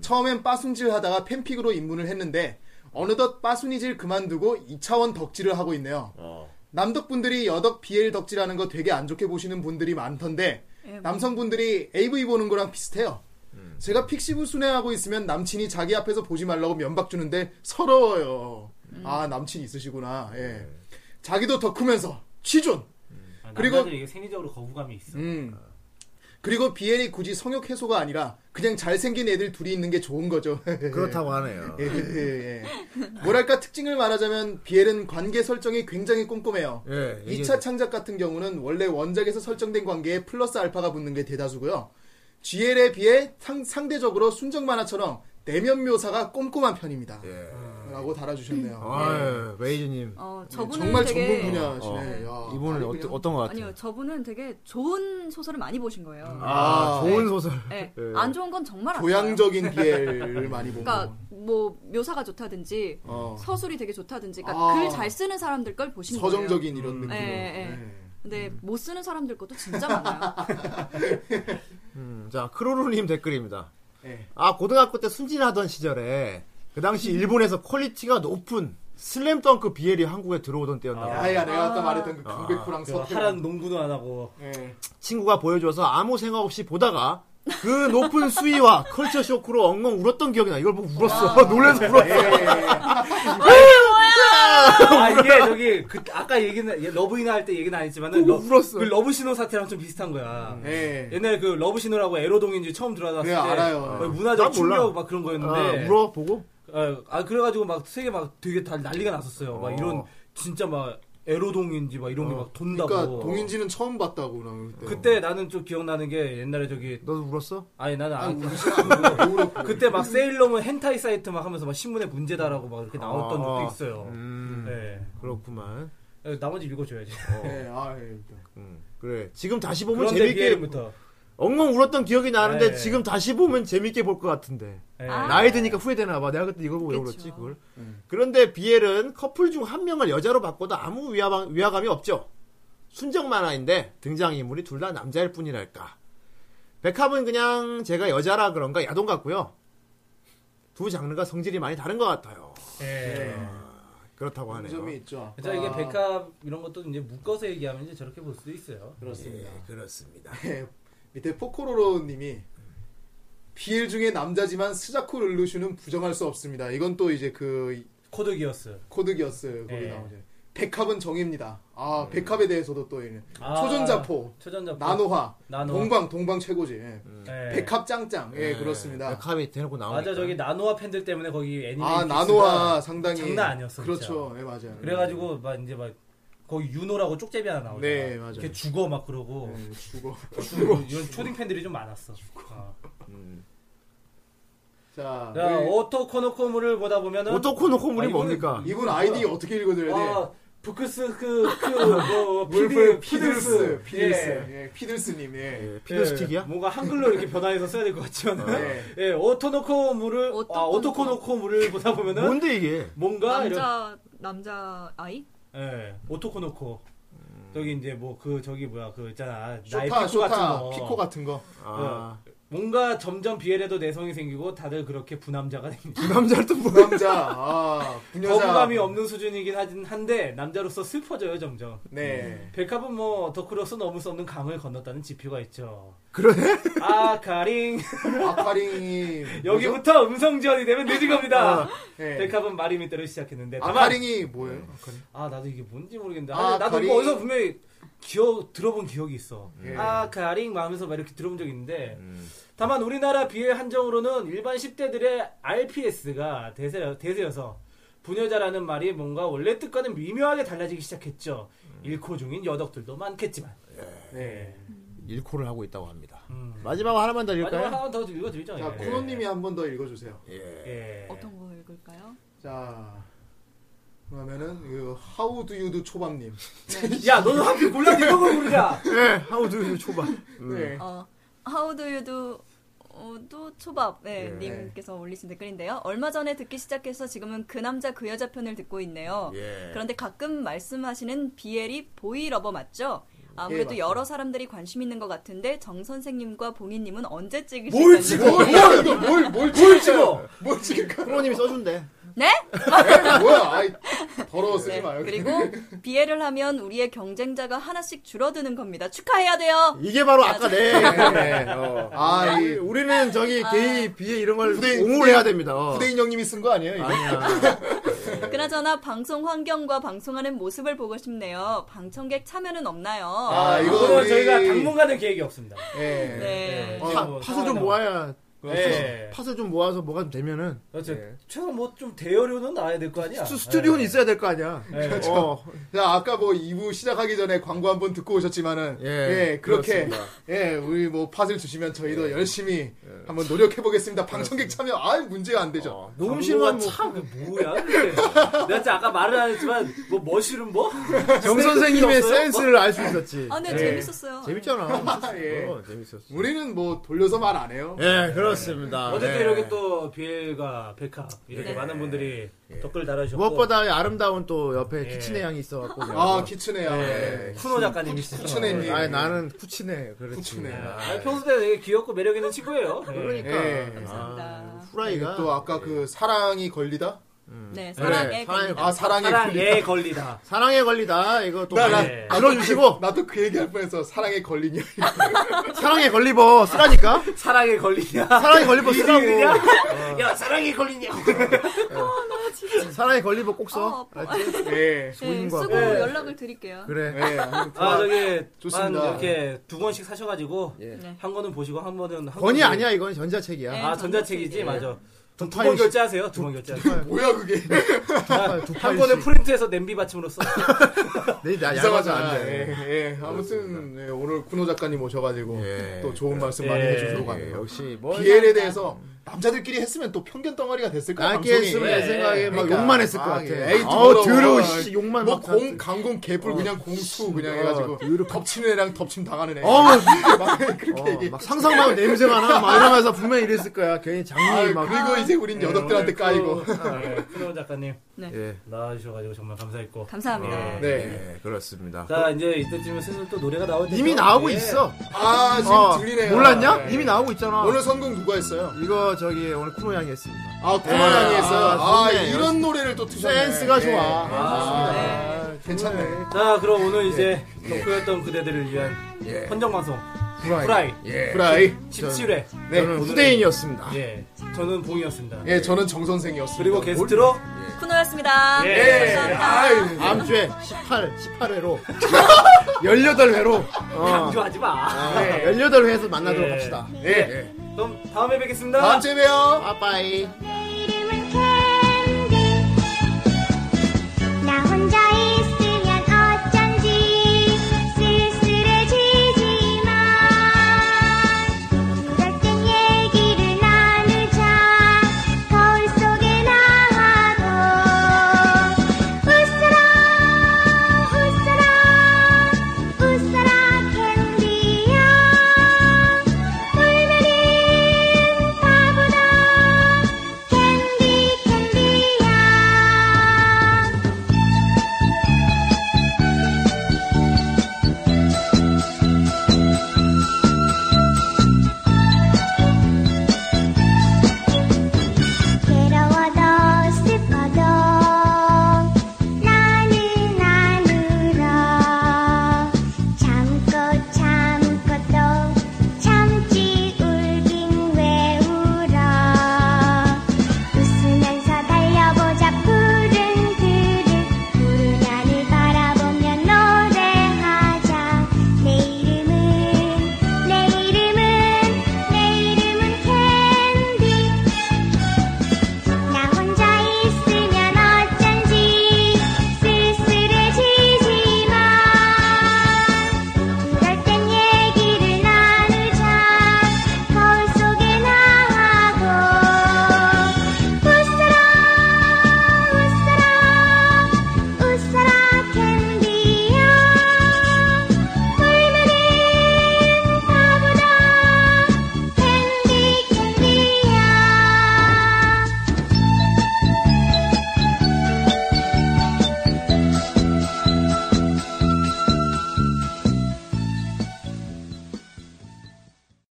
처음엔 빠순질하다가 팬픽으로 입문을 했는데 어느덧 빠순이질 그만두고 2차원 덕질을 하고 있네요. 어. 남덕분들이 여덕 BL 덕질하는 거 되게 안 좋게 보시는 분들이 많던데 예, 뭐. 남성분들이 AV 보는 거랑 비슷해요. 음. 제가 픽시부 순회하고 있으면 남친이 자기 앞에서 보지 말라고 면박 주는데 서러워요. 음. 아 남친 있으시구나. 예. 자기도 더 크면서 취존. 아, 그리고- 남자들이 이게 생리적으로 거부감이 있어. 음. 그리고 BL이 굳이 성욕 해소가 아니라 그냥 잘생긴 애들 둘이 있는 게 좋은 거죠. 그렇다고 하네요. 예, 예, 예. 뭐랄까 특징을 말하자면 BL은 관계 설정이 굉장히 꼼꼼해요. 예, 이게- 2차 창작 같은 경우는 원래 원작에서 설정된 관계에 플러스 알파가 붙는 게 대다수고요. GL에 비해 상, 상대적으로 순정 만화처럼 내면 묘사가 꼼꼼한 편입니다. 예. 라고 달아주셨네요. 아유, 웨이즈님. 어, 예, 저분은 정말 되게 전문 어. 분야시네. 야. 이분은 아니, 어, 어떤 것 같아요? 아니요, 저분은 되게 좋은 소설을 많이 보신 거예요. 아, 좋은 네. 소설. 네. 예. 안 좋은 건 정말 안 좋아요. 교양적인 BL을 많이 보고. 그러니까 뭐 묘사가 좋다든지 어. 서술이 되게 좋다든지 아. 그러니까 글 잘 쓰는 사람들 걸 보신 거예요. 서정적인 네. 음. 이런 느낌. 예, 예. 근데 못 쓰는 사람들 것도 진짜 많아요. 음, 자, 크로루님 댓글입니다. 예. 네. 아, 고등학교 때 순진하던 시절에 그 당시 일본에서 퀄리티가 높은 슬램덩크 BL이 한국에 들어오던 때였나 봐요. 예. 아야 내가 아까 말했던 그 강백호랑 그 서태랑. 하란 농구도 안 하고 예. 친구가 보여줘서 아무 생각 없이 보다가 그 높은 수위와 컬처 쇼크로 엉엉 울었던 기억이 나. 이걸 보고 울었어. 놀라서 네. 울었어. 아 이게 저기 그 아까 얘기는 얘 러브이나 할 때 얘기는 아니지만은 러, 울었어. 그 러브 신호 사태랑 좀 비슷한 거야. 예. 옛날 그 러브 신호라고 에로동인지 처음 들어갔을 그래, 때 알아요. 그 난 문화적 몰라. 충격 막 그런 거였는데 아, 울어보고 어, 아 그래가지고 막 세계 막 되게 다 난리가 났었어요. 막 이런 진짜 막 에로동인지 막 이런 게 막 돈다고. 그러니까 동인지는 처음 봤다고 나 그때. 네. 그때 나는 좀 기억나는 게 옛날에 저기 너도 울었어? 아니 나는 아, 안 우리 시간으로 노력. 그때 막 세일러문 hentai 사이트 막 하면서 막 신문에 문제다라고 막 이렇게 나왔던 아, 적도 있어요. 음, 예. 그렇구만. 예, 나머지 읽어줘야지. 예, 아, 예. 일단. 음, 그래. 지금 다시 보면 그런데 재밌게 비엘부터. 엉엉 울었던 기억이 나는데 네. 지금 다시 보면 재밌게 볼 것 같은데. 예. 아. 나이 드니까 후회되나 봐. 내가 그때 이걸 보고 왜 그쵸. 울었지 그걸. 음. 그런데 비엘은 커플 중 한 명을 여자로 바꿔도 아무 위화, 위화감이 없죠. 순정 만화인데 등장인물이 둘 다 남자일 뿐이랄까. 백합은 그냥 제가 여자라 그런가 야동 같고요. 두 장르가 성질이 많이 다른 것 같아요. 예. 그렇다고 하네요. 점이 있죠. 아. 자 이게 백합 이런 것도 이제 묶어서 얘기하면 이제 저렇게 볼 수도 있어요. 그렇습니다. 예, 그렇습니다. 예. 밑에 포코로로 님이 BL 중에 남자지만 스자쿠 룰루슈는 부정할 수 없습니다. 이건 또 이제 그 예. 코드 기어스. 코드 기어스 거기 예. 나오죠. 백합은 정입니다. 아, 백합에 대해서도 또 얘는 음. 아, 초전자포, 초전자포. 나노화, 나노화. 동방, 동방 최고지. 예. 예. 백합 짱짱. 예, 그렇습니다. 백합이 대놓고 나오니까. 맞아 저기 나노화 팬들 때문에 거기 애니메이션. 아, 나노화 상당히 장난 아니었어, 그렇죠. 예, 맞아요. 그래가지고 막 이제 막 거기 윤호라고 쪽제비 하나 나오잖아. 네, 맞아요. 이렇게 죽어 막 그러고 예, 죽어. 죽어, 이런 초딩 팬들이 좀 많았어. 어. 음. 자, 자, 우리 오토코노코무를 보다 보면은 오토코노 코물이 아, 이거는- 뭡니까? 이분 아이디 어떻게 읽어드려야 돼? 와 부크스 그, 그그 물프 네. 피들스 피들스 예. 예, 피들스님 예. 예, 피드스틱이야? 예, 뭔가 한글로 이렇게 변화해서 써야 될 것 같지만, 예. 은 예, 오토노코무를 아 오토코노코. 오토코노코무를 보다 뭐, 보면은 뭔데 이게? 뭔가 이런 남자 남자 아이? 예, 오토코노코 저기 이제 뭐 그 저기 뭐야 그 있잖아 나의 쇼타 피코 쇼타 같은 거 피코 같은 거 아, 뭔가 점점 비엘에도 내성이 생기고 다들 그렇게 부남자가 됩니다. 남자를 또 뭐? 남자 아 분여자 거부감이 없는 수준이긴 하긴 한데 남자로서 슬퍼져요 점점. 네 백합은 뭐 덕후로서 넘을 수 없는 강을 건넜다는 지표가 있죠. 그러네? 아카링 아카링이 뭐죠? 여기부터 음성 지원이 되면 늦은 겁니다. 예. 백합은 말이 밑대로 시작했는데 다만 아카링이 뭐예요? 아 나도 이게 뭔지 모르겠는데 아, 아, 나도 가링. 이거 어디서 분명히 기억 들어본 기억이 있어. 예. 음. 아카링 막 하면서 막 이렇게 들어본 적이 있는데 다만 우리나라 비해 한정으로는 일반 10대들의 RPS가 대세, 대세여서 부녀자라는 말이 뭔가 원래 뜻과는 미묘하게 달라지기 시작했죠. 음. 일코 중인 여덕들도 많겠지만. 예. 일코를 하고 있다고 합니다. 음. 마지막 하나만 더 마지막 읽을까요? 하나 더 읽어드리죠. 자 예. 네. 코노님이 한 번 더 읽어주세요 예. 예. 어떤 거 읽을까요? 자 그러면은 그 How do you do 초밥님. 야, 너는 하필 몰라 이런 걸 모르냐? 예, 하우 두 초밥. 네. 어, How do you do? 어, 또 초밥 네, 예. 님께서 올리신 댓글인데요. 얼마 전에 듣기 시작해서 지금은 그 남자 그 여자 편을 듣고 있네요. 예. 그런데 가끔 말씀하시는 BL이 보이러버 맞죠? 아무래도 여러 사람들이 관심 있는 것 같은데 정 선생님과 봉희님은 언제 찍으실까요? 뭘 찍어? 뭐야 이거 뭘뭘 찍어? 뭘 찍을까? 프로님이 써준대. 네? 뭐야? 아이, 더러워 쓰지 네. 마요. 그리고 BL을 하면 우리의 경쟁자가 하나씩 줄어드는 겁니다. 축하해야 돼요. 이게 바로 아까 내. 네, 어. 아, 이 우리는 저기 게이 비에 이런 걸 부대인- 옹호를 해야 됩니다. 어. 후대인 형님이 쓴 거 아니에요? 이거? 아니야. 그나저나 방송 환경과 방송하는 모습을 보고 싶네요. 방청객 참여는 없나요? 아, 이거는 이거는 우리- 저희가 당분간은 계획이 없습니다. 예. 네. 어, 뭐 파, 팥을 좀 모아야. 네. 팥을 좀 모아서 뭐가 좀 되면은 그렇죠. 최소 뭐 좀 대여료는 나와야 될 거 아니야. 예. 예. 스- 스튜디오는 있어야 될 거 아니야. 네. 네. 어, 자, 아까 뭐 2부 시작하기 전에 광고 한 번 듣고 오셨지만은 예, 예, 그렇게 그렇습니다. 예, 우리 뭐 팟을 주시면 저희도 열심히 한번 노력해 보겠습니다. 방청객 참여 아, 문제가 안 되죠. 농심은 참 뭐야? 근데. 내가 진짜 아까 말을 안 했지만 뭐 머시룸 뭐? 정 선생님의 없어요? 뭐? 센스를 알 수 있었지. 예. 아, 네, 재밌었어요. 재밌잖아. 예. 어, 재밌었어. 우리는 뭐 돌려서 말 안 해요. 예, 그렇습니다. 어쨌든 네. 이렇게 또 비엘과 백합 이렇게 많은 분들이 댓글 달아주셨고 예. 무엇보다 아름다운 또 옆에 예. 키친의 향이 있어갖고. 아, 키친해요. 예. 쿠노 작가님이시죠. 네. 키친해님. 아니, 나는 쿠친의 그렇지. 키친해. 아니, 평소 때 되게 귀엽고 매력 있는 친구예요. 예. 그러니까. 예. 감사합니다. 후라이가. 또 아까 그 사랑이 걸리다? 네, 사랑의 네, 사랑의 예. 겁니다. 아, 사랑이 걸리다. 사랑에 걸리다. 사랑의 권리다. 이거 또 나, 나, 많이 예. 불러주시고. 나도 그 얘기할 뻔했어. 사랑에 걸리냐. 사랑의 걸리버 쓰라니까. 사랑에 걸리냐? 사랑의 걸리버 이게 쓰라고. 어. 그냥? 야, 사랑에 걸리냐? 사랑의 걸리버 꼭 어, 써. 어, 예. 네, 소인과 쓰고 네. 연락을 드릴게요. 그래. 예. 아, 저기 좋습니다. 한 이렇게 두 권씩 사셔가지고 네. 한 권은 보시고 한 권은 한 예. 권이 권은- 아니야. 예. 이건 전자책이야. 네. 아, 전자책이지, 맞아. 두 두 번 파일. 결제하세요. 두 번 결제. 아, 뭐야 그게. 아, 두 한 파일. 권은 프린트해서 냄비 받침으로 써. 네, 나 양아지 이상하잖아. 안 돼. 예, 예. 아무튼 예, 오늘 군호 작가님 오셔가지고 예. 또 좋은 말씀 많이 예. 해주셔서 예, 가네요. 역시 뭐 BL에 대해서 남자들끼리 했으면 또 편견 덩어리가 됐을 거야. 낮게 했으면 방송이. 내 생각에 막 그러니까. 욕만 했을 것 아, 같아. 예. 에이, 어, 더러워. 더러워, 씨, 욕만 어, 뭐 막 공, 하지. 강공, 개뿔 그냥 공수 그냥 해가지고 더럽게. 덮치는 애랑 덮침 당하는 애. 어, 막 그렇게 어, 얘기. 막 상상만 냄새가 나. 막 이러면서 분명히 이랬을 거야. 괜히 아, 장미 막. 그리고 이제 우린 여덕들한테 까이고. 프로 아, 네. 작가님 예. 나와주셔가지고 정말 감사했고. 감사합니다. 예. 네. 그렇습니다. 자, 이제 이때쯤에 슬슬 또 노래가 나올 텐데. 예. 이미 나오고 있어. 예. 아 지금 어, 들리네요. 몰랐냐? 네. 이미 나오고 있잖아. 오늘 선곡 누가 했어요? 이거 저기 오늘 쿠노 양이 했습니다. 아 구만양이 예. 했어요. 아, 아, 좋네. 이런 노래를 또 트셨네. 센스가 좋아. 예. 아, 아, 괜찮네. 자, 그럼 오늘 이제 덕후였던 그대들을 위한 헌정방송. 프라이. 프라이. 17회. 네. 저는 후대인이었습니다. 예. 저는 봉이었습니다. 예, 저는 정 선생이었습니다. 그리고 게스트로. 쿠노였습니다. 예. 예. 감사합니다. 아유. 다음 주에 18, 18회로 18회로 강조하지 마. 아. 네. 18회에서 만나도록 예. 합시다. 예. 그럼 다음에 뵙겠습니다. 다음 주에 봬요. 빠빠이. 내